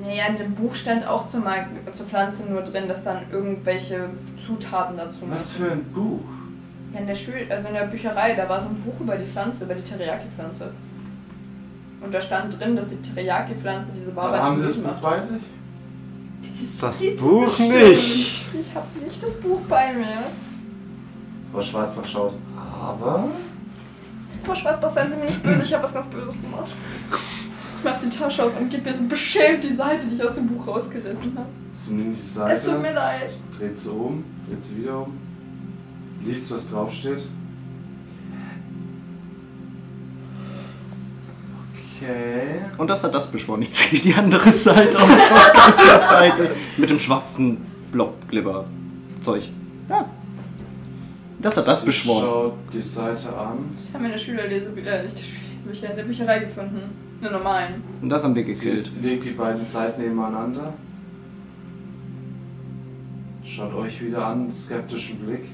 Speaker 2: Naja, in dem Buch stand auch zur, Mag zur Pflanze nur drin, dass dann irgendwelche Zutaten dazu
Speaker 1: Was
Speaker 2: müssen.
Speaker 1: für ein Buch?
Speaker 2: Ja, in der Schule, also in der Bücherei, da war so ein Buch über die Pflanze, über die Teriyaki-Pflanze. Und da stand drin, dass die Teriyaki-Pflanze diese
Speaker 1: Aber haben
Speaker 2: Barbaren
Speaker 1: Sie das Buch
Speaker 2: macht.
Speaker 1: bei sich?
Speaker 5: Das Buch nicht.
Speaker 2: Ich habe nicht das Buch bei mir.
Speaker 1: Frau Schwarz schaut. Aber?
Speaker 2: Boah, Schwarzbach, seien Sie mir nicht böse, ich habe was ganz Böses gemacht. Ich mach die Tasche auf und gebe mir so beschämt die Seite, die ich aus dem Buch rausgerissen habe.
Speaker 1: Sie nimmt die
Speaker 2: Es tut mir
Speaker 1: Seite,
Speaker 2: leid.
Speaker 1: dreht sie um, dreht sie wieder um, liest, was draufsteht. Okay.
Speaker 12: Und das hat das beschworen. Ich zeige die andere Seite auf Oscars Seite. Mit dem schwarzen Blob-Glibber-Zeug. Ja. Das hat das
Speaker 1: Sie
Speaker 12: beschworen.
Speaker 1: Schaut die Seite an.
Speaker 2: Ich habe meine Schülerlesebücher, äh, nicht die Schülerlesebücher, in der Bücherei gefunden. Eine normalen.
Speaker 12: Und das haben wir
Speaker 1: Sie
Speaker 12: gekillt.
Speaker 1: legt die beiden Seiten nebeneinander. Schaut euch wieder an, skeptischen Blick.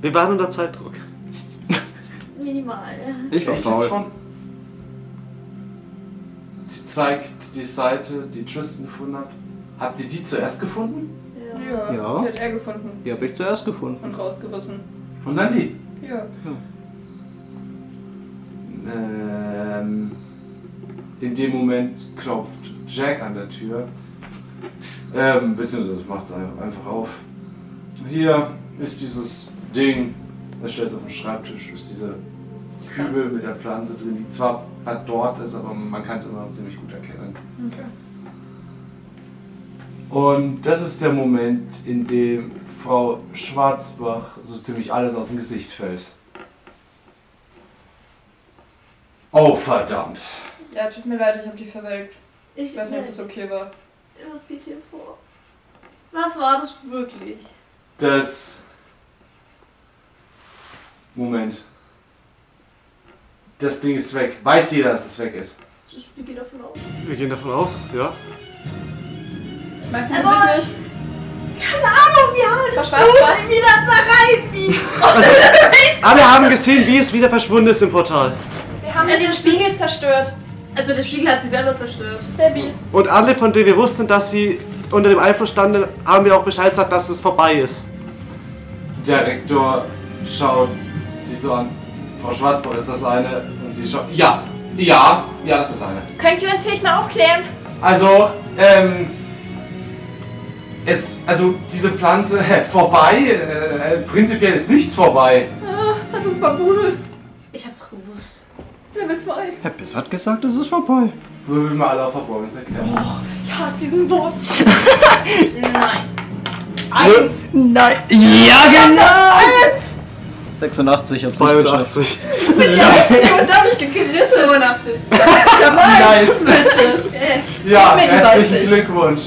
Speaker 5: Wir waren unter Zeitdruck.
Speaker 3: Minimal.
Speaker 12: Ich war
Speaker 1: Welches
Speaker 12: faul.
Speaker 1: von- Sie zeigt die Seite, die Tristan gefunden hat. Habt ihr die zuerst gefunden?
Speaker 3: Ja.
Speaker 2: Ja,
Speaker 12: Ja.
Speaker 2: die hat er gefunden
Speaker 12: Die habe ich zuerst gefunden.
Speaker 2: und rausgerissen.
Speaker 1: Und dann die.
Speaker 2: Ja.
Speaker 1: Ähm, in dem Moment klopft Jack an der Tür. Ähm, beziehungsweise macht es einfach auf. Hier ist dieses Ding, das stellt es auf den Schreibtisch, ist dieser Kübel mit der Pflanze drin, die zwar verdorrt ist, aber man kann es immer noch ziemlich gut erkennen.
Speaker 2: Okay.
Speaker 1: Und das ist der Moment, in dem Frau Schwarzbach so ziemlich alles aus dem Gesicht fällt. Oh, verdammt.
Speaker 2: Ja, tut mir leid, ich habe die verwelkt.
Speaker 3: Ich
Speaker 2: Ich weiß nicht, ob das okay war.
Speaker 3: Was geht hier vor? Was war das wirklich?
Speaker 1: Das. Moment. Das Ding ist weg. Weiß jeder, dass es weg ist.
Speaker 3: Ich- Wir gehen davon aus.
Speaker 5: Wir gehen davon aus, ja.
Speaker 2: Ich mag die
Speaker 3: Also-
Speaker 2: Musik nicht.
Speaker 3: Keine Ahnung, wir haben
Speaker 2: das Blut
Speaker 3: wieder da rein.
Speaker 5: Also, Alle haben gesehen, wie es wieder verschwunden ist im Portal.
Speaker 2: Wir haben
Speaker 3: Also
Speaker 2: den
Speaker 3: es
Speaker 2: Spiegel zerstört.
Speaker 3: Also der Spiegel hat sie selber zerstört.
Speaker 2: Stabby.
Speaker 5: Und alle, von denen wir wussten, dass sie unter dem Einfluss standen, haben wir auch Bescheid gesagt, dass es vorbei ist.
Speaker 1: Der Rektor schaut sie so an. Frau Schwarzbrot, ist das eine? Und sie schaut. Ja, ja, ja, das ist eine.
Speaker 7: Könnt ihr uns vielleicht mal aufklären?
Speaker 1: Also, ähm. Es, also diese Pflanze vorbei, äh, prinzipiell ist nichts vorbei.
Speaker 2: Das hat uns bambuselt.
Speaker 3: Ich hab's doch gewusst.
Speaker 2: Level 2.
Speaker 4: Herr Biss hat gesagt, es ist vorbei.
Speaker 1: Würfel mal alle auf Verborgenes erkennen.
Speaker 2: Ich hasse diesen Wort.
Speaker 3: Nein.
Speaker 4: Nein. Ja, genau. 86 als
Speaker 5: 82.
Speaker 2: Und da hab ich gegriffen.
Speaker 3: 85.
Speaker 4: Nice.
Speaker 1: Ja,
Speaker 2: Mit
Speaker 1: herzlichen
Speaker 2: 30.
Speaker 1: Glückwunsch.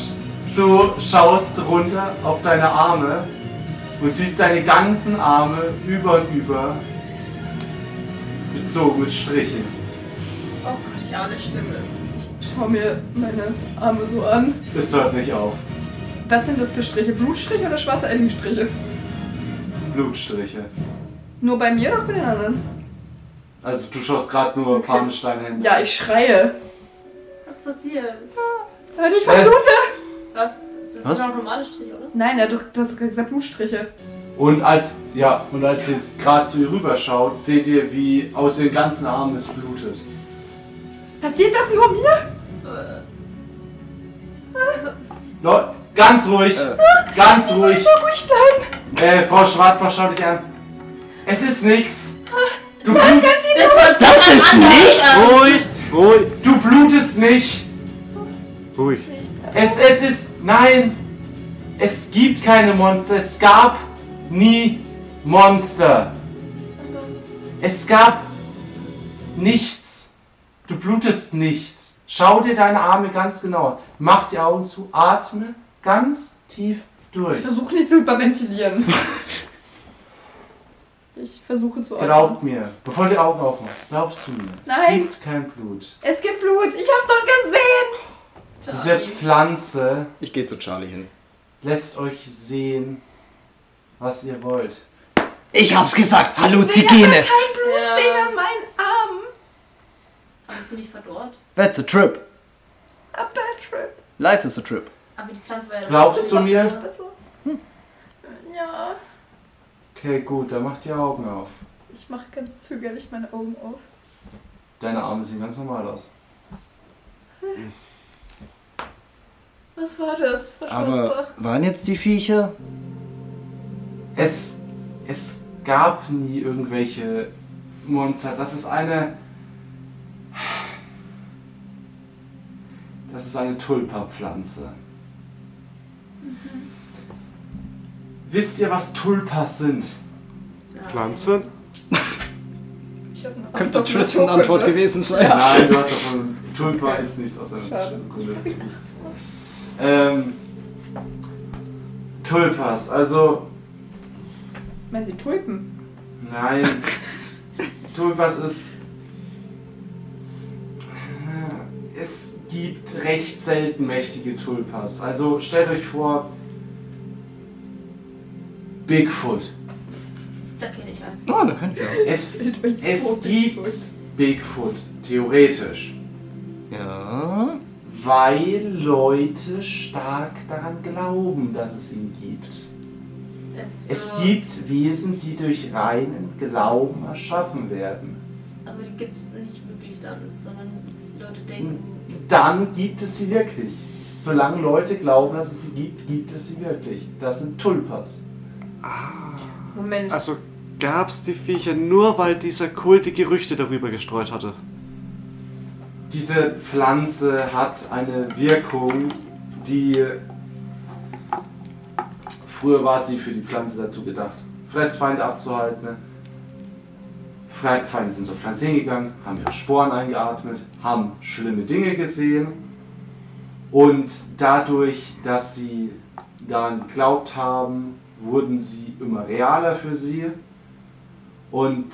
Speaker 1: Du schaust runter auf deine Arme und siehst deine ganzen Arme über und über bezogen mit Strichen.
Speaker 3: Oh Gott, ich ahne Schlimmes.
Speaker 2: Schau mir meine Arme so an.
Speaker 1: Es hört nicht auf.
Speaker 2: Was sind das für Striche? Blutstriche oder schwarze Ellenstriche?
Speaker 1: Blutstriche.
Speaker 2: Nur bei mir oder auch bei den anderen?
Speaker 1: Also du schaust gerade nur panisch deine Hände.
Speaker 2: Ja, ich schreie.
Speaker 3: Was passiert?
Speaker 2: Hör dich verblute.
Speaker 3: Was? Das ist
Speaker 4: Was?
Speaker 3: doch ein normaler Strich, oder?
Speaker 2: Nein, ja, du, du hast doch gerade gesagt Blutstriche.
Speaker 1: Und als ja, und als ihr jetzt gerade zu ihr rüberschaut, seht ihr, wie aus den ganzen Armen es blutet.
Speaker 2: Passiert das nur mir?
Speaker 1: Leu- ganz ruhig, ganz ruhig. Äh, Frau Schwarzbach schaut dich an. Es ist nix. Du, blut,
Speaker 3: Das, das, das genau ist nicht
Speaker 5: Ruhig, ruhig,
Speaker 1: du blutest nicht.
Speaker 5: ruhig.
Speaker 1: Es, es ist. Nein! Es gibt keine Monster. Es gab nie Monster. Es gab nichts. Du blutest nicht. Schau dir deine Arme ganz genau an. Mach die Augen zu. Atme ganz tief durch.
Speaker 2: Ich versuche nicht zu hyperventilieren. ich versuche zu
Speaker 1: Glaub mir, bevor du die Augen aufmachst, glaubst du mir, es
Speaker 2: Nein.
Speaker 1: gibt kein Blut.
Speaker 2: Es gibt Blut. Ich hab's doch gesehen.
Speaker 1: Diese Pflanze
Speaker 4: Ich gehe zu Charlie hin.
Speaker 1: lässt euch sehen, was ihr wollt.
Speaker 12: Ich hab's gesagt, Halluzigene.
Speaker 2: Sehen an meinen Armen.
Speaker 3: Aber bist du nicht verdorrt?
Speaker 4: That's a trip.
Speaker 2: A bad trip.
Speaker 4: Life is a trip.
Speaker 3: Aber die Pflanze war ja
Speaker 1: Glaubst du mir?
Speaker 2: Besser. Hm. Ja.
Speaker 1: Okay, gut, dann mach die Augen auf.
Speaker 2: Ich mache ganz zögerlich meine Augen auf.
Speaker 1: Deine Arme sehen ganz normal aus.
Speaker 2: Was war das? Frau
Speaker 4: Aber
Speaker 2: Schwarzbach?
Speaker 4: waren jetzt die Viecher?
Speaker 1: Es, es gab nie irgendwelche Monster. Das ist eine. Das ist eine Tulpa-Pflanze. Wisst ihr, was Tulpas sind?
Speaker 5: Pflanzen?
Speaker 2: Ich hab eine
Speaker 4: Könnte
Speaker 2: Antwort,
Speaker 4: Tristan
Speaker 2: eine
Speaker 4: Antwort gewesen sein.
Speaker 1: Nein, du hast davon. Tulpa ist nichts aus einem
Speaker 2: Schade.
Speaker 1: ähm, Tulpas, also.
Speaker 2: Meinen Sie Tulpen?
Speaker 1: Nein. Tulpas ist. Es gibt recht selten mächtige Tulpas. Also stellt euch vor. Bigfoot.
Speaker 3: Da kenne ich einen.
Speaker 4: Ah, da kann ich auch.
Speaker 1: Es,
Speaker 2: Stellt euch vor,
Speaker 1: es gibt
Speaker 2: Bigfoot.
Speaker 1: Bigfoot, theoretisch.
Speaker 4: Ja.
Speaker 1: Weil Leute stark daran glauben, dass es ihn gibt.
Speaker 3: Es, ist
Speaker 1: Es
Speaker 3: so-
Speaker 1: gibt Wesen, die durch reinen Glauben erschaffen werden.
Speaker 3: Aber die gibt's nicht wirklich dann, sondern Leute denken.
Speaker 1: dann gibt es sie wirklich. Solange Leute glauben, dass es sie gibt, gibt es sie wirklich. Das sind Tulpas.
Speaker 2: Moment.
Speaker 5: Also gab's die Viecher nur, weil dieser Kult die Gerüchte darüber gestreut hatte.
Speaker 1: Diese Pflanze hat eine Wirkung, die. Früher war sie für die Pflanze dazu gedacht, Fressfeinde abzuhalten. ne? Fre- Feinde sind zum Pflanzen hingegangen, haben ihre Sporen eingeatmet, haben schlimme Dinge gesehen und dadurch, dass sie daran geglaubt haben, wurden sie immer realer für sie und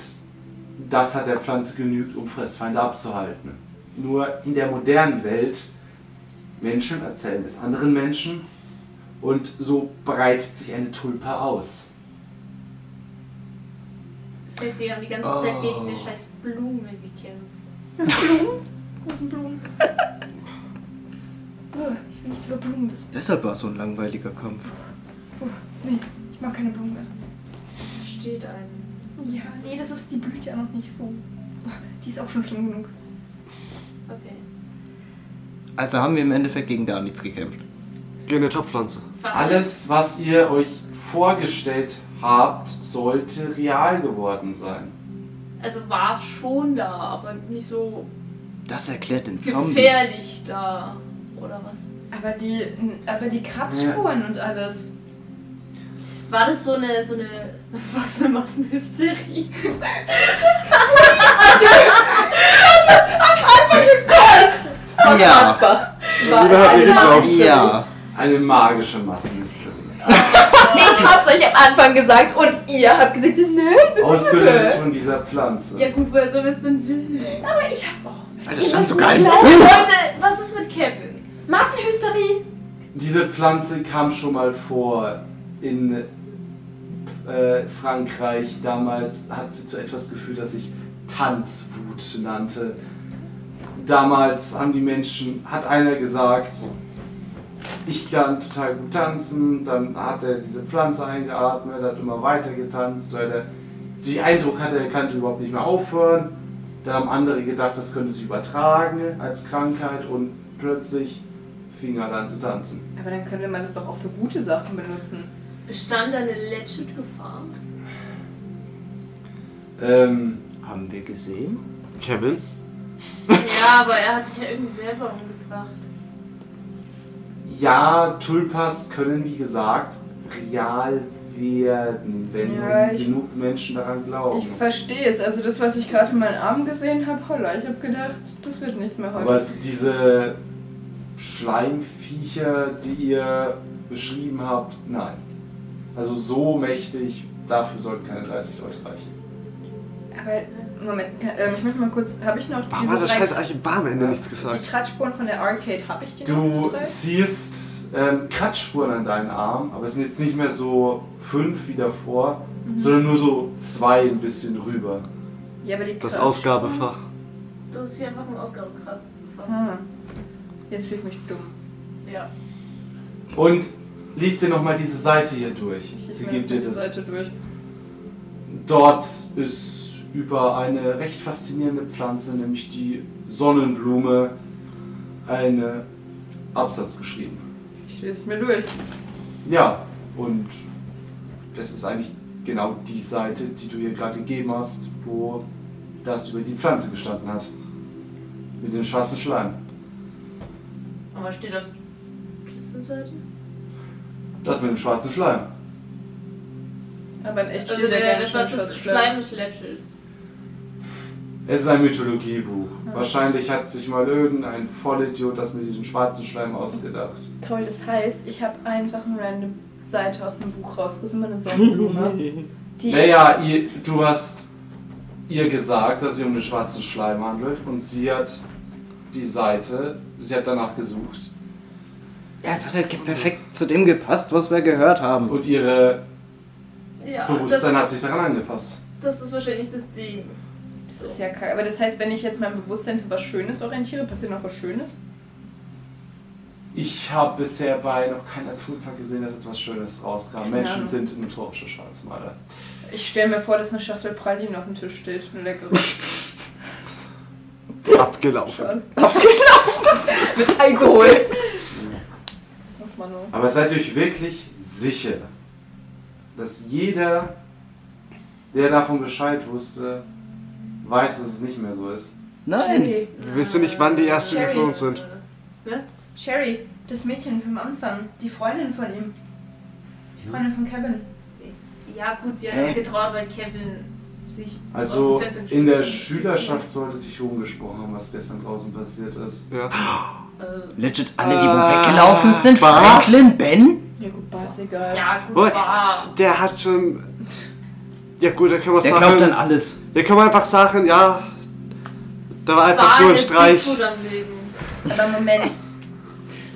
Speaker 1: das hat der Pflanze genügt, um Fressfeinde abzuhalten. Nur in der modernen Welt, Menschen erzählen es anderen Menschen und so breitet sich eine Tulpe aus.
Speaker 3: Das heißt, wir haben die ganze Zeit gegen
Speaker 1: Oh.
Speaker 3: eine scheiß Blume gekämpft.
Speaker 2: Uh, ich will nichts über Blumen wissen.
Speaker 4: Deshalb war es so ein langweiliger Kampf.
Speaker 2: Nee, ich mag keine Blumen mehr.
Speaker 3: Steht ein.
Speaker 2: Ja, nee, das ist, die blüht ja noch nicht so. Die ist auch schon schlimm genug.
Speaker 3: Okay.
Speaker 4: Also haben wir im Endeffekt gegen gar nichts gekämpft.
Speaker 5: Gegen eine Topfpflanze.
Speaker 1: Alles, was ihr euch vorgestellt habt, sollte real geworden sein.
Speaker 3: Also war es schon da, aber nicht so
Speaker 4: Das erklärt den Zombie.
Speaker 3: gefährlich da. Oder was?
Speaker 2: Aber die, aber die Kratzspuren und alles.
Speaker 3: War das so eine, so eine, was eine Massenhysterie?
Speaker 2: Von
Speaker 4: Ja.
Speaker 2: Schwarzbach. War es
Speaker 5: Ja,
Speaker 2: eine
Speaker 5: ich glaub,
Speaker 2: Nachricht für dich?
Speaker 4: Ja.
Speaker 1: Eine magische Massenhysterie.
Speaker 7: Nee, ich hab's euch am Anfang gesagt und ihr habt gesagt, nö.
Speaker 1: Ausgelöst von dieser Pflanze.
Speaker 3: Ja gut, woher soll das denn wissen?
Speaker 4: Alter, stand so geil.
Speaker 3: Leute, was ist mit Kevin?
Speaker 7: Massenhysterie.
Speaker 1: Diese Pflanze kam schon mal vor in äh, Frankreich. Damals hat sie zu etwas geführt, das sich Tanzwut nannte. Damals haben die Menschen, hat einer gesagt, ich kann total gut tanzen. Dann hat er diese Pflanze eingeatmet, hat immer weiter getanzt, weil er sich Eindruck hatte, er konnte überhaupt nicht mehr aufhören. Dann haben andere gedacht, das könnte sich übertragen als Krankheit und plötzlich fing er an zu tanzen.
Speaker 2: Aber dann könnte man das doch auch für gute Sachen benutzen.
Speaker 3: Bestand da eine legit Gefahr?
Speaker 1: Ähm,
Speaker 4: Haben wir gesehen?
Speaker 5: Kevin?
Speaker 3: ja, aber er hat sich ja irgendwie selber umgebracht.
Speaker 1: ja, Tulpas können, wie gesagt, real werden, wenn
Speaker 2: Ja, ich-
Speaker 1: genug Menschen daran
Speaker 2: Ich
Speaker 1: glauben.
Speaker 2: verstehe es. Also das, was ich gerade in meinen Armen gesehen habe, holla, ich habe gedacht, das wird nichts mehr heute.
Speaker 1: Aber es, diese Schleimviecher, die ihr beschrieben habt, nein. Also so mächtig, dafür sollten keine 30 Leute reichen.
Speaker 2: Aber Moment, kann- ähm, ich möchte mal kurz, habe ich noch
Speaker 5: Warum
Speaker 2: diese
Speaker 5: hat der
Speaker 2: drei,
Speaker 5: scheiß Archibar am Ende nichts
Speaker 2: die
Speaker 5: gesagt?
Speaker 2: Kratzspuren von der Arcade, habe ich die noch?
Speaker 1: Du
Speaker 2: die drei?
Speaker 1: siehst ähm, Kratzspuren an deinen Armen, aber es sind jetzt nicht mehr so fünf wie davor,
Speaker 2: Mhm.
Speaker 1: sondern nur so zwei ein bisschen rüber.
Speaker 2: Ja, aber die
Speaker 5: Das
Speaker 2: Kratzspuren-
Speaker 5: Ausgabefach.
Speaker 3: Du hast dich einfach im Ausgabegrab gefahren.
Speaker 2: Ah. Jetzt fühle ich mich dumm.
Speaker 3: Ja.
Speaker 1: Und liest dir nochmal diese Seite hier durch.
Speaker 2: Ich
Speaker 1: Sie
Speaker 2: lese mir
Speaker 1: gibt dir
Speaker 2: die
Speaker 1: das.
Speaker 2: Seite durch.
Speaker 1: Dort ist über eine recht faszinierende Pflanze, nämlich die Sonnenblume, eine Absatz geschrieben.
Speaker 2: Ich lese es mir durch.
Speaker 1: Ja, und das ist eigentlich genau die Seite, die du hier gerade gegeben hast, wo das über die Pflanze gestanden hat. Mit dem schwarzen Schleim.
Speaker 3: Aber steht auf Kistenseite?
Speaker 1: Das mit dem schwarzen Schleim.
Speaker 2: Aber in echt steht
Speaker 3: Also der,
Speaker 2: gar
Speaker 3: der,
Speaker 2: nicht
Speaker 3: schwarze
Speaker 2: Schwarzschleim.
Speaker 3: Schleim ist legit.
Speaker 1: Es ist ein Mythologiebuch. Wahrscheinlich hat sich mal irgendein Vollidiot das mit diesem schwarzen Schleim ausgedacht.
Speaker 2: Toll, das heißt, ich habe einfach eine random Seite aus einem Buch rausgerissen, meine Sonnenblume. Die
Speaker 1: Naja, ihr, du hast ihr gesagt, dass es sich um den schwarzen Schleim handelt und sie hat die Seite, sie hat danach gesucht
Speaker 4: Ja, es hat halt ge- perfekt zu dem gepasst, was wir gehört haben.
Speaker 1: und ihre
Speaker 3: Ja, das,
Speaker 1: Bewusstsein hat sich daran angepasst.
Speaker 3: das ist wahrscheinlich das Ding.
Speaker 2: Das ist ja kacke. Aber das heißt, wenn ich jetzt mein Bewusstsein für was Schönes orientiere, passiert noch was Schönes?
Speaker 1: Ich habe bisher bei noch keiner Tulpa gesehen, dass etwas Schönes rauskam.
Speaker 2: Keine
Speaker 1: Menschen
Speaker 2: Ahnung.
Speaker 1: sind notorische Schwarzmaler.
Speaker 2: Ich stelle mir vor, dass eine Schachtel Pralinen auf dem Tisch steht. Eine leckere.
Speaker 5: Abgelaufen.
Speaker 2: Schade.
Speaker 1: Genau.
Speaker 7: Mit Alkohol.
Speaker 2: Ach, Mann, oh.
Speaker 1: Aber seid euch wirklich sicher, dass jeder, der davon Bescheid wusste, weiß, dass es nicht mehr so ist.
Speaker 4: Nein.
Speaker 2: Sherry.
Speaker 5: Willst du nicht, wann die ersten
Speaker 2: Sherry.
Speaker 5: geflogen sind?
Speaker 2: Sherry, das Mädchen vom Anfang. Die Freundin von ihm. Die Freundin von Kevin.
Speaker 3: Ja gut, sie hat uns getraut, weil Kevin sich
Speaker 1: Also
Speaker 3: aus dem Fenster
Speaker 1: in der
Speaker 3: geschmissen.
Speaker 1: Schülerschaft sollte sich rumgesprochen haben, was gestern draußen passiert ist.
Speaker 3: Äh,
Speaker 12: Legit alle, die wo
Speaker 5: Ah,
Speaker 12: weggelaufen sind,
Speaker 5: bah.
Speaker 12: Franklin, Ben.
Speaker 2: Ja gut, war ist egal.
Speaker 3: ja, gut,
Speaker 5: Wobei-
Speaker 3: war.
Speaker 5: Der hat schon. Ja gut, da können wir
Speaker 12: Der glaubt an
Speaker 5: sagen.
Speaker 12: alles.
Speaker 5: Da können wir einfach sagen, ja. Da war einfach
Speaker 3: War
Speaker 5: nur ein
Speaker 3: eine
Speaker 5: Streich.
Speaker 3: Bigfoot am Leben.
Speaker 2: Aber Moment,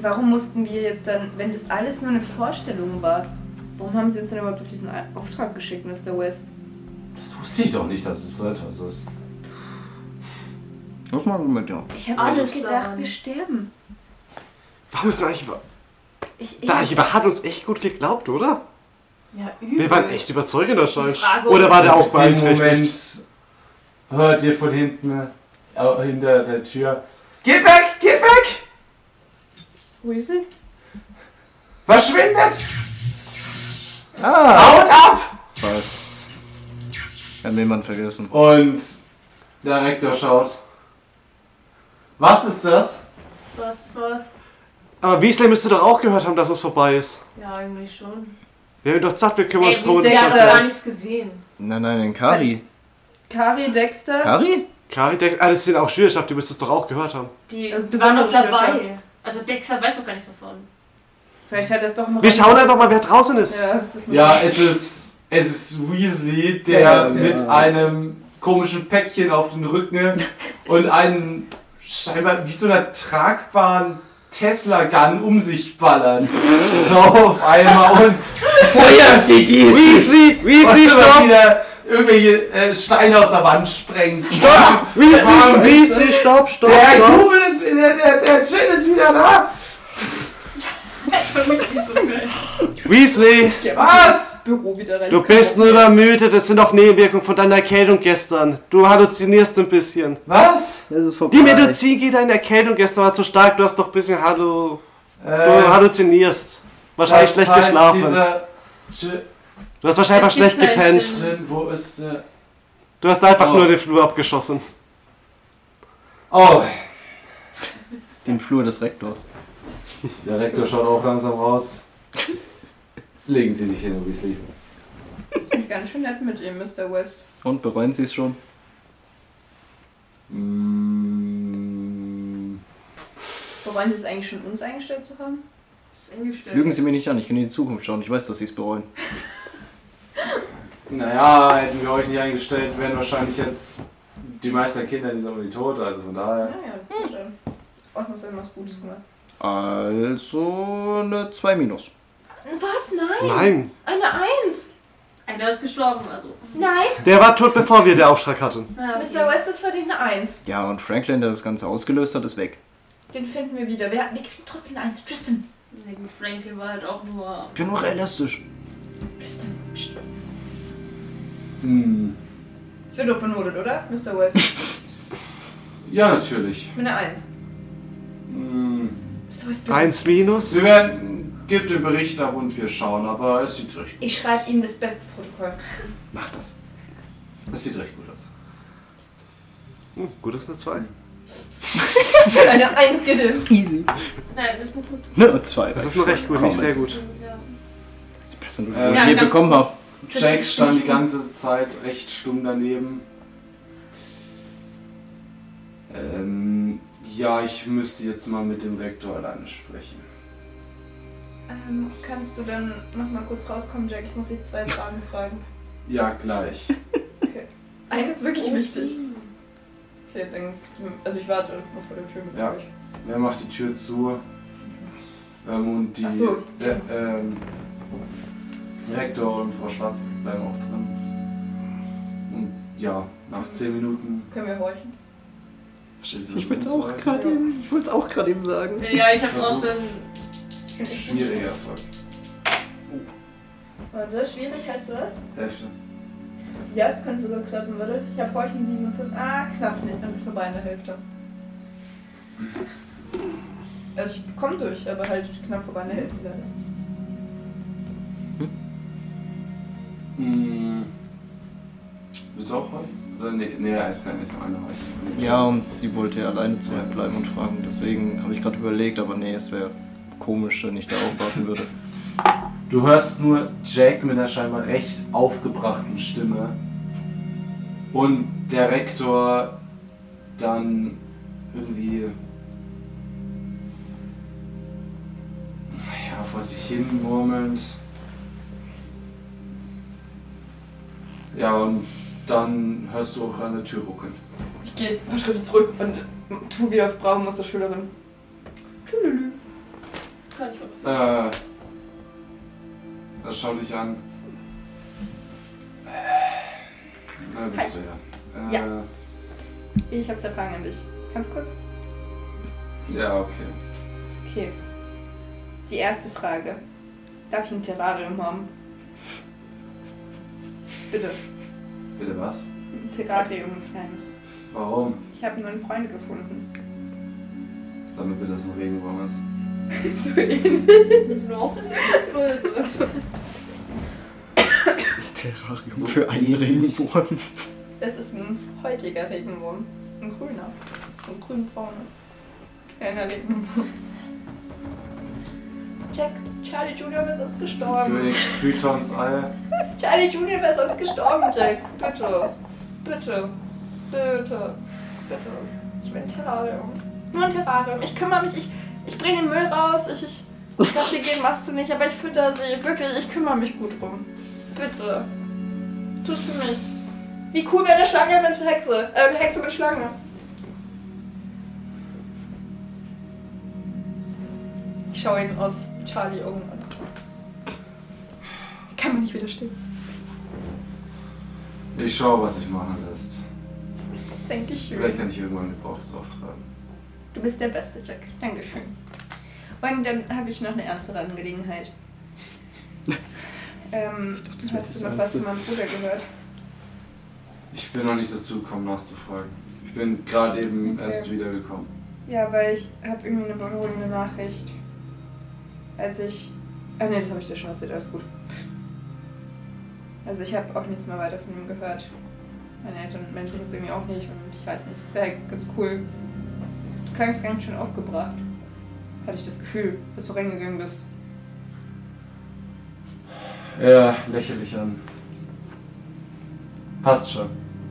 Speaker 2: warum mussten wir jetzt dann, wenn das alles nur eine Vorstellung war, warum haben sie uns denn überhaupt auf diesen Ei- Auftrag geschickt, Mr. West?
Speaker 1: Das wusste ich doch nicht, dass es so etwas ist.
Speaker 12: Muss man mit, ja.
Speaker 2: Ich habe
Speaker 3: Alles
Speaker 2: alles gedacht,
Speaker 3: sagen.
Speaker 2: wir sterben.
Speaker 5: Warum ist der Archivar?
Speaker 2: Ich, ich,
Speaker 5: Der Archivar hat uns echt gut geglaubt, oder?
Speaker 3: Ja,
Speaker 5: Wir
Speaker 3: übel.
Speaker 5: waren echt überzeugender
Speaker 3: Das ist die
Speaker 5: Schein.
Speaker 3: Frage, ob
Speaker 5: Oder war
Speaker 3: es-
Speaker 5: der auch
Speaker 1: In dem
Speaker 5: beeinträchtigt?
Speaker 1: Moment hört ihr von hinten, äh, hinter der Tür, Geht weg, geht weg!
Speaker 2: Weasley?
Speaker 1: Verschwindet!
Speaker 12: Ah!
Speaker 1: Haut ab!
Speaker 12: Fall. Hat mir jemand vergessen.
Speaker 1: Und der Rektor schaut. Was ist das?
Speaker 3: Was, was?
Speaker 5: Aber Weasley müsste doch auch gehört haben, dass es vorbei ist.
Speaker 3: Ja, eigentlich schon.
Speaker 5: Wir haben ihm doch gesagt, wir kümmern uns
Speaker 3: Ey,
Speaker 5: drum. und
Speaker 3: der
Speaker 5: das
Speaker 3: hat
Speaker 5: war-
Speaker 3: gar nichts gesehen.
Speaker 12: Nein, nein, den Kari.
Speaker 2: Kari, Dexter?
Speaker 12: Kari?
Speaker 5: Kari denkt, ah, das sind auch Schülerschaft, ihr müsst es doch auch gehört haben.
Speaker 3: Die
Speaker 2: Das ist
Speaker 3: waren
Speaker 2: besondere
Speaker 3: noch dabei.
Speaker 2: Schülerschaft.
Speaker 3: Also Dexter weiß doch gar nichts davon.
Speaker 2: Vielleicht hat er es doch im
Speaker 5: Wir
Speaker 2: Raum-
Speaker 5: schauen einfach mal, wer draußen ist.
Speaker 2: Ja, das muss
Speaker 1: Ja, es ist, es ist Weasley, der
Speaker 12: Ja,
Speaker 1: mit
Speaker 12: ja.
Speaker 1: einem komischen Päckchen auf dem Rücken und einem scheinbar wie so einer tragbaren Tesla-Gun um sich ballert. auf einmal und
Speaker 12: Feuern Ah Sie diesen!
Speaker 5: Weasley, Weasley,
Speaker 1: und immer
Speaker 5: stopp!
Speaker 1: wieder irgendwelche äh, Steine aus der Wand sprengt.
Speaker 5: Weasley, Weasley, stopp, stopp,
Speaker 1: Der Herr
Speaker 5: stopp!
Speaker 1: Kugel ist wieder, der, der Chin ist wieder da.
Speaker 5: Weasley,
Speaker 1: Was?
Speaker 2: ins Büro wieder rein.
Speaker 5: du bist nur übermüdet, das sind doch Nebenwirkungen von deiner Erkältung gestern. Du halluzinierst ein bisschen.
Speaker 1: Was?
Speaker 12: Das ist vorbei.
Speaker 5: Die Medizin geht deiner Erkältung gestern war zu stark, du hast doch ein bisschen hallo, du halluzinierst. Wahrscheinlich
Speaker 1: Äh. das
Speaker 5: schlecht
Speaker 1: heißt,
Speaker 5: geschlafen.
Speaker 1: Dieser Gin,
Speaker 5: Du hast
Speaker 3: Es
Speaker 5: wahrscheinlich einfach schlecht
Speaker 3: gibt keinen
Speaker 5: gepennt.
Speaker 3: Sinn.
Speaker 1: Gin, wo ist der?
Speaker 5: Du hast einfach
Speaker 1: Oh.
Speaker 5: nur den Flur abgeschossen.
Speaker 1: Oh,
Speaker 12: Den Flur des Rektors.
Speaker 1: der Rektor schaut auch langsam raus. Legen Sie sich hin, Weasley.
Speaker 2: Ich bin ganz schön nett mit ihm, Mr. West.
Speaker 12: Und bereuen Sie es schon?
Speaker 1: Mm,
Speaker 2: Wo waren Sie es eigentlich schon, uns eingestellt zu haben?
Speaker 3: Das ist eingestellt.
Speaker 12: Lügen Sie mir nicht an, ich kann in die Zukunft schauen. Ich weiß, dass Sie es bereuen.
Speaker 1: Naja, hätten wir euch nicht eingestellt, wären wahrscheinlich jetzt die meisten Kinder in dieser Uni tot, also von daher.
Speaker 2: Naja, gut, dann. Ausnahmsweise was Gutes gemacht.
Speaker 12: Also eine 2 minus.
Speaker 7: Was? Nein.
Speaker 5: Nein.
Speaker 7: Eine Eins.
Speaker 3: Einer ist gestorben, also.
Speaker 7: Nein.
Speaker 5: Der war tot, bevor wir den Auftrag hatten.
Speaker 3: Naja,
Speaker 7: Mr. West, das verdient eine Eins.
Speaker 12: Ja, und Franklin, der das Ganze ausgelöst hat, ist weg.
Speaker 7: Den finden wir wieder. Wir, wir kriegen trotzdem eine Eins. Tristan.
Speaker 3: Nee, gut, Frankie war halt auch nur.
Speaker 12: Ich bin nur realistisch.
Speaker 7: Tristan. Psst.
Speaker 1: Hm.
Speaker 2: Es wird doch benotet, oder? Mr. West.
Speaker 1: Ja, natürlich.
Speaker 2: Mit einer Eins.
Speaker 1: Hm.
Speaker 7: Mr. West, bitte.
Speaker 5: Eins minus.
Speaker 1: Sie werden, gebt den Bericht ab und wir schauen, aber es sieht recht,
Speaker 2: Ich schreibe Ihnen das beste Protokoll.
Speaker 1: es sieht recht gut aus.
Speaker 5: Hm, gut, das ist eine 2.
Speaker 2: Eine Eins geht hin.
Speaker 12: Easy.
Speaker 3: Nein, das ist gut. gut.
Speaker 12: Ne, 2.
Speaker 5: Das ist noch recht gut, nicht sehr gut.
Speaker 3: Ja.
Speaker 12: Das ist das Beste, was
Speaker 1: Äh,
Speaker 12: ich
Speaker 1: ja,
Speaker 12: je
Speaker 3: ganz
Speaker 12: bekommen
Speaker 3: gut.
Speaker 12: habe.
Speaker 1: Jack stand die ganze Zeit recht stumm daneben. Ähm, ja, ich müsste jetzt mal mit dem Rektor alleine sprechen.
Speaker 2: Ähm, kannst du dann nochmal kurz rauskommen, Jack? Ich muss dich zwei Fragen fragen.
Speaker 1: Ja, gleich.
Speaker 2: Eine ist wirklich wichtig. Okay, dann. Also ich warte noch vor der Tür mit
Speaker 1: Ja.
Speaker 2: euch.
Speaker 1: Wer macht die Tür zu? Ähm, und die
Speaker 2: Ach so.
Speaker 1: der, ähm, Rektor und Frau Schwarz bleiben auch drin. Und ja, nach 10 Minuten
Speaker 2: Können wir horchen?
Speaker 1: ist
Speaker 12: Ich
Speaker 1: es
Speaker 12: wollte es auch gerade eben, ich wollte es auch gerade eben sagen.
Speaker 3: Äh, Ja, ich hab's auch
Speaker 1: Versuch.
Speaker 3: schon.
Speaker 1: schwieriger Erfolg.
Speaker 2: Warte, schwierig heißt du das?
Speaker 1: Hälfte.
Speaker 2: Ja, das könnte sogar klappen, würde. Ich habe Horchen 7 und 5. Ah, knapp nicht. Dann bin ich vorbei in der Hälfte. Also ich komme durch, aber halt knapp vorbei in der Hälfte. leider.
Speaker 1: Hm. Bist du auch heute? Oder nee, nee, er ist gar nicht nur eine heute.
Speaker 12: Ja, und sie wollte ja alleine zurückbleiben und fragen. Deswegen habe ich gerade überlegt, aber nee, es wäre komisch, wenn ich da aufwarten würde.
Speaker 1: Du hörst nur Jack mit einer scheinbar recht aufgebrachten Stimme. Und der Rektor dann irgendwie naja, vor sich hin murmelnd. Ja, und dann hörst du auch an der Tür ruckeln.
Speaker 2: Ich gehe ein paar Schritte zurück und tu wieder auf Bravo Musterschülerin. Tüdelü.
Speaker 3: Kann ich mal.
Speaker 1: Äh, das schau dich an. Da bist du ja. Äh, ja.
Speaker 2: Ich habe zwei Fragen an dich. Ganz kurz.
Speaker 1: Ja, okay.
Speaker 2: Okay. Die erste Frage. Darf ich ein Terrarium haben? Bitte.
Speaker 1: Bitte was?
Speaker 2: Ein Terrarium, ein kleines.
Speaker 1: Warum?
Speaker 2: Ich habe neuen Freunde gefunden.
Speaker 1: Sag mir bitte, dass ein Regenwurm ist.
Speaker 2: so ähnlich.
Speaker 3: No, das ist nicht böse.
Speaker 12: Terrarium für einen Regenwurm.
Speaker 2: Es ist ein heutiger Regenwurm. Ein grüner. So ein grün-brauner. Kleiner Regenwurm. Jack, Charlie Junior wäre sonst gestorben.
Speaker 1: König Pythons Ei.
Speaker 2: Charlie Junior wäre sonst gestorben, Jack. Bitte. Bitte. Bitte. Bitte. Ich will ein Terrarium. Nur ein Terrarium. Ich kümmere mich. Ich, ich bringe den Müll raus. Ich, ich, was sie gehen, machst du nicht. Aber ich fütter sie. Wirklich, ich kümmere mich gut drum. Bitte. Tu's für mich. Wie cool wäre eine Schlange mit Hexe? Äh, eine Hexe mit Schlange. Ich schaue ihn aus Charlie Augen an. Kann man nicht widerstehen.
Speaker 1: Ich schau, was ich machen lässt.
Speaker 2: Dankeschön.
Speaker 1: Vielleicht kann ich irgendwann Gebrauchtes auftragen.
Speaker 2: Du bist der beste Jack. Dankeschön. Und dann habe ich noch eine ernstere Angelegenheit. ähm,
Speaker 12: das wäre
Speaker 2: hast
Speaker 12: das
Speaker 2: du noch was
Speaker 12: Ernste.
Speaker 2: von meinem Bruder gehört?
Speaker 1: Ich bin noch nicht dazu gekommen, nachzufragen. Ich bin gerade eben
Speaker 2: Okay.
Speaker 1: erst wiedergekommen.
Speaker 2: Ja, weil ich habe irgendwie eine beruhigende Nachricht. Als ich. Ah ne, das habe ich dir schon erzählt, alles gut. Also ich habe auch nichts mehr weiter von ihm gehört. Meine Eltern meinten es irgendwie auch nicht und ich weiß nicht. Wäre ganz cool. Du klangst ganz schön aufgebracht. Hatte ich das Gefühl, als du reingegangen bist.
Speaker 1: Ja, lächerlich an. Passt schon.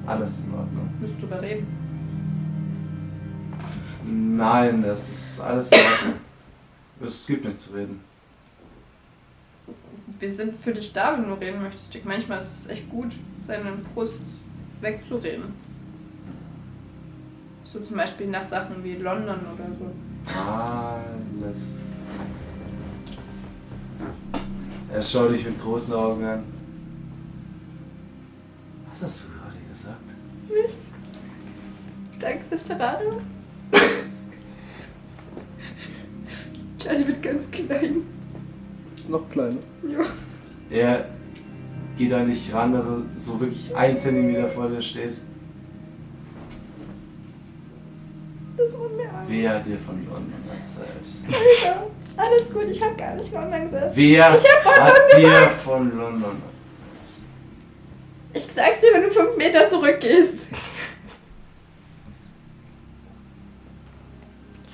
Speaker 1: Alles in Ordnung.
Speaker 2: Müsst du überreden.
Speaker 1: Nein, es ist alles in Ordnung. es gibt nichts zu reden.
Speaker 2: Wir sind für dich da, wenn du reden möchtest. Jack. Manchmal ist es echt gut, seinen Frust wegzureden. So zum Beispiel nach Sachen wie London oder so.
Speaker 1: Alles. Er schaut dich mit großen Augen an. Was hast du gerade gesagt?
Speaker 2: Nichts. Danke fürs Terrarium. Charlie wird ganz klein.
Speaker 4: Noch kleiner.
Speaker 2: Ja.
Speaker 1: Er geht da nicht ran, dass er so wirklich ein Zentimeter vor dir steht.
Speaker 2: Das war mir Angst.
Speaker 1: Wer hat dir von London erzählt?
Speaker 2: Oh Alter, Alles gut, ich hab gar nicht online gesessen.
Speaker 1: Wer
Speaker 2: Ich hab London
Speaker 1: hat dir von London erzählt?
Speaker 2: Ich sag's dir, wenn du fünf Meter zurückgehst.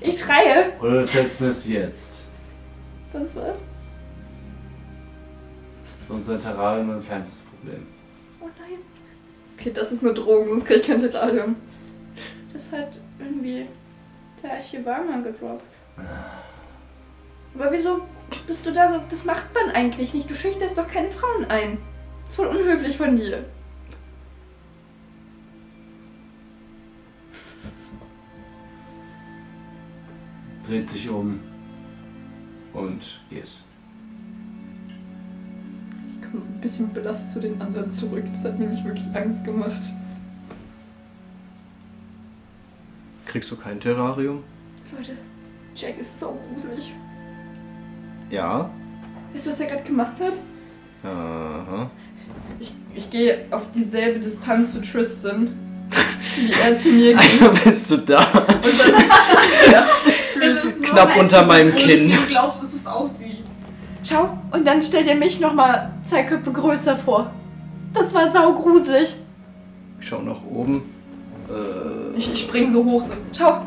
Speaker 2: Ich schreie.
Speaker 1: Oder du erzählst mir es jetzt.
Speaker 2: Sonst was?
Speaker 1: Sonst ist der Terrarium ein kleines Problem.
Speaker 2: Oh nein. Okay, das ist nur Drogen, sonst krieg ich kein Terrarium. Das hat irgendwie der Archivama gedroppt. Aber wieso bist du da so? Das macht man eigentlich nicht. Du schüchterst doch keine Frauen ein. Das ist voll unhöflich von dir.
Speaker 1: Dreht sich um und geht.
Speaker 2: Ich komme ein bisschen belast zu den anderen zurück. Das hat mir nicht wirklich Angst gemacht.
Speaker 4: Kriegst du kein Terrarium?
Speaker 2: Leute, Jack ist so gruselig.
Speaker 4: Ja.
Speaker 2: Weißt du, was er gerade gemacht hat?
Speaker 4: Aha.
Speaker 2: Ich, ich gehe auf dieselbe Distanz zu Tristan, wie er zu mir geht.
Speaker 4: Also bist du da.
Speaker 2: Und das,
Speaker 3: Es ist nur
Speaker 4: Knapp
Speaker 3: halt
Speaker 4: unter
Speaker 3: so
Speaker 4: meinem
Speaker 3: bedrohlich,
Speaker 4: Kinn.
Speaker 3: wie Du glaubst, dass es aussieht.
Speaker 7: Schau, und dann stellt ihr mich nochmal zwei Köpfe größer vor. Das war saugruselig.
Speaker 4: Ich schau nach oben. Äh,
Speaker 2: ich, ich spring so hoch, so, schau,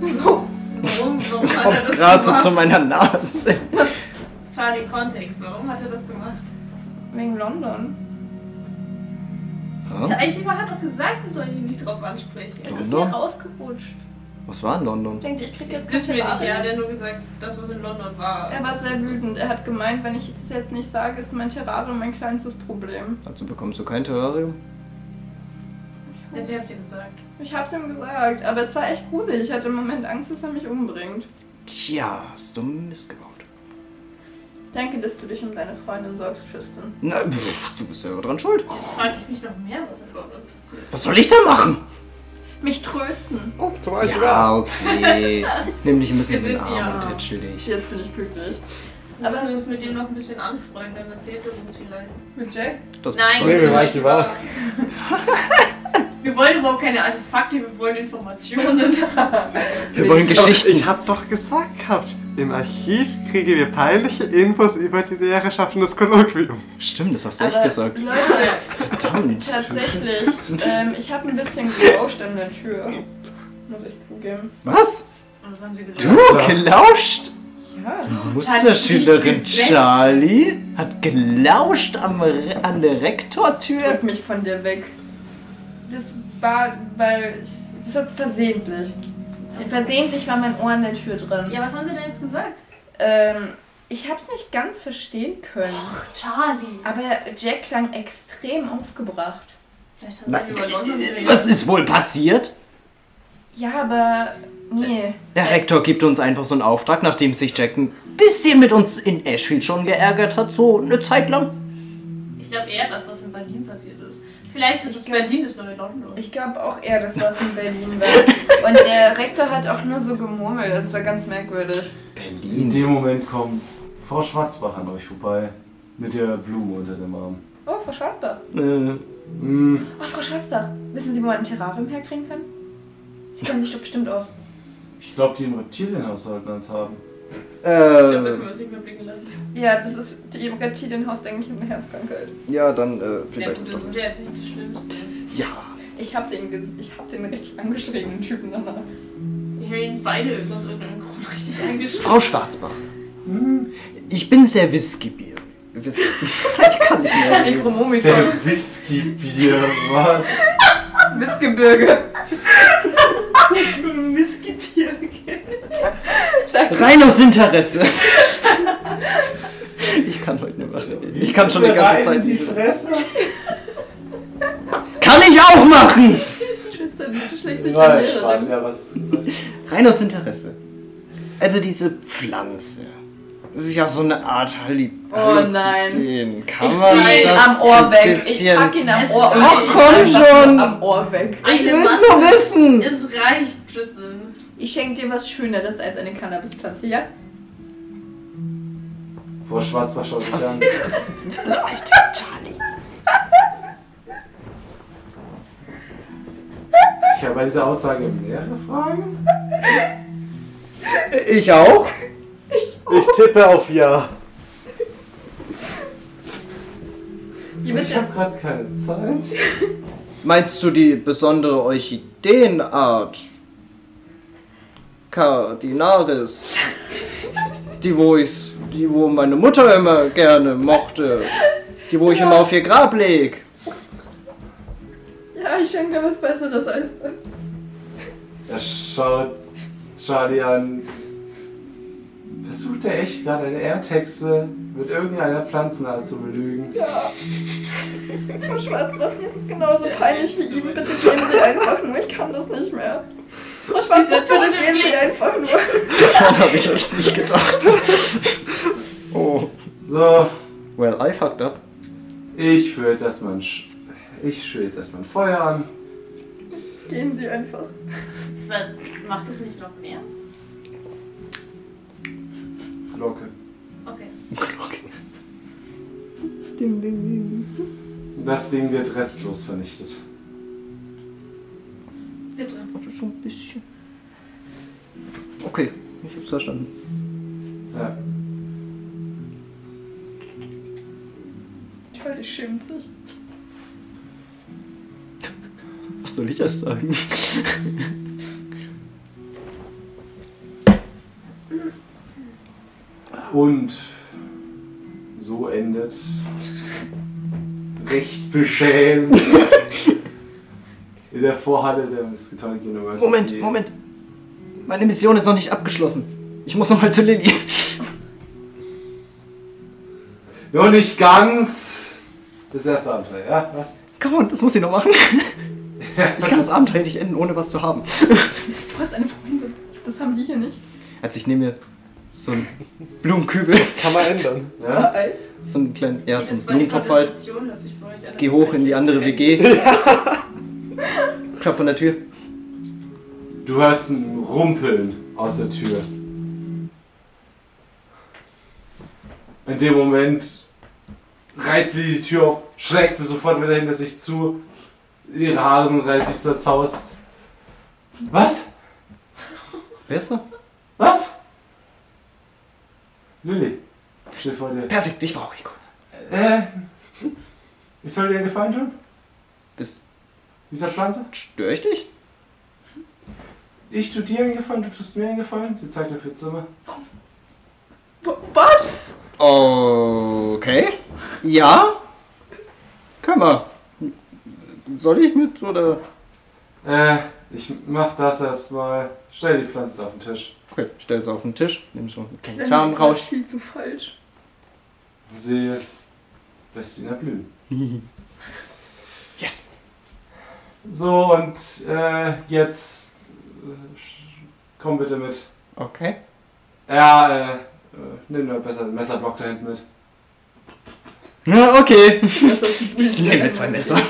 Speaker 2: so.
Speaker 3: Warum, warum hat er das
Speaker 4: kommst gerade so
Speaker 3: gemacht?
Speaker 4: zu meiner Nase.
Speaker 3: Charlie Kontext, warum hat er das gemacht?
Speaker 2: Wegen London.
Speaker 4: Ja?
Speaker 3: Der Eichhörer hat doch gesagt, wir sollen ihn nicht drauf ansprechen.
Speaker 2: Es ist
Speaker 4: London?
Speaker 2: mir rausgerutscht.
Speaker 4: Was war in London?
Speaker 2: Ich denke, ich krieg jetzt
Speaker 3: Wissen wir nicht,
Speaker 2: Kapitale.
Speaker 3: ja. Der hat nur gesagt, das, was in London war.
Speaker 2: Er war sehr wütend. Er hat gemeint, wenn ich das jetzt nicht sage, ist mein Terrarium mein kleinstes Problem.
Speaker 4: Also bekommst du kein Terrarium?
Speaker 3: Ja, sie hat sie gesagt.
Speaker 2: Ich hab's ihm gesagt, aber es war echt gruselig. Ich hatte im Moment Angst, dass er mich umbringt.
Speaker 4: Tja, hast du Mist gebaut.
Speaker 2: Danke, dass du dich um deine Freundin sorgst, Tristan.
Speaker 4: Na, pff, du bist selber dran schuld.
Speaker 3: Jetzt frage ich mich noch mehr, was in London passiert.
Speaker 4: Was soll ich denn machen?
Speaker 2: Mich trösten.
Speaker 5: Oh, zum Beispiel.
Speaker 4: Ja, okay. Ich Nimm dich ein bisschen
Speaker 3: Wir
Speaker 4: in den
Speaker 3: sind-
Speaker 4: Arm
Speaker 3: ja.
Speaker 4: und tätschel dich.
Speaker 2: Jetzt bin ich glücklich.
Speaker 3: Wir müssen uns mit dem noch ein bisschen anfreunden, dann erzählt er uns vielleicht.
Speaker 2: Mit Jack?
Speaker 4: Das
Speaker 3: Nein,
Speaker 5: Nee,
Speaker 4: bezweifle
Speaker 5: wir weichen wach.
Speaker 3: Wir wollen überhaupt keine Artefakte, wir wollen Informationen.
Speaker 4: Wir wollen
Speaker 5: Ich hab-
Speaker 4: Geschichten.
Speaker 5: Ich hab doch gesagt gehabt, im Archiv kriegen wir peinliche Infos über die Lehrerschaft und das Kolloquium.
Speaker 4: Stimmt, das hast du echt
Speaker 2: Aber
Speaker 4: gesagt.
Speaker 2: Leute,
Speaker 4: Verdammt.
Speaker 2: tatsächlich, ähm, ich habe ein bisschen gelauscht an der Tür. Muss ich zugeben.
Speaker 4: Was?
Speaker 3: Und was haben sie gesagt?
Speaker 4: Du gelauscht?
Speaker 2: Ja.
Speaker 4: Musterschülerin
Speaker 3: nicht gesetzt.
Speaker 4: Charlie hat gelauscht am, Re- an der Rektortür.
Speaker 2: Drück mich von dir weg. Das war, weil. Ich, das war versehentlich. Versehentlich war mein Ohr an der Tür drin.
Speaker 3: Ja, was haben sie denn jetzt gesagt?
Speaker 2: Ähm, ich hab's nicht ganz verstehen können.
Speaker 3: Charlie.
Speaker 2: Aber Jack klang extrem aufgebracht.
Speaker 3: Vielleicht haben
Speaker 4: Na,
Speaker 3: sie über London geredet.
Speaker 4: Was ist wohl passiert?
Speaker 2: Ja, aber. Nee.
Speaker 4: Der Rektor gibt uns einfach so einen Auftrag, nachdem sich Jack ein bisschen mit uns in Ashfield schon geärgert hat, so eine Zeit lang.
Speaker 3: Ich glaube eher das, was in Berlin passiert ist. Vielleicht ist es Berlin, das neue London.
Speaker 5: Äh.
Speaker 2: Ich glaube auch eher, dass das in Berlin war. Und der Rektor hat auch nur so gemurmelt. Das war ganz merkwürdig.
Speaker 4: Hm.
Speaker 1: In dem Moment kommt Frau Schwarzbach an euch vorbei. Mit der Blume unter dem Arm. Hm,
Speaker 2: Oh, Frau Schwarzbach.
Speaker 4: Äh,
Speaker 2: Oh, Frau Schwarzbach. Wissen Sie, wo man ein Terrarium herkriegen kann? Sie kennen sich doch bestimmt aus.
Speaker 1: Ich glaube, die im Reptilienhaus sollten eins haben.
Speaker 3: Ich glaube, da können
Speaker 4: äh,
Speaker 3: wir uns nicht mehr blicken lassen.
Speaker 2: Ja, das ist die im Reptilienhaus, denke ich, eine Herzkrankheit.
Speaker 4: ja, dann äh,
Speaker 3: Ja,
Speaker 4: vielleicht.
Speaker 3: du, das ist ja jetzt nicht das Schlimmste.
Speaker 4: Ja,
Speaker 2: Ich hab den, ges- ich hab den richtig angeschriebenen Typen danach.
Speaker 3: Wir haben ihn beide aus irgendeinem Grund richtig angeschrieben.
Speaker 4: Frau Schwarzbach. Ich bin sehr wissgebierig. Wiss- ich kann nicht mehr. reden.
Speaker 2: Necromomikon.
Speaker 1: Der Whisky-Bier, was?
Speaker 2: Wissgebirge.
Speaker 3: Missgebirge.
Speaker 4: Rein aus Interesse. Ich kann heute nicht mehr reden. Ich kann schon die ganze Zeit nicht mehr.
Speaker 1: Fresse.
Speaker 4: Kann ich auch machen!
Speaker 2: Tristan, du schlägst dich
Speaker 1: Nein,
Speaker 2: Lehrerin.
Speaker 1: Spaß, ja, was hast du gesagt?
Speaker 4: Rein aus Interesse. Also diese Pflanze. Das ist ja so eine Art Halli
Speaker 2: Oh nein.
Speaker 4: Halluzin. Kann
Speaker 2: Ich
Speaker 4: man
Speaker 2: zieh ihn
Speaker 4: das
Speaker 2: am Ohr
Speaker 4: ein
Speaker 2: weg. Ich
Speaker 4: Bisschen
Speaker 2: pack ihn Ah, genau. am
Speaker 3: Es-
Speaker 2: Ohr
Speaker 3: Ach,
Speaker 2: Ich
Speaker 4: komm
Speaker 2: pack ihn
Speaker 4: schon.
Speaker 2: Am Ohr weg.
Speaker 4: ich
Speaker 3: Eine
Speaker 4: will's nur
Speaker 3: Maske.
Speaker 4: wissen!
Speaker 3: Es reicht, Tristan.
Speaker 2: Ich schenke dir was Schöneres als eine Cannabispflanze, ja?
Speaker 1: Frau Schwarzbach schaut sich an.
Speaker 4: Alter, Charlie.
Speaker 1: Ich habe bei dieser Aussage mehrere Fragen.
Speaker 4: Ich auch?
Speaker 5: Ich tippe auf Ja.
Speaker 1: Ich
Speaker 2: Hier bitte.
Speaker 1: habe gerade keine Zeit.
Speaker 4: Meinst du die besondere Orchideenart? Cardinaris. Die, wo ich, die, wo meine Mutter immer gerne mochte. Die, wo ich immer auf ihr Grab leg.
Speaker 2: Ja, ich schenke dir was Besseres als das.
Speaker 1: Er schaut Charlie an. Versucht er echt gerade eine Erdhexe mit irgendeiner Pflanzenart zu belügen?
Speaker 2: Frau Schwarzbach, mir ist es genauso
Speaker 3: der
Speaker 2: peinlich wie
Speaker 3: Einzige.
Speaker 2: ihm. Bitte gehen Sie einfach nur. Ich kann das nicht mehr. Frau Schwarzbach,
Speaker 3: Dieser
Speaker 2: bitte
Speaker 3: tote
Speaker 2: gehen Sie
Speaker 3: Blick.
Speaker 2: einfach nur.
Speaker 4: Daran habe ich echt nicht gedacht. Oh.
Speaker 1: So,
Speaker 4: Well, I fucked up.
Speaker 1: ich führe jetzt erstmal ein, Sch ich schür jetzt erstmal ein Feuer an.
Speaker 2: Gehen Sie einfach.
Speaker 3: Ver- Macht das nicht noch mehr?
Speaker 1: Glocke.
Speaker 3: Okay.
Speaker 1: Das Ding wird restlos vernichtet.
Speaker 3: Bitte.
Speaker 4: schon ein bisschen. Okay, ich hab's verstanden.
Speaker 1: Ja.
Speaker 2: Charlie schämt sich.
Speaker 4: Was soll ich erst sagen?
Speaker 1: Und so endet recht beschämt. In der Vorhalle der Miskatonic University.
Speaker 4: Moment, Moment. Meine Mission ist noch nicht abgeschlossen. Ich muss noch mal zu Lilly.
Speaker 1: Nur nicht ganz. Das erste Abenteuer, ja? Was?
Speaker 4: Come on, das muss ich noch machen. Ich kann das Abenteuer nicht enden, ohne was zu haben.
Speaker 2: Du hast eine Freundin. Das haben die hier nicht.
Speaker 4: Also ich nehme mir so einen Blumenkübel,
Speaker 5: Das kann man ändern.
Speaker 1: Ja?
Speaker 2: Überall.
Speaker 4: so einen kleinen, ja, so einen
Speaker 3: Jetzt war die
Speaker 4: Blumentopf halt.
Speaker 3: Konversation, hört sich bei euch an,
Speaker 4: Geh
Speaker 3: als
Speaker 4: hoch in die
Speaker 3: wäre
Speaker 4: andere
Speaker 3: ich direkt-
Speaker 4: WG. Klopf an der Tür.
Speaker 1: Du hörst ein Rumpeln aus der Tür. In dem Moment reißt Lilly die Tür auf, schlägt sie sofort wieder hinter sich zu. Ihre Haare sind relativ zerzaust. Was?
Speaker 4: Wer ist da?
Speaker 1: Was? Lilly, steht vor dir.
Speaker 4: Perfekt, dich brauche ich kurz.
Speaker 1: Äh, ich soll dir einen Gefallen tun?
Speaker 4: Bist,
Speaker 1: Dieser Pflanze?
Speaker 4: störe ich dich?
Speaker 1: Ich tue dir einen Gefallen, du tust mir einen Gefallen. Sie zeigt auf ihr Zimmer.
Speaker 2: Was?
Speaker 4: Okay. Ja? Können wir. Soll ich mit oder?
Speaker 1: Äh, ich mach das erstmal. Stell die Pflanze da auf den Tisch.
Speaker 4: Okay, stell's auf den Tisch, nimm so einen kleinen Charme
Speaker 2: Charme
Speaker 4: raus.
Speaker 2: Viel zu falsch.
Speaker 1: Sie lässt ihn erblühen.
Speaker 4: Yes!
Speaker 1: So, und äh, jetzt. Äh, sch- komm bitte mit.
Speaker 4: Okay.
Speaker 1: Ja, äh, äh nimm da besser den Messerblock da hinten mit.
Speaker 4: Ja, okay.
Speaker 2: Das ist ich
Speaker 4: Nehmen wir zwei Messer.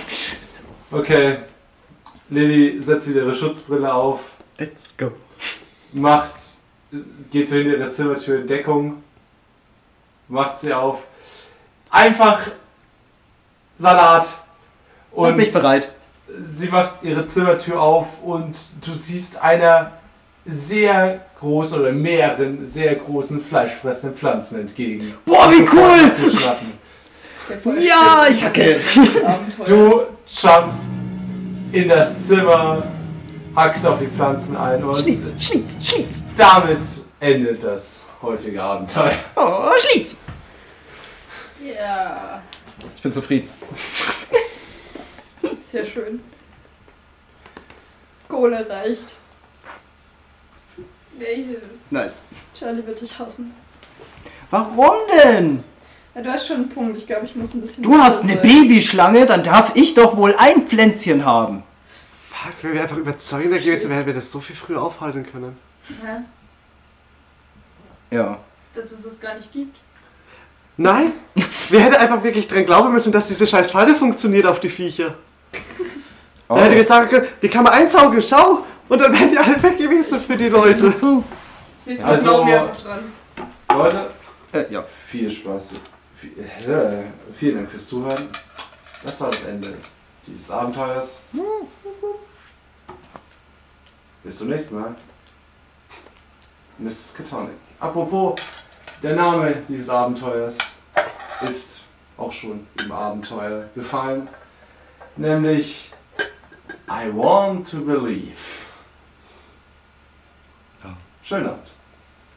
Speaker 1: Okay. Lilly setzt wieder ihre Schutzbrille auf,
Speaker 4: Let's go.
Speaker 1: macht. geht so hinter ihre Zimmertür in Deckung, macht sie auf. Einfach Salat.
Speaker 4: Und bin ich bereit.
Speaker 1: sie macht ihre Zimmertür auf und du siehst einer sehr großen oder mehreren sehr großen fleischfressenden Pflanzen entgegen.
Speaker 4: Boah, wie cool!
Speaker 1: Die schnappen.
Speaker 4: Ja, ich hacke.
Speaker 1: Du jumpst in das Zimmer, hackst auf die Pflanzen ein und
Speaker 4: Schlitz, Schlitz, Schlitz.
Speaker 1: damit endet das heutige Abenteuer.
Speaker 4: Oh, Schlitz.
Speaker 2: Ja,
Speaker 4: Ich bin zufrieden.
Speaker 2: sehr schön. Kohle reicht.
Speaker 3: Nee,
Speaker 4: Nice.
Speaker 2: Charlie wird dich hassen.
Speaker 4: Warum denn?
Speaker 2: Ja, du hast schon einen Punkt. Ich glaube, ich muss ein bisschen.
Speaker 4: Du hast eine
Speaker 2: sein.
Speaker 4: Babyschlange, dann darf ich doch wohl ein Pflänzchen haben.
Speaker 5: Fuck, wenn wir einfach überzeugender gewesen wären, hätten wir das so viel früher aufhalten können.
Speaker 3: Hä?
Speaker 4: Ja.
Speaker 3: Dass es das gar nicht gibt.
Speaker 5: Nein! Wir hätten einfach wirklich dran glauben müssen, dass diese scheiß Falle funktioniert auf die Viecher.
Speaker 4: Oh.
Speaker 5: Er hätte gesagt, die kann man einsaugen, schau! Und dann wären die alle weg gewesen für die Leute.
Speaker 4: so.
Speaker 3: Das nächste Mal
Speaker 1: Also-
Speaker 3: glauben wir einfach dran.
Speaker 1: Leute,
Speaker 4: Äh, ja.
Speaker 1: viel Spaß. Viel, äh, vielen Dank fürs Zuhören. Das war das Ende dieses Abenteuers. Bis zum nächsten Mal. Mrs. Katonic. Apropos, der Name dieses Abenteuers ist auch schon im Abenteuer gefallen. Nämlich I Want to Believe. Schönen Abend.